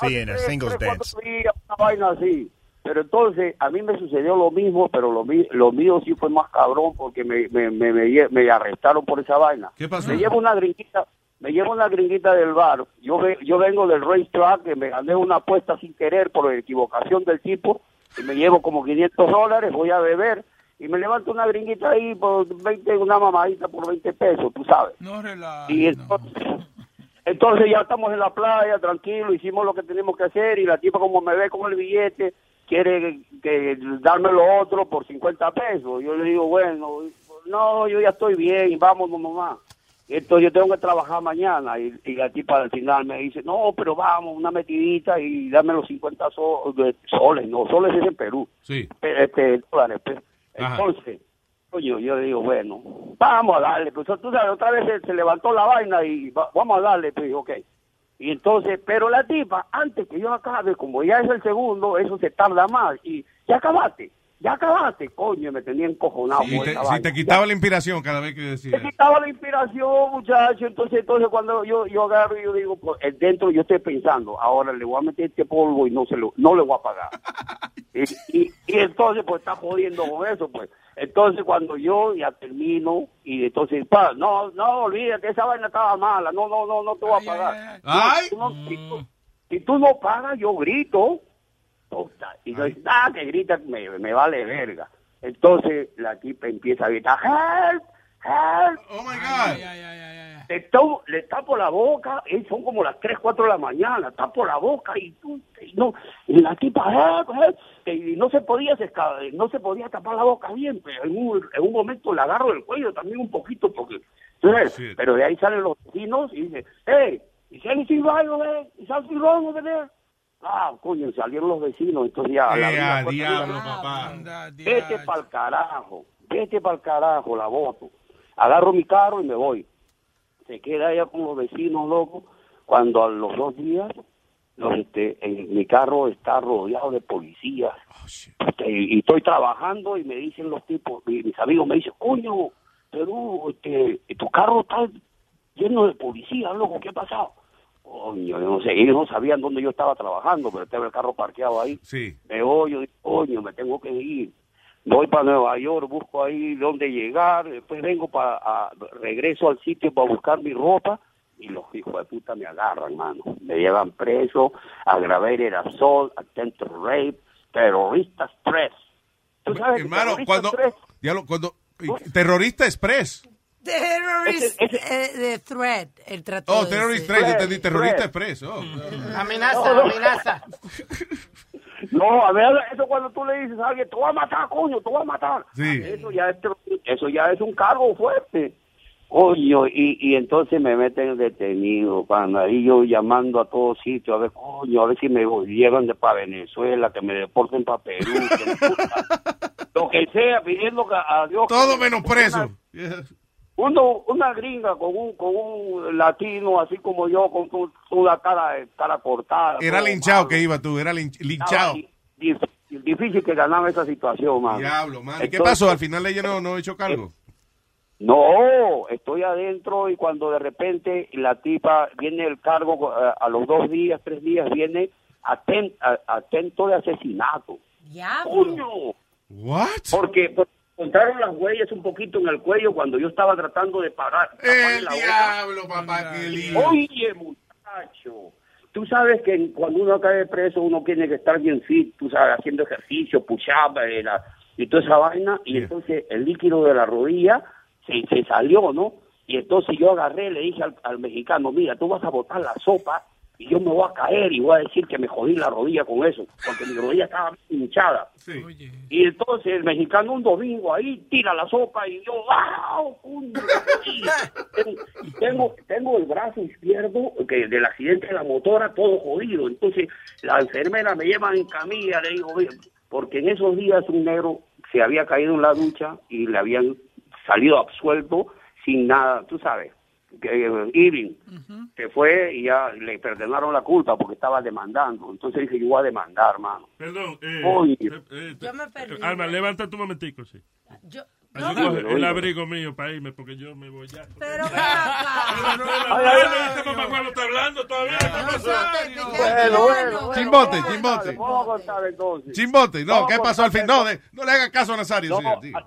S1: Sí, en
S11: a singles dance.
S1: Una vaina así. Pero entonces a mí me sucedió lo mismo, pero lo, mi- lo mío sí fue más cabrón porque me, me, me, me lle- me arrestaron por esa vaina.
S3: ¿Qué pasó?
S1: Me llevo una gringuita, me llevo una gringuita del bar. Yo ve- yo vengo del racetrack, que me gané una apuesta sin querer por equivocación del tipo y me llevo como 500 dólares, voy a beber y me levanto una gringuita ahí por 20, una mamadita por 20 pesos, tú sabes.
S10: No relajes.
S1: Y entonces, entonces ya estamos en la playa, tranquilo, hicimos lo que tenemos que hacer y la tipa como me ve con el billete, quiere que, darme lo otro por 50 pesos. Yo le digo, bueno, no, yo ya estoy bien, vámonos mamá. Entonces yo tengo que trabajar mañana y, y la tipa al final me dice, no, pero vamos, una metidita y dame los 50 so- de- soles, no, soles es en Perú,
S3: Sí.
S1: pe- este, dólares. pe-
S3: Ajá.
S1: Entonces, coño, yo digo, bueno, vamos a darle. Pues, tú sabes, otra vez se, se levantó la vaina y va- vamos a darle. Pues, ok. Y entonces, pero la tipa, antes que yo acabe, como ya es el segundo, eso se tarda más. Y ya acabaste, ya acabaste, coño, me tenía encojonado.
S3: Si
S1: por
S3: te,
S1: esa
S3: si
S1: vaina.
S3: te quitaba la inspiración cada vez que decía.
S1: Me quitaba la inspiración, muchacho. Entonces, entonces cuando yo, yo agarro y yo digo, pues, eh, dentro yo estoy pensando, ahora le voy a meter este polvo y no se lo, no le voy a pagar. y, y- y entonces, pues, está jodiendo con eso, pues. Entonces, cuando yo ya termino y entonces, pa, no, no, olvídate, esa vaina estaba mala, no, no, no, no te voy a pagar.
S3: Ay.
S1: No, tú no- si, tú, si tú no pagas, yo grito. Puta, Y yo, ah, que grita, me, me vale verga. Entonces, la tipa empieza a gritar, help, help.
S3: Oh my God.
S1: Le, to- le tapo la boca, eh, son como las 3, 4 de la mañana, tapo la boca y, tú- y no, y la tipa, ah, ah, y no se podía se esca- no se podía tapar la boca bien, pero en un, en un momento le agarro del cuello también un poquito, porque, tú sabes, pero de ahí salen los vecinos y dicen, hey, is anything wrong over there? Is something wrong over there? Ah, coño, salieron los vecinos, entonces ya... la
S3: Eh,
S1: abrí la
S3: ah,
S1: puerta,
S3: diablo,
S1: mira,
S3: papá.
S1: Vete pa'l carajo, vete pa'l carajo, la voto. Agarro mi carro y me voy. Se queda allá con los vecinos, loco, cuando a los dos días, los, este, en- mi carro está rodeado de policías. Este, y, y estoy trabajando y me dicen los tipos, mi- mis amigos me dicen, coño, Perú, este, tu carro está lleno de policías, loco, ¿qué ha pasado? Coño, yo no sé, ellos no sabían dónde yo estaba trabajando, pero estaba el carro parqueado ahí.
S3: Sí.
S1: Me voy, yo digo, coño, me tengo que ir. Voy para Nueva York, busco ahí dónde llegar, después vengo para, a- regreso al sitio para buscar mi ropa y los hijos de puta me agarran, mano. Me llevan preso, aggravated assault, attempted rape, terroristas tres. ¿Tú sabes
S3: Hermano,
S1: terroristas
S3: cuando.
S1: tres?
S3: diablo, cuando terrorista Express.
S7: Terrorist eh, de threat. El trato
S3: Oh,
S7: de
S3: Terrorist
S7: decir.
S3: 3. Yo entendí Terrorista Express. Oh.
S9: Amenaza, amenaza.
S1: No, a ver, eso cuando tú le dices a alguien, tú vas a matar, coño, tú vas a matar.
S3: Sí.
S1: Eso ya es, eso ya es un cargo fuerte. Coño, y, y entonces me meten detenido, pana, y yo llamando a todos sitios, a ver, coño, a ver si me llevan de para Venezuela, que me deporten para Perú, que me- lo que sea, pidiendo que- a Dios.
S3: Todo menos preso.
S1: Uno, una gringa con un, con un latino así como yo, con tu- toda cara, cara cortada. pues,
S3: Era
S1: todo
S3: linchado que iba tú. Era linch- linchado.
S1: difícil, difícil que ganaba esa situación, mano.
S3: Diablo, mano. ¿Y qué
S1: Entonces,
S3: pasó? Al final ella no, no echó cargo.
S1: No, estoy adentro y cuando de repente la tipa viene el cargo eh, a los dos días, tres días, viene aten- a- atento de asesinato.
S7: Ah,
S1: ¡Coño!
S4: What?
S1: Porque porque encontraron las huellas un poquito en el cuello cuando yo estaba tratando de parar. taparle la boca.
S4: papá, qué
S1: Oye, muchacho, tú sabes que en- cuando uno cae preso, uno tiene que estar bien fit, tú sabes, haciendo ejercicio, push-up eh, la- y toda esa vaina, y entonces el líquido de la rodilla se, se salió, ¿no? Y entonces yo agarré, le dije al, al mexicano, mira, tú vas a botar la sopa y yo me voy a caer y voy a decir que me jodí la rodilla con eso, porque mi rodilla estaba hinchada. Y entonces el mexicano un domingo ahí tira la sopa y yo, ¡ah! ¡wow! coño! Sí. tengo, tengo el brazo izquierdo que del accidente de la motora todo jodido. Entonces la enfermera me lleva en camilla, le digo, "Oye", porque en esos días un negro se había caído en la ducha y le habían salido absuelto sin nada, tú sabes. que- Irving se fue y ya le perdonaron la culpa porque estaba demandando. Entonces dije, yo voy a demandar, hermano.
S6: Perdón. Eh,
S1: Oye.
S6: eh, eh,
S17: Yo me perdí.
S6: Alma, levanta tu momentico, sí.
S17: Yo,
S6: Así
S17: no,
S6: coge
S17: no,
S6: el
S17: no.
S6: abrigo mío para irme porque yo me voy ya.
S17: Pero ven acá.
S6: No, no, no,
S17: Ay,
S6: no, este papá Juan no está hablando todavía. ¿Qué pasó?
S4: Bueno, bueno. Chimbote, chimbote.
S10: eh,
S4: Chimbote, no,
S1: Vamos
S4: ¿qué
S1: a
S4: pasó al fin? No, de- no le hagan caso a Nazario.
S1: No,
S4: señor.
S1: al,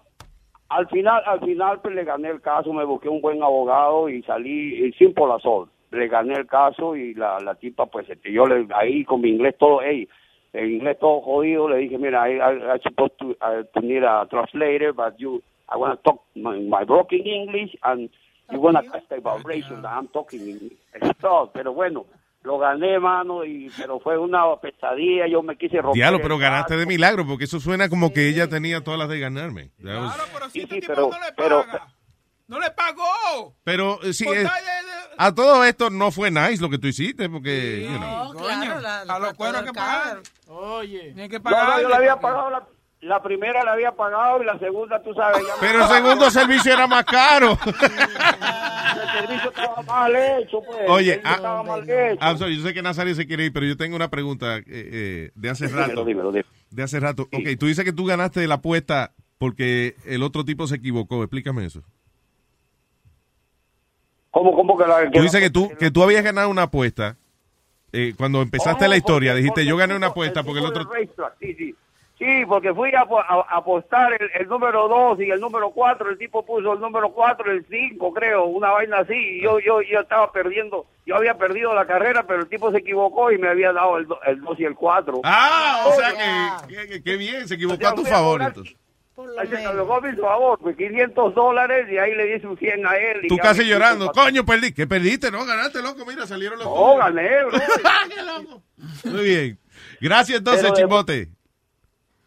S1: al final, al final pues, le gané el caso, me busqué un buen abogado y salí eh, sin por la sol. Le gané el caso y la, la tipa, pues este, yo le, ahí con mi inglés todo, hey, el inglés todo jodido, le dije, mira, I, I, I supposed to, uh, to need a translator, but you, I want to talk my, my broken English and you want to talk about racism that I'm talking in stuff. Pero bueno, lo gané, mano, y, pero fue una pesadilla, yo me quise romper.
S4: Diablo,
S1: el
S4: pero ganaste de milagro porque eso suena como que ella tenía todas las de ganarme. That was-
S1: Sí, sí, pero, pero,
S10: ¡No le pagó!
S4: Pero eh, sí,
S10: Por
S4: eh,
S10: tal
S4: a todo esto no fue nice lo que tú hiciste porque, you know.
S10: Coño, a los cueros que pagar. Oye. Tienen que
S1: No, no,
S10: pagar.
S1: yo le había pagado la, la primera, la había pagado y la segunda, tú sabes. ya me-
S4: Pero el segundo servicio era más caro.
S1: El servicio estaba mal hecho, pues. El
S4: Oye,
S1: servicio estaba
S4: ah,
S1: mal hecho.
S4: I'm sorry, yo sé que Nazario se quiere ir, pero yo tengo una pregunta eh, eh, de hace
S1: Dímelo,
S4: rato.
S1: dímelo,
S4: De hace rato. Ok, tú dices que tú ganaste la apuesta porque el otro tipo se equivocó. Explícame eso.
S1: ¿Cómo, cómo que la.?
S4: Tú dices que tú, que tú habías ganado una apuesta. eh, cuando empezaste
S1: Oh,
S4: la historia, dijiste yo gané una apuesta porque el
S1: Fue
S4: otro...
S1: racetrack, Sí, sí. Sí, porque fui a, po- a- a apostar el, el número 2 y el número 4, el tipo puso el número 4, el 5, creo, una vaina así. Y yo, yo, yo estaba perdiendo, yo había perdido la carrera, pero el tipo se equivocó y me había dado el 2 y el 4.
S4: Ah, o sea que, que- que- que bien, se equivocó a tu favor entonces.
S1: Ahí se equivocó a mi favor, pues 500 dólares y ahí le di un 100 a él. y
S4: Tú
S1: ya
S4: casi
S1: me-
S4: llorando, coño, perdí. ¿Qué perdiste? No, ganaste, loco, mira, salieron los...
S1: No, gané, bro.
S4: Muy bien. Gracias entonces,
S1: Pero de-
S4: Chimbote.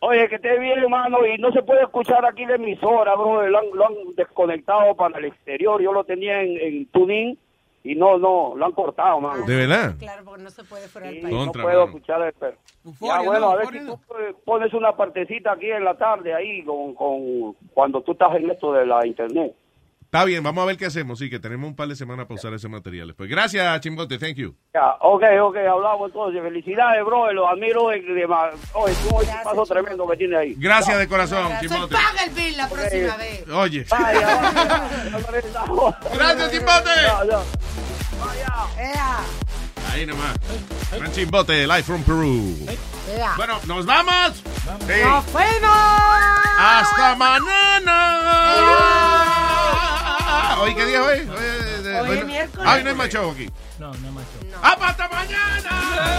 S1: Oye, que esté bien, hermano, y no se puede escuchar aquí la emisora, bro. Lo han, lo han desconectado para el exterior. Yo lo tenía en, en tuning y no, no, lo han cortado, mano.
S4: ¿De verdad?
S17: Claro, porque no se puede fuera del
S1: Sí,
S17: país.
S1: no
S4: Contra,
S1: puedo
S4: mano.
S1: escuchar el per-
S17: Euforia,
S1: Ya, bueno,
S17: no,
S1: a ver si tú eh, pones una partecita aquí en la tarde, ahí, con, con cuando tú estás en esto de la internet.
S4: Está bien, vamos a ver qué hacemos. Sí, que tenemos un par de semanas para usar ese material. Pues gracias, Chimbote. Thank you.
S1: Ya, ok, ok, hablamos entonces. Felicidades, bro, los admiro. de- de ma- Oye, tú, oye, un paso tremendo que tienes ahí.
S4: Gracias de corazón,
S1: Gracias.
S4: Chimbote.
S17: Paga el bill la próxima vez.
S4: Oye.
S17: Gracias,
S4: Timbote.
S17: Ea,
S4: Ahí nomás. Gran Chimbote, live from Peru.
S17: ea.
S4: Bueno, nos vamos. Sí.
S17: ¡Nos fuimos!
S4: Hasta mañana. ¿Hoy qué día es hoy? Hoy, eh,
S50: Hoy es
S4: bueno,
S50: miércoles.
S4: ay, no hay más show aquí.
S17: pues
S50: No, no macho.
S4: ¡Ah, hasta mañana!